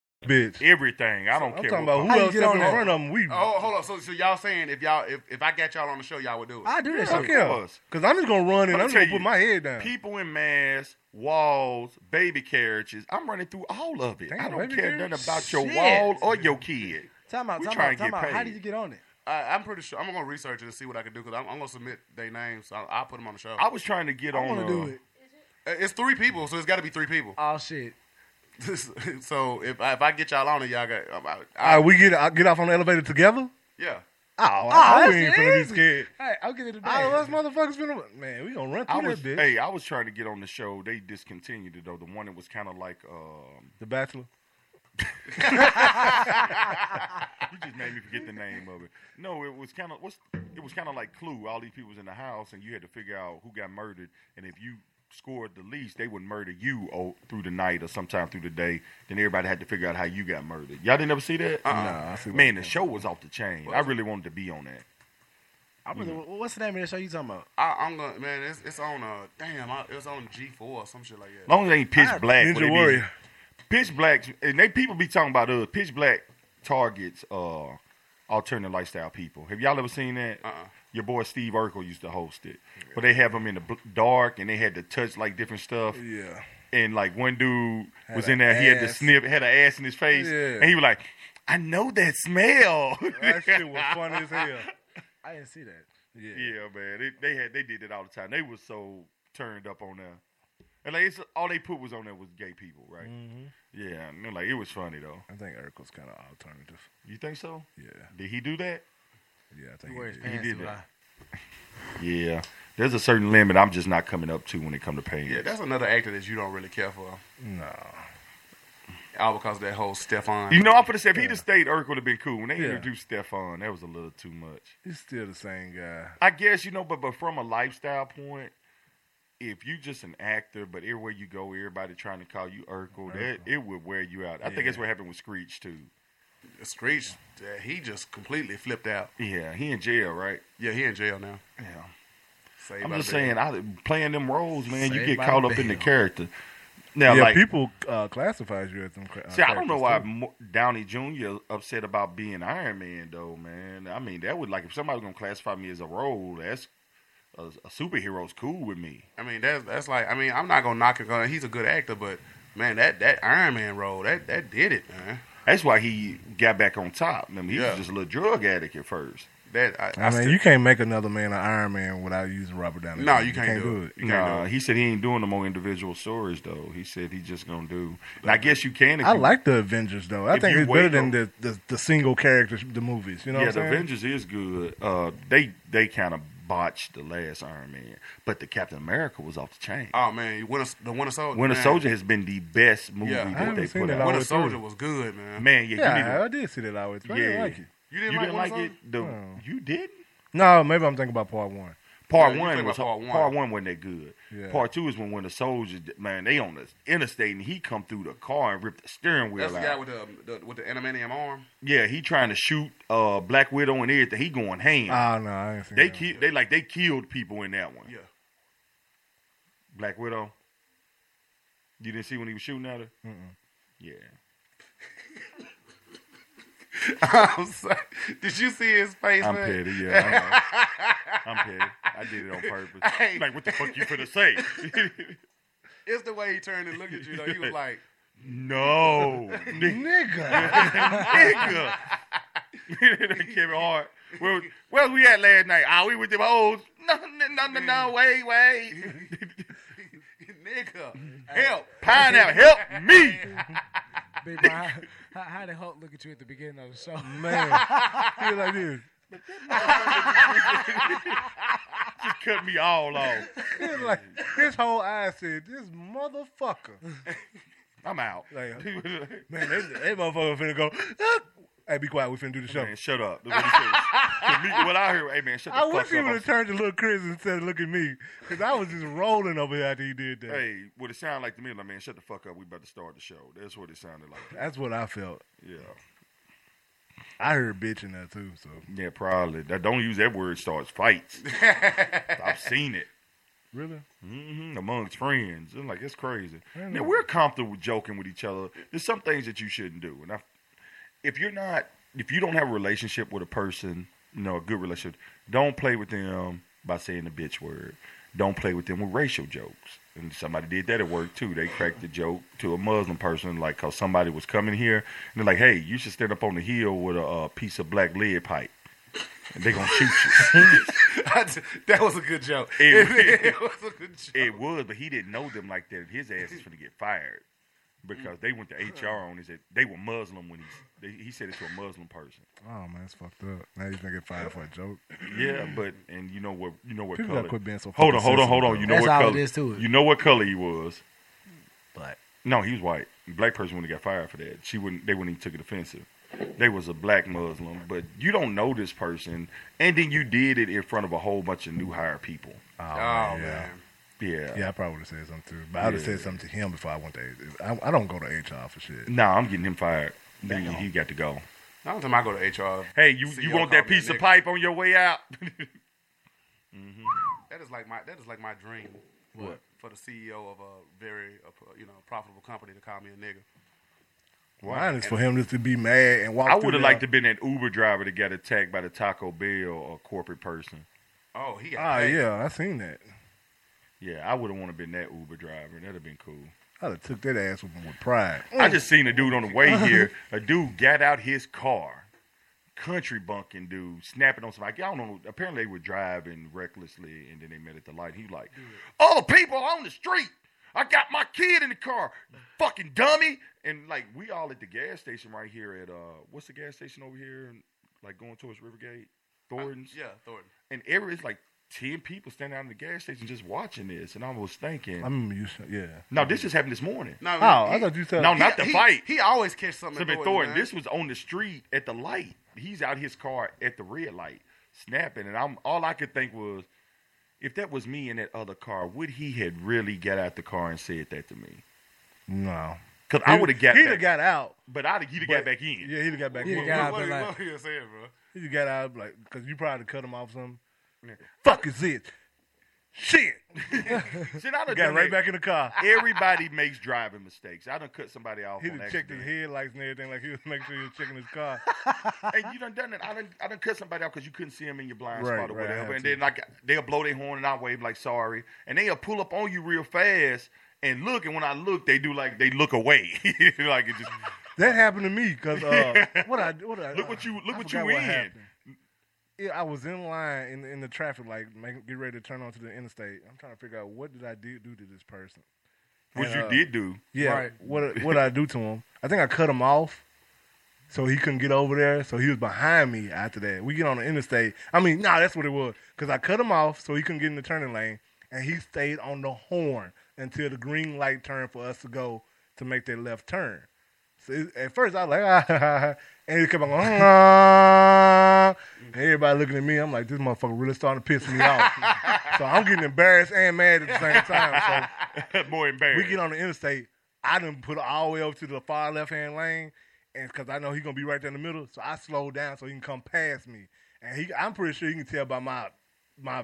[SPEAKER 5] Bitch.
[SPEAKER 1] Everything. I don't
[SPEAKER 5] I'm
[SPEAKER 1] care.
[SPEAKER 5] talking
[SPEAKER 1] what-
[SPEAKER 5] about who else up in front of them. We
[SPEAKER 3] oh hold on. So so y'all saying if y'all if, if I got y'all on the show, y'all would do it.
[SPEAKER 5] I do that shit.
[SPEAKER 1] of course.
[SPEAKER 5] Because I'm just going to run and
[SPEAKER 1] I'ma
[SPEAKER 5] I'm just going to
[SPEAKER 1] tell
[SPEAKER 5] put
[SPEAKER 1] you,
[SPEAKER 5] my head down.
[SPEAKER 1] People in masks, walls, baby carriages. I'm running through all of it. I
[SPEAKER 4] Damn,
[SPEAKER 1] don't
[SPEAKER 4] baby
[SPEAKER 1] care
[SPEAKER 4] carriage?
[SPEAKER 1] nothing about your
[SPEAKER 4] Shit.
[SPEAKER 1] wall or your kid.
[SPEAKER 4] Time out,
[SPEAKER 1] We
[SPEAKER 4] time
[SPEAKER 1] trying
[SPEAKER 4] out,
[SPEAKER 1] to
[SPEAKER 4] time
[SPEAKER 1] get
[SPEAKER 4] out. How
[SPEAKER 1] paid.
[SPEAKER 4] did you get on it?
[SPEAKER 3] I, I'm pretty sure. I'm gonna research it and see what I can do because I'm, I'm gonna submit their names. So I'll, I'll put them on the show.
[SPEAKER 1] I was trying to get
[SPEAKER 3] I
[SPEAKER 1] on.
[SPEAKER 3] wanna
[SPEAKER 1] uh,
[SPEAKER 3] do it. Uh, It's three people, so it's got to be three people.
[SPEAKER 4] Oh shit!
[SPEAKER 3] so if I, if I get y'all on it, y'all got. I, I,
[SPEAKER 5] All right, we get I get off on the elevator together.
[SPEAKER 3] yeah.
[SPEAKER 5] Oh, I, I
[SPEAKER 3] that's
[SPEAKER 5] ain't finna be
[SPEAKER 3] easy.
[SPEAKER 5] scared.
[SPEAKER 4] Hey, I'll get it today.
[SPEAKER 5] All us motherfuckers finna man, we gonna run
[SPEAKER 1] I
[SPEAKER 5] through
[SPEAKER 1] was,
[SPEAKER 5] that bitch.
[SPEAKER 1] hey, I was trying to get on the show. They discontinued it though. The one that was kind of like um,
[SPEAKER 5] The Bachelor.
[SPEAKER 1] you just made me forget the name of it. No, it was kind of what's it was kind of like Clue. All these people was in the house, and you had to figure out who got murdered. And if you scored the least, they would murder you o- through the night or sometime through the day. Then everybody had to figure out how you got murdered. Y'all didn't ever see that?
[SPEAKER 5] Uh-uh. Nah, I see what
[SPEAKER 1] man, the show was off the chain. I really wanted to be on that.
[SPEAKER 4] I really,
[SPEAKER 5] Mm.
[SPEAKER 4] What's the name of the show you talking about?
[SPEAKER 3] I, I'm gonna man. It's, it's on uh damn. I, it's on G4 or some shit like that.
[SPEAKER 1] As long as they ain't pitch black.
[SPEAKER 5] Ninja
[SPEAKER 1] what it is.
[SPEAKER 5] Warrior.
[SPEAKER 1] Pitch black, and they people be talking about us. Pitch black targets uh, alternative lifestyle people. Have y'all ever seen that? Uh-uh. Your boy Steve Urkel used to host it, but they have them in the bl- dark, and they had to touch like different stuff.
[SPEAKER 5] Yeah.
[SPEAKER 1] And like one dude
[SPEAKER 5] Had
[SPEAKER 1] was
[SPEAKER 5] a
[SPEAKER 1] in there, he had to
[SPEAKER 5] ass.
[SPEAKER 1] sniff, had an ass in his face,
[SPEAKER 5] Yeah.
[SPEAKER 1] and he was like, "I know that smell."
[SPEAKER 5] That shit was funny as hell.
[SPEAKER 4] I didn't see that.
[SPEAKER 1] Yeah, man. They, they had they did it all the time. They was so turned up on there. And like it's, all they put was on there was gay people, right?
[SPEAKER 5] Mhm.
[SPEAKER 1] Yeah, and they're like it was funny though.
[SPEAKER 5] I think Urkel's kind of alternative.
[SPEAKER 1] You think so?
[SPEAKER 5] Yeah.
[SPEAKER 1] Did he do that?
[SPEAKER 5] Yeah, I
[SPEAKER 4] He wears
[SPEAKER 5] think
[SPEAKER 4] pants
[SPEAKER 5] he
[SPEAKER 4] too
[SPEAKER 5] did. He did
[SPEAKER 4] high.
[SPEAKER 5] that.
[SPEAKER 1] Yeah. There's a certain limit I'm just not coming up to when it come to paying.
[SPEAKER 3] Yeah, that's another actor that you don't really care for.
[SPEAKER 5] No.
[SPEAKER 3] All because of that whole Stefan.
[SPEAKER 1] You know, I'm gonna say if he'd have stayed, Urk would have been cool. When they
[SPEAKER 5] Yeah.
[SPEAKER 1] introduced Stefan, that was a little too much.
[SPEAKER 5] He's still the same guy.
[SPEAKER 1] I guess you know, but but from a lifestyle point, if you just an actor, but everywhere you go, everybody trying to call you Urkel, that it would wear you out. I think that's
[SPEAKER 3] Yeah.
[SPEAKER 1] what happened with Screech too.
[SPEAKER 3] Screech, uh, he just completely flipped out.
[SPEAKER 1] Yeah, he in jail, right?
[SPEAKER 3] Yeah, he in jail now.
[SPEAKER 1] Yeah.
[SPEAKER 3] Saved
[SPEAKER 1] I'm
[SPEAKER 3] by
[SPEAKER 1] just
[SPEAKER 3] the bell.
[SPEAKER 1] saying, I, playing them roles, man,
[SPEAKER 3] Saved
[SPEAKER 1] you get
[SPEAKER 3] by
[SPEAKER 1] caught
[SPEAKER 3] the
[SPEAKER 1] up in the
[SPEAKER 3] bell.
[SPEAKER 1] character. Now,
[SPEAKER 5] yeah,
[SPEAKER 1] like,
[SPEAKER 5] people uh, classifies you as them. Cra- uh,
[SPEAKER 1] see, I don't know why
[SPEAKER 5] characters,
[SPEAKER 1] Mo- Downey Jr. upset about being Iron Man, though, man. I mean, that would like if somebody was gonna classify me as a role, that's a, a superhero's cool with me.
[SPEAKER 3] I mean, that's that's like I mean, I'm not gonna knock him. He's a good actor, but man, that that Iron Man role, that that did it, man.
[SPEAKER 1] That's why he got back on top. I mean, he
[SPEAKER 3] Yeah.
[SPEAKER 1] was just a little drug addict at first.
[SPEAKER 3] That I,
[SPEAKER 5] I, mean, you can't make another man an Iron Man without using Robert Downey. Jr.
[SPEAKER 1] nah, he said he ain't doing no more individual stories though. He said he just gonna do. And I guess you can. If
[SPEAKER 5] I
[SPEAKER 1] you-
[SPEAKER 5] like the Avengers though. I
[SPEAKER 1] if
[SPEAKER 5] think
[SPEAKER 1] you
[SPEAKER 5] it's better
[SPEAKER 1] wait
[SPEAKER 5] than the, the the single characters, the movies. You know,
[SPEAKER 1] yeah,
[SPEAKER 5] what I'm
[SPEAKER 1] the
[SPEAKER 5] saying?
[SPEAKER 1] Avengers is good. Uh, they they kind of botched the last Iron Man, but the Captain America was off the chain.
[SPEAKER 3] Oh man, Winter, the Winter Soldier.
[SPEAKER 1] Winter
[SPEAKER 3] man.
[SPEAKER 1] Soldier has been the best movie
[SPEAKER 3] Oh, Yeah. I
[SPEAKER 1] that
[SPEAKER 3] haven't
[SPEAKER 1] they
[SPEAKER 3] seen
[SPEAKER 1] put
[SPEAKER 3] it
[SPEAKER 1] out.
[SPEAKER 3] all Winter the way Soldier through. was good, man.
[SPEAKER 1] Man, yeah,
[SPEAKER 5] Yeah,
[SPEAKER 1] you didn't,
[SPEAKER 5] I did see that always. I didn't like it.
[SPEAKER 3] You didn't like Winter
[SPEAKER 1] it. The,
[SPEAKER 5] No.
[SPEAKER 1] You didn't.
[SPEAKER 5] No, maybe I'm thinking about part one.
[SPEAKER 1] Part
[SPEAKER 5] Yeah, you
[SPEAKER 1] one
[SPEAKER 5] think
[SPEAKER 1] was
[SPEAKER 5] about
[SPEAKER 1] part
[SPEAKER 5] part
[SPEAKER 1] one.
[SPEAKER 5] one.
[SPEAKER 1] wasn't that good.
[SPEAKER 5] Yeah.
[SPEAKER 1] Part two is when Winter Soldier, man, they on the interstate and he come through the car and ripped the steering wheel
[SPEAKER 3] That's the
[SPEAKER 1] out.
[SPEAKER 3] guy with um, the, the with the adamantium arm.
[SPEAKER 1] Yeah, he trying to shoot uh, Black Widow and everything. He going ham.
[SPEAKER 5] Ah, no, I ain't seen
[SPEAKER 1] They
[SPEAKER 5] that
[SPEAKER 1] ki- they like they killed people in that one.
[SPEAKER 3] Yeah.
[SPEAKER 1] Black Widow. You didn't see when he was shooting at her.
[SPEAKER 5] Mm-mm.
[SPEAKER 1] Yeah.
[SPEAKER 3] I'm sorry. Did you see his face?
[SPEAKER 1] I'm
[SPEAKER 3] man?
[SPEAKER 1] petty, yeah, I know. I'm petty. I did it on purpose.
[SPEAKER 3] Hey.
[SPEAKER 1] Like, what the fuck you finna say?
[SPEAKER 3] it's the way he turned and looked at you. Though he was like,
[SPEAKER 1] No,
[SPEAKER 5] Oh,
[SPEAKER 1] nigga. Kevin Hart. Where, where was we at last night? Ah, we with them old. No, no, no, no. Wait, wait.
[SPEAKER 3] nigga, help,
[SPEAKER 1] Pineapple, help me.
[SPEAKER 4] Big Bro, how, how, how did Hulk look at you at the beginning of the show?
[SPEAKER 5] Man, he was like this.
[SPEAKER 1] Just cut me all off.
[SPEAKER 5] He was like his whole eye said, "This motherfucker."
[SPEAKER 1] I'm out.
[SPEAKER 5] Like, man, that, that motherfucker finna go. "Ah!" hey, be quiet. We finna do the show.
[SPEAKER 1] Man, shut up. That's What, he said. To me, what I heard, hey man, shut the
[SPEAKER 5] I
[SPEAKER 1] fuck
[SPEAKER 5] wish
[SPEAKER 1] up.
[SPEAKER 5] he would
[SPEAKER 1] I'm
[SPEAKER 5] have turned to look Chris instead of look at me, cause I was just rolling over here after he did that.
[SPEAKER 1] Hey, what it sounded like to me, like, man, shut the fuck up. We about to start the show. That's what it sounded like.
[SPEAKER 5] That's what I felt.
[SPEAKER 1] Yeah.
[SPEAKER 5] I heard bitch in that too. So
[SPEAKER 1] Yeah, probably. That- Don't use that word starts fights. I've seen it.
[SPEAKER 5] really,
[SPEAKER 1] hmm amongst friends. I'm like, it's crazy.
[SPEAKER 5] I know.
[SPEAKER 1] Now, we're comfortable with joking with each other. There's some things that you shouldn't do. And I, if you're not, if you don't have a relationship with a person, you know, a good relationship, don't play with them by saying the bitch word. Don't play with them with racial jokes. And somebody did that at work too. They cracked the joke to a Muslim person, like, cause somebody was coming here, and they're like, "Hey, you should stand up on the hill with a, uh piece of black lead pipe." and they gonna shoot you.
[SPEAKER 3] that was a good joke.
[SPEAKER 1] It,
[SPEAKER 3] It was a good joke.
[SPEAKER 1] It was, but he didn't know them like that. His ass is gonna get fired because they went to HR on his. They were Muslim when he they, he said it to a Muslim person.
[SPEAKER 5] Oh man, it's fucked up. Now he's gonna get fired for a joke.
[SPEAKER 1] Yeah, but and you know what you know what
[SPEAKER 5] People
[SPEAKER 1] color.
[SPEAKER 5] gotta quit being so
[SPEAKER 1] hold on,
[SPEAKER 5] fucking
[SPEAKER 1] hold on, hold
[SPEAKER 5] sensitive,
[SPEAKER 1] on. You know
[SPEAKER 5] bro.
[SPEAKER 1] what
[SPEAKER 5] That's all
[SPEAKER 1] color
[SPEAKER 5] it is to it.
[SPEAKER 1] You know what color he was.
[SPEAKER 4] Black.
[SPEAKER 1] No, he was white. Black person wouldn't have got fired for that. She wouldn't. They wouldn't even took it offensive. They was a black Muslim, but you don't know this person, and then you did it in front of a whole bunch of new hire people. Oh,
[SPEAKER 5] man.
[SPEAKER 1] yeah,
[SPEAKER 5] Yeah, I probably would have said something too. But I would have
[SPEAKER 1] Yeah.
[SPEAKER 5] said something to him before I went to I, I don't go to HR for shit.
[SPEAKER 1] No, I'm getting him fired. He, he got to go.
[SPEAKER 3] I don't think I go to
[SPEAKER 5] uh,
[SPEAKER 3] HR.
[SPEAKER 1] Hey, you,
[SPEAKER 3] See,
[SPEAKER 1] you
[SPEAKER 3] y'all
[SPEAKER 1] want
[SPEAKER 3] call
[SPEAKER 1] that
[SPEAKER 3] me a
[SPEAKER 1] piece of
[SPEAKER 3] nigga.
[SPEAKER 1] pipe on your way out? mm-hmm.
[SPEAKER 3] That is like my that is like my dream.
[SPEAKER 1] What?
[SPEAKER 3] For the CEO of a very uh, you know profitable company to call me a nigga.
[SPEAKER 5] Mine is for him just to be mad and walk.
[SPEAKER 1] I
[SPEAKER 5] through
[SPEAKER 1] would have
[SPEAKER 5] there.
[SPEAKER 1] liked to been an Uber driver that got attacked by the Taco Bell or corporate person.
[SPEAKER 3] Oh, he
[SPEAKER 5] Oh
[SPEAKER 3] got paid.
[SPEAKER 5] yeah, I seen that.
[SPEAKER 1] Yeah, I would have wanted to been that Uber driver. That'd have been cool.
[SPEAKER 5] I'd have took that ass with, with pride.
[SPEAKER 1] I just seen a dude on the
[SPEAKER 5] Uh-huh.
[SPEAKER 1] way here. A dude got out his car, country bunking dude, snapping on somebody. I don't know. Apparently they were driving recklessly, and then they met at the light. He like, all the people on the street. I got my kid in the car, fucking dummy. And like we all at the gas station right here at uh, what's the gas station over here? And like going towards Rivergate,
[SPEAKER 5] Uh,
[SPEAKER 1] Thornton's.
[SPEAKER 3] yeah, Thornton.
[SPEAKER 1] And every it's like ten people standing out in the gas station just watching this, and I was thinking,
[SPEAKER 5] I remember you. said- Yeah.
[SPEAKER 1] no, this just happened this morning.
[SPEAKER 3] No,
[SPEAKER 5] Oh, I thought you said-
[SPEAKER 1] No, not the
[SPEAKER 3] he-
[SPEAKER 1] fight.
[SPEAKER 3] He always catch something.
[SPEAKER 1] Except
[SPEAKER 3] at
[SPEAKER 1] at
[SPEAKER 3] Thornton,
[SPEAKER 1] Thornton,
[SPEAKER 3] man.
[SPEAKER 1] this was on the street at the light. He's out his car at the red light, snapping, and I'm all I could think was, if that was me in that other car, would he had really got out the car and said that to me?
[SPEAKER 5] No.
[SPEAKER 1] Because I
[SPEAKER 5] He-
[SPEAKER 1] would have got
[SPEAKER 5] He'd
[SPEAKER 1] back.
[SPEAKER 5] have got out.
[SPEAKER 1] But I'd he'd have got back in.
[SPEAKER 5] Yeah, he'd have got back
[SPEAKER 1] He'd
[SPEAKER 5] in.
[SPEAKER 1] have got out,
[SPEAKER 3] What-
[SPEAKER 1] but
[SPEAKER 3] what-
[SPEAKER 1] like-
[SPEAKER 3] what you saying, bro?
[SPEAKER 5] He'd have got out like because you probably cut him off something. Fuck is it? Shit.
[SPEAKER 1] Shit, I done
[SPEAKER 5] got
[SPEAKER 1] done
[SPEAKER 5] right
[SPEAKER 1] that.
[SPEAKER 5] back in the car.
[SPEAKER 1] Everybody makes driving mistakes. I done cut somebody off.
[SPEAKER 5] He
[SPEAKER 1] on
[SPEAKER 5] done checked his
[SPEAKER 1] accident.
[SPEAKER 5] headlights and everything like he was making sure he was checking his car.
[SPEAKER 1] hey, you done done that. I done, I done cut somebody out because you couldn't see them in your blind
[SPEAKER 5] Right,
[SPEAKER 1] spot or
[SPEAKER 5] right, I
[SPEAKER 1] whatever.
[SPEAKER 5] had
[SPEAKER 1] And
[SPEAKER 5] to.
[SPEAKER 1] then like they'll blow their horn and I wave like sorry, and they'll pull up on you real fast and look. And when I look, they do like they look away, like it just
[SPEAKER 5] That happened to me because uh, what I what I
[SPEAKER 1] Look what you- look
[SPEAKER 5] I
[SPEAKER 1] what you
[SPEAKER 5] forgot
[SPEAKER 1] in.
[SPEAKER 5] happened. Yeah, I was in line in in the traffic, like make, get ready to turn onto the interstate. I'm trying to figure out what did I do, do to this person.
[SPEAKER 1] What
[SPEAKER 5] And,
[SPEAKER 1] you
[SPEAKER 5] uh,
[SPEAKER 1] did do.
[SPEAKER 5] Yeah,
[SPEAKER 1] Right.
[SPEAKER 5] what what I do to him? I think I cut him off, so he couldn't get over there. So he was behind me after that. We get on the interstate. I mean, nah, that's what it was. Cause I cut him off, so he couldn't get in the turning lane, and he stayed on the horn until the green light turned for us to go to make that left turn. So it- at first I was like, ah, ha, ha, ha. and he kept on going. Ah. And everybody looking at me, I'm like, this motherfucker really starting to piss me off. so I'm getting embarrassed and mad at the same time. So
[SPEAKER 1] more embarrassed.
[SPEAKER 5] We get on the interstate. I done put all the way over to the far left hand lane, and because I know he gonna be right there in the middle, so I slowed down so he can come past me. And he, I'm pretty sure he can tell by my my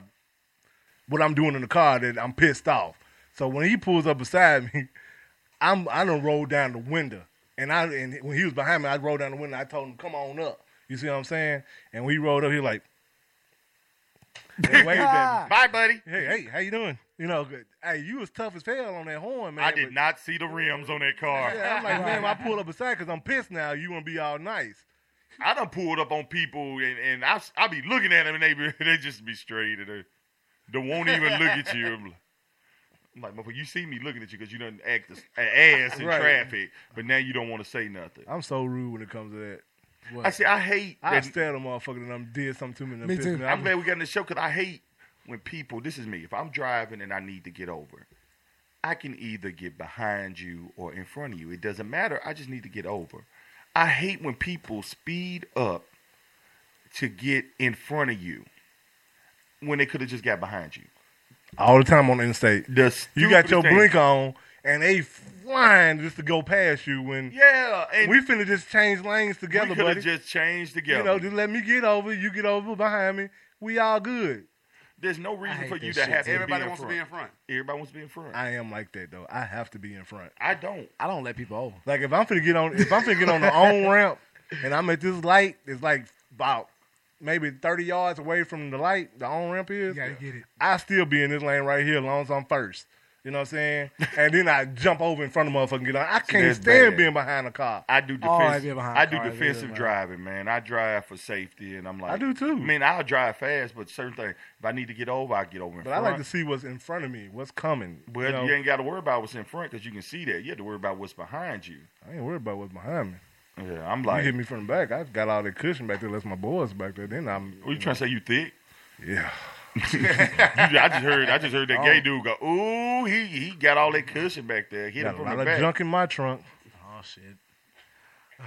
[SPEAKER 5] what I'm doing in the car that I'm pissed off. So when he pulls up beside me, I'm I done rolled down the window. And I and when he was behind me, I rolled down the window. I told him, come on up. You see what I'm saying? And when he rolled up, he was like and waved at me.
[SPEAKER 1] Bye, buddy.
[SPEAKER 5] Hey, hey, how you doing? You know, good. Hey, you was tough as hell on that horn, man.
[SPEAKER 1] I did not see the rims on that car.
[SPEAKER 5] Yeah, I'm like, man, if I pulled up beside because I'm pissed now. You want to be all nice.
[SPEAKER 1] I done pulled up on people and, and I, s- I be looking at them and they be, they just be straight and they, they won't even look at you. I'm like, I'm like, motherfucker, you see me looking at you because you done act as, an ass in
[SPEAKER 5] Right.
[SPEAKER 1] traffic, but now you don't want to say nothing.
[SPEAKER 5] I'm so rude when it comes to that.
[SPEAKER 1] I see, I hate
[SPEAKER 5] I
[SPEAKER 1] that-
[SPEAKER 5] stare at a motherfucker and I'm did something to me. And I'm
[SPEAKER 1] Me
[SPEAKER 5] pissed
[SPEAKER 1] too.
[SPEAKER 5] Me.
[SPEAKER 1] I'm glad we got in the show because I hate when people. This is me. If I'm driving and I need to get over, I can either get behind you or in front of you. It doesn't matter. I just need to get over. I hate when people speed up to get in front of you when they could have just got behind you.
[SPEAKER 5] all the time on the interstate. you got your
[SPEAKER 1] stupidest thing.
[SPEAKER 5] blink on and they flying just to go past you when
[SPEAKER 1] Yeah, Uh, and
[SPEAKER 5] we finna just change lanes together,
[SPEAKER 1] we could
[SPEAKER 5] buddy.
[SPEAKER 1] have just changed together.
[SPEAKER 5] You know, just let me get over. You get over behind me. We all good.
[SPEAKER 1] There's no reason
[SPEAKER 5] hate
[SPEAKER 1] for you
[SPEAKER 5] this
[SPEAKER 1] to
[SPEAKER 5] shit,
[SPEAKER 1] have
[SPEAKER 5] too. Everybody
[SPEAKER 1] be
[SPEAKER 5] wants to
[SPEAKER 1] front.
[SPEAKER 5] be in
[SPEAKER 3] front.
[SPEAKER 1] Everybody wants to be in front.
[SPEAKER 5] I am like that though. I have to be in front.
[SPEAKER 1] I don't.
[SPEAKER 4] I don't let people over.
[SPEAKER 5] Like if I'm finna get on, if I'm finna get on the on ramp, and I'm at this light, it's like about maybe 30 yards away from the light. The on ramp is.
[SPEAKER 4] You gotta get it.
[SPEAKER 5] I still be in this lane right here, as long as I'm first. You know what I'm saying? and then I jump over in front of motherfucker and get on. I can't
[SPEAKER 1] That's
[SPEAKER 5] stand
[SPEAKER 1] bad.
[SPEAKER 5] being behind a car.
[SPEAKER 1] I do
[SPEAKER 5] Oh, I'd
[SPEAKER 1] defensive.
[SPEAKER 5] be behind
[SPEAKER 1] I
[SPEAKER 5] the
[SPEAKER 1] do
[SPEAKER 5] car, yeah,
[SPEAKER 1] defensive
[SPEAKER 5] man.
[SPEAKER 1] driving, man. I drive for safety, and I'm like,
[SPEAKER 5] I do too.
[SPEAKER 1] I mean, I'll drive fast, but certain things. If I need to get over, I get over. In
[SPEAKER 5] But I like to
[SPEAKER 1] front.
[SPEAKER 5] see what's in front of me, what's coming.
[SPEAKER 1] Well, you,
[SPEAKER 5] you know?
[SPEAKER 1] ain't got to worry about what's in front because you can see that. You have to worry about what's behind you.
[SPEAKER 5] I ain't worried about what's behind me.
[SPEAKER 1] Yeah, I'm like,
[SPEAKER 5] you hit me from the back. I got all that cushion back there. That's my boys back there. Then I'm.
[SPEAKER 1] What you trying to say? You thick?
[SPEAKER 5] Yeah.
[SPEAKER 1] You- I just heard. I just heard that gay
[SPEAKER 5] Oh. Mm-hmm.
[SPEAKER 1] dude go. Ooh, he he got all that cushion back there. Hit
[SPEAKER 5] Got
[SPEAKER 1] him
[SPEAKER 5] a
[SPEAKER 1] from
[SPEAKER 5] lot
[SPEAKER 1] the
[SPEAKER 5] of
[SPEAKER 1] back.
[SPEAKER 5] junk in my trunk.
[SPEAKER 4] Oh shit.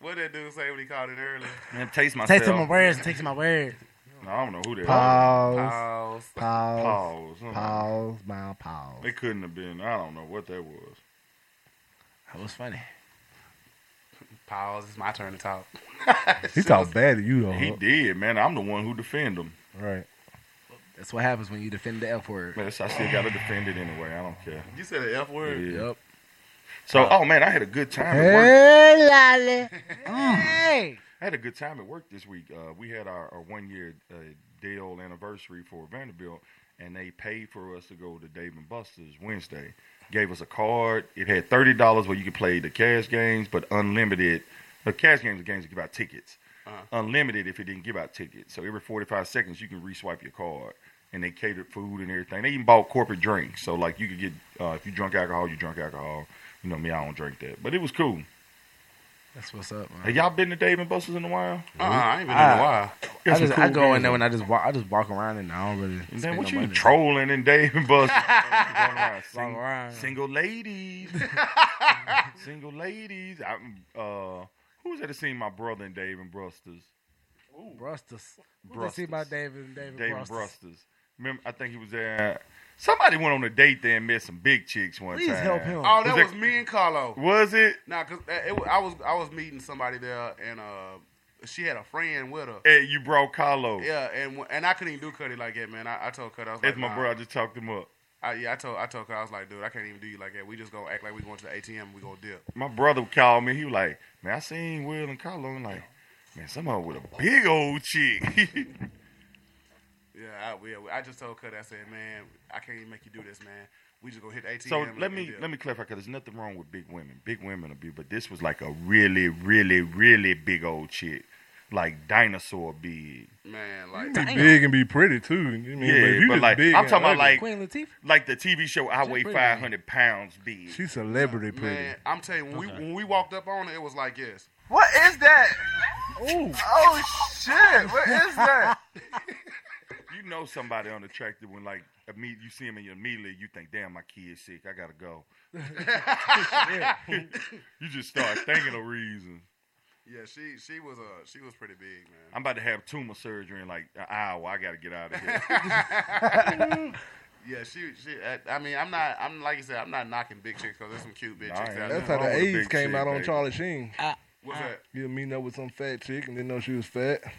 [SPEAKER 3] What that dude say when he called it earlier?
[SPEAKER 1] Man, taste myself.
[SPEAKER 4] Taste my words. Taste my words.
[SPEAKER 1] I don't know who that
[SPEAKER 4] Pause.
[SPEAKER 1] is.
[SPEAKER 4] Pause.
[SPEAKER 1] Pause.
[SPEAKER 4] Pause. My pause.
[SPEAKER 1] It couldn't have been. I don't know what that was.
[SPEAKER 4] That was funny.
[SPEAKER 3] Pause. It's my turn to talk.
[SPEAKER 5] He talked bad at you though.
[SPEAKER 1] He
[SPEAKER 5] huh?
[SPEAKER 1] did, man. I'm the one who defend him.
[SPEAKER 5] Right.
[SPEAKER 4] That's what happens when you defend the F word.
[SPEAKER 1] Man, that's- I still got to defend it anyway. I don't care.
[SPEAKER 3] You said the F word.
[SPEAKER 1] Yeah. So, oh man, I had a good time at work.
[SPEAKER 4] Hey, Lolly. Hey.
[SPEAKER 1] I had a good time at work this week. Uh, we had our, our one year uh, Dale anniversary for Vanderbilt, and they paid for us to go to Dave and Buster's Wednesday. Gave us a card. It had thirty dollars where you could play the cash games, but unlimited. The cash games are games that give out tickets. Unlimited if it didn't give out tickets. So every forty five seconds you can reswipe your card, and they catered food and everything. They even bought corporate drinks. So like you could get uh, if you drunk alcohol, you drunk alcohol. You know me, I don't drink that, but it was cool.
[SPEAKER 4] That's what's up, man.
[SPEAKER 1] Have y'all been to Dave and Buster's in a while?
[SPEAKER 3] Uh-uh,
[SPEAKER 4] I- I, just, I go in there and I just walk. I just walk around and I don't really.
[SPEAKER 1] Then
[SPEAKER 4] spend
[SPEAKER 1] what
[SPEAKER 4] no
[SPEAKER 1] you
[SPEAKER 4] money.
[SPEAKER 1] trolling in Dave and Buster's? Going around, sing-
[SPEAKER 4] around.
[SPEAKER 1] Single ladies. single ladies. I'm, uh, who was that that seen my brother in Dave and Buster's?
[SPEAKER 4] Brustus. Let's see about David. David.
[SPEAKER 1] Dave and
[SPEAKER 4] Brustus.
[SPEAKER 1] Buster's. Remember, I think he was there. Somebody went on a date there and met some big chicks one
[SPEAKER 4] Please
[SPEAKER 1] time.
[SPEAKER 4] help him.
[SPEAKER 3] Oh, that was me and Carlo.
[SPEAKER 1] Was it?
[SPEAKER 3] Nah, cause uh, it, wa- I was I was meeting somebody there, and uh, she had a friend with her.
[SPEAKER 1] Hey, you brought Carlo.
[SPEAKER 3] Yeah, and w- and I couldn't even do Cuddy like that, man. I, I told Cuddy I was
[SPEAKER 1] That's
[SPEAKER 3] like,
[SPEAKER 1] my
[SPEAKER 3] nah.
[SPEAKER 1] brother. I just talked him up.
[SPEAKER 3] I, yeah, I told I told Cuddy I was like, dude, I can't even do you like that. We just gonna act like we going to the ATM. and We gonna dip.
[SPEAKER 1] My brother called me. He was like, "Man, I seen Will and Carlo." I'm like, "Man, someone with a big old chick."
[SPEAKER 3] Yeah, I will. I just told Cuddy I said, man, I can't even make you do this, man. We just gonna hit the ATM.
[SPEAKER 1] So
[SPEAKER 3] and-
[SPEAKER 1] let
[SPEAKER 3] and
[SPEAKER 1] me
[SPEAKER 3] dip."
[SPEAKER 1] let me clarify because there's nothing wrong with big women. Big women are big, but this was like a really, really, really big old chick, like dinosaur big.
[SPEAKER 3] man, like
[SPEAKER 5] Be big and be pretty too. You mean,
[SPEAKER 1] yeah,
[SPEAKER 5] but if you
[SPEAKER 1] but
[SPEAKER 5] just
[SPEAKER 1] like
[SPEAKER 5] big
[SPEAKER 1] I'm
[SPEAKER 5] and
[SPEAKER 1] talking about
[SPEAKER 5] ugly-
[SPEAKER 1] like like the TV show I
[SPEAKER 3] She
[SPEAKER 1] weigh
[SPEAKER 3] pretty, man.
[SPEAKER 1] 500 pounds big.
[SPEAKER 5] She's celebrity pretty.
[SPEAKER 3] man, I'm telling you, when we when we walked up on her, it was like yes.
[SPEAKER 6] What is that? Oh shit! What is that?
[SPEAKER 1] You know somebody unattractive when like imme- you see him and you immediately you think, damn, my kid's sick. I gotta go. you just start thinking of reasons.
[SPEAKER 3] Yeah, she she was uh she was pretty big, man.
[SPEAKER 1] I'm about to have tumor surgery in like an hour. I gotta get out of here.
[SPEAKER 3] yeah, she she. I, I mean, I'm not. I'm like you said. I'm not knocking big chicks because there's some cute bitch
[SPEAKER 5] Nah,
[SPEAKER 3] chicks
[SPEAKER 5] ain't
[SPEAKER 3] out there.
[SPEAKER 5] That's how the AIDS came out on Charlie Sheen.
[SPEAKER 3] What's that?
[SPEAKER 5] You were meeting up with some fat chick and didn't know she was fat.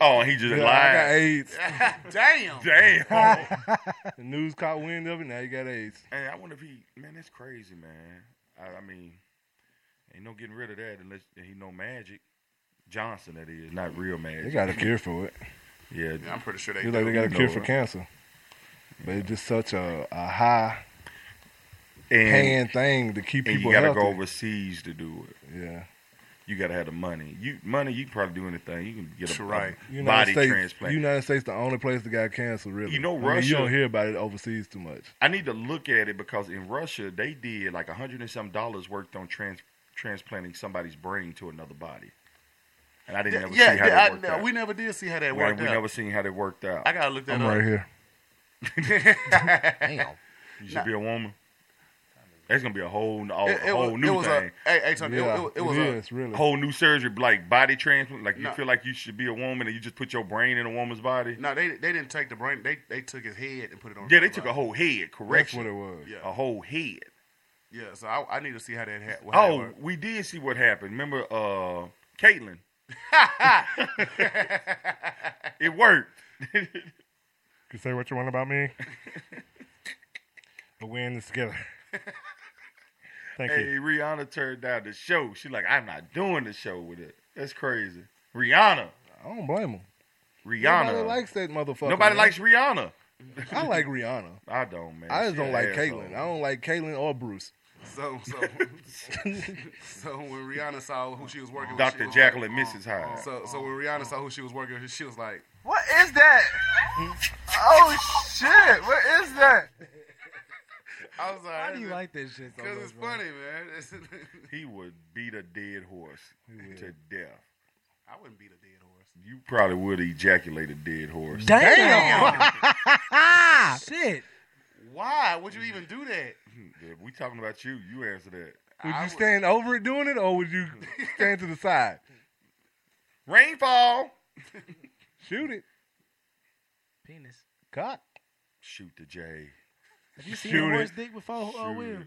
[SPEAKER 1] Oh, and he just
[SPEAKER 5] yeah, I got
[SPEAKER 1] lied.
[SPEAKER 5] AIDS.
[SPEAKER 3] Damn.
[SPEAKER 5] the news caught wind of it. Now you got AIDS.
[SPEAKER 1] And I wonder if he, man, that's crazy, man. I, I mean, ain't no getting rid of that unless he know magic. Johnson, that is, not real magic.
[SPEAKER 5] They got a cure for it.
[SPEAKER 1] Yeah,
[SPEAKER 3] I'm pretty sure
[SPEAKER 5] It's like they got a cure for cancer, but it's just such a, a high paying thing to keep
[SPEAKER 1] and
[SPEAKER 5] people
[SPEAKER 1] You gotta
[SPEAKER 5] healthy.
[SPEAKER 1] go overseas to do it.
[SPEAKER 5] Yeah,
[SPEAKER 1] you gotta have the money. You money, you can probably do anything. You can get a,
[SPEAKER 3] Right.
[SPEAKER 1] a
[SPEAKER 5] United
[SPEAKER 1] body
[SPEAKER 5] States,
[SPEAKER 1] transplant.
[SPEAKER 5] United States, the only place that got cancer, really.
[SPEAKER 1] You know
[SPEAKER 5] I mean, you don't
[SPEAKER 1] Russia-
[SPEAKER 5] hear about it overseas too much.
[SPEAKER 1] I need to look at it because in Russia they did like a hundred and some dollars worked on trans transplanting somebody's brain to another body, and I didn't
[SPEAKER 3] Yeah,
[SPEAKER 1] ever
[SPEAKER 3] yeah,
[SPEAKER 1] see how
[SPEAKER 3] I-
[SPEAKER 1] that worked
[SPEAKER 3] no,
[SPEAKER 1] out.
[SPEAKER 3] we never did see how that
[SPEAKER 1] We-
[SPEAKER 3] worked
[SPEAKER 1] we
[SPEAKER 3] out.
[SPEAKER 1] never seen how that worked out.
[SPEAKER 3] I gotta look that
[SPEAKER 5] I'm
[SPEAKER 3] up.
[SPEAKER 5] right here.
[SPEAKER 3] Damn.
[SPEAKER 1] You should be a woman. That's gonna be a whole, a
[SPEAKER 3] It- it
[SPEAKER 1] whole
[SPEAKER 3] was-
[SPEAKER 1] new
[SPEAKER 3] it was a-
[SPEAKER 1] thing.
[SPEAKER 3] hey, hey, Tony, it- Yeah, it- it was it a- is, really.
[SPEAKER 1] whole new surgery, like body transplant. Like you
[SPEAKER 3] No.
[SPEAKER 1] feel like you should be a woman, and you just put your brain in a woman's body.
[SPEAKER 3] No, they they didn't take the brain. They they took his head and put it on.
[SPEAKER 1] Yeah, they
[SPEAKER 3] somebody.
[SPEAKER 1] took a whole head. Correct.
[SPEAKER 5] what it was.
[SPEAKER 1] A whole head.
[SPEAKER 3] Yeah, so I, I need to see how that happened.
[SPEAKER 1] Oh, we did see what happened. Remember, uh, Caitlin. it worked.
[SPEAKER 5] You say what you want about me, but we're in this together. Thank
[SPEAKER 1] hey,
[SPEAKER 5] you.
[SPEAKER 1] Rihanna turned down the show. She like, I'm not doing the show with it. That's crazy. Rihanna.
[SPEAKER 5] I don't blame him.
[SPEAKER 1] Rihanna.
[SPEAKER 5] Nobody likes that motherfucker.
[SPEAKER 1] Nobody
[SPEAKER 5] man.
[SPEAKER 1] likes Rihanna.
[SPEAKER 5] I like Rihanna.
[SPEAKER 1] I don't, man.
[SPEAKER 5] I just
[SPEAKER 1] She
[SPEAKER 5] don't
[SPEAKER 1] an
[SPEAKER 5] like
[SPEAKER 1] asshole.
[SPEAKER 5] Caitlyn. I don't like Caitlyn or Bruce.
[SPEAKER 3] So, so, so when Rihanna saw who she was working with,
[SPEAKER 1] Dr.
[SPEAKER 3] she was
[SPEAKER 1] Jekyll
[SPEAKER 3] like-
[SPEAKER 1] and Mrs. Hyde.
[SPEAKER 3] So, so when Rihanna saw who she was working with, she was like,
[SPEAKER 6] What is that? Oh shit! What is that?
[SPEAKER 3] "I'm sorry."
[SPEAKER 4] Why do you like this shit so
[SPEAKER 3] Because
[SPEAKER 4] much,
[SPEAKER 3] it's
[SPEAKER 4] bro?
[SPEAKER 3] funny, man.
[SPEAKER 1] He would beat a dead horse to death.
[SPEAKER 3] I wouldn't beat a dead horse.
[SPEAKER 1] You probably would ejaculate a dead horse.
[SPEAKER 3] Damn.
[SPEAKER 4] Shit.
[SPEAKER 3] Why would you even do that?
[SPEAKER 1] Yeah, we talking about you. You answer that.
[SPEAKER 5] Would you stand over it doing it, or would you stand to the side?
[SPEAKER 1] Rainfall.
[SPEAKER 5] Shoot it.
[SPEAKER 4] Penis.
[SPEAKER 5] Cock.
[SPEAKER 1] Shoot the J.
[SPEAKER 4] Have you seen a horse dick before? Uh,
[SPEAKER 3] Shoot
[SPEAKER 4] Will?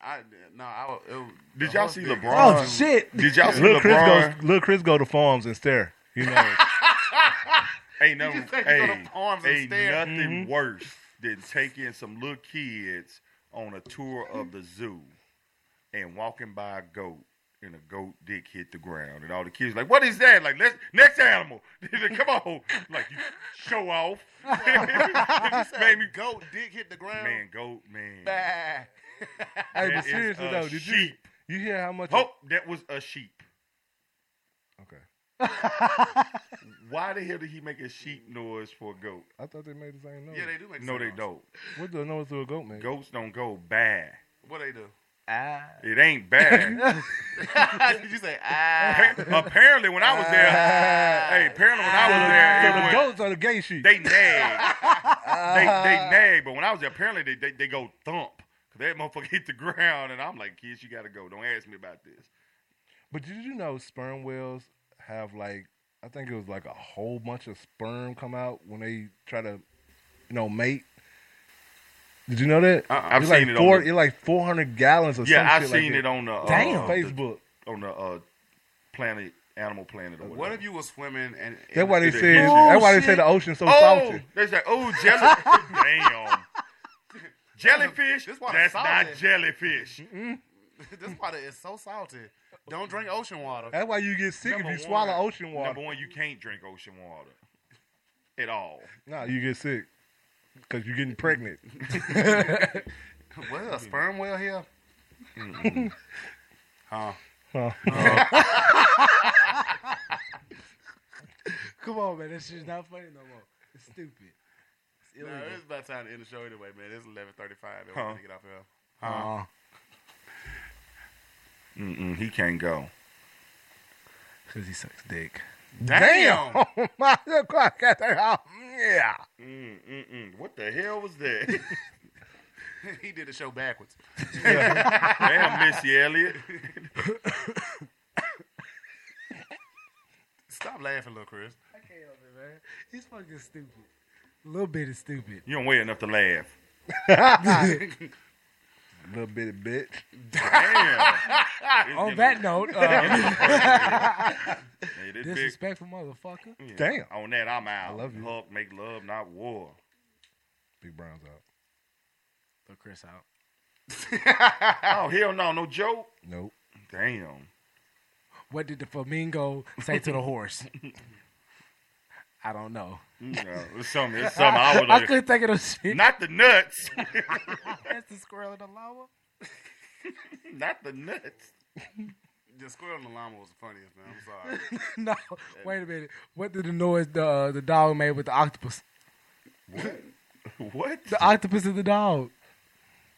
[SPEAKER 3] I no. I, it,
[SPEAKER 1] Did
[SPEAKER 3] the
[SPEAKER 1] y'all
[SPEAKER 3] horse
[SPEAKER 1] see
[SPEAKER 3] dick-
[SPEAKER 1] LeBron?
[SPEAKER 5] Oh, shit.
[SPEAKER 1] Did y'all see
[SPEAKER 5] Lil Chris
[SPEAKER 1] LeBron?
[SPEAKER 5] goes- Lil Chris go to farms and stare. You know,
[SPEAKER 1] Ain't nothing,
[SPEAKER 3] just think you go to
[SPEAKER 1] hey,
[SPEAKER 3] farms and
[SPEAKER 1] ain't
[SPEAKER 3] stare.
[SPEAKER 1] nothing worse than taking some little kids on a tour of the zoo and walking by a goat and a goat dick hit the ground and all the kids like, what is that? Like, let's next animal. They're like, Come on, like you show off.
[SPEAKER 3] You said
[SPEAKER 1] Made me
[SPEAKER 3] goat dick hit the ground.
[SPEAKER 1] man, goat man.
[SPEAKER 3] Bah.
[SPEAKER 5] hey,
[SPEAKER 1] That
[SPEAKER 5] but
[SPEAKER 1] is
[SPEAKER 5] seriously
[SPEAKER 1] a
[SPEAKER 5] though, did you
[SPEAKER 1] sheep.
[SPEAKER 5] you hear how much?
[SPEAKER 1] Oh, that was a sheep.
[SPEAKER 5] Okay.
[SPEAKER 1] Why the hell did he make a sheep noise for a goat?
[SPEAKER 5] I thought they made the same noise.
[SPEAKER 3] Yeah, they do make the
[SPEAKER 1] No,
[SPEAKER 3] same
[SPEAKER 1] they
[SPEAKER 3] noise.
[SPEAKER 1] don't.
[SPEAKER 5] What do I know? It's a goat man.
[SPEAKER 1] Goats don't go bad.
[SPEAKER 3] What they do? Ah.
[SPEAKER 1] It ain't bad.
[SPEAKER 3] Did you say ah?
[SPEAKER 1] apparently, when I was there,
[SPEAKER 5] Ah.
[SPEAKER 1] hey, apparently when I was there, it
[SPEAKER 5] So the
[SPEAKER 1] went-
[SPEAKER 5] goats are the gay sheep.
[SPEAKER 1] they nag. they, they nag, but when I was there, apparently they, they, they go thump. 'Cause That motherfucker hit the ground, and I'm like, kids, you gotta go. Don't ask me about this.
[SPEAKER 5] But did you know sperm whales have like I think it was like a whole bunch of sperm come out when they try to, you know, mate. Did you know that?
[SPEAKER 1] Uh-uh. I've
[SPEAKER 5] it's
[SPEAKER 1] seen
[SPEAKER 5] like
[SPEAKER 1] it on
[SPEAKER 5] four,
[SPEAKER 1] the-
[SPEAKER 5] It's like four hundred gallons of
[SPEAKER 1] yeah,
[SPEAKER 5] some
[SPEAKER 1] I've
[SPEAKER 5] shit like
[SPEAKER 1] seen
[SPEAKER 5] that.
[SPEAKER 1] it on the uh,
[SPEAKER 5] Damn
[SPEAKER 1] the-
[SPEAKER 5] Facebook.
[SPEAKER 1] on the uh, Planet Animal Planet or whatever.
[SPEAKER 3] What if you was swimming and
[SPEAKER 5] That's why they
[SPEAKER 1] Is it
[SPEAKER 5] said.
[SPEAKER 1] easy?
[SPEAKER 5] That's why they say the ocean's so
[SPEAKER 1] oh,
[SPEAKER 5] salty.
[SPEAKER 1] They say, oh, jelly. Damn. Jellyfish.
[SPEAKER 3] This water
[SPEAKER 1] That's not
[SPEAKER 3] salty.
[SPEAKER 1] jellyfish.
[SPEAKER 3] Mm. this water is so salty. Don't drink ocean water.
[SPEAKER 5] That's why you get sick
[SPEAKER 3] Number
[SPEAKER 5] if you
[SPEAKER 3] one-
[SPEAKER 5] swallow ocean water.
[SPEAKER 1] Number one, you can't drink ocean water at all.
[SPEAKER 5] Nah, you get sick because you're getting pregnant.
[SPEAKER 3] Well, a sperm whale here. Huh. Uh,
[SPEAKER 5] Huh.
[SPEAKER 4] Come on, man. That shit's not funny no more. It's stupid. It's
[SPEAKER 3] No,
[SPEAKER 4] illegal.
[SPEAKER 3] it's about time to end the show anyway, man. It's eleven thirty-five.
[SPEAKER 4] Huh.
[SPEAKER 3] Huh. Get off here.
[SPEAKER 1] Huh. Uh, Mm-mm, he can't go.
[SPEAKER 4] Because he sucks dick.
[SPEAKER 1] Damn.
[SPEAKER 5] My God, yeah.
[SPEAKER 1] Mm-mm-mm. What the hell was that?
[SPEAKER 3] Uh, he did the show backwards.
[SPEAKER 1] Damn, Missy Elliott.
[SPEAKER 3] Stop laughing, little Chris.
[SPEAKER 4] I can't help it, man. He's fucking stupid. A little bit is stupid.
[SPEAKER 1] You don't weigh enough to laugh.
[SPEAKER 5] Little bitty bitch.
[SPEAKER 1] Damn.
[SPEAKER 4] On that note, uh,
[SPEAKER 1] Hey, this big-
[SPEAKER 4] disrespectful motherfucker.
[SPEAKER 1] Yeah. On that, I'm out. I love you. Love, make love, not war.
[SPEAKER 5] Big Brown's out.
[SPEAKER 4] Throw Chris out.
[SPEAKER 1] oh hell no, no joke.
[SPEAKER 5] Nope.
[SPEAKER 1] Damn.
[SPEAKER 4] What did the flamingo say to the horse? I don't know.
[SPEAKER 1] No, it's something. It's something I would.
[SPEAKER 4] I couldn't think of no shit.
[SPEAKER 1] Not the nuts.
[SPEAKER 4] That's the squirrel in the lava.
[SPEAKER 1] not the nuts.
[SPEAKER 3] The squirrel and the llama was the funniest, man. I'm sorry.
[SPEAKER 4] no, wait a minute. What did the noise the uh, the dog made with the octopus?
[SPEAKER 1] What?
[SPEAKER 4] The octopus is the dog.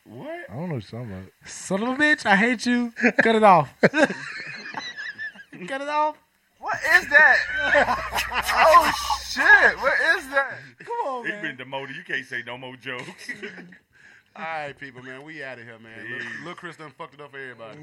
[SPEAKER 1] What?
[SPEAKER 5] I don't know what you're talking about.
[SPEAKER 4] Son of a bitch! I hate you. Cut it off. Cut it off.
[SPEAKER 6] What is that? oh shit! What is that?
[SPEAKER 4] Come on,
[SPEAKER 1] He been demoted. You can't say no more jokes.
[SPEAKER 3] All right, people, man. We out of here, man. Look,
[SPEAKER 1] Yeah.
[SPEAKER 3] look, Chris done fucked it up for everybody.